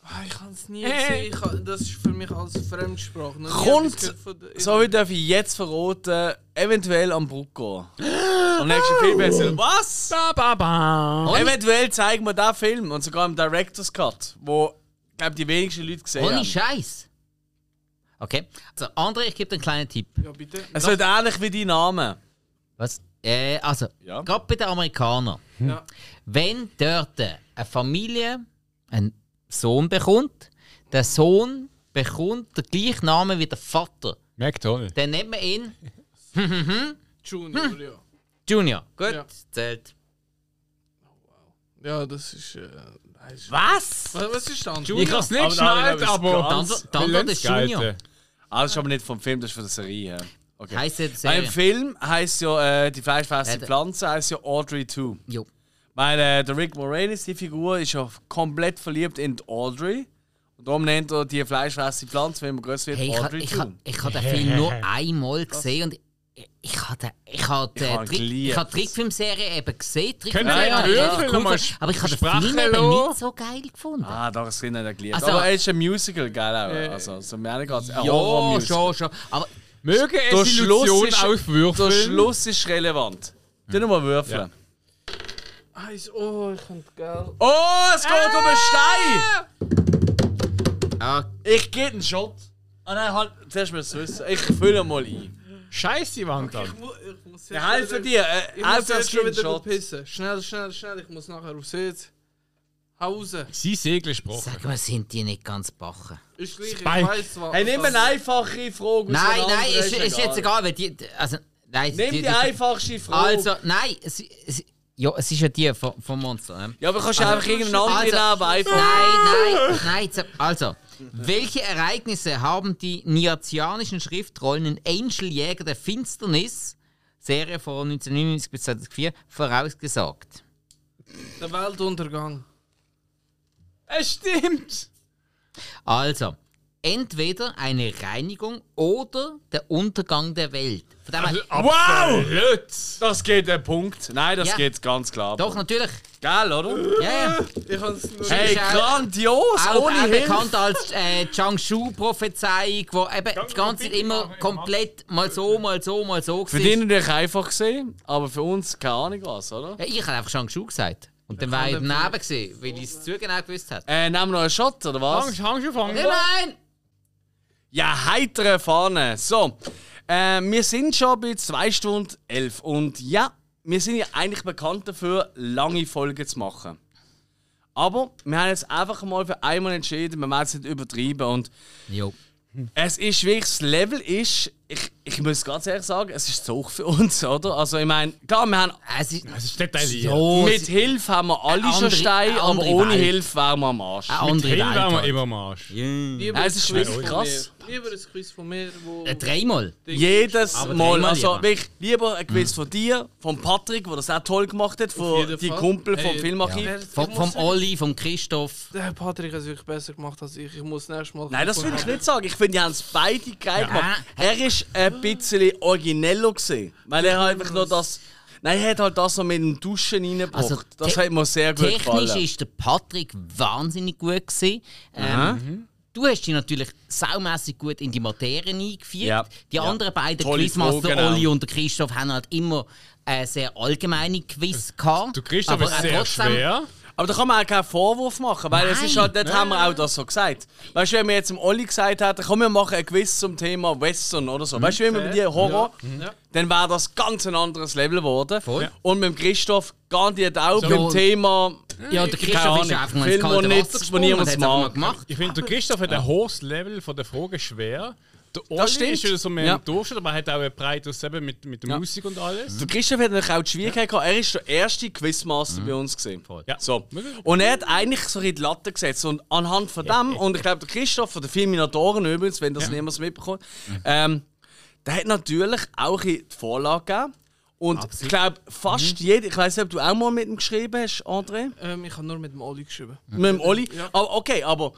Speaker 4: Ah, ich kann es nie sehen. Ich kann, das ist für mich alles Fremdsprache. ne? Noch nie
Speaker 1: Kommt-
Speaker 4: etwas gehört von der-
Speaker 1: So wie darf ich jetzt verraten, eventuell am Bruck gehen.
Speaker 2: *gasps*
Speaker 1: Und nächsten Film besser. Was?
Speaker 2: Und,
Speaker 1: Eventuell zeigen wir den Film und sogar im Director's Cut, wo glaube die wenigsten Leute gesehen
Speaker 2: ohne
Speaker 1: haben.
Speaker 2: Scheiß. Okay, also André, ich gebe dir einen kleinen Tipp.
Speaker 4: Ja, bitte.
Speaker 1: Es wird ähnlich wie dein Name.
Speaker 2: Was? Äh, also,
Speaker 1: Ja.
Speaker 2: gerade bei den Amerikanern.
Speaker 4: Ja.
Speaker 2: Wenn dort eine Familie einen Sohn bekommt, der Sohn bekommt den gleichen Namen wie der Vater,
Speaker 3: McDonald.
Speaker 2: dann nennt man ihn
Speaker 4: Junior,
Speaker 2: Hm.
Speaker 4: ja.
Speaker 2: Junior. Gut,
Speaker 4: Ja.
Speaker 2: zählt.
Speaker 4: Ja, das ist. Äh, nein, ist-
Speaker 2: Was?
Speaker 4: was, was ist dann?
Speaker 3: Ich kann es nicht
Speaker 1: Aber da habe
Speaker 3: schnallt,
Speaker 1: ich, glaube ich,
Speaker 3: aber.
Speaker 1: ganz-
Speaker 2: Dann- dann- dann ist Junior.
Speaker 1: Ah, das ist aber nicht vom Film, das ist von der Serie. hä? Okay.
Speaker 2: Heißt die
Speaker 1: Beim
Speaker 2: Serie?
Speaker 1: Film heißt ja äh, die
Speaker 2: Äh,
Speaker 1: fleischfressende
Speaker 2: der-
Speaker 1: Pflanze heißt ja Audrey 2.
Speaker 2: Jo.
Speaker 1: Weil äh, der Rick Moranis, die Figur, ist ja komplett verliebt in die Audrey. Und darum nennt er die fleischfressende Pflanze, wenn man größer wird,
Speaker 2: Hey, ich habe
Speaker 1: Audrey
Speaker 2: ich,
Speaker 1: 2.
Speaker 2: ha- ich ha den Film nur einmal gesehen und ich- ich habe ich ha den
Speaker 1: hab ihn
Speaker 2: Trick-
Speaker 1: geliebt.
Speaker 2: ich ha die Trickfilmserie eben gesehen. Trickfilm-
Speaker 3: Könnt
Speaker 1: ja,
Speaker 3: ihr den
Speaker 1: ja.
Speaker 2: richtig
Speaker 3: Würfel
Speaker 2: cool
Speaker 3: nochmal
Speaker 2: gefunden, aber ich habe den
Speaker 3: sprechen
Speaker 2: Film eben
Speaker 3: lassen?
Speaker 2: nicht so geil gefunden.
Speaker 1: Ah, da ist Kinder nicht geliebt.
Speaker 2: Also- Äh,
Speaker 1: aber er ist ein Musical, gell? auch. Also, so mehr als ein
Speaker 2: ja,
Speaker 1: Horror-Musical.
Speaker 2: schon, schon. Aber
Speaker 3: Möge
Speaker 1: Der
Speaker 3: es
Speaker 1: Schluss,
Speaker 3: Illusion
Speaker 1: ist, der
Speaker 3: aufwürfeln.
Speaker 1: Schluss ist relevant. Tu nochmal würfeln.
Speaker 4: Eis, oh, ich kann gell.
Speaker 1: Oh, es geht um einen Stein!
Speaker 2: ah,
Speaker 1: Äh! Ich gebe einen Shot. Ah nein, halt, zuerst mal wissen. Ich fülle mal ein.
Speaker 3: Scheiße, Wand
Speaker 4: Ich,
Speaker 3: dann.
Speaker 4: mu ich muss
Speaker 1: Ja, helfe dir, äh,
Speaker 4: Ich muss
Speaker 1: helfe
Speaker 4: jetzt
Speaker 1: das
Speaker 4: schon
Speaker 1: Kind
Speaker 4: wieder
Speaker 1: Shot.
Speaker 4: pissen. Schnell, schnell, schnell. Ich muss nachher aufs Sitz. Hause.
Speaker 3: Sie Segelspruch.
Speaker 2: sag mal, sind die nicht ganz bachen?
Speaker 4: Ist gleich, ich
Speaker 3: Spike.
Speaker 4: weiss was.
Speaker 1: Hey, nimm eine einfache Frage.
Speaker 2: Nein,
Speaker 1: auseinander,
Speaker 2: nein, ist, ist jetzt egal, weil die. Also, nein,
Speaker 1: Nimm die einfachste Frage.
Speaker 2: Also, nein, es, es, ja, es ist ja die von, von Monster. Ne?
Speaker 1: ja, aber kannst du einfach irgendeinen anderen
Speaker 2: also-
Speaker 1: nehmen, einfach.
Speaker 2: Nein, nein, nein. jetzt- Also, welche Ereignisse haben die niazianischen Schriftrollen in Angel Jäger der Finsternis, Serie von 1999 bis 2004, vorausgesagt?
Speaker 4: Der Weltuntergang.
Speaker 3: Es stimmt.
Speaker 2: Also, entweder eine Reinigung oder der Untergang der Welt. Von dem her-
Speaker 3: Wow!
Speaker 1: Das geht der Punkt. Nein, das
Speaker 2: Ja.
Speaker 1: geht ganz klar.
Speaker 2: doch, natürlich.
Speaker 1: Geil, oder?
Speaker 2: Ja, ja.
Speaker 4: Ich kann es nur.
Speaker 1: Hey,
Speaker 2: Ist auch-
Speaker 1: grandios,
Speaker 2: Auch,
Speaker 1: ohne
Speaker 2: auch
Speaker 1: Hilfe.
Speaker 2: bekannt als äh, Changshu-Prophezeiung, wo eben die ganze Zeit immer komplett mal so, mal so, mal so
Speaker 1: Für dich natürlich einfach gesehen, aber für uns keine Ahnung was, oder?
Speaker 2: Ja, ich habe einfach Changshu gesagt. Und dann war ich daneben, gewesen, weil ich es zu genau gewusst habe.
Speaker 1: Äh, nehmen wir noch einen Shot, oder was?
Speaker 3: Hangst du
Speaker 2: Nein,
Speaker 3: fangen?
Speaker 2: nein!
Speaker 1: Ja, heitere Fahne. So, äh, wir sind schon bei 2 Stunden 11 und ja, wir sind ja eigentlich bekannt dafür, lange Folgen zu machen. Aber wir haben jetzt einfach mal für einmal entschieden, wir werden es nicht übertreiben und
Speaker 2: Jo.
Speaker 1: es ist wirklich, das Level ist, ich, ich muss ganz ehrlich sagen, es ist zu hoch für uns, oder? Also ich meine, klar, wir haben,
Speaker 2: Es ist
Speaker 3: Es ist detailliert.
Speaker 2: so...
Speaker 1: mit Hilfe haben wir alle schon
Speaker 2: eine Oh, Äh, andere-
Speaker 1: Steine,
Speaker 2: eine
Speaker 1: aber
Speaker 2: andere
Speaker 1: ohne
Speaker 2: Welt.
Speaker 1: Hilfe wären wir am Arsch.
Speaker 2: eine
Speaker 3: Mit
Speaker 2: andere
Speaker 3: Hill
Speaker 2: Welt.
Speaker 3: wären wir
Speaker 2: Halt.
Speaker 3: immer am Arsch.
Speaker 4: Lieber
Speaker 1: Nein, es ist
Speaker 4: ein Quiz
Speaker 1: wirklich
Speaker 4: von
Speaker 1: krass.
Speaker 4: mir. Lieber ein Quiz von mir, wo.
Speaker 2: Äh, Dreimal.
Speaker 1: Jedes
Speaker 2: Aber
Speaker 1: Mal.
Speaker 2: dreimal
Speaker 1: Also
Speaker 2: lieber.
Speaker 1: wirklich lieber ein Quiz von dir, von Patrick, der das auch toll gemacht hat, von
Speaker 4: jeden
Speaker 1: die
Speaker 4: Fall.
Speaker 1: Kumpel vom
Speaker 4: Hey,
Speaker 1: Filmarchiv.
Speaker 4: Ja.
Speaker 2: Vom, vom Olli, vom Christoph.
Speaker 4: Der Patrick hat es wirklich besser gemacht als ich. Ich muss nächstes Mal.
Speaker 1: Nein, das würde ich nicht sagen. Ich finde, die haben es beide geil gemacht.
Speaker 2: Ja.
Speaker 1: Er ist ein bisschen origineller gewesen, weil er halt einfach nur das... Nein, er hat halt das noch mit dem Duschen reingebracht.
Speaker 2: Also,
Speaker 1: das
Speaker 2: te-
Speaker 1: hat mir sehr gut
Speaker 2: Technisch
Speaker 1: gefallen.
Speaker 2: ist der Patrick wahnsinnig gut gewesen. Ähm, du hast dich natürlich saumässig gut in die Materie eingeführt.
Speaker 1: Ja.
Speaker 2: Die
Speaker 1: Ja.
Speaker 2: anderen beiden
Speaker 1: Tolle
Speaker 2: Quizmaster,
Speaker 1: Fragen auch.
Speaker 2: Olli und der Christoph, haben halt immer äh, sehr allgemeine
Speaker 1: Äh,
Speaker 2: Quiz gehabt.
Speaker 3: Du kriegst aber
Speaker 2: auch
Speaker 3: sehr
Speaker 2: trotzdem-
Speaker 3: schwer.
Speaker 1: Aber da kann man auch keinen Vorwurf machen, weil es
Speaker 2: Nein.
Speaker 1: ist halt, dort haben wir auch das so gesagt. Weißt du, wenn wir jetzt dem Olli gesagt hätten, komm, wir machen ein Quiz zum Thema Western oder
Speaker 2: Mhm.
Speaker 1: so. Weißt du, wenn wir bei dir Horror,
Speaker 4: Ja.
Speaker 1: dann wäre das ganz ein anderes Level geworden.
Speaker 2: Voll. Ja.
Speaker 1: Und mit dem Christoph garantiert auch
Speaker 2: So.
Speaker 1: beim Thema
Speaker 2: Ja, der Christoph ist
Speaker 1: Ahnung.
Speaker 2: einfach mal
Speaker 1: Film,
Speaker 2: ins
Speaker 1: wo
Speaker 2: kalte
Speaker 1: nichts-
Speaker 2: Wasser
Speaker 1: wo
Speaker 2: gesprungen und
Speaker 1: niemand
Speaker 2: hat es einfach mal
Speaker 1: mag.
Speaker 2: gemacht.
Speaker 3: Ich finde, der Christoph hat ein hohes Level von der Frage schwer. Der Olli
Speaker 1: stimmt.
Speaker 3: ist schon so mehr
Speaker 1: Ja.
Speaker 3: im Durchschnitt, aber er hat auch ein breites Leben mit, mit der
Speaker 1: Ja.
Speaker 3: Musik und
Speaker 1: Der
Speaker 3: alles.
Speaker 1: Also Christoph hat natürlich auch die Schwierigkeit gehabt. Er ist der erste Quizmaster
Speaker 2: Mhm.
Speaker 1: bei uns gesehen.
Speaker 3: Ja.
Speaker 1: So. Und er hat eigentlich so in die Latte gesetzt. Und anhand von dem, und ich glaube, der Christoph von den Filminatoren übrigens, wenn das niemand mitbekommt, ähm, der hat natürlich auch ein bisschen die Vorlage gegeben. Und ich glaube, fast
Speaker 2: Mhm.
Speaker 1: jeder, ich weiß nicht, ob du auch mal mit ihm geschrieben hast, André?
Speaker 4: Ähm, ich habe nur mit dem Oli geschrieben.
Speaker 1: Mit dem Olli. Aber okay, aber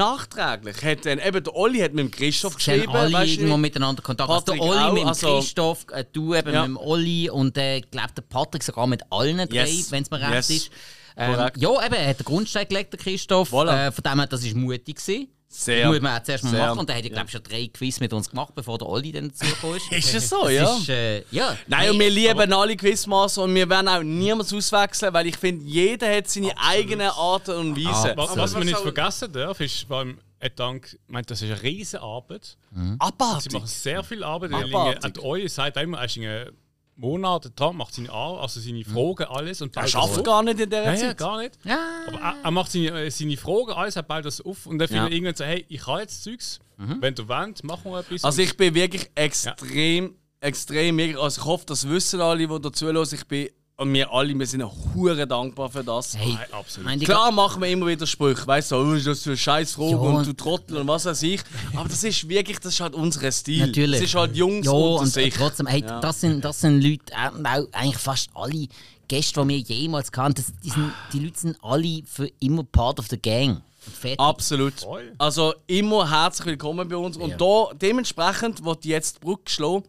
Speaker 1: nachträglich hat dann eben der Olli hat mit dem Christoph
Speaker 2: Dann
Speaker 1: geschrieben.
Speaker 2: alle
Speaker 1: weißt du
Speaker 2: irgendwo
Speaker 1: nicht?
Speaker 2: miteinander Kontakt. Also der
Speaker 1: Patrick
Speaker 2: Olli
Speaker 1: auch,
Speaker 2: mit dem
Speaker 1: also-
Speaker 2: Christoph, äh, du eben
Speaker 1: Ja.
Speaker 2: mit dem Olli und äh, glaub, der Patrick sogar mit allen
Speaker 1: Yes.
Speaker 2: drei, wenn es mir recht
Speaker 1: Yes.
Speaker 2: ist. Ähm,
Speaker 1: Korrekt.
Speaker 2: ja, eben, er hat den Grundstein gelegt, der Christoph.
Speaker 1: Voilà.
Speaker 2: Äh, von dem her, das war mutig. Gewesen.
Speaker 1: Sehr.
Speaker 2: Muss man auch zuerst mal
Speaker 1: Sehr.
Speaker 2: machen. Und er hat, ja. glaube ich, schon drei Quiz mit uns gemacht, bevor der Olli dann dazugekommen
Speaker 1: *laughs*
Speaker 2: ist.
Speaker 1: Ist es so,
Speaker 2: Das
Speaker 1: ja?
Speaker 2: Ist, äh, ja.
Speaker 1: Nein, und wir lieben alle Quizmaster und wir werden auch niemals auswechseln, weil ich finde, jeder hat seine eigenen Arten und Weisen.
Speaker 3: Was,
Speaker 2: Absolut.
Speaker 3: was man nicht
Speaker 4: soll-
Speaker 3: vergessen darf, ist beim Dank, ich meine, das ist eine riesige Arbeit. Sie
Speaker 1: Abartig.
Speaker 3: machen sehr viel Arbeit.
Speaker 1: Abartig.
Speaker 3: An euch sagt auch immer, er ist einen Monat dran, macht seine Arbeit, also seine Fragen, alles. Und
Speaker 1: Er
Speaker 3: baut das
Speaker 1: schafft
Speaker 3: auf.
Speaker 1: gar nicht in dieser
Speaker 3: Nein, ja,
Speaker 1: Zeit.
Speaker 3: gar nicht.
Speaker 2: Ja.
Speaker 3: Aber er, er macht seine, äh, seine Fragen, alles, er baut das auf. Und dann findet er irgendwann so, hey, ich habe jetzt Zeugs. Wenn du willst, machen wir etwas.
Speaker 1: Also
Speaker 3: Und-
Speaker 1: ich bin wirklich extrem, extrem, wirklich- also ich hoffe, das wissen alle, die dazuhören. Also Ich bin, und wir alle, wir sind hure dankbar für das.
Speaker 2: Hey,
Speaker 3: Nein, absolut.
Speaker 2: mein, die-
Speaker 1: Klar machen wir immer wieder Sprüche, weißt du, so, oh, ist das für eine scheiß Frage
Speaker 2: Ja.
Speaker 1: und du Trottel und was weiß ich. Aber das ist wirklich, das ist halt unser Stil.
Speaker 2: Natürlich.
Speaker 1: Das ist halt Jungs
Speaker 2: Ja,
Speaker 1: unter
Speaker 2: und
Speaker 1: sich.
Speaker 2: trotzdem, hey, das, sind, das sind Leute, äh, und auch eigentlich fast alle Gäste, die wir jemals kannten, das, die, sind, die Leute sind alle für immer part of the gang. Und fertig.
Speaker 1: Absolut.
Speaker 3: Voll.
Speaker 1: Also immer herzlich willkommen bei uns. Und da dementsprechend wird jetzt die Brücke geschlagen.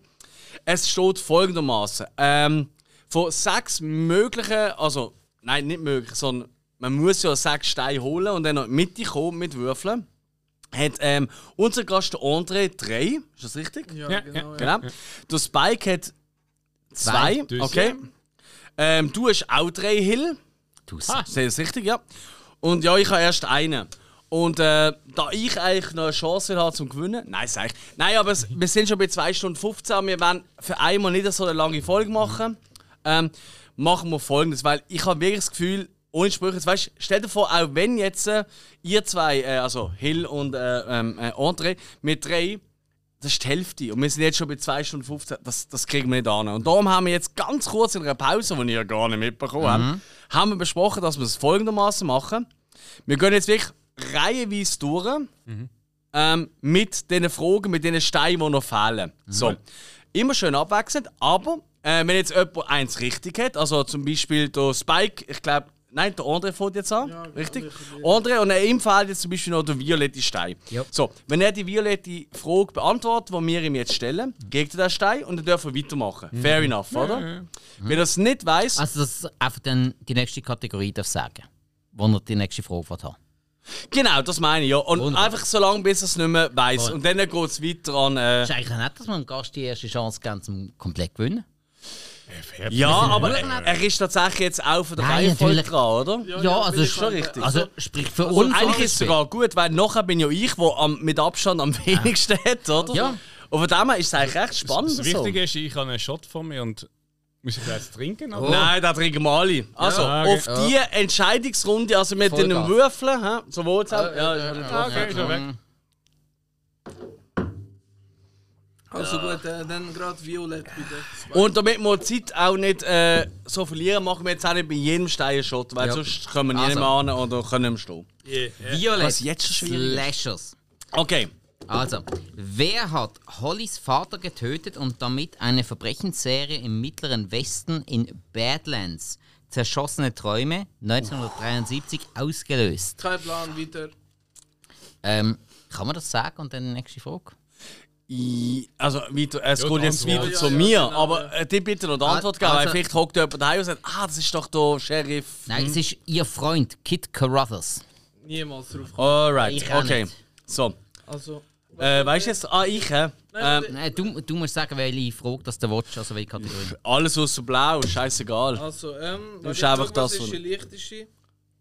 Speaker 1: Es steht folgendermaßen: ähm, Von sechs möglichen, also nein, nicht möglich, sondern man muss ja sechs Steine holen und dann noch in die Mitte kommen mit Würfeln. Hat ähm, unser Gast der André drei, ist das richtig?
Speaker 4: Ja,
Speaker 3: Ja,
Speaker 4: genau. Ja.
Speaker 1: Genau. Der Spike hat zwei,
Speaker 3: Zwei.
Speaker 1: okay. Ähm, du hast auch drei Hill.
Speaker 2: Du
Speaker 1: Sehr richtig, ja. Und ja, ich habe erst einen. Und äh, da ich eigentlich noch eine Chance habe zum Gewinnen, nein, sag ich. Nein, aber es, wir sind schon bei 2 Stunden 15, wir werden für einmal nicht so eine lange Folge machen. Ähm, machen wir folgendes, weil ich habe wirklich das Gefühl, ohne Sprüche, jetzt weißt, stell dir vor, auch wenn jetzt äh, ihr zwei, äh, also Hill und äh, ähm, äh, André, mit drei, das ist die Hälfte. Und wir sind jetzt schon bei 2 Stunden 15. Das, das kriegen wir nicht an. Und darum haben wir jetzt ganz kurz in einer Pause, die ihr ja gar nicht mitbekommen habt, haben wir besprochen, dass wir es folgendermaßen machen. Wir gehen jetzt wirklich reihenweise durch ähm, mit diesen Fragen, mit diesen Steinen, die noch fehlen. So. Immer schön abwechselnd, aber äh, wenn jetzt jemand eins richtig hat, also zum Beispiel der Spike, ich glaube, nein, der André fängt jetzt an,
Speaker 4: genau,
Speaker 1: richtig?
Speaker 4: ich hab die-
Speaker 1: André, und ihm fehlt jetzt zum Beispiel noch der violette Stein.
Speaker 2: Ja.
Speaker 1: So, wenn er die violette Frage beantwortet, die wir ihm jetzt stellen, kriegt er den Stein und dann dürfen wir weitermachen. Fair enough, oder? Wenn er es nicht weiß,
Speaker 2: Also, das ist einfach dann die nächste Kategorie darf sagen, wo er die nächste Frage wird haben.
Speaker 1: genau, das meine ich ja. Und
Speaker 2: Wunderbar.
Speaker 1: einfach so lange, bis er es nicht mehr weiß. Und dann geht es weiter an. Äh,
Speaker 2: Es ist eigentlich nett, dass man dem Gast die erste Chance geben, zum komplett gewinnen.
Speaker 1: Ja, aber er, er ist tatsächlich jetzt auch von der
Speaker 2: Nein,
Speaker 1: Reihe voll
Speaker 2: natürlich.
Speaker 1: dran, oder?
Speaker 2: Ja,
Speaker 4: ja,
Speaker 2: also,
Speaker 4: bin
Speaker 2: ist
Speaker 4: ich
Speaker 2: schon
Speaker 4: schon-
Speaker 2: richtig. Also, sprich für
Speaker 1: Und
Speaker 2: uns.
Speaker 1: eigentlich ist es sogar gut, weil nachher bin ja ich, der am, mit Abstand am wenigsten hat, oder?
Speaker 2: Ja.
Speaker 1: Und von dem her ist es eigentlich recht spannend.
Speaker 3: Das
Speaker 1: so.
Speaker 3: Wichtige ist, ich habe einen Shot von mir und muss ich jetzt trinken? Aber
Speaker 1: Nein, da trinken wir alle. Also,
Speaker 3: Ja, okay.
Speaker 1: auf die Entscheidungsrunde, also mit
Speaker 2: Vollgas.
Speaker 1: den Würfeln, hä? sowohl zusammen. Ja, ja,
Speaker 3: Ah, okay, ist er weg.
Speaker 4: Also gut, äh, dann gerade Violett bitte.
Speaker 1: Und damit wir die Zeit auch nicht äh, so verlieren, machen wir jetzt auch nicht bei jedem Stein einen Shot, weil sonst kommen wir nie
Speaker 2: Also.
Speaker 1: mehr an oder können nicht mehr stehen.
Speaker 2: Violett
Speaker 1: Was jetzt schon schwierig
Speaker 2: Slashers.
Speaker 1: Okay.
Speaker 2: Also, wer hat Hollys Vater getötet und damit eine Verbrechensserie im Mittleren Westen in Badlands zerschossene Träume 1973 ausgelöst?
Speaker 4: Kein Plan, weiter.
Speaker 2: Ähm, kann man das sagen und dann die nächste Frage?
Speaker 1: I- Also, weiter, es
Speaker 3: Ja,
Speaker 1: geht
Speaker 3: die
Speaker 1: jetzt
Speaker 3: Antwort.
Speaker 1: weiter
Speaker 4: Ja,
Speaker 1: zu
Speaker 4: ja, ja,
Speaker 1: mir,
Speaker 4: genau,
Speaker 1: aber äh, die bitte noch die Antwort geben, weil
Speaker 2: also-
Speaker 1: vielleicht hockt jemand daheim und sagt, ah, das ist doch der Sheriff.
Speaker 2: Nein, es ist ihr Freund Kit Carruthers.
Speaker 4: Niemals drauf.
Speaker 1: Alright,
Speaker 2: Ich auch
Speaker 1: okay.
Speaker 2: nicht.
Speaker 1: So,
Speaker 4: Also,
Speaker 1: äh, weißt du jetzt, ah, ich, hä?
Speaker 4: Nein,
Speaker 1: Ähm,
Speaker 2: Nein, Äh, du, du musst sagen, welche Frage das der Watch, also welche Kategorie.
Speaker 1: alles außer blau, scheißegal.
Speaker 4: also, ähm,
Speaker 1: Du bist
Speaker 4: warte,
Speaker 1: einfach
Speaker 4: schau,
Speaker 1: das,
Speaker 4: was ist
Speaker 1: was-
Speaker 4: die leichteste?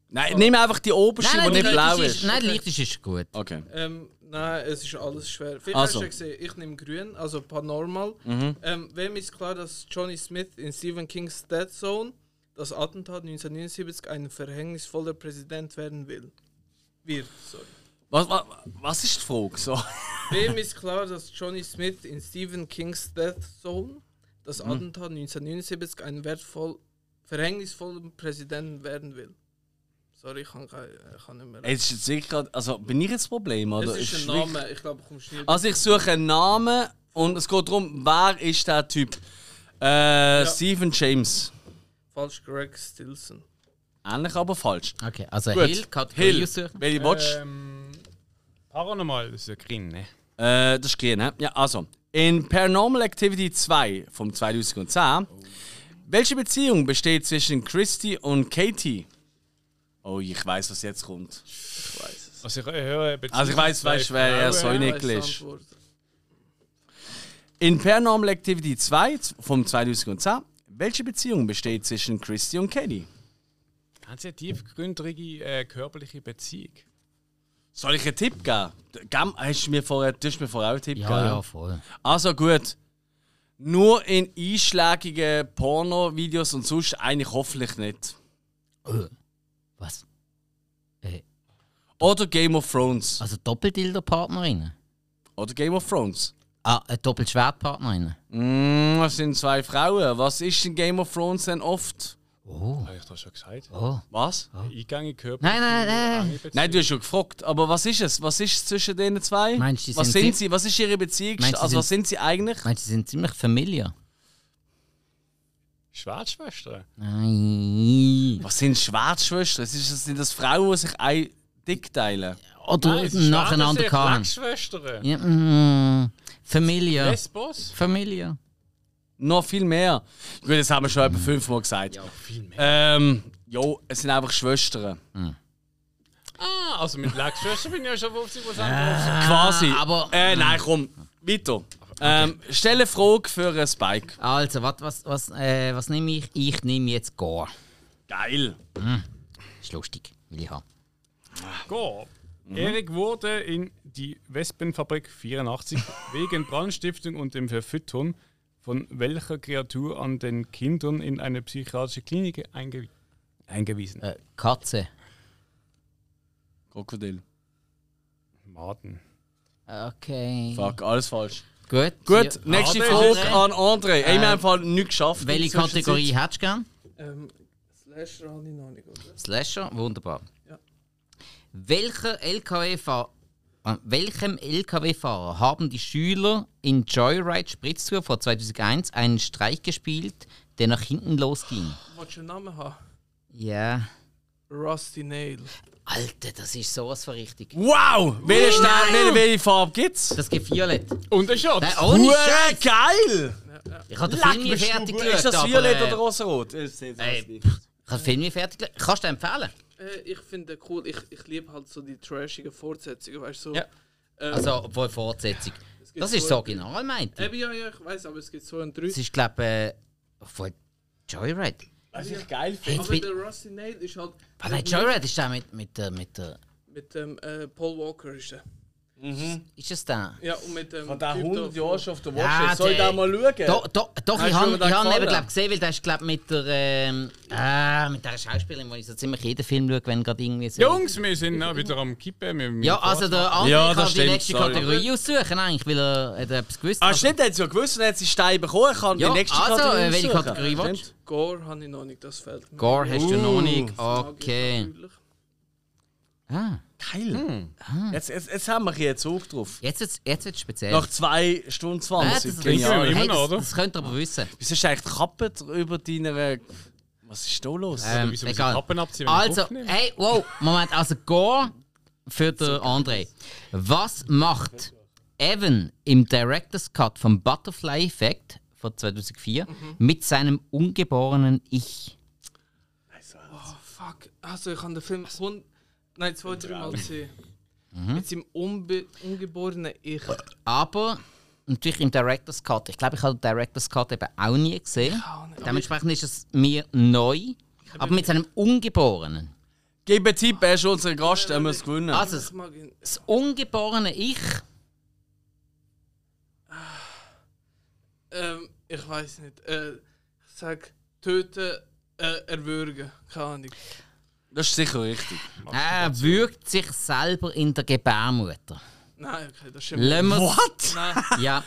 Speaker 1: Nein, nimm einfach die oberste,
Speaker 2: Nein, nein,
Speaker 1: die
Speaker 2: die
Speaker 1: nicht blau
Speaker 2: leichteste
Speaker 1: ist.
Speaker 2: ist, nein, die leichteste ist gut.
Speaker 1: Okay.
Speaker 4: Ähm, nein, es ist alles schwer. Vielleicht
Speaker 1: Also. Mhm.
Speaker 4: hast du ja gesehen, ich nehme grün, also Paranormal. Ähm, wem ist klar, dass Johnny Smith in Stephen Kings Dead Zone das Attentat 1979 ein verhängnisvoller Präsident werden will. Wird, sorry.
Speaker 1: Was, was, was ist die Frage? So. *laughs*
Speaker 4: Wem ist klar, dass Johnny Smith in Stephen Kings Death Zone das
Speaker 1: Mhm.
Speaker 4: Attentat 1979 einen wertvoll, verhängnisvollen Präsidenten werden will? Sorry, ich kann, kein- ich kann nicht mehr.
Speaker 1: Ey, das ist jetzt sicher, also bin ich jetzt das Problem? Oder?
Speaker 4: es ist ein
Speaker 1: wirklich-
Speaker 4: Name, ich glaube, ich komme schnell.
Speaker 1: Also ich suche einen Namen und es geht darum, wer ist der Typ? Äh, Stephen James.
Speaker 4: Falsch, Greg Stilson.
Speaker 1: Ähnlich, aber falsch.
Speaker 2: Okay, also
Speaker 1: Gut.
Speaker 2: Hill, Kategorie
Speaker 1: Hill,
Speaker 2: aussuchen.
Speaker 1: welche Watch?
Speaker 3: Ähm, Paranormal ist ein Grin, ne?
Speaker 1: Äh, das ist grün, ne? Ja, also. In Paranormal Activity 2 vom 2010. Welche Beziehung besteht zwischen Christy und Katie? Oh, ich weiß, was jetzt kommt.
Speaker 4: Ich weiß es.
Speaker 3: Also ich höre
Speaker 1: Also ich weiß, weißt, wer er
Speaker 3: äh,
Speaker 1: so in
Speaker 4: Ich weiss die
Speaker 1: Englisch.
Speaker 4: Antwort.
Speaker 1: In Paranormal Activity 2 vom 2010. Welche Beziehung besteht zwischen Christy und Katie?
Speaker 3: Haben sie eine tiefgründige äh, körperliche Beziehung?
Speaker 1: Soll ich einen Tipp geben? Gam- Hast du mir vorher, du hast mir vorher auch einen Tipp
Speaker 2: Ja,
Speaker 1: gegeben?
Speaker 2: ja, voll.
Speaker 1: Also gut. Nur in einschlägigen Porno-Videos und sonst eigentlich hoffentlich nicht.
Speaker 2: Äh, Was? Äh,
Speaker 1: Oder Game of Thrones.
Speaker 2: also Doppeldilder-Partnerinnen?
Speaker 1: Oder Game of Thrones.
Speaker 2: Ah, äh, Doppelschwertpartnerinnen?
Speaker 1: Mm, das sind zwei Frauen. Was ist in Game of Thrones denn oft?
Speaker 2: Oh,
Speaker 3: Habe ich doch schon gesagt.
Speaker 2: oh.
Speaker 1: Was?
Speaker 3: Eingänge körperliche
Speaker 2: Nein, nein, nein, nein.
Speaker 3: Beziehung.
Speaker 1: Nein, du hast schon gefragt. Aber was ist es? Was ist es zwischen denen zwei?
Speaker 2: Meinst du, die
Speaker 1: was
Speaker 2: sind
Speaker 1: sind
Speaker 2: fi-
Speaker 1: sie? Was ist ihre Beziehung?
Speaker 2: Meinst du,
Speaker 1: also
Speaker 2: sie
Speaker 1: was sind sie eigentlich?
Speaker 2: Meinst du, sie sind ziemlich familiar?
Speaker 3: Schwertschwestern?
Speaker 2: Nein.
Speaker 1: Was sind Schwertschwestern? Es ist- Sind das Frauen, die sich ein Dick teilen?
Speaker 2: Oder nacheinander kamen.
Speaker 3: Schwertschwestern?
Speaker 2: Ja, mm, Familie.
Speaker 3: Lesbos?
Speaker 2: Familie.
Speaker 1: Noch viel mehr. Gut, das haben wir schon etwa fünfmal gesagt. Ja, viel mehr. Ähm, jo, es sind einfach Schwestern.
Speaker 3: Ah, also mit Lesbos bin ich ja schon 50 Prozent
Speaker 1: Quasi.
Speaker 2: Ah, aber-
Speaker 1: Äh, nein, komm, weiter. Ähm, stell eine Frage für einen Spike.
Speaker 2: Also, was, was, was, äh, was nehme ich? Ich nehme jetzt Gore.
Speaker 1: Geil.
Speaker 2: Ist lustig, will ich haben.
Speaker 3: Go.
Speaker 1: Mhm.
Speaker 3: Erik wurde in die
Speaker 1: *laughs*
Speaker 3: Wespenfabrik 84 wegen Brandstiftung und dem Verfüttern von welcher Kreatur an den Kindern in eine psychiatrische Klinik einge eingewiesen.
Speaker 2: Äh, Katze.
Speaker 1: Krokodil.
Speaker 3: Maden.
Speaker 2: Okay.
Speaker 1: Fuck, alles falsch.
Speaker 2: Gut.
Speaker 1: Gut,
Speaker 2: Ja.
Speaker 1: nächste
Speaker 2: André. Ähm,
Speaker 1: Frage an André. Ey, wir haben im Fall nichts geschafft.
Speaker 2: Welche
Speaker 1: in der Zwischenzeit.
Speaker 2: Kategorie hättest du gern?
Speaker 4: Ähm, Slasher habe ich noch nicht, oder?
Speaker 2: Slasher, wunderbar.
Speaker 4: Ja.
Speaker 2: Welcher LKW-Fahrer, an äh, welchem LKW-Fahrer haben die Schüler in Joyride Spritztour vor 2001 einen Streich gespielt, der nach hinten losging?
Speaker 4: Willst du einen Namen haben?
Speaker 2: Ja.
Speaker 4: Rusty Nail.
Speaker 2: Alter, das ist sowas für richtig.
Speaker 1: Wow! Welche, Stern, welche, welche Farbe gibt's?
Speaker 2: Das gibt Violett.
Speaker 3: Und der Schatz!
Speaker 2: Nein, ohne Scheiß.
Speaker 1: Hure geil!
Speaker 2: Ich habe den
Speaker 1: Leck
Speaker 2: Film nie
Speaker 1: mich
Speaker 2: fertig
Speaker 1: du-
Speaker 2: geschaut.
Speaker 1: Ist das
Speaker 2: aber,
Speaker 1: Violett
Speaker 2: äh,
Speaker 1: oder Rosarot? Ich seh's alles
Speaker 2: Ey.
Speaker 1: nicht.
Speaker 2: Ich habe den Film nie fertig geschaut. Kannst du den empfehlen?
Speaker 4: Äh, ich finde den cool, ich, ich liebe halt so die trashigen Fortsetzungen, weißt du? So,
Speaker 2: Ja.
Speaker 4: ähm,
Speaker 2: Also, obwohl Fortsetzung.
Speaker 4: gibt
Speaker 2: Das ist das
Speaker 4: so-
Speaker 2: Original, meint ich.
Speaker 1: Ähm.
Speaker 4: Eben, Äh, ja, ja, ich weiß, aber es gibt so einen 3.
Speaker 2: Das ist, glaube ich, äh, obwohl Joyride.
Speaker 1: Was ich geil finde.
Speaker 2: Jetzt bin,
Speaker 4: Aber der Rusty Nail ist halt.
Speaker 2: ah,
Speaker 1: Äh,
Speaker 2: nein, Joyride ist der mit, mit, äh, mit der.
Speaker 4: Mit dem äh, Paul Walker ist der.
Speaker 2: Ist es der?
Speaker 4: Ja, und mit dem.
Speaker 1: Von den
Speaker 4: Typ da
Speaker 1: 100
Speaker 4: von-
Speaker 1: Jahren schon auf der
Speaker 2: Ja,
Speaker 1: Watch ist. Soll ich
Speaker 2: der-
Speaker 1: da mal schauen?
Speaker 2: Doch, doch, doch
Speaker 1: Hast
Speaker 2: ich
Speaker 1: du
Speaker 2: habe
Speaker 1: mir den
Speaker 2: ich hab ihn
Speaker 1: gefallen?
Speaker 2: eben glaub, gesehen, weil der ist glaub, mit der ähm, äh, mit der Schauspielerin, wo ich so ziemlich jeden Film schaue, wenn gerade irgendwie so.
Speaker 3: Jungs, wir sind auch wieder am Kippen. Wir müssen
Speaker 2: Ja, also der andere
Speaker 1: Ja, das
Speaker 2: kann die
Speaker 1: stimmt,
Speaker 2: nächste
Speaker 1: sorry.
Speaker 2: Kategorie aussuchen, eigentlich, weil er hat etwas gewusst
Speaker 1: Ah,
Speaker 2: aber-
Speaker 1: stimmt, er hat es ja gewusst und er hat sie Stein bekommen. Ich kann
Speaker 2: Ja,
Speaker 1: die nächste
Speaker 2: also,
Speaker 1: Kategorie
Speaker 2: äh, welche
Speaker 1: aussuchen.
Speaker 2: Kategorie
Speaker 1: Stimmt.
Speaker 2: willst
Speaker 4: Gore habe ich noch nicht, das fällt mir.
Speaker 2: Gore hast du noch
Speaker 1: Uh.
Speaker 2: nicht.
Speaker 4: Mag ich
Speaker 2: Okay.
Speaker 4: natürlich.
Speaker 2: Ah,
Speaker 1: Geil. Hm. Jetzt, jetzt, jetzt haben wir hier Zug drauf.
Speaker 2: jetzt wird jetzt wird's speziell.
Speaker 1: Nach 2 Stunden
Speaker 2: Ah,
Speaker 1: 20.
Speaker 2: ist
Speaker 1: Genial.
Speaker 3: immer
Speaker 2: hey,
Speaker 3: noch,
Speaker 2: das,
Speaker 3: oder?
Speaker 2: das könnt ihr aber wissen.
Speaker 1: Wieso ist eigentlich die Kappe dr- über deiner. Was ist da los?
Speaker 2: Ähm,
Speaker 3: wieso muss ich
Speaker 2: egal.
Speaker 3: Kappen abziehen, wenn ich
Speaker 2: Also,
Speaker 3: aufnehme?
Speaker 2: hey, wow, Moment, also Gore für den André. Was macht Evan im Director's Cut vom Butterfly Effect von 2004
Speaker 3: Mhm.
Speaker 2: mit seinem ungeborenen Ich?
Speaker 4: Oh, fuck. Also, ich habe den Film. Hund Nein, zwei, dreimal gesehen.
Speaker 2: Mhm.
Speaker 4: Mit seinem unbe ungeborenen Ich.
Speaker 2: Aber natürlich im Director's Cut. Ich glaube, ich habe den Director's Cut eben auch nie gesehen.
Speaker 4: Auch nicht.
Speaker 2: Dementsprechend ist es mir neu, aber mit seinem Ungeborenen.
Speaker 1: Gib einen Tipp, er ist unser Gast, er muss gewinnen.
Speaker 2: Also,
Speaker 4: Ich
Speaker 2: das-
Speaker 4: mag ihn.
Speaker 2: das ungeborene Ich.
Speaker 4: Ähm, ich weiß nicht. Äh, ich sag, töten äh, erwürgen. Keine Ahnung.
Speaker 1: Das ist sicher richtig.
Speaker 2: Er würgt sich selber in der Gebärmutter.
Speaker 4: Nein, okay, das ist
Speaker 2: Lassen wir's-
Speaker 1: What?
Speaker 4: Nein.
Speaker 2: Ja.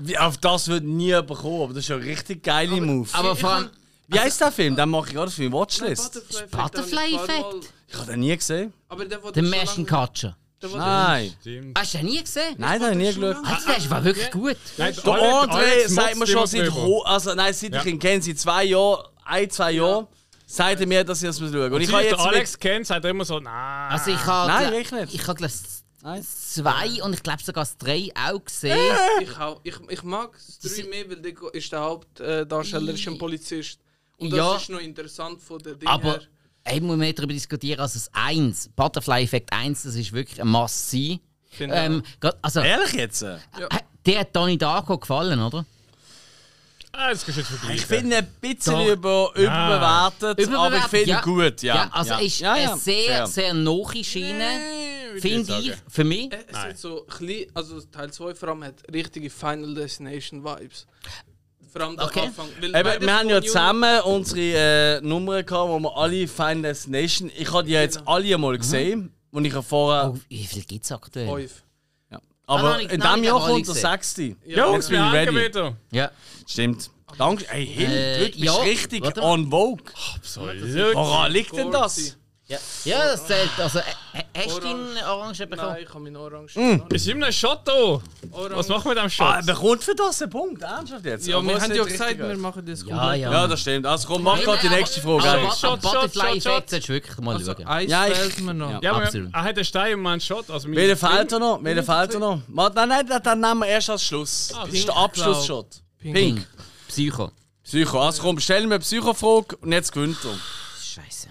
Speaker 1: Wie, auf das wird nie jemand kommen, aber das ist ja ein richtig geiler Move.
Speaker 2: Aber vor allem.
Speaker 1: Wie heisst der Film? Den mache ich gerade für meine Watchlist.
Speaker 2: Butterfly-Effekt?
Speaker 1: Ich habe den nie gesehen.
Speaker 4: Aber der, wo
Speaker 2: Der
Speaker 4: du schon lange-
Speaker 2: Machine Catcher.
Speaker 4: der, wo du-
Speaker 1: Nein.
Speaker 3: Stimmt.
Speaker 2: Hast du den nie gesehen?
Speaker 1: Nein, den habe ich nie
Speaker 4: schon
Speaker 1: geschaut.
Speaker 4: lange-
Speaker 2: Also, der ist war wirklich gut.
Speaker 3: Nein,
Speaker 1: Der
Speaker 3: Alex-
Speaker 1: André
Speaker 3: Alex
Speaker 1: sagt mir
Speaker 3: motzt
Speaker 1: schon
Speaker 3: immer
Speaker 1: seit,
Speaker 3: drüber.
Speaker 1: ho- also, nein, seit ich
Speaker 3: Ja.
Speaker 1: ihn kenne, seit zwei Jahren, ein, zwei Jahren, sagt er mir, dass ich das schauen muss. Und ich
Speaker 3: Seit
Speaker 1: habe
Speaker 3: ich
Speaker 1: jetzt mit-
Speaker 3: Alex kennt, sagt er immer so, nein.
Speaker 2: Also, ich habe.
Speaker 1: Nein,
Speaker 2: gla-
Speaker 1: ich nicht.
Speaker 2: Ich habe glaubst,
Speaker 1: Nein.
Speaker 2: zwei und ich glaube sogar das drei auch gesehen.
Speaker 4: Ich, hau- ich, ich mag das
Speaker 2: Sie-
Speaker 4: 3 mehr, weil der go- ist der Hauptdarsteller ist ein Polizist. Und das
Speaker 2: Ja.
Speaker 4: ist noch interessant von der Dinge
Speaker 2: Aber
Speaker 4: her.
Speaker 2: ich muss mehr darüber diskutieren als das 1. Butterfly Effect 1, das ist wirklich ein Massi.
Speaker 4: Genau.
Speaker 2: Ähm, grad- also,
Speaker 1: Ehrlich jetzt? äh?
Speaker 2: äh, der hat Donnie Darko gefallen, oder?
Speaker 3: Ah, das kannst du jetzt vergleichen.
Speaker 1: Ich finde ihn ein bisschen
Speaker 2: Doch.
Speaker 1: über, überbewertet, aber ich
Speaker 2: Überbewertet,
Speaker 1: finde ihn
Speaker 2: ja.
Speaker 1: gut. Ja,
Speaker 2: also
Speaker 1: ja.
Speaker 2: ist
Speaker 1: Ja, ja,
Speaker 2: eine sehr,
Speaker 1: fair.
Speaker 2: sehr nahe Schiene,
Speaker 3: Nein, würde
Speaker 2: finde ich,
Speaker 3: sagen.
Speaker 2: für mich.
Speaker 4: Äh, Es hat so klein, also Teil 2 vor allem hat richtige Final Destination Vibes. Vor allem der
Speaker 2: Okay.
Speaker 4: Anfang. weil
Speaker 1: Eben,
Speaker 4: beides
Speaker 1: wir haben ja
Speaker 4: von New-
Speaker 1: zusammen unsere äh, Nummern gehabt, wo wir alle Final Destination. Ich habe die ja jetzt alle
Speaker 4: Mhm.
Speaker 1: mal gesehen. Und ich habe vorher.
Speaker 2: Genau. Oh, wie viel gibt es aktuell?
Speaker 4: Fünf.
Speaker 1: aber
Speaker 2: Ah, nein,
Speaker 1: in
Speaker 2: nein,
Speaker 1: diesem
Speaker 2: ich
Speaker 1: Jahr
Speaker 2: habe alle
Speaker 1: kommt der
Speaker 2: gesehen.
Speaker 1: sechste.
Speaker 3: Jungs,
Speaker 1: bin
Speaker 3: wir
Speaker 1: ich
Speaker 3: haben
Speaker 1: ready.
Speaker 3: wieder.
Speaker 2: Ja.
Speaker 1: Stimmt. Danke. Hey, Hill,
Speaker 2: Äh,
Speaker 1: du bist
Speaker 2: ja,
Speaker 1: richtig
Speaker 2: warte mal.
Speaker 1: on vogue.
Speaker 3: Absolut.
Speaker 1: Woran liegt denn das?
Speaker 4: Forty.
Speaker 2: ja. Ja, das zählt. Also, äh, äh, hast du
Speaker 4: Orange.
Speaker 2: den Orange bekommen?
Speaker 4: Nein, ich habe meinen Orange.
Speaker 1: Mm.
Speaker 3: Ist immer ein Shot da.
Speaker 4: Orange.
Speaker 3: Was machen wir mit dem Shot?
Speaker 1: Ah, er bekommt für das einen Punkt. Ernsthaft jetzt?
Speaker 4: Ja,
Speaker 1: Obwohl
Speaker 4: wir
Speaker 1: es
Speaker 4: haben
Speaker 1: nicht
Speaker 4: ja
Speaker 1: richtig
Speaker 4: gesagt, wir
Speaker 1: ist.
Speaker 4: machen das
Speaker 2: Ja, ja.
Speaker 1: Ja, das stimmt. Also komm, mach gerade die nächste Frage.
Speaker 2: Aber, also,
Speaker 1: Alex.
Speaker 2: aber,
Speaker 3: Shot, Shot,
Speaker 2: Butterfly
Speaker 3: Shot, Shot.
Speaker 2: Effect solltest du wirklich mal
Speaker 4: Also,
Speaker 2: schauen.
Speaker 4: eins
Speaker 1: Ja, ich-
Speaker 4: fehlt mir noch.
Speaker 1: Ja.
Speaker 3: ja, aber
Speaker 2: absolut.
Speaker 3: er hat einen Stein und wir haben einen Shot. Also wir-
Speaker 1: Welchen fehlt er noch? Welchen fehlt er noch? Warte, Nein, nein, den- den nehmen wir erst als Schluss. Das ist der
Speaker 4: Ah, Pink,
Speaker 1: Abschlussshot.
Speaker 4: Pink.
Speaker 1: Pink.
Speaker 2: Psycho.
Speaker 1: Psycho. Also komm, stell mir eine Psycho-Frage und jetzt gewinnt er.
Speaker 2: Scheiße.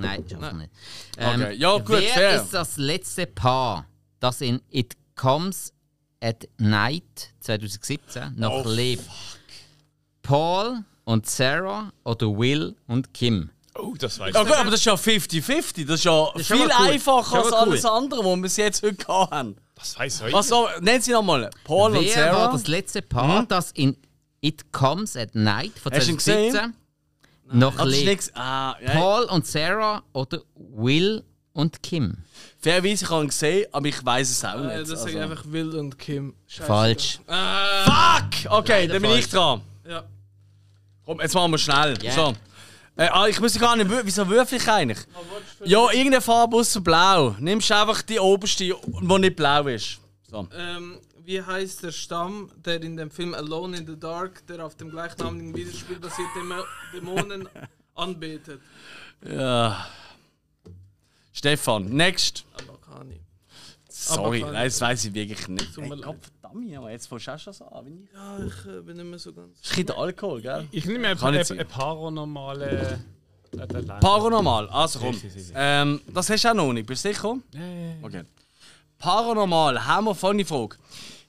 Speaker 2: Nein, schaff ich nicht. Ähm,
Speaker 1: Okay, ja, gut,
Speaker 2: wer
Speaker 1: fair.
Speaker 2: ist das letzte Paar, das in It Comes at Night 2017 noch
Speaker 1: Oh,
Speaker 2: lebt? Paul und Sarah oder Will und Kim?
Speaker 3: Oh, das weiß
Speaker 1: Ja,
Speaker 3: ich.
Speaker 1: gut, aber das ist ja 50-50. Das ist ja
Speaker 2: ist
Speaker 1: viel
Speaker 2: aber cool.
Speaker 1: einfacher
Speaker 2: Das
Speaker 1: als
Speaker 2: ist aber
Speaker 1: alles andere, was wir bis jetzt heute gehabt haben.
Speaker 3: Das weiß ich.
Speaker 1: Was so, nennen Sie nochmal. Paul und
Speaker 2: Wer war
Speaker 1: Sarah. Hm?
Speaker 2: das letzte Paar, das in It Comes at Night von
Speaker 1: Hast du ihn
Speaker 2: 2017 noch
Speaker 1: Ah, das ist
Speaker 2: lebt?
Speaker 1: nichts. Ah, ja.
Speaker 2: Paul und Sarah oder Will und Kim?
Speaker 1: Fairerweise, ich habe ihn gesehen, aber ich weiß es auch
Speaker 4: Äh,
Speaker 1: nicht.
Speaker 4: das
Speaker 1: also.
Speaker 4: sage ich einfach Will und Kim. Scheiße.
Speaker 2: Falsch.
Speaker 4: Äh,
Speaker 1: Fuck! Okay, dann bin
Speaker 2: falsch.
Speaker 1: ich dran.
Speaker 4: ja.
Speaker 1: Komm, jetzt machen wir schnell.
Speaker 2: Yeah.
Speaker 1: So. Äh, ah, ich muss gar nicht. wür- Wieso würfel ich eigentlich? Ja, irgendeine Farbe außer Blau. Nimmst einfach die oberste, die nicht blau ist. So.
Speaker 4: Ähm, wie heißt der Stamm, der in dem Film Alone in the Dark, der auf dem gleichnamigen Videospiel basiert, Dämo- *laughs* Dämonen anbetet?
Speaker 1: Ja. Stefan, next.
Speaker 4: Aber kann ich.
Speaker 1: Sorry,
Speaker 4: Aber-
Speaker 1: nein, das weiß ich wirklich nicht.
Speaker 4: Tut mir
Speaker 1: Hey,
Speaker 4: leid.
Speaker 1: Gottverdammt, aber jetzt fängst du auch schon so an. Wenn ich... Das
Speaker 4: Ja, ich äh, bin nicht mehr so ganz.
Speaker 1: ist ein bisschen der Alkohol, gell?
Speaker 3: Ich nehme ein,
Speaker 1: Kann
Speaker 3: ein,
Speaker 1: nicht sein.
Speaker 3: ein paranormale.
Speaker 1: Paranormal, also komm.
Speaker 3: Sí, sí, sí, sí.
Speaker 1: Ähm, das hast du auch noch nicht, bist du sicher? Okay. Paranormal, haben wir vorhin die Frage.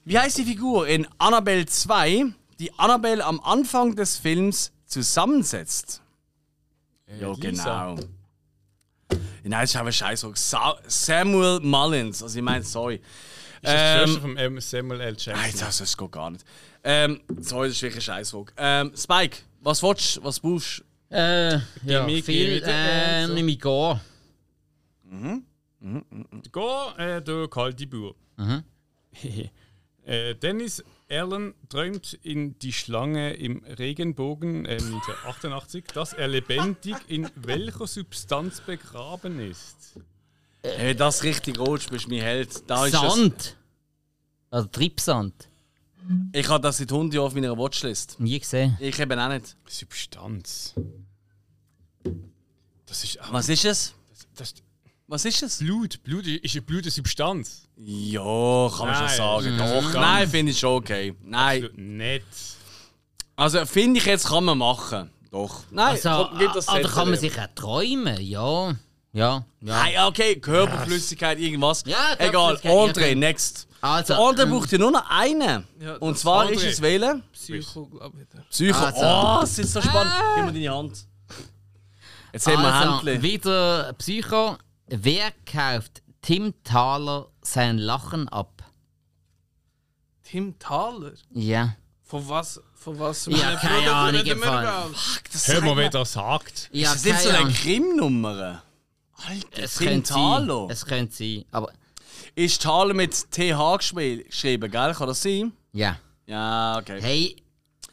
Speaker 1: Wie heißt die Figur in Annabelle 2, die Annabelle am Anfang des Films zusammensetzt? Ja, genau. Nein, das ist einfach scheiße. Sa Samuel Mullins, also ich meine, sorry.
Speaker 3: Das ist das
Speaker 1: Ähm,
Speaker 3: Schwester von ähm, Samuel L.
Speaker 1: Nein,
Speaker 3: Jackson.
Speaker 1: das, das geht gar nicht. Ähm, sorry, das ist wirklich eine Scheißfrage. Ähm, Spike, was willst du, was brauchst du?
Speaker 2: Äh, ja,
Speaker 3: Gimmick,
Speaker 2: viel,
Speaker 3: Gimmick,
Speaker 2: äh,
Speaker 3: so.
Speaker 2: nicht mehr gehen.
Speaker 3: Go, äh, du kalte Bauer.
Speaker 1: Mhm.
Speaker 3: *laughs* äh, Dennis Allen träumt in die Schlange im Regenbogen äh, 1988, dass er lebendig in welcher Substanz begraben ist.
Speaker 1: Hey, Äh, das richtig rot, bist mein Held. Da Ah, ist das,
Speaker 2: Sand. Also Tripsand.
Speaker 1: ich habe das seit 100 Jahren auf meiner Watchlist.
Speaker 2: Nie gesehen.
Speaker 1: Ich eben auch nicht.
Speaker 3: Substanz. Das ist auch.
Speaker 1: Was ist es?
Speaker 3: Das, das ist
Speaker 1: Was ist es?
Speaker 3: Blut. Blut ist ist eine Blutsubstanz.
Speaker 1: Ja, kann man schon
Speaker 3: Nein.
Speaker 1: sagen.
Speaker 3: Mhm.
Speaker 1: Doch, nein, finde ich schon okay. Nein,
Speaker 3: Nett.
Speaker 1: also finde ich jetzt kann man machen. Doch. Nein,
Speaker 2: Also,
Speaker 1: komm, gib das
Speaker 2: ah, da
Speaker 1: Zettel.
Speaker 2: kann man sich auch träumen, ja. Ja, ja.
Speaker 1: Nein, okay, Körperflüssigkeit, genau. irgendwas.
Speaker 2: Ja,
Speaker 1: Egal,
Speaker 2: Körperflüssigkeit,
Speaker 1: André,
Speaker 2: okay.
Speaker 1: next.
Speaker 2: Also,
Speaker 1: Der André
Speaker 2: ähm,
Speaker 1: braucht ja nur noch einen.
Speaker 4: Ja,
Speaker 1: Und
Speaker 4: das
Speaker 1: zwar
Speaker 3: André.
Speaker 1: ist es wählen.
Speaker 4: Psycho, glaube ich. der.
Speaker 1: Psycho.
Speaker 2: Also.
Speaker 1: Oh, es ist so spannend. Gib mir deine Hand. Jetzt haben wir
Speaker 2: also,
Speaker 1: Händchen.
Speaker 2: wieder Psycho. Wer kauft Tim Thaler sein Lachen ab?
Speaker 4: Tim Thaler?
Speaker 2: Ja.
Speaker 4: Von was, von was
Speaker 2: Ja,
Speaker 4: meine
Speaker 2: keine
Speaker 4: Bruder
Speaker 2: Ahnung,
Speaker 4: reden wir
Speaker 2: Fall.
Speaker 4: überhaupt?
Speaker 3: Hör mal, wer das sagt.
Speaker 2: Ja,
Speaker 1: das sind so
Speaker 2: keine
Speaker 1: eine
Speaker 2: Ahnung.
Speaker 1: Grimm-Nummer. Alter,
Speaker 2: es könnte
Speaker 1: Tintalo.
Speaker 2: sein. Es könnte sein. Aber
Speaker 1: Ist Talo mit TH geschrieben, geschrieben, gell? Kann das sein?
Speaker 2: ja.
Speaker 1: Ja, okay.
Speaker 2: Hey,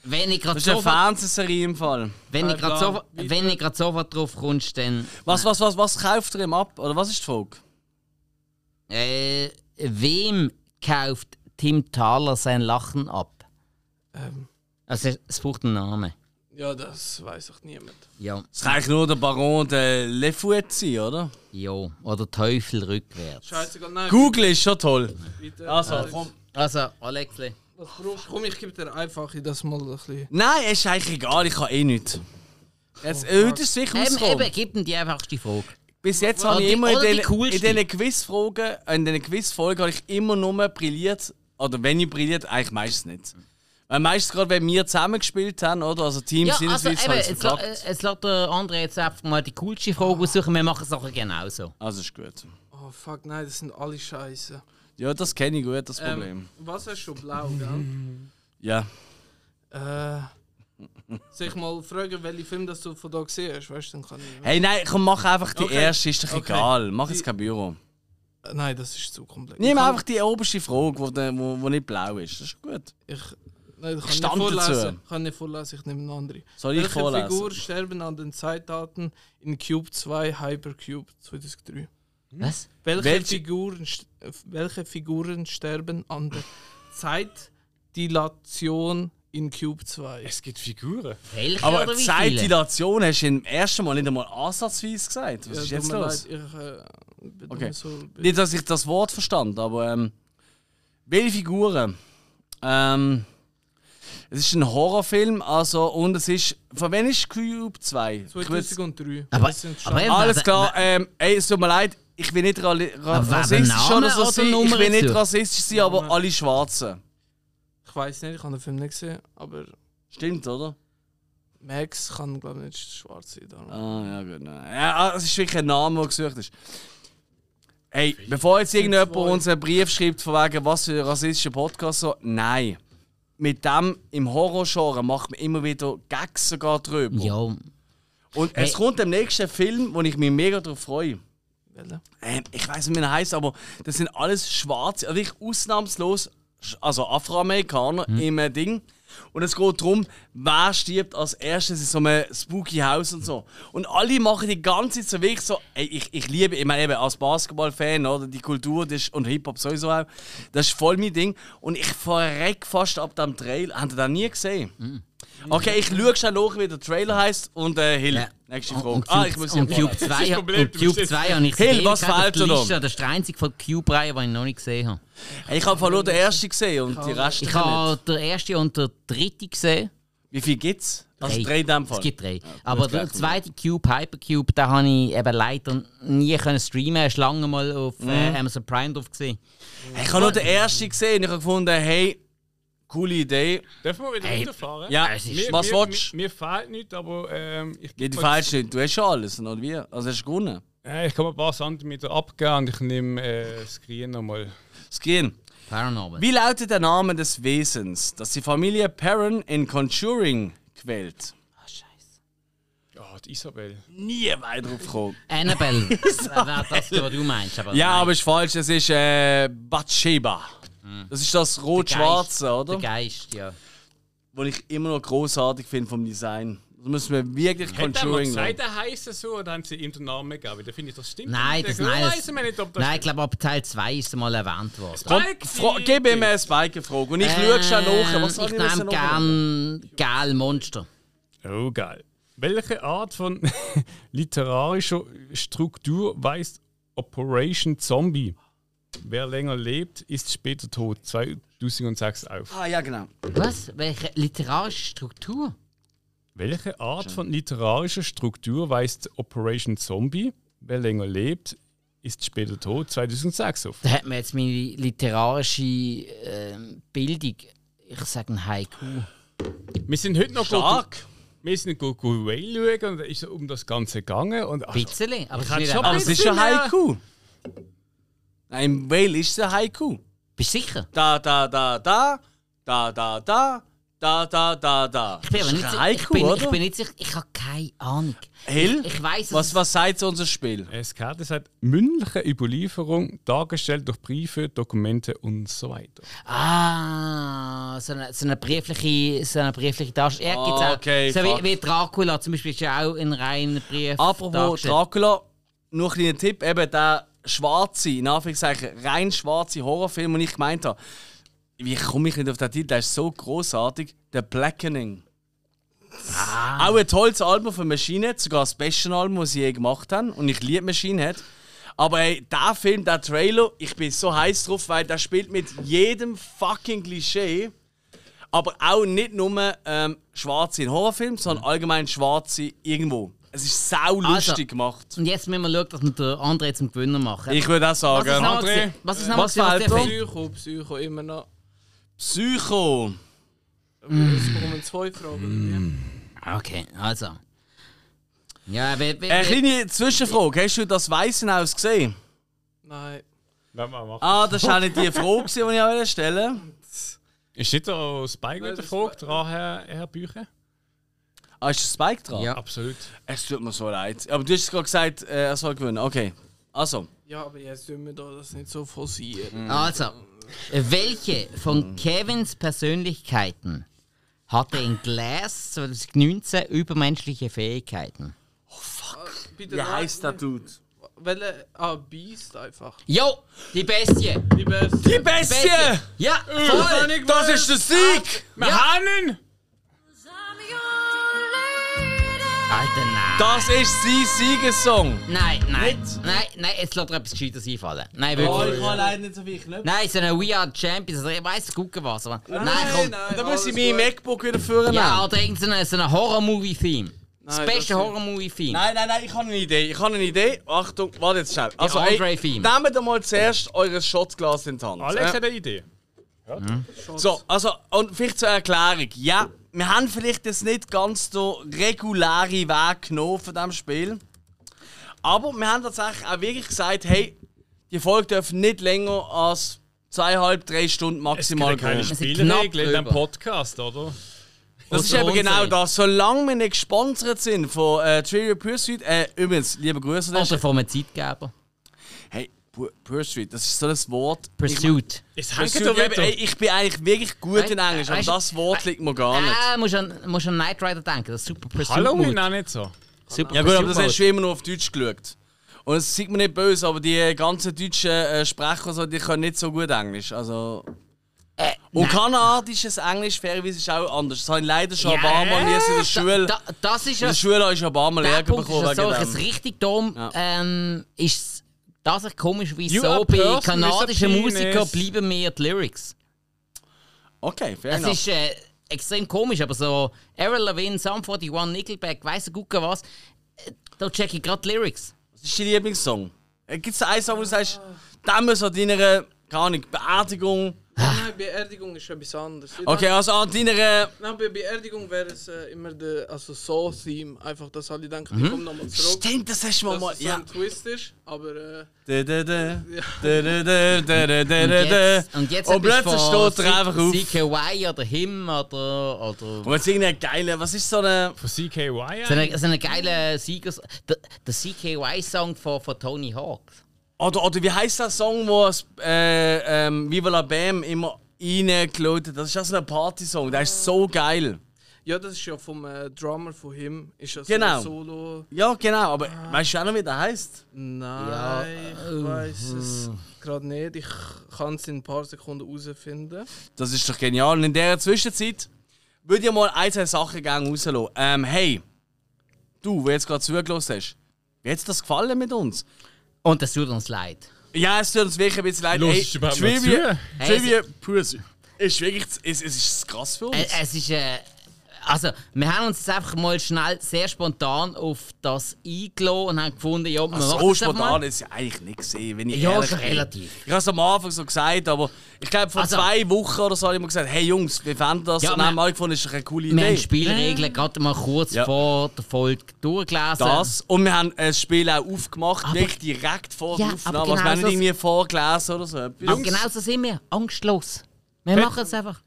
Speaker 2: wenn ich gerade
Speaker 1: Das ist eine
Speaker 2: so
Speaker 1: Fernsehserie im Fall.
Speaker 2: wenn ich
Speaker 4: Kein
Speaker 2: grad so,
Speaker 4: Plan.
Speaker 2: wenn ich grad sofort drauf kommst, dann
Speaker 1: Was, was, was, was kauft ihr ihm ab? Oder was ist die Folge?
Speaker 2: äh, wem kauft Tim Thaler sein Lachen ab?
Speaker 4: Ähm,
Speaker 2: Also es braucht einen Namen.
Speaker 4: ja, das weiß auch niemand.
Speaker 2: Ja,
Speaker 1: Das kann eigentlich nur der Baron de Lefouet sein, oder?
Speaker 2: ja. Oder Teufel rückwärts.
Speaker 4: Scheißegal, nein.
Speaker 1: Google ist schon toll.
Speaker 4: Bitte.
Speaker 1: Also, komm.
Speaker 2: Also Alexle.
Speaker 4: Was brauchst du? Komm, ich gebe dir einfach das mal ein bisschen.
Speaker 1: Nein, ist eigentlich egal, ich kann eh nichts. Jetzt, äh, heute ist es sicher
Speaker 2: Eben,
Speaker 1: rausgekommen.
Speaker 2: Ähm, eben, gib ihm die einfachste Frage.
Speaker 1: Bis jetzt
Speaker 2: Oder
Speaker 1: habe ich
Speaker 2: die-
Speaker 1: immer in
Speaker 2: oder die
Speaker 1: diesen-
Speaker 2: coolste.
Speaker 1: in diesen Quizfragen, in diesen Quizfolgen habe ich immer nur brilliert. Oder wenn ich brilliert, eigentlich meistens nicht. Weil meistens gerade, wenn wir zusammen gespielt haben, oder? Also Teams
Speaker 2: Ja,
Speaker 1: sind
Speaker 2: also
Speaker 1: es
Speaker 2: eben, jetzt, la-
Speaker 1: verkackt.
Speaker 2: äh, jetzt lässt der andere jetzt einfach mal die coolste Frage aussuchen. Wir machen es nachher genauso.
Speaker 1: Also ist gut.
Speaker 4: Oh fuck, nein, das sind alle Scheiße.
Speaker 1: Ja, das kenne ich gut, das Problem.
Speaker 4: Ähm, was hast du blau,
Speaker 1: *laughs*
Speaker 4: gell?
Speaker 1: Ja.
Speaker 4: äh. Soll ich mal fragen, welchen Film das du von da gesehen hast? Weißt du, dann kann ich.
Speaker 1: Hey, nein, komm, mach einfach die
Speaker 4: Okay.
Speaker 1: erste, ist doch
Speaker 4: Okay.
Speaker 1: egal. Mach jetzt
Speaker 4: Die-
Speaker 1: kein Büro.
Speaker 4: Äh, Nein, das ist zu komplex.
Speaker 1: Nimm
Speaker 4: Ich kann-
Speaker 1: einfach die oberste Frage, die wo, der- wo, wo nicht blau ist. Das ist gut.
Speaker 4: Ich, nein, ich kann
Speaker 1: Stand
Speaker 4: nicht
Speaker 1: dazu.
Speaker 4: vorlesen. Ich kann nicht vorlesen, ich nehme eine andere.
Speaker 1: Soll ich
Speaker 4: Welche
Speaker 1: vorlesen?
Speaker 4: Figur sterben an den Zeitdaten in Cube 2 Hypercube 2003?
Speaker 2: Was?
Speaker 4: Welche,
Speaker 1: Welche-
Speaker 4: Figuren, st- äh, welche Figuren sterben an
Speaker 1: *laughs*
Speaker 4: der Zeitdilation in Cube 2?
Speaker 3: Es gibt Figuren.
Speaker 2: Welche
Speaker 1: Aber
Speaker 2: oder wie viele?
Speaker 1: Zeitdilation hast du im ersten Mal nicht einmal ansatzweise gesagt. Was
Speaker 4: Ja,
Speaker 1: ist jetzt
Speaker 4: tut mir
Speaker 1: los?
Speaker 4: leid, ich äh, bin
Speaker 1: Okay.
Speaker 4: nicht so.
Speaker 1: Nicht, dass ich das Wort verstand, aber ähm, welche Figuren? Ähm, es ist ein Horrorfilm, also und es ist. Von wann ist Cube 2? Ich würd's-
Speaker 4: 2003.
Speaker 2: Aber-
Speaker 4: Das sind
Speaker 2: aber
Speaker 4: Stand-
Speaker 2: eben- also,
Speaker 1: Alles klar, ähm, ey, es tut mir leid, ich will nicht ra ra
Speaker 2: Aber
Speaker 1: rassistisch
Speaker 2: Name
Speaker 1: oder so
Speaker 2: oder
Speaker 1: sein. Ich
Speaker 2: Nummer
Speaker 1: will nicht
Speaker 2: dazu?
Speaker 1: rassistisch sein, aber alle Schwarzen.
Speaker 4: ich weiß nicht, ich habe den Film nicht gesehen, aber
Speaker 1: Stimmt, oder?
Speaker 4: Max kann, glaube ich, nicht schwarz sein. darum.
Speaker 1: Ah, ja, gut. Nein. Ja, ah, es ist wirklich ein Name, der gesucht ist. Hey, bevor jetzt irgendjemand
Speaker 4: zwei.
Speaker 1: uns einen Brief schreibt, von wegen was für ein rassistischer Podcast, so, nein. Mit dem im Horrorgenre macht man immer wieder Gags sogar drüber.
Speaker 2: Ja,
Speaker 1: Und es
Speaker 2: Hey.
Speaker 1: kommt im nächsten Film, wo ich mich mega darauf freue.
Speaker 4: Welche?
Speaker 1: Ähm, ich weiß nicht, wie er heißt, aber das sind alles Schwarze, also wirklich ausnahmslos, Sch- also Afroamerikaner
Speaker 2: Mhm.
Speaker 1: im äh, Ding. Und es geht darum, wer stirbt als erstes in so einem spooky Haus und so. Und alle machen die ganze Zeit so wirklich so, ey, ich, ich liebe, ich meine eben als Basketballfan, oder, die Kultur das ist, und Hip-Hop sowieso auch, das ist voll mein Ding. Und ich verreck fast ab dem Trailer. Habt ihr das nie gesehen?
Speaker 2: Mhm.
Speaker 1: Okay, ich schaue schon nach, wie der Trailer heißt und äh, Hill,
Speaker 2: Ja.
Speaker 1: nächste
Speaker 2: Und-
Speaker 1: Frage.
Speaker 2: Und Cube,
Speaker 1: ah, ich muss hier
Speaker 2: und Cube 2
Speaker 3: Problem,
Speaker 2: und
Speaker 3: du
Speaker 2: Cube
Speaker 3: bist
Speaker 2: 2 habe ich
Speaker 1: Hill,
Speaker 2: gesehen,
Speaker 1: was
Speaker 2: gerade auf
Speaker 1: fehlt
Speaker 2: der
Speaker 1: dir noch?
Speaker 2: Liste. Das ist der einzige von Cube-Reihe, den ich noch nicht gesehen habe.
Speaker 1: Hey, ich habe nur den ersten gesehen und die Rest
Speaker 2: Ich habe den ersten und den dritten gesehen.
Speaker 1: Wie viel gibt's? Also
Speaker 2: Drei.
Speaker 1: drei in dem Fall.
Speaker 2: Es gibt drei. Aber
Speaker 1: gleich
Speaker 2: der
Speaker 1: mal.
Speaker 2: zweite Cube, Hypercube, da habe ich eben leider nie können streamen. Ist lange mal auf
Speaker 1: Mhm.
Speaker 2: äh, Amazon Prime drauf gesehen.
Speaker 1: ich habe nur den ersten gesehen und ich habe gefunden, hey, coole Idee.
Speaker 3: Dürfen wir wieder
Speaker 2: Ey,
Speaker 3: runterfahren?
Speaker 1: Ja,
Speaker 2: Es ist-
Speaker 3: Mir,
Speaker 1: was
Speaker 3: mir,
Speaker 1: willst du?
Speaker 3: mir, mir fehlt nichts, aber ähm, ich,
Speaker 1: Geht
Speaker 3: geb mal-
Speaker 1: falsch nicht. Du hast schon alles, oder wie? Also hast du gewonnen.
Speaker 3: Äh, ich kann mir ein paar Zentimeter abgeben und ich nehme äh, das Green nochmal.
Speaker 1: Skin.
Speaker 2: Paranormal.
Speaker 1: Wie lautet der Name des Wesens, das die Familie Perrin in Conjuring quält?
Speaker 2: Ah, Scheiße.
Speaker 3: Ja, die Isabel.
Speaker 1: Nie weiter drauf gekommen. *laughs*
Speaker 2: Annabelle. Äh, das wäre das, was du meinst. Aber
Speaker 1: Ja,
Speaker 2: nein.
Speaker 1: aber ist falsch. Es ist äh, Batsheba. Das ist das
Speaker 2: Hm. Der
Speaker 1: rot-schwarze,
Speaker 2: Geist,
Speaker 1: oder?
Speaker 2: Der Geist, ja.
Speaker 1: Was ich immer noch großartig finde vom Design. Das müssen wir wirklich
Speaker 3: Hätte er mal
Speaker 1: Conjuring
Speaker 3: gesagt,
Speaker 1: nehmen.
Speaker 3: er heisse so, und dann haben sie ihm den Namen gegeben. Dann finde ich, das stimmt.
Speaker 2: Nein,
Speaker 3: nicht.
Speaker 2: das,
Speaker 3: Ich
Speaker 2: nein, das,
Speaker 3: weiss immer nicht, ob das
Speaker 2: nein, ich glaube, ab Teil 2 ist es mal erwähnt worden. Äh,
Speaker 1: Komm,
Speaker 3: Spike,
Speaker 1: fra-
Speaker 3: die-
Speaker 1: gib ihm eine Spike-Frage und ich schaue schon nach. Was soll
Speaker 2: Ähm,
Speaker 1: ich
Speaker 2: ich
Speaker 1: müssen
Speaker 2: nehme
Speaker 1: nachschauen?
Speaker 2: gern Gel Monster.
Speaker 3: Oh, geil. Welche Art von *laughs* literarischer Struktur weist Operation Zombie? Wer länger lebt, ist später tot. 2006 auf.
Speaker 1: Ah, ja, genau.
Speaker 2: Was? Welche literarische Struktur?
Speaker 3: Welche Art von literarischer Struktur weist Operation Zombie? Wer länger lebt, ist später tot. 2006 auf.
Speaker 2: Da hat man jetzt meine literarische ähm, Bildung. Ich sage ein Haiku.
Speaker 3: Wir sind heute noch
Speaker 1: Stark.
Speaker 3: Wir sind Google Whale schauen und da ist um das Ganze gegangen. Und also,
Speaker 2: Bitzeli, aber es ist
Speaker 3: hätte
Speaker 2: nicht
Speaker 1: Aber es ist ein
Speaker 2: ein Haiku.
Speaker 3: schon ein bisschen, ja.
Speaker 1: Haiku. Nein, im Whale ist es ein Haiku.
Speaker 2: Bist du sicher?
Speaker 1: Da, da, da, da, da, da, da, da, da, da, da.
Speaker 2: Ich bin, aber nicht, si-
Speaker 1: Schreik,
Speaker 2: ich bin, ich
Speaker 1: oder?
Speaker 2: bin nicht sicher, ich habe keine Ahnung.
Speaker 1: Hell?
Speaker 2: Ich weiß
Speaker 1: was, was sagt so unser Spiel?
Speaker 3: Es geht, es hat mündliche Überlieferung, dargestellt durch Briefe, Dokumente und so weiter.
Speaker 2: Ah, so eine, so eine briefliche, so eine briefliche Tasche. Ja,
Speaker 1: Ah,
Speaker 2: gibt's auch.
Speaker 1: okay,
Speaker 2: so
Speaker 1: fuck.
Speaker 2: wie, wie Dracula zum Beispiel ist ja auch in reinen Brief.
Speaker 1: Apropos
Speaker 2: dargestellt.
Speaker 1: Dracula, nur ein kleiner Tipp, eben der schwarze, in Anführungszeichen, rein schwarze Horrorfilm, den ich gemeint habe. Wie komme ich nicht auf den Titel? Der ist so großartig. The Blackening. Auch ein tolles Album von Machine Head, sogar das beste Album, das sie je gemacht haben. Und ich liebe Machine Head. Aber ey, der Film, der Trailer, ich bin so heiß drauf, weil der spielt mit jedem fucking Klischee. Aber auch nicht nur ähm, Schwarze in Horrorfilmen, sondern allgemein Schwarze irgendwo. Es ist sau lustig
Speaker 2: Also,
Speaker 1: gemacht.
Speaker 2: Und jetzt müssen wir schauen, dass wir den André zum Gewinner machen.
Speaker 1: Ich würde auch
Speaker 2: was ist
Speaker 1: sagen,
Speaker 2: nochmal gewesen? Was ist nochmal
Speaker 1: Was
Speaker 2: gewesen, was der
Speaker 1: fehlt noch?
Speaker 2: Film-
Speaker 4: Psycho, Psycho immer noch.
Speaker 1: Psycho. Mm.
Speaker 4: Es kommen zwei Fragen.
Speaker 2: Okay, also. Ja, we, we,
Speaker 1: Eine
Speaker 2: we,
Speaker 1: Äh, kleine Zwischenfrage. Hast du das Weißenhaus gesehen?
Speaker 4: Nein.
Speaker 3: Wenn wir machen.
Speaker 1: Ah, das war auch nicht die Frage, die ich wollte stellen wollte.
Speaker 3: Ist nicht der Spike
Speaker 4: Nein,
Speaker 3: wieder
Speaker 4: das-
Speaker 3: gefragt, dran, Herr, Herr Bücher?
Speaker 1: Ah, ist der Spike dran?
Speaker 2: Ja.
Speaker 3: Absolut.
Speaker 1: Es tut mir so leid. Aber du hast gerade gesagt, äh, er soll gewinnen. Okay. Also,
Speaker 4: Ja, aber jetzt tun wir da das nicht so
Speaker 1: Mm.
Speaker 4: forcieren.
Speaker 2: also, welche von Kevins Persönlichkeiten hatte in Glass 2019 übermenschliche Fähigkeiten?
Speaker 4: Bitte
Speaker 1: wie heißt der Dude?
Speaker 4: Welche? Ah, Beast einfach.
Speaker 2: Jo, die Bestie!
Speaker 4: Die beste.
Speaker 1: Die Bestie! Äh,
Speaker 2: Ja, voll!
Speaker 1: Das ist der Sieg!
Speaker 3: Wir haben ihn!
Speaker 2: Alter, nein!
Speaker 1: Das ist sein Siegessong!
Speaker 2: Nein, nein, nein, nein, jetzt lässt er etwas Gescheites einfallen. Nein,
Speaker 1: Oh,
Speaker 2: wirklich.
Speaker 1: ich kann leider nicht so viel Knöpfe.
Speaker 2: Nein, so eine We Are Champions, also ich weiss, gucken was. Aber nein, komm.
Speaker 4: nein,
Speaker 1: Da muss ich
Speaker 4: alles
Speaker 1: mein
Speaker 4: gut.
Speaker 1: MacBook wieder führen.
Speaker 2: Ja, oder irgendein so ein Horror-Movie-Theme. Das
Speaker 4: Nein,
Speaker 2: beste
Speaker 4: das-
Speaker 2: Horror-Movie-Theme.
Speaker 1: Nein, nein, nein, ich habe eine Idee. Ich habe eine Idee. Achtung, warte jetzt schnell. Also, ey,
Speaker 2: Andre-Theme.
Speaker 1: nehmt doch mal zuerst eures Shotglas in die Hand.
Speaker 3: Alex
Speaker 1: Äh,
Speaker 3: hat eine Idee.
Speaker 1: so, also, und vielleicht zur Erklärung. Ja, wir haben vielleicht jetzt nicht ganz den regulären Weg genommen von diesem Spiel. Aber wir haben tatsächlich auch wirklich gesagt, hey, die Folge darf nicht länger als zweieinhalb, drei Stunden
Speaker 3: Es
Speaker 1: maximal
Speaker 3: gibt keine
Speaker 2: sind knapp
Speaker 3: Spielregeln in diesem
Speaker 2: drüber.
Speaker 3: Podcast, oder?
Speaker 1: Das ist
Speaker 2: Außer
Speaker 1: eben genau
Speaker 2: unsere.
Speaker 1: das. Solange wir nicht gesponsert sind von äh, Trivia Pursuit, äh, übrigens, liebe Grüße, das
Speaker 2: Oder
Speaker 1: ist,
Speaker 2: von einem Zeitgeber.
Speaker 1: hey, Pu- Pursuit, das ist so ein Wort.
Speaker 2: Pursuit.
Speaker 3: Es
Speaker 1: Ich,
Speaker 3: hängt
Speaker 1: Pursuit,
Speaker 3: doch
Speaker 1: eben, ey,
Speaker 3: wieder.
Speaker 1: ich bin eigentlich wirklich gut
Speaker 2: Weißt-
Speaker 1: in Englisch, aber
Speaker 2: weißt-
Speaker 1: das Wort liegt mir gar nicht.
Speaker 2: Ah, musst an, musst an Knight Rider denken, das ist super Pursuit.
Speaker 3: Halloween
Speaker 2: Mode.
Speaker 3: auch nicht so.
Speaker 2: Super
Speaker 1: Ja gut, aber
Speaker 2: Pursuit
Speaker 1: das
Speaker 2: Mode.
Speaker 1: hast du immer nur auf Deutsch geschaut. Und es sieht mir nicht böse, aber die ganzen deutschen äh, Sprecher so, die können nicht so gut Englisch. Also.
Speaker 2: Äh,
Speaker 1: Und kanadisches Englisch fairerweise ist auch anders. Das habe ich leider schon ein paar Mal in der Schule.
Speaker 2: Da, da, das ist
Speaker 1: in
Speaker 2: ja
Speaker 1: der Schule habe ich schon ein paar Mal
Speaker 2: der
Speaker 1: Lehrer
Speaker 2: Punkt, ist
Speaker 1: bekommen.
Speaker 2: ja so,
Speaker 1: wegen
Speaker 2: es
Speaker 1: dem.
Speaker 2: richtig dumm
Speaker 1: Ja.
Speaker 2: ähm, ist, dass ich komisch wie
Speaker 3: You are
Speaker 2: so
Speaker 3: a person
Speaker 2: bei
Speaker 3: with a
Speaker 2: kanadischen
Speaker 3: penis.
Speaker 2: Musikern bleiben mir die Lyrics.
Speaker 1: Okay, fair
Speaker 2: Es
Speaker 1: enough.
Speaker 2: ist äh, extrem komisch, aber so Avril Lavigne, Sum 41, Nickelback, weiss du gucken was, äh, da check ich gerade die Lyrics.
Speaker 1: Das ist dein Lieblingssong. Gibt es einen Song, wo du sagst, den muss an deiner, keine Ahnung, Beerdigung.
Speaker 4: Nein, Beerdigung ist etwas anderes.
Speaker 1: Okay, also an deiner.
Speaker 4: Nein, bei Beerdigung wäre es äh, immer der, also so Theme, einfach, dass alle denken, ich komme nochmal zurück.
Speaker 1: Stimmt, das hast du mir
Speaker 4: Dass es
Speaker 1: Mhm. mal.
Speaker 4: so
Speaker 1: Ja.
Speaker 4: ein Twist ist, aber äh,
Speaker 1: Da, da, da.
Speaker 4: Ja.
Speaker 1: Da, da, da, da, da, da,
Speaker 2: Und
Speaker 1: da,
Speaker 2: jetzt,
Speaker 1: da.
Speaker 2: und jetzt
Speaker 1: Und
Speaker 2: etwas
Speaker 1: plötzlich
Speaker 2: von
Speaker 1: steht er einfach
Speaker 2: C-
Speaker 1: auf.
Speaker 2: CKY oder Him oder. oder
Speaker 1: Und jetzt irgendein geiler, was ist so eine.
Speaker 3: Von CKY
Speaker 2: so eine, so eine geile Sieger. Der, der CKY-Song von, von Tony Hawk.
Speaker 1: Oder, oder wie heißt der Song, wo es, äh, ähm, Viva la Bam immer reingelotet Das ist auch so ein Party-Song, der ist so geil.
Speaker 4: ja, das ist ja vom äh, Drummer von ihm. Ist das
Speaker 1: Genau.
Speaker 4: ein Solo?
Speaker 1: Ja, genau, aber weißt du auch noch, wie der heißt?
Speaker 4: Nein, ich
Speaker 2: äh,
Speaker 4: weiß es
Speaker 2: mhm.
Speaker 4: gerade nicht. Ich kann es in ein paar Sekunden herausfinden.
Speaker 1: Das ist doch genial. Und in dieser Zwischenzeit würde ich mal ein, zwei Sachen gerne rauslassen. Ähm, hey, du, der jetzt gerade zugelassen hast, wie hat das gefallen mit uns?
Speaker 2: Und das tut uns leid.
Speaker 1: Ja, es tut uns wirklich ein bisschen leid.
Speaker 3: Los,
Speaker 1: hey,
Speaker 3: ist überhaupt noch
Speaker 1: Trivia,
Speaker 3: zu?
Speaker 2: Hey,
Speaker 1: Trivia pur. Es ist wirklich es, es ist krass für uns.
Speaker 2: Äh, es ist. Äh, also, wir haben uns jetzt einfach mal schnell sehr spontan auf das eingeladen und haben gefunden, ja, wir machen
Speaker 1: Also so
Speaker 2: das einfach
Speaker 1: spontan
Speaker 2: mal.
Speaker 1: ist es ja eigentlich nicht gesehen, wenn ich
Speaker 2: Ja,
Speaker 1: ehrlich
Speaker 2: schon
Speaker 1: bin.
Speaker 2: relativ.
Speaker 1: Ich habe es am Anfang so gesagt, aber ich glaube vor
Speaker 2: Also-
Speaker 1: zwei Wochen oder so habe ich immer gesagt, hey Jungs, wir fänden das.
Speaker 2: Ja,
Speaker 1: und dann
Speaker 2: wir-
Speaker 1: haben wir alle gefunden, das ist eine coole
Speaker 2: Wir haben
Speaker 1: Idee.
Speaker 2: die Spielregeln gerade mal kurz
Speaker 1: Ja.
Speaker 2: vor der Folge durchgelesen.
Speaker 1: das und wir haben das Spiel auch aufgemacht,
Speaker 2: Aber-
Speaker 1: wirklich direkt vor
Speaker 2: Ja,
Speaker 1: der Aufnahme.
Speaker 2: aber genau
Speaker 1: also wir haben
Speaker 2: so-
Speaker 1: nicht irgendwie vorgelesen oder so etwas.
Speaker 2: Aber genau so sind wir, angstlos. Wir machen es einfach.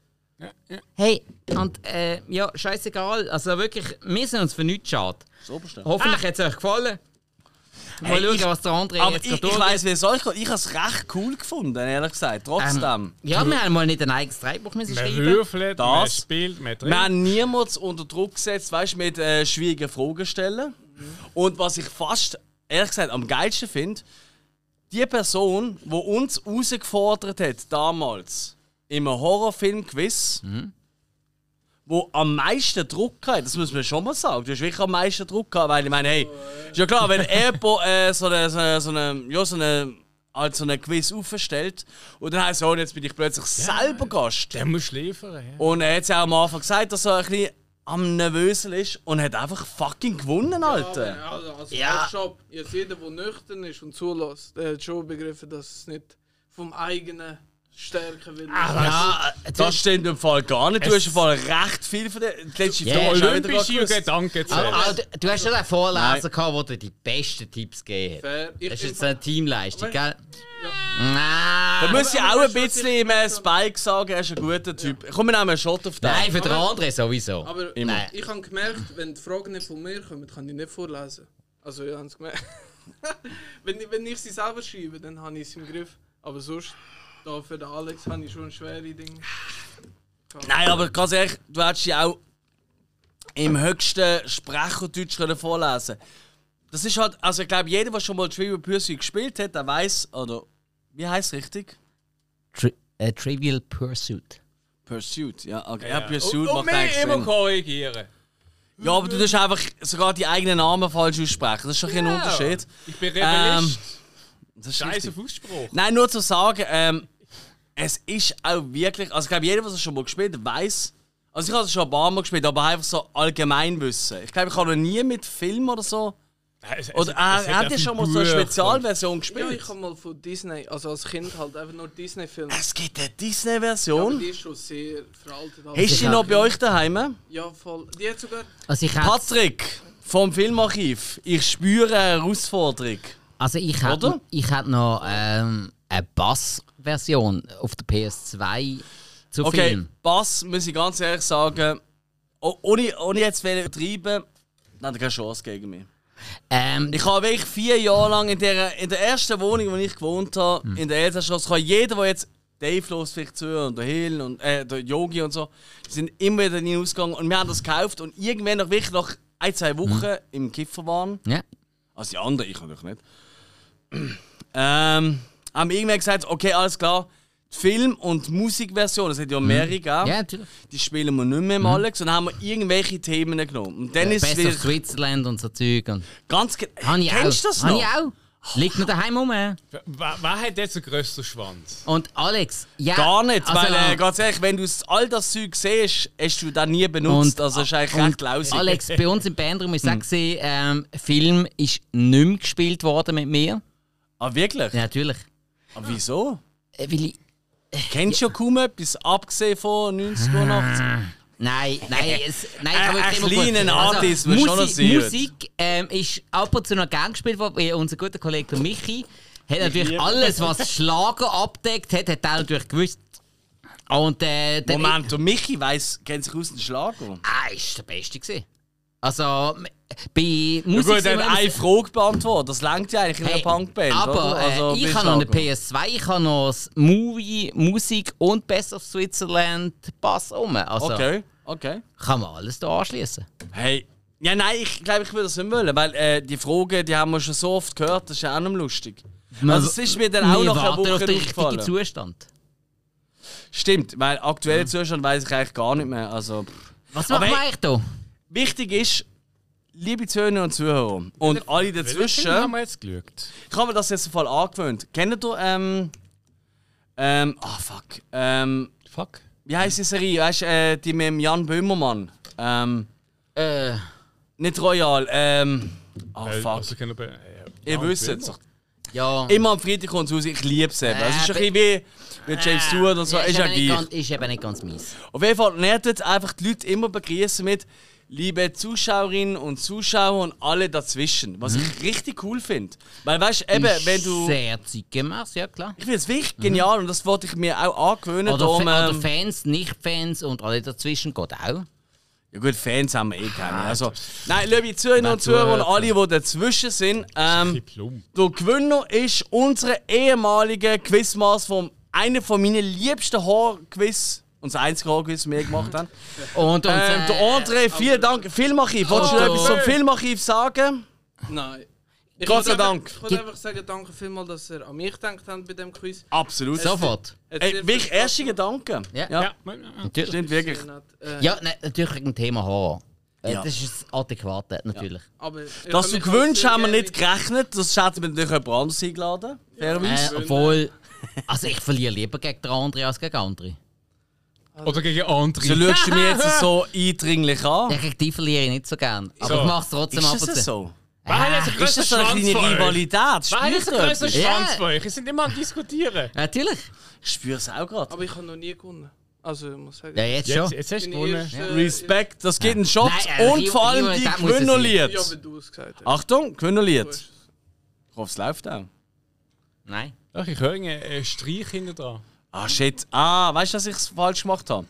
Speaker 2: Hey, und äh, ja, scheißegal. Also wirklich, wir sind uns für nichts schade.
Speaker 1: Das Oberste.
Speaker 2: Hoffentlich hat es euch gefallen. Mal
Speaker 1: Ah. Hey,
Speaker 2: schauen,
Speaker 1: ich-
Speaker 2: was der andere
Speaker 1: Aber
Speaker 2: jetzt
Speaker 1: ich, ich
Speaker 2: durchgeht.
Speaker 1: weiss, wie es euch geht. Ich habe es recht cool gefunden, ehrlich gesagt. Trotzdem.
Speaker 2: Ähm, Ja, wir haben mal nicht ein eigenes Drehbuch müssen
Speaker 3: Man
Speaker 2: schreiben.
Speaker 3: würfelt,
Speaker 1: Das-
Speaker 3: man spielt, man
Speaker 1: Wir
Speaker 3: trinkt.
Speaker 1: haben niemals unter Druck gesetzt, weißt mit äh, schwierigen Fragen stellen. Und was ich fast, ehrlich gesagt, am geilsten finde, die Person, die uns herausgefordert hat, damals, im Horrorfilm-Quiz, wo am meisten Druck hatte, das muss man schon mal sagen, du hast wirklich am meisten Druck gehabt, weil ich meine, hey, ist ja klar, wenn jemand äh, so eine, so eine, so eine, ja, so eine, halt so eine Quiz aufstellt und dann heisst es, oh, jetzt bin ich plötzlich selber Gast.
Speaker 3: Der muss schläfern. Ja.
Speaker 1: Und er hat ja auch am Anfang gesagt, dass er ein bisschen am nervösen ist und hat einfach fucking gewonnen, Alter.
Speaker 4: Ja, also, also
Speaker 2: Ja.
Speaker 4: ja. Shop. Jetzt jeder, der nüchtern ist und zulässt, der hat schon begriffen, dass es nicht vom eigenen Stärken will.
Speaker 2: Ja, äh,
Speaker 1: Das stimmt im Fall gar nicht. Du hast im Fall recht viel von der die letzte
Speaker 2: Ja,
Speaker 1: Frage. hast du auch wieder
Speaker 3: Olympische
Speaker 1: gewusst.
Speaker 3: Gedanken
Speaker 2: Ah,
Speaker 3: zählen.
Speaker 2: ah, du, du hast ja den Vorleser gehabt, wo dir die besten Tipps gegeben hat.
Speaker 4: Fair. Ich
Speaker 2: Das ist
Speaker 4: bin-
Speaker 2: jetzt eine Teamleistung, gell?
Speaker 1: Da
Speaker 2: Nein!
Speaker 1: muss ich auch ein bisschen im äh, Spike sagen, er ist ein guter Typ. Komm, wir nehmen einen Shot auf den.
Speaker 2: Nein, für den anderen sowieso.
Speaker 4: aber
Speaker 1: Immer.
Speaker 2: Nein.
Speaker 4: ich habe gemerkt, wenn die Fragen nicht von mir kommen, kann ich nicht vorlesen. Also, ich habe es gemerkt. *laughs* wenn, ich- wenn ich sie selber schreibe, dann habe ich es im Griff. Aber sonst, da für den Alex habe ich schon schwere Dinge.
Speaker 1: Nein, aber ganz ehrlich, du hättest ja auch im höchsten Sprecherdeutsch können vorlesen Das ist halt, also ich glaube, jeder, der schon mal Trivial Pursuit gespielt hat, der weiß, oder wie heißt es richtig?
Speaker 2: Tri äh, Trivial Pursuit.
Speaker 1: Pursuit, ja, okay. Ja, Pursuit macht eigentlich
Speaker 3: mich immer
Speaker 1: Sinn.
Speaker 3: korrigieren.
Speaker 1: Ja, aber du tust einfach sogar die eigenen Namen falsch aussprechen. Das ist schon ein
Speaker 3: Ja.
Speaker 1: Unterschied.
Speaker 3: Ich bin
Speaker 1: Ähm,
Speaker 3: Rebellist.
Speaker 1: Das ist
Speaker 3: Scheiß
Speaker 1: richtig.
Speaker 3: auf Ausspruch.
Speaker 1: Nein, nur zu sagen, ähm, es ist auch wirklich. Also, ich glaube, jeder, der es schon mal gespielt hat, weiß. Also, ich habe es schon ein paar Mal gespielt, aber einfach so allgemein wissen. Ich glaube, ich habe noch nie mit Film oder so.
Speaker 3: Es- es-
Speaker 1: Oder
Speaker 3: es
Speaker 1: äh, habt ihr
Speaker 3: auf
Speaker 1: schon
Speaker 3: dem
Speaker 1: mal so eine
Speaker 3: Buch.
Speaker 1: Spezialversion
Speaker 4: Ja, ich
Speaker 1: gespielt?
Speaker 4: habe mal von Disney, also als Kind halt einfach nur Disney-Filme.
Speaker 1: es gibt eine
Speaker 4: Aber
Speaker 1: Disney-Version.
Speaker 4: die ist schon sehr veraltet. Also.
Speaker 1: Hast du die noch bei euch daheim?
Speaker 4: Ja, voll. Die hat sogar.
Speaker 2: Also ich hätte,
Speaker 1: Patrick vom Filmarchiv. Ich spüre eine Herausforderung.
Speaker 2: also ich
Speaker 1: Oder?
Speaker 2: hätte, ich hätte noch ähm, eine Bass-Version auf der PS2 zu
Speaker 1: Okay,
Speaker 2: Film.
Speaker 1: Bass, muss ich ganz ehrlich sagen, oh- ohne, ohne jetzt zu übertreiben, dann hat er keine Chance gegen mich.
Speaker 2: Ähm,
Speaker 1: Ich habe wirklich vier Jahre lang in der, in der ersten Wohnung, wo ich gewohnt habe,
Speaker 2: Hm.
Speaker 1: in der Elsastraße, kann jeder, der jetzt Dave los vielleicht zu und der Hill und äh, der Yogi und so, die sind immer wieder in den Ausgang und wir haben das gekauft und irgendwann noch wirklich nach ein,
Speaker 2: Hm.
Speaker 1: zwei Wochen im Kiffer waren,
Speaker 2: ja.
Speaker 1: also die anderen, ich natürlich nicht, *clears throat* ähm, haben wir irgendwann gesagt, okay, alles klar, die Film- und Musikversion, es hat ja mehrere gegeben
Speaker 2: Hm. ja, natürlich.
Speaker 1: die spielen wir nicht mehr im
Speaker 2: Mhm.
Speaker 1: Alex und haben wir irgendwelche Themen genommen. Und dann ist es
Speaker 2: Best of
Speaker 1: wieder
Speaker 2: Switzerland und so Zeug. Und,
Speaker 1: ganz ge-
Speaker 2: Habe ich
Speaker 1: Kennst du
Speaker 2: auch.
Speaker 1: das
Speaker 2: Habe
Speaker 1: noch?
Speaker 2: ich auch. Liegt noch daheim rum.
Speaker 3: Wer, wer hat jetzt den grössten Schwanz?
Speaker 2: Und Alex, ja.
Speaker 1: Gar nicht,
Speaker 2: also-
Speaker 1: weil äh, ganz ehrlich, wenn du s- all das Zeug siehst, hast du das nie benutzt.
Speaker 2: Und-
Speaker 1: also ist eigentlich
Speaker 2: und
Speaker 1: recht lausig.
Speaker 2: Alex, bei uns im Bandraum ist es
Speaker 1: Hm.
Speaker 2: auch gesehen, ähm, Film ist nicht mehr gespielt worden mit mir.
Speaker 1: Ah, wirklich?
Speaker 2: Ja, natürlich.
Speaker 1: Aber wieso?
Speaker 2: Äh, Weil ich,
Speaker 1: Kennst du ja kaum etwas, abgesehen von 90
Speaker 2: Ah.
Speaker 1: und 80?
Speaker 2: nein, nein, es, nein, ich
Speaker 1: Ein-
Speaker 2: habe wirklich
Speaker 1: Äh, ein
Speaker 2: immer
Speaker 1: kleinen Artist muss
Speaker 2: Musik,
Speaker 1: schon noch sein.
Speaker 2: Musik ähm, ist ab und zu noch gern gespielt worden. weil Unser guter Kollege der Michi hat natürlich alles, was Schlager abdeckt hat, hat er natürlich gewusst. Und äh, der-
Speaker 1: Moment, und Michi weiss, kennt sich aus dem Schlager.
Speaker 2: Ah, ist der Beste gewesen. Also, m- bei
Speaker 1: Ja,
Speaker 2: Musik...
Speaker 1: gut,
Speaker 2: sind
Speaker 1: er
Speaker 2: wir
Speaker 1: hat eine
Speaker 2: immer-
Speaker 1: Frage beantwortet. Das langt ja eigentlich in einer
Speaker 2: Hey,
Speaker 1: Punkband.
Speaker 2: aber
Speaker 1: oder? Also,
Speaker 2: äh,
Speaker 1: bei
Speaker 2: ich habe noch eine
Speaker 1: Schlager.
Speaker 2: PS2, ich habe noch das Movie, Musik und Best of Switzerland Pass um. Also
Speaker 1: Okay, okay.
Speaker 2: kann man alles da anschließen.
Speaker 1: Hey. Ja, nein, ich glaube, ich würde das nicht wollen, weil äh, die Fragen, die haben wir schon so oft gehört, das ist ja auch nicht mehr lustig. also es ist mir dann auch
Speaker 2: Wir
Speaker 1: noch eine
Speaker 2: warten auf
Speaker 1: Woche
Speaker 2: den richtigen
Speaker 1: aufgefallen.
Speaker 2: Zustand.
Speaker 1: Stimmt, weil aktuelle Zustand weiß ich eigentlich gar nicht mehr. Also, pff.
Speaker 2: Was
Speaker 1: Aber
Speaker 2: machen wir
Speaker 1: hey-
Speaker 2: eigentlich da?
Speaker 1: wichtig ist, liebe Zuhörer und Zuhörer und alle
Speaker 3: Welchen Film haben
Speaker 1: dazwischen,
Speaker 3: wir jetzt geschaut.
Speaker 1: ich habe mir das jetzt voll angewöhnt. Kennt ihr, ähm, ähm, ah fuck, ähm,
Speaker 3: Fuck.
Speaker 1: wie heisst die Serie, weißt du, äh, die mit dem Jan Böhmermann, ähm,
Speaker 2: Äh,
Speaker 1: nicht Royal, ähm, ah
Speaker 3: Äh,
Speaker 1: fuck,
Speaker 3: also können wir- äh,
Speaker 1: ihr
Speaker 3: ja,
Speaker 1: wisst
Speaker 3: Film.
Speaker 1: es.
Speaker 2: ja.
Speaker 1: Immer am Freitag kommt es raus, ich liebe es eben. Also Es ist ein bisschen wie, wie
Speaker 2: äh,
Speaker 1: James Stewart und so, ist ja
Speaker 2: eben nicht
Speaker 1: gleich.
Speaker 2: ganz, ist eben nicht ganz mies.
Speaker 1: Auf jeden Fall, nerdet einfach die Leute immer begrüßen mit liebe Zuschauerinnen und Zuschauer und alle dazwischen. Was ich richtig cool finde. Weil weißt eben,
Speaker 2: Mhm. Ist
Speaker 1: wenn du.
Speaker 2: Sehr zeitgemäß, ja klar.
Speaker 1: Ich finde es wirklich genial und das wollte ich mir auch angewöhnen.
Speaker 2: Oder,
Speaker 1: darum,
Speaker 2: Fa- oder
Speaker 1: ähm,
Speaker 2: Fans, Nicht-Fans und alle dazwischen geht auch.
Speaker 1: Ja gut, Fans haben wir eh keine.
Speaker 2: Ah,
Speaker 1: Also, nein, liebe Zuhörerinnen und
Speaker 2: Wer zuhört,
Speaker 1: Zuhörer und alle, die dazwischen sind, ähm,
Speaker 3: Diplom.
Speaker 1: der Gewinner ist unser ehemaliger Quizmaster von einer von meinen liebsten Horror-Quiz und das einzige Horror-Quiz, das wir gemacht haben.
Speaker 2: Und, und
Speaker 1: Ähm, der
Speaker 2: äh,
Speaker 1: André, vielen Dank. Filmarchiv, wolltest du
Speaker 2: Oh.
Speaker 1: noch etwas zum Filmarchiv sagen?
Speaker 4: Nein. Ich
Speaker 1: Gott sei
Speaker 4: wollte einfach-
Speaker 1: Dank.
Speaker 4: Ich wollte einfach sagen, danke vielmals, dass ihr an mich gedacht habt bei dem Quiz.
Speaker 1: Absolut.
Speaker 2: sofort.
Speaker 4: Hat
Speaker 1: Ey,
Speaker 4: sehr viel
Speaker 1: wirklich
Speaker 4: Spaß
Speaker 1: erste Gedanken. ja.
Speaker 2: Ja.
Speaker 3: Ja, äh, ja, ja.
Speaker 2: Natürlich.
Speaker 1: Stimmt wirklich.
Speaker 4: gemacht. Äh,
Speaker 2: Ja, nein, natürlich wegen dem Thema Horror. Äh,
Speaker 1: Ja.
Speaker 2: Das ist das Adäquate, natürlich.
Speaker 4: aber ihr
Speaker 1: Dass
Speaker 4: könnt
Speaker 1: du
Speaker 4: mich
Speaker 1: gewünscht,
Speaker 4: auch
Speaker 1: haben wir
Speaker 4: sehr
Speaker 1: nicht gerechnet. Das hätten wir natürlich jemand anderes eingeladen. Fairerweise.
Speaker 2: Äh, obwohl, also ich verliere lieber gegen den andere als gegen andere.
Speaker 3: äh. Oder gegen andere.
Speaker 1: So schaust du mich jetzt so eindringlich
Speaker 2: Ja,
Speaker 1: an.
Speaker 2: gegen die verliere ich nicht so gern. Aber
Speaker 3: So.
Speaker 2: ich mache es trotzdem ab
Speaker 1: Ist
Speaker 2: und
Speaker 1: das
Speaker 2: zu.
Speaker 1: so?
Speaker 3: Wer hat jetzt
Speaker 1: Ist das so eine kleine Rivalität?
Speaker 3: Wer hat
Speaker 1: Spürst
Speaker 3: jetzt
Speaker 1: du
Speaker 3: einen größeren
Speaker 1: etwas?
Speaker 2: Ja.
Speaker 3: Schwanz von euch? Wir sind immer am Diskutieren.
Speaker 2: Natürlich.
Speaker 1: Ich spüre es auch gerade.
Speaker 4: Aber ich habe noch nie gewonnen. Also, ich muss sagen.
Speaker 2: Ja, jetzt
Speaker 3: Jetzt,
Speaker 2: schon.
Speaker 3: jetzt hast du
Speaker 4: Meine
Speaker 3: gewonnen.
Speaker 4: erste-
Speaker 1: Respekt, das geht einen Shot.
Speaker 2: Nein, äh,
Speaker 1: Und
Speaker 2: Rio-
Speaker 1: vor allem
Speaker 2: Rio-
Speaker 1: die
Speaker 2: das muss es sein.
Speaker 1: Gewinnerlied.
Speaker 4: Ja, wie du es gesagt
Speaker 2: Ah.
Speaker 4: hast.
Speaker 1: Achtung, Gewinnerlied. Ich hoffe, es läuft auch.
Speaker 2: Nein.
Speaker 3: Ach, ich höre einen äh, Streich hinten dran.
Speaker 1: Ah, shit. Ah, weißt du, dass ich es falsch gemacht habe?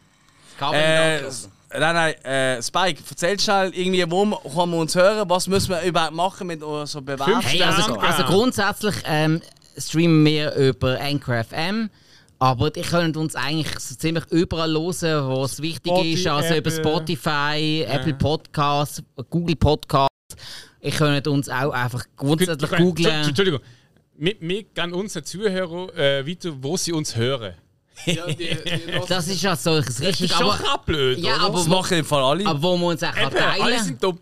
Speaker 2: Kann man
Speaker 1: Äh,
Speaker 2: nicht
Speaker 1: s- nein, nein, äh, Spike, erzähl schnell irgendwie, wo m- kann man uns hören? Was müssen wir überhaupt machen mit so Bewerbung?
Speaker 3: Fünf
Speaker 2: Hey, also,
Speaker 3: Sterne.
Speaker 2: also grundsätzlich ähm, streamen wir über Anchor FM. Aber ihr könnt uns eigentlich so ziemlich überall hören, wo es wichtig
Speaker 3: Spotify,
Speaker 2: ist. Also über
Speaker 3: Apple.
Speaker 2: Spotify, Apple Podcasts, Google Podcasts. Ihr könnt uns auch einfach grundsätzlich
Speaker 3: Gut, gut,
Speaker 2: googlen.
Speaker 3: Entschuldigung. Wir, wir geben unseren Zuhörern äh, weiter, wo sie uns hören.
Speaker 4: Ja,
Speaker 2: *laughs*
Speaker 4: die, die
Speaker 2: Das ist ja solches
Speaker 3: Das ist
Speaker 2: richtig.
Speaker 3: schon
Speaker 2: Aber,
Speaker 3: gerade blöd,
Speaker 2: ja,
Speaker 3: oder?
Speaker 1: Das
Speaker 2: aber, wo-
Speaker 1: machen im Fall alle.
Speaker 2: aber wo man uns auch kann
Speaker 3: Eben, alle
Speaker 2: teilen
Speaker 3: sind dumm.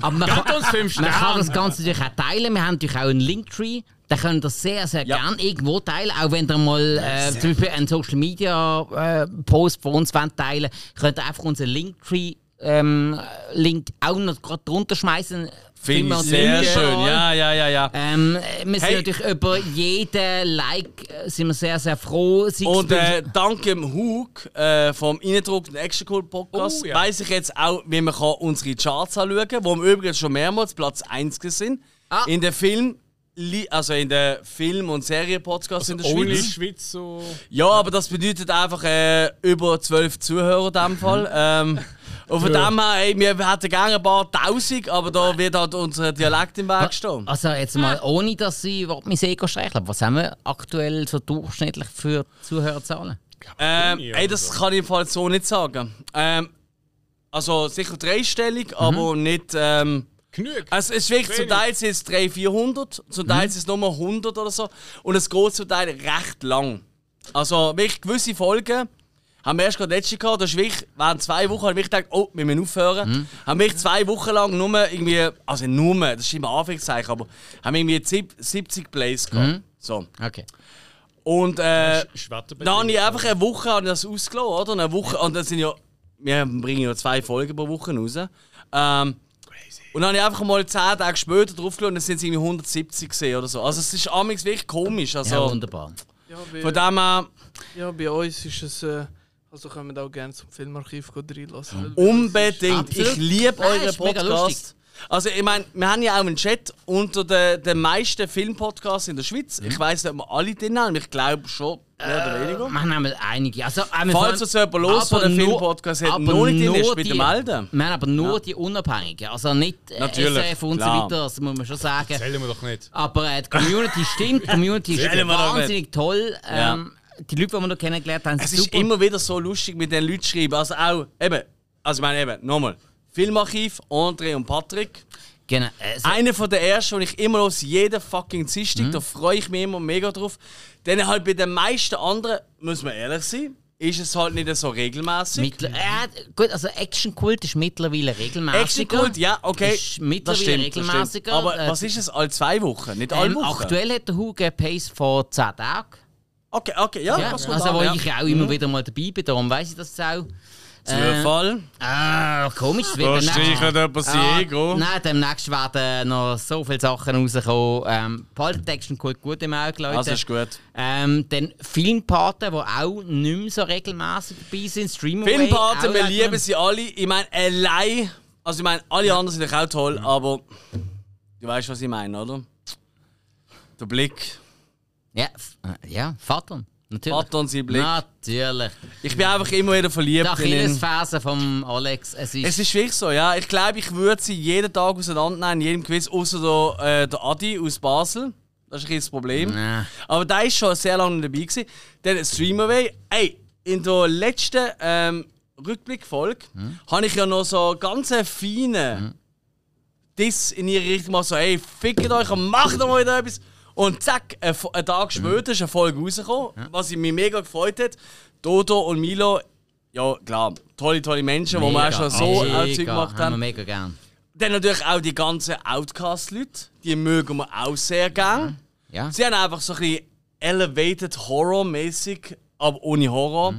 Speaker 2: Aber man
Speaker 3: Gebt
Speaker 2: kann,
Speaker 3: uns fünf
Speaker 2: man kann
Speaker 3: Sterne.
Speaker 2: das Ganze natürlich auch teilen. Wir haben natürlich auch einen Linktree. Da könnt ihr sehr, sehr
Speaker 1: Ja.
Speaker 2: gerne irgendwo teilen. Auch wenn ihr mal äh, zum Beispiel einen Social Media äh, Post von uns wollt teilen könnt ihr einfach unseren Linktree ähm, Link auch noch gerade drunter schmeißen.
Speaker 1: Finde
Speaker 2: Immer
Speaker 1: ich
Speaker 2: und
Speaker 1: sehr
Speaker 2: überall.
Speaker 1: schön. Ja, ja, ja, ja.
Speaker 2: Ähm, wir sind
Speaker 1: Hey.
Speaker 2: natürlich über jeden Like äh, sind wir sehr, sehr froh. Sei es
Speaker 1: Und
Speaker 2: bei-
Speaker 1: äh, dank dem Hug äh, vom Innendruck Action Cool Podcast
Speaker 3: Oh, ja.
Speaker 1: weiss ich jetzt auch, wie man kann unsere Charts anschauen kann, wo wir übrigens schon mehrmals Platz 1 sind.
Speaker 2: Ah.
Speaker 1: In den Film, li- also in den Film- und Serien-Podcasts in der
Speaker 3: Also Ohne
Speaker 1: Schweiz.
Speaker 3: Schweizer.
Speaker 1: Ja, aber das bedeutet einfach äh, über 12 Zuhörer in dem Fall. ähm, und von
Speaker 3: Mhm. Ja.
Speaker 1: dem her, ey, wir hätten gerne ein paar Tausend, aber da wird halt unser Dialekt im
Speaker 3: Ah,
Speaker 1: Weg stehen.
Speaker 2: Also jetzt mal, ohne dass ich überhaupt mein Ego streichle, was haben wir aktuell so durchschnittlich für Zuhörerzahlen?
Speaker 1: Ähm,
Speaker 3: Juni
Speaker 1: ey,
Speaker 3: oder
Speaker 1: das
Speaker 3: so.
Speaker 1: kann ich im Fall so nicht sagen. Ähm, also sicher dreistellig, aber nicht. Ähm,
Speaker 3: Genug.
Speaker 1: also es ist wirklich zum
Speaker 3: Mhm. Wenig. Mhm.
Speaker 1: Teil sind es 300, 400, zum Teil sind es nur 100 oder so. Und es geht zum Teil recht lang. Also wirklich gewisse Folgen haben wir erst gerade letzte gehabt. Da ist wirklich, während zwei Wochen habe ich gedacht, oh, wir müssen aufhören.
Speaker 3: Mhm.
Speaker 1: Haben wir zwei Wochen lang nur irgendwie, also nur, das ist immer Anführungszeichen, aber haben irgendwie sieb- 70 Plays gehabt.
Speaker 3: Mhm.
Speaker 1: So.
Speaker 2: Okay.
Speaker 1: Und äh,
Speaker 3: Schwerterbedingt.
Speaker 1: dann habe ich einfach eine Woche habe ich das ausgelassen, oder? Eine Woche, und dann sind ja, wir bringen ja zwei Folgen pro Woche raus. Ähm, Und dann habe ich einfach mal zehn Tage später draufgelassen und dann sind es irgendwie 170 gesehen oder so. Also es ist amigs wirklich komisch. Also,
Speaker 2: Ja, wunderbar.
Speaker 4: ja,
Speaker 1: von
Speaker 4: bei,
Speaker 1: dem her,
Speaker 4: ja, bei uns ist es. Äh, also können wir auch gerne zum Filmarchiv gehen
Speaker 2: Mhm.
Speaker 4: reinlassen. weil-
Speaker 1: unbedingt.
Speaker 2: Absolut.
Speaker 1: Ich liebe
Speaker 2: Nein,
Speaker 1: euren
Speaker 2: ist mega
Speaker 1: Podcast. Also ich meine, wir haben ja auch einen Chat unter den, den meisten Filmpodcasts in der
Speaker 2: Mhm.
Speaker 1: Schweiz. Ich weiß nicht, ob wir alle drin haben, aber ich glaube schon, mehr oder weniger.
Speaker 2: Wir haben einmal einige. Also, einmal
Speaker 1: Falls es jemand los von den Filmpodcast hat, noch nicht drin ist, bitte melden.
Speaker 2: Wir haben aber nur die Unabhängigen, also nicht äh,
Speaker 1: Natürlich,
Speaker 2: SF und
Speaker 1: klar.
Speaker 2: so weiter, das muss man schon sagen.
Speaker 3: Zählen wir doch nicht.
Speaker 2: Aber äh, die
Speaker 1: *laughs*
Speaker 2: Community stimmt, die Community ist
Speaker 1: Zählen wir doch
Speaker 2: wahnsinnig toll. Ähm, Die Leute, die wir noch kennengelernt haben, sind
Speaker 1: Es ist
Speaker 2: super.
Speaker 1: immer wieder so lustig, mit den Leuten zu schreiben. Also auch, eben, also ich meine eben, nochmal. Filmarchiv, André und Patrick.
Speaker 2: genau, äh, so-
Speaker 1: Einer von der ersten, den ich immer los, jeden fucking Dienstag,
Speaker 2: Mhm.
Speaker 1: da freue ich mich immer mega drauf. Denn halt bei den meisten anderen, muss man ehrlich sein, ist es halt nicht so regelmäßig.
Speaker 2: Mittler äh, gut, also Action-Kult ist mittlerweile regelmäßiger.
Speaker 1: Action-Kult, ja, okay.
Speaker 2: Ist mittlerweile regelmäßiger.
Speaker 1: Aber
Speaker 2: Äh,
Speaker 1: was ist es, alle zwei Wochen? Nicht alle
Speaker 2: Ähm,
Speaker 1: Wochen?
Speaker 2: aktuell hat der Hugo einen Pace von 10 Tagen.
Speaker 1: Okay, okay, ja,
Speaker 2: Ja,
Speaker 1: Ah, das
Speaker 2: also,
Speaker 1: kommt an,
Speaker 2: wo
Speaker 1: ja. Mhm.
Speaker 2: ich auch immer wieder mal dabei bin, darum weiss ich das auch.
Speaker 1: Zufall.
Speaker 2: Ah, komisch, es wird demnächst-
Speaker 1: etwas
Speaker 2: Nein, demnächst werden noch so viele Sachen rauskommen. Ähm, behaltet die Action Kult gut im Auge, Leute.
Speaker 1: Also ist gut.
Speaker 2: Ähm, dann Filmpaten, die auch nicht mehr so regelmäßig dabei sind. Streaming
Speaker 1: Filmpaten, wir lieben sie alle. Ich meine, allein Also ich meine, alle anderen sind natürlich auch toll, aber du weißt, was ich meine, oder? Der Blick,
Speaker 2: Ja, f- äh, ja Vater. Natürlich.
Speaker 1: Patton, sein Blick.
Speaker 2: Natürlich.
Speaker 1: Ich bin einfach immer wieder verliebt
Speaker 2: Die
Speaker 1: in ihn.
Speaker 2: Achillesferse vom Alex. Es ist,
Speaker 1: Es ist wirklich so, ja. Ich glaube, ich würde sie jeden Tag auseinandernehmen, in jedem Quiz, außer der, äh, der Adi aus Basel. Das ist ein bisschen das Problem.
Speaker 2: Nein.
Speaker 1: Aber da ist schon sehr lange dabei. Gewesen. Dann Streamaway. Ey, in der letzten ähm, Rückblickfolge habe ich ja noch so ganz einen feinen Diss in ihre Richtung mal so, ey, fickt euch und macht doch mal wieder etwas. Und zack, ein, Fo- ein Tag später ist eine Folge rausgekommen, was mich mega gefreut hat. Dodo und Milo, ja klar, tolle, tolle Menschen, die wir auch schon so auch Zeug gemacht
Speaker 2: Wir
Speaker 1: haben.
Speaker 2: mega gern.
Speaker 1: Dann natürlich auch die ganzen Outcast-Leute, die mögen wir auch sehr gern.
Speaker 2: Ja.
Speaker 1: Sie haben einfach so ein bisschen ah, elevated Horror-mäßig, aber ohne Horror,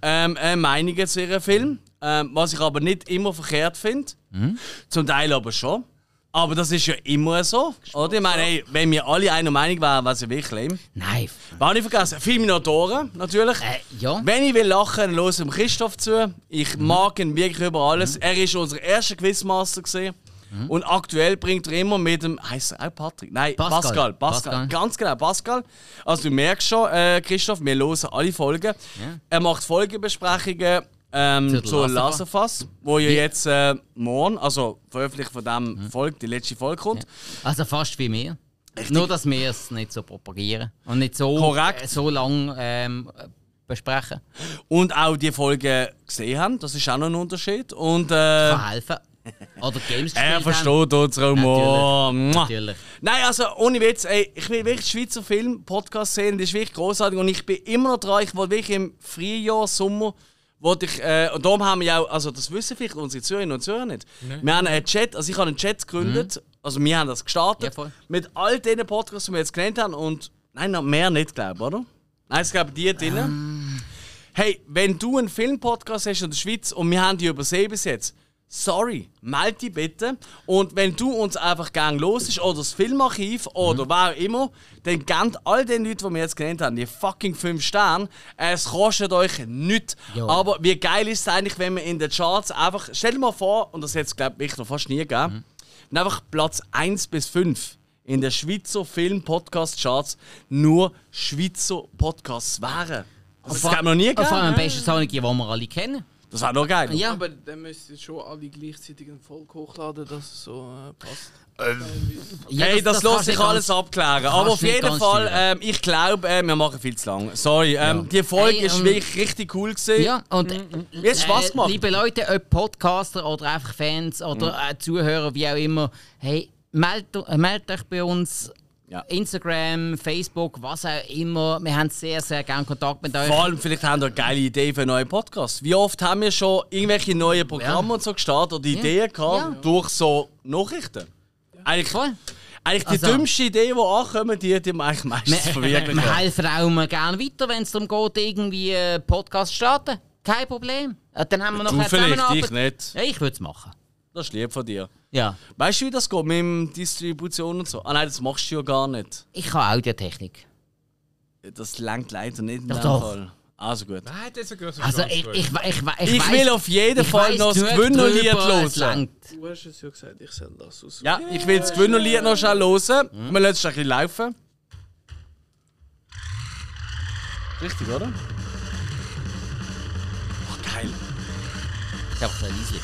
Speaker 1: ähm, äh, Meinungen zu ihrem Film. Ähm, was ich aber nicht immer verkehrt finde. Zum Teil aber schon. Aber das ist ja immer so. Oder? Ich meine, hey, wenn wir alle einer Meinung wären, was ich wirklich lame.
Speaker 2: Nein.
Speaker 1: Was habe ich vergessen? Filminatoren, natürlich.
Speaker 2: Äh, ja.
Speaker 1: Wenn ich will lachen, dann höre ich Christoph zu. Ich mag ihn wirklich über alles. Er ist unser erster Quizmaster. Gewesen. Und aktuell bringt er immer mit dem. Heißt er auch Patrick? Nein,
Speaker 2: Pascal.
Speaker 1: Pascal. Pascal.
Speaker 2: Pascal.
Speaker 1: Ganz genau, Pascal. Also, du merkst schon, äh, Christoph, wir hören alle Folgen. Er macht Folgenbesprechungen ähm,
Speaker 2: Zur
Speaker 1: zu
Speaker 2: Last of
Speaker 1: Laserfass, wo ja jetzt äh, morgen, also veröffentlicht von dem Folge, die letzte Folge kommt.
Speaker 2: Also fast wie mir. Nur, dass wir es nicht so propagieren und nicht so,
Speaker 1: Korrekt.
Speaker 2: äh, so lang ähm, äh, besprechen.
Speaker 1: Und auch die Folge gesehen haben, das ist auch noch ein Unterschied. Und. Äh,
Speaker 2: Kann helfen. Oder Games gespielt
Speaker 1: Er
Speaker 2: haben.
Speaker 1: versteht unseren Humor. Mua.
Speaker 2: Natürlich.
Speaker 1: Nein, also ohne Witz, ey, ich will wirklich Schweizer Film, Podcast sehen, das ist wirklich großartig und ich bin immer noch dran, ich wollte wirklich im Frühjahr, Sommer, wollte ich, äh, und darum haben wir ja auch, also das wissen vielleicht unsere Zürcherinnen und Zürcher nicht, wir haben einen Chat, also ich habe einen Chat gegründet, also wir haben das
Speaker 2: Mhm. Ja,
Speaker 1: gestartet,
Speaker 2: voll.
Speaker 1: mit all den Podcasts, die wir jetzt genannt haben und, nein, noch mehr nicht, glaube ich, oder? Nein, es gab die drinnen. Hey, wenn du einen Filmpodcast hast in der Schweiz und wir haben dich übersehen bis jetzt, sorry, melde dich bitte. Und wenn du uns einfach gerne los oder das Filmarchiv oder wer auch immer, dann gebt all den Leuten, die wir jetzt genannt haben, die fucking 5 Sterne. Es kostet euch nichts.
Speaker 2: Ja.
Speaker 1: Aber wie geil ist es eigentlich, wenn wir in den Charts einfach, stell dir mal vor, und das hätte es glaube ich noch fast nie gegeben, wenn einfach Platz 1 bis 5 in den Schweizer Film-Podcast-Charts nur Schweizer Podcasts wären. Also, Das
Speaker 2: Vor-
Speaker 1: hat noch nie
Speaker 2: Vor allem am
Speaker 1: gegeben.
Speaker 2: besten solche, die wir alle kennen.
Speaker 1: Das war noch geil.
Speaker 2: Ja.
Speaker 4: Aber dann müsst ihr schon alle gleichzeitig einen Volk hochladen, dass es so äh, passt.
Speaker 2: Ja,
Speaker 1: Hey, das, lasse
Speaker 2: kannst
Speaker 1: ich
Speaker 2: du
Speaker 1: alles
Speaker 2: ganz-
Speaker 1: abklären. Aber auf
Speaker 2: nicht
Speaker 1: jeden
Speaker 2: ganz
Speaker 1: Fall, ähm,
Speaker 2: steuern.
Speaker 1: ich glaube, äh, wir machen viel zu lang. Sorry, ähm, die Folge
Speaker 2: Hey,
Speaker 1: ist
Speaker 2: ähm,
Speaker 1: wirklich richtig cool gewesen.
Speaker 2: Ja, und äh,
Speaker 1: Wie hat's Mhm. Spass gemacht?
Speaker 2: liebe Leute, ob Podcaster oder einfach Fans oder
Speaker 1: Mhm.
Speaker 2: äh, Zuhörer, wie auch immer, hey, meldet äh, meldet euch bei uns.
Speaker 1: Ja.
Speaker 2: Instagram, Facebook, was auch immer. Wir haben sehr, sehr gerne Kontakt mit euch.
Speaker 1: Vor allem, vielleicht haben wir eine geile Idee für einen neuen Podcast. Wie oft haben wir schon irgendwelche neuen Programme
Speaker 2: Ja.
Speaker 1: und so gestartet oder Ideen gehabt
Speaker 2: Ja.
Speaker 1: durch so Nachrichten? Eigentlich,
Speaker 2: Voll.
Speaker 1: eigentlich die
Speaker 2: Also-
Speaker 1: dümmste Idee, die ankommen, die, die wir eigentlich
Speaker 2: Wir, *laughs*
Speaker 1: meistens verwirklichen.
Speaker 2: wir helfen auch immer gerne weiter, wenn es darum geht, irgendwie äh, Podcast starten. Kein Problem. Äh, Dann haben wir noch
Speaker 1: Du
Speaker 2: eine
Speaker 1: vielleicht,
Speaker 2: Zusammenarbeit.
Speaker 1: ich nicht.
Speaker 2: Ja, ich würde es machen.
Speaker 1: Das ist lieb von dir.
Speaker 2: Ja.
Speaker 1: Weißt du, wie das geht mit dem Distribution und so? Ah nein, das machst du ja gar nicht.
Speaker 2: Ich habe Audiotechnik.
Speaker 1: Das langt leider nicht in
Speaker 2: Doch,
Speaker 1: dem
Speaker 2: doch.
Speaker 1: Fall. Also gut.
Speaker 3: Nein, hat jetzt eine große
Speaker 2: Also
Speaker 3: Chance
Speaker 2: ich,
Speaker 3: gehabt.
Speaker 2: ich, ich, ich,
Speaker 1: Ich
Speaker 2: weiss-
Speaker 1: will auf jeden
Speaker 2: ich
Speaker 1: Fall
Speaker 2: weiss
Speaker 1: noch das
Speaker 2: genug
Speaker 1: Gewinnerlied
Speaker 2: drüber, es
Speaker 1: hören.
Speaker 2: langt.
Speaker 4: Du hast es ja gesagt, ich soll das aus.
Speaker 1: Ja, ich will das Gewinnerlied noch schnell hören.
Speaker 2: Mhm.
Speaker 1: Wir lassen es ein bisschen laufen. Richtig, oder? Oh, geil.
Speaker 2: Ist einfach so leise.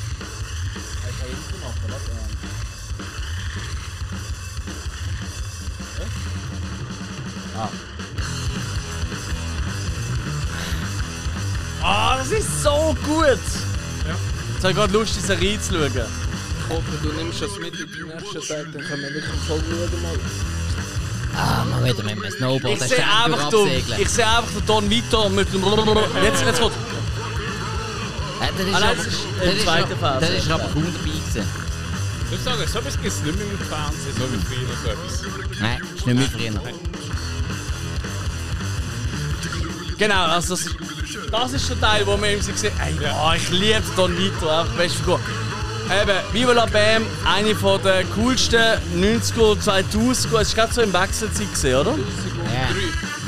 Speaker 1: Ah, das ist so gut! Jetzt habe ich gerade Lust, diese reinzuschauen.
Speaker 4: Ich hoffe, du nimmst das mit in die nächsten Tage, dann können wir wirklich voll schauen mal.
Speaker 2: Ah, mal wieder mit dem Snowboard.
Speaker 1: Ich
Speaker 2: das
Speaker 1: sehe
Speaker 2: Stern
Speaker 1: einfach, den,
Speaker 2: durchabsegeln.
Speaker 1: ich sehe einfach den Don Vito mit dem. Jetzt, jetzt kommt.
Speaker 2: Äh, das ist
Speaker 1: Ah, nein,
Speaker 2: aber-
Speaker 1: das ist in
Speaker 2: das
Speaker 1: der
Speaker 2: ist
Speaker 1: zweiten
Speaker 2: aber- Das
Speaker 1: Phase.
Speaker 2: ist aber kaum dabei gewesen.
Speaker 3: Ich muss sagen, so etwas gibt es nicht mehr im Fernsehen, so wie früher so etwas.
Speaker 2: Nein, das ist nicht mehr früher.
Speaker 1: Genau, also das, das ist der Teil, wo wir ihm so gesehen haben, oh, ich liebe Don Vito, einfach best Figur. Eben, Viva la Bam, eine von der coolsten 90er und 2000er, es war gerade so im Wechselzeit, gewesen, oder?
Speaker 4: 2003
Speaker 2: Ja. Ah,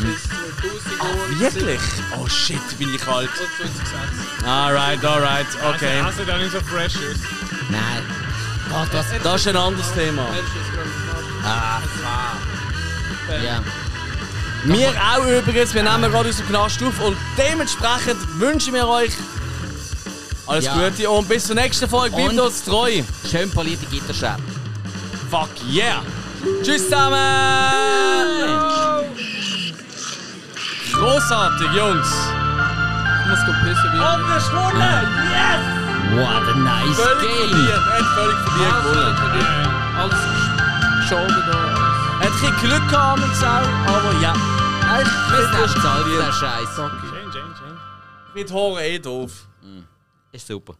Speaker 4: bis 2000
Speaker 1: Wirklich? Oh shit, bin ich alt.
Speaker 4: 2006.
Speaker 1: Alright, alright, okay.
Speaker 3: Also, also dann ist so fresh aus.
Speaker 2: Nein. Gott, was?
Speaker 1: Das ist ein anderes Thema.
Speaker 2: Ah, fuck. Ja.
Speaker 1: Wir auch übrigens, wir nehmen gerade unseren Knast auf und dementsprechend wünschen wir euch alles
Speaker 2: Ja.
Speaker 1: Gute und bis zur nächsten Folge. Bleibt
Speaker 2: Und-
Speaker 1: uns treu.
Speaker 2: Schön polierte Gitterschäden.
Speaker 1: Fuck yeah. Tschüss zusammen. Großartig, Jungs.
Speaker 4: Ich muss gehen pissen, wie
Speaker 1: eine Stunde. Yes.
Speaker 2: What a nice
Speaker 1: Völlig
Speaker 2: game.
Speaker 1: verdient. Er hat völlig verdient gewonnen.
Speaker 4: Alles geschoben da.
Speaker 1: Er hat ein bisschen Glück gehabt mit Sau, aber ja. Er ist
Speaker 2: Bis dann,
Speaker 1: verdient.
Speaker 2: zahlt der Scheiß.
Speaker 3: Jane, Jane, Jane.
Speaker 1: Mit Horror eh doof.
Speaker 2: Ist super.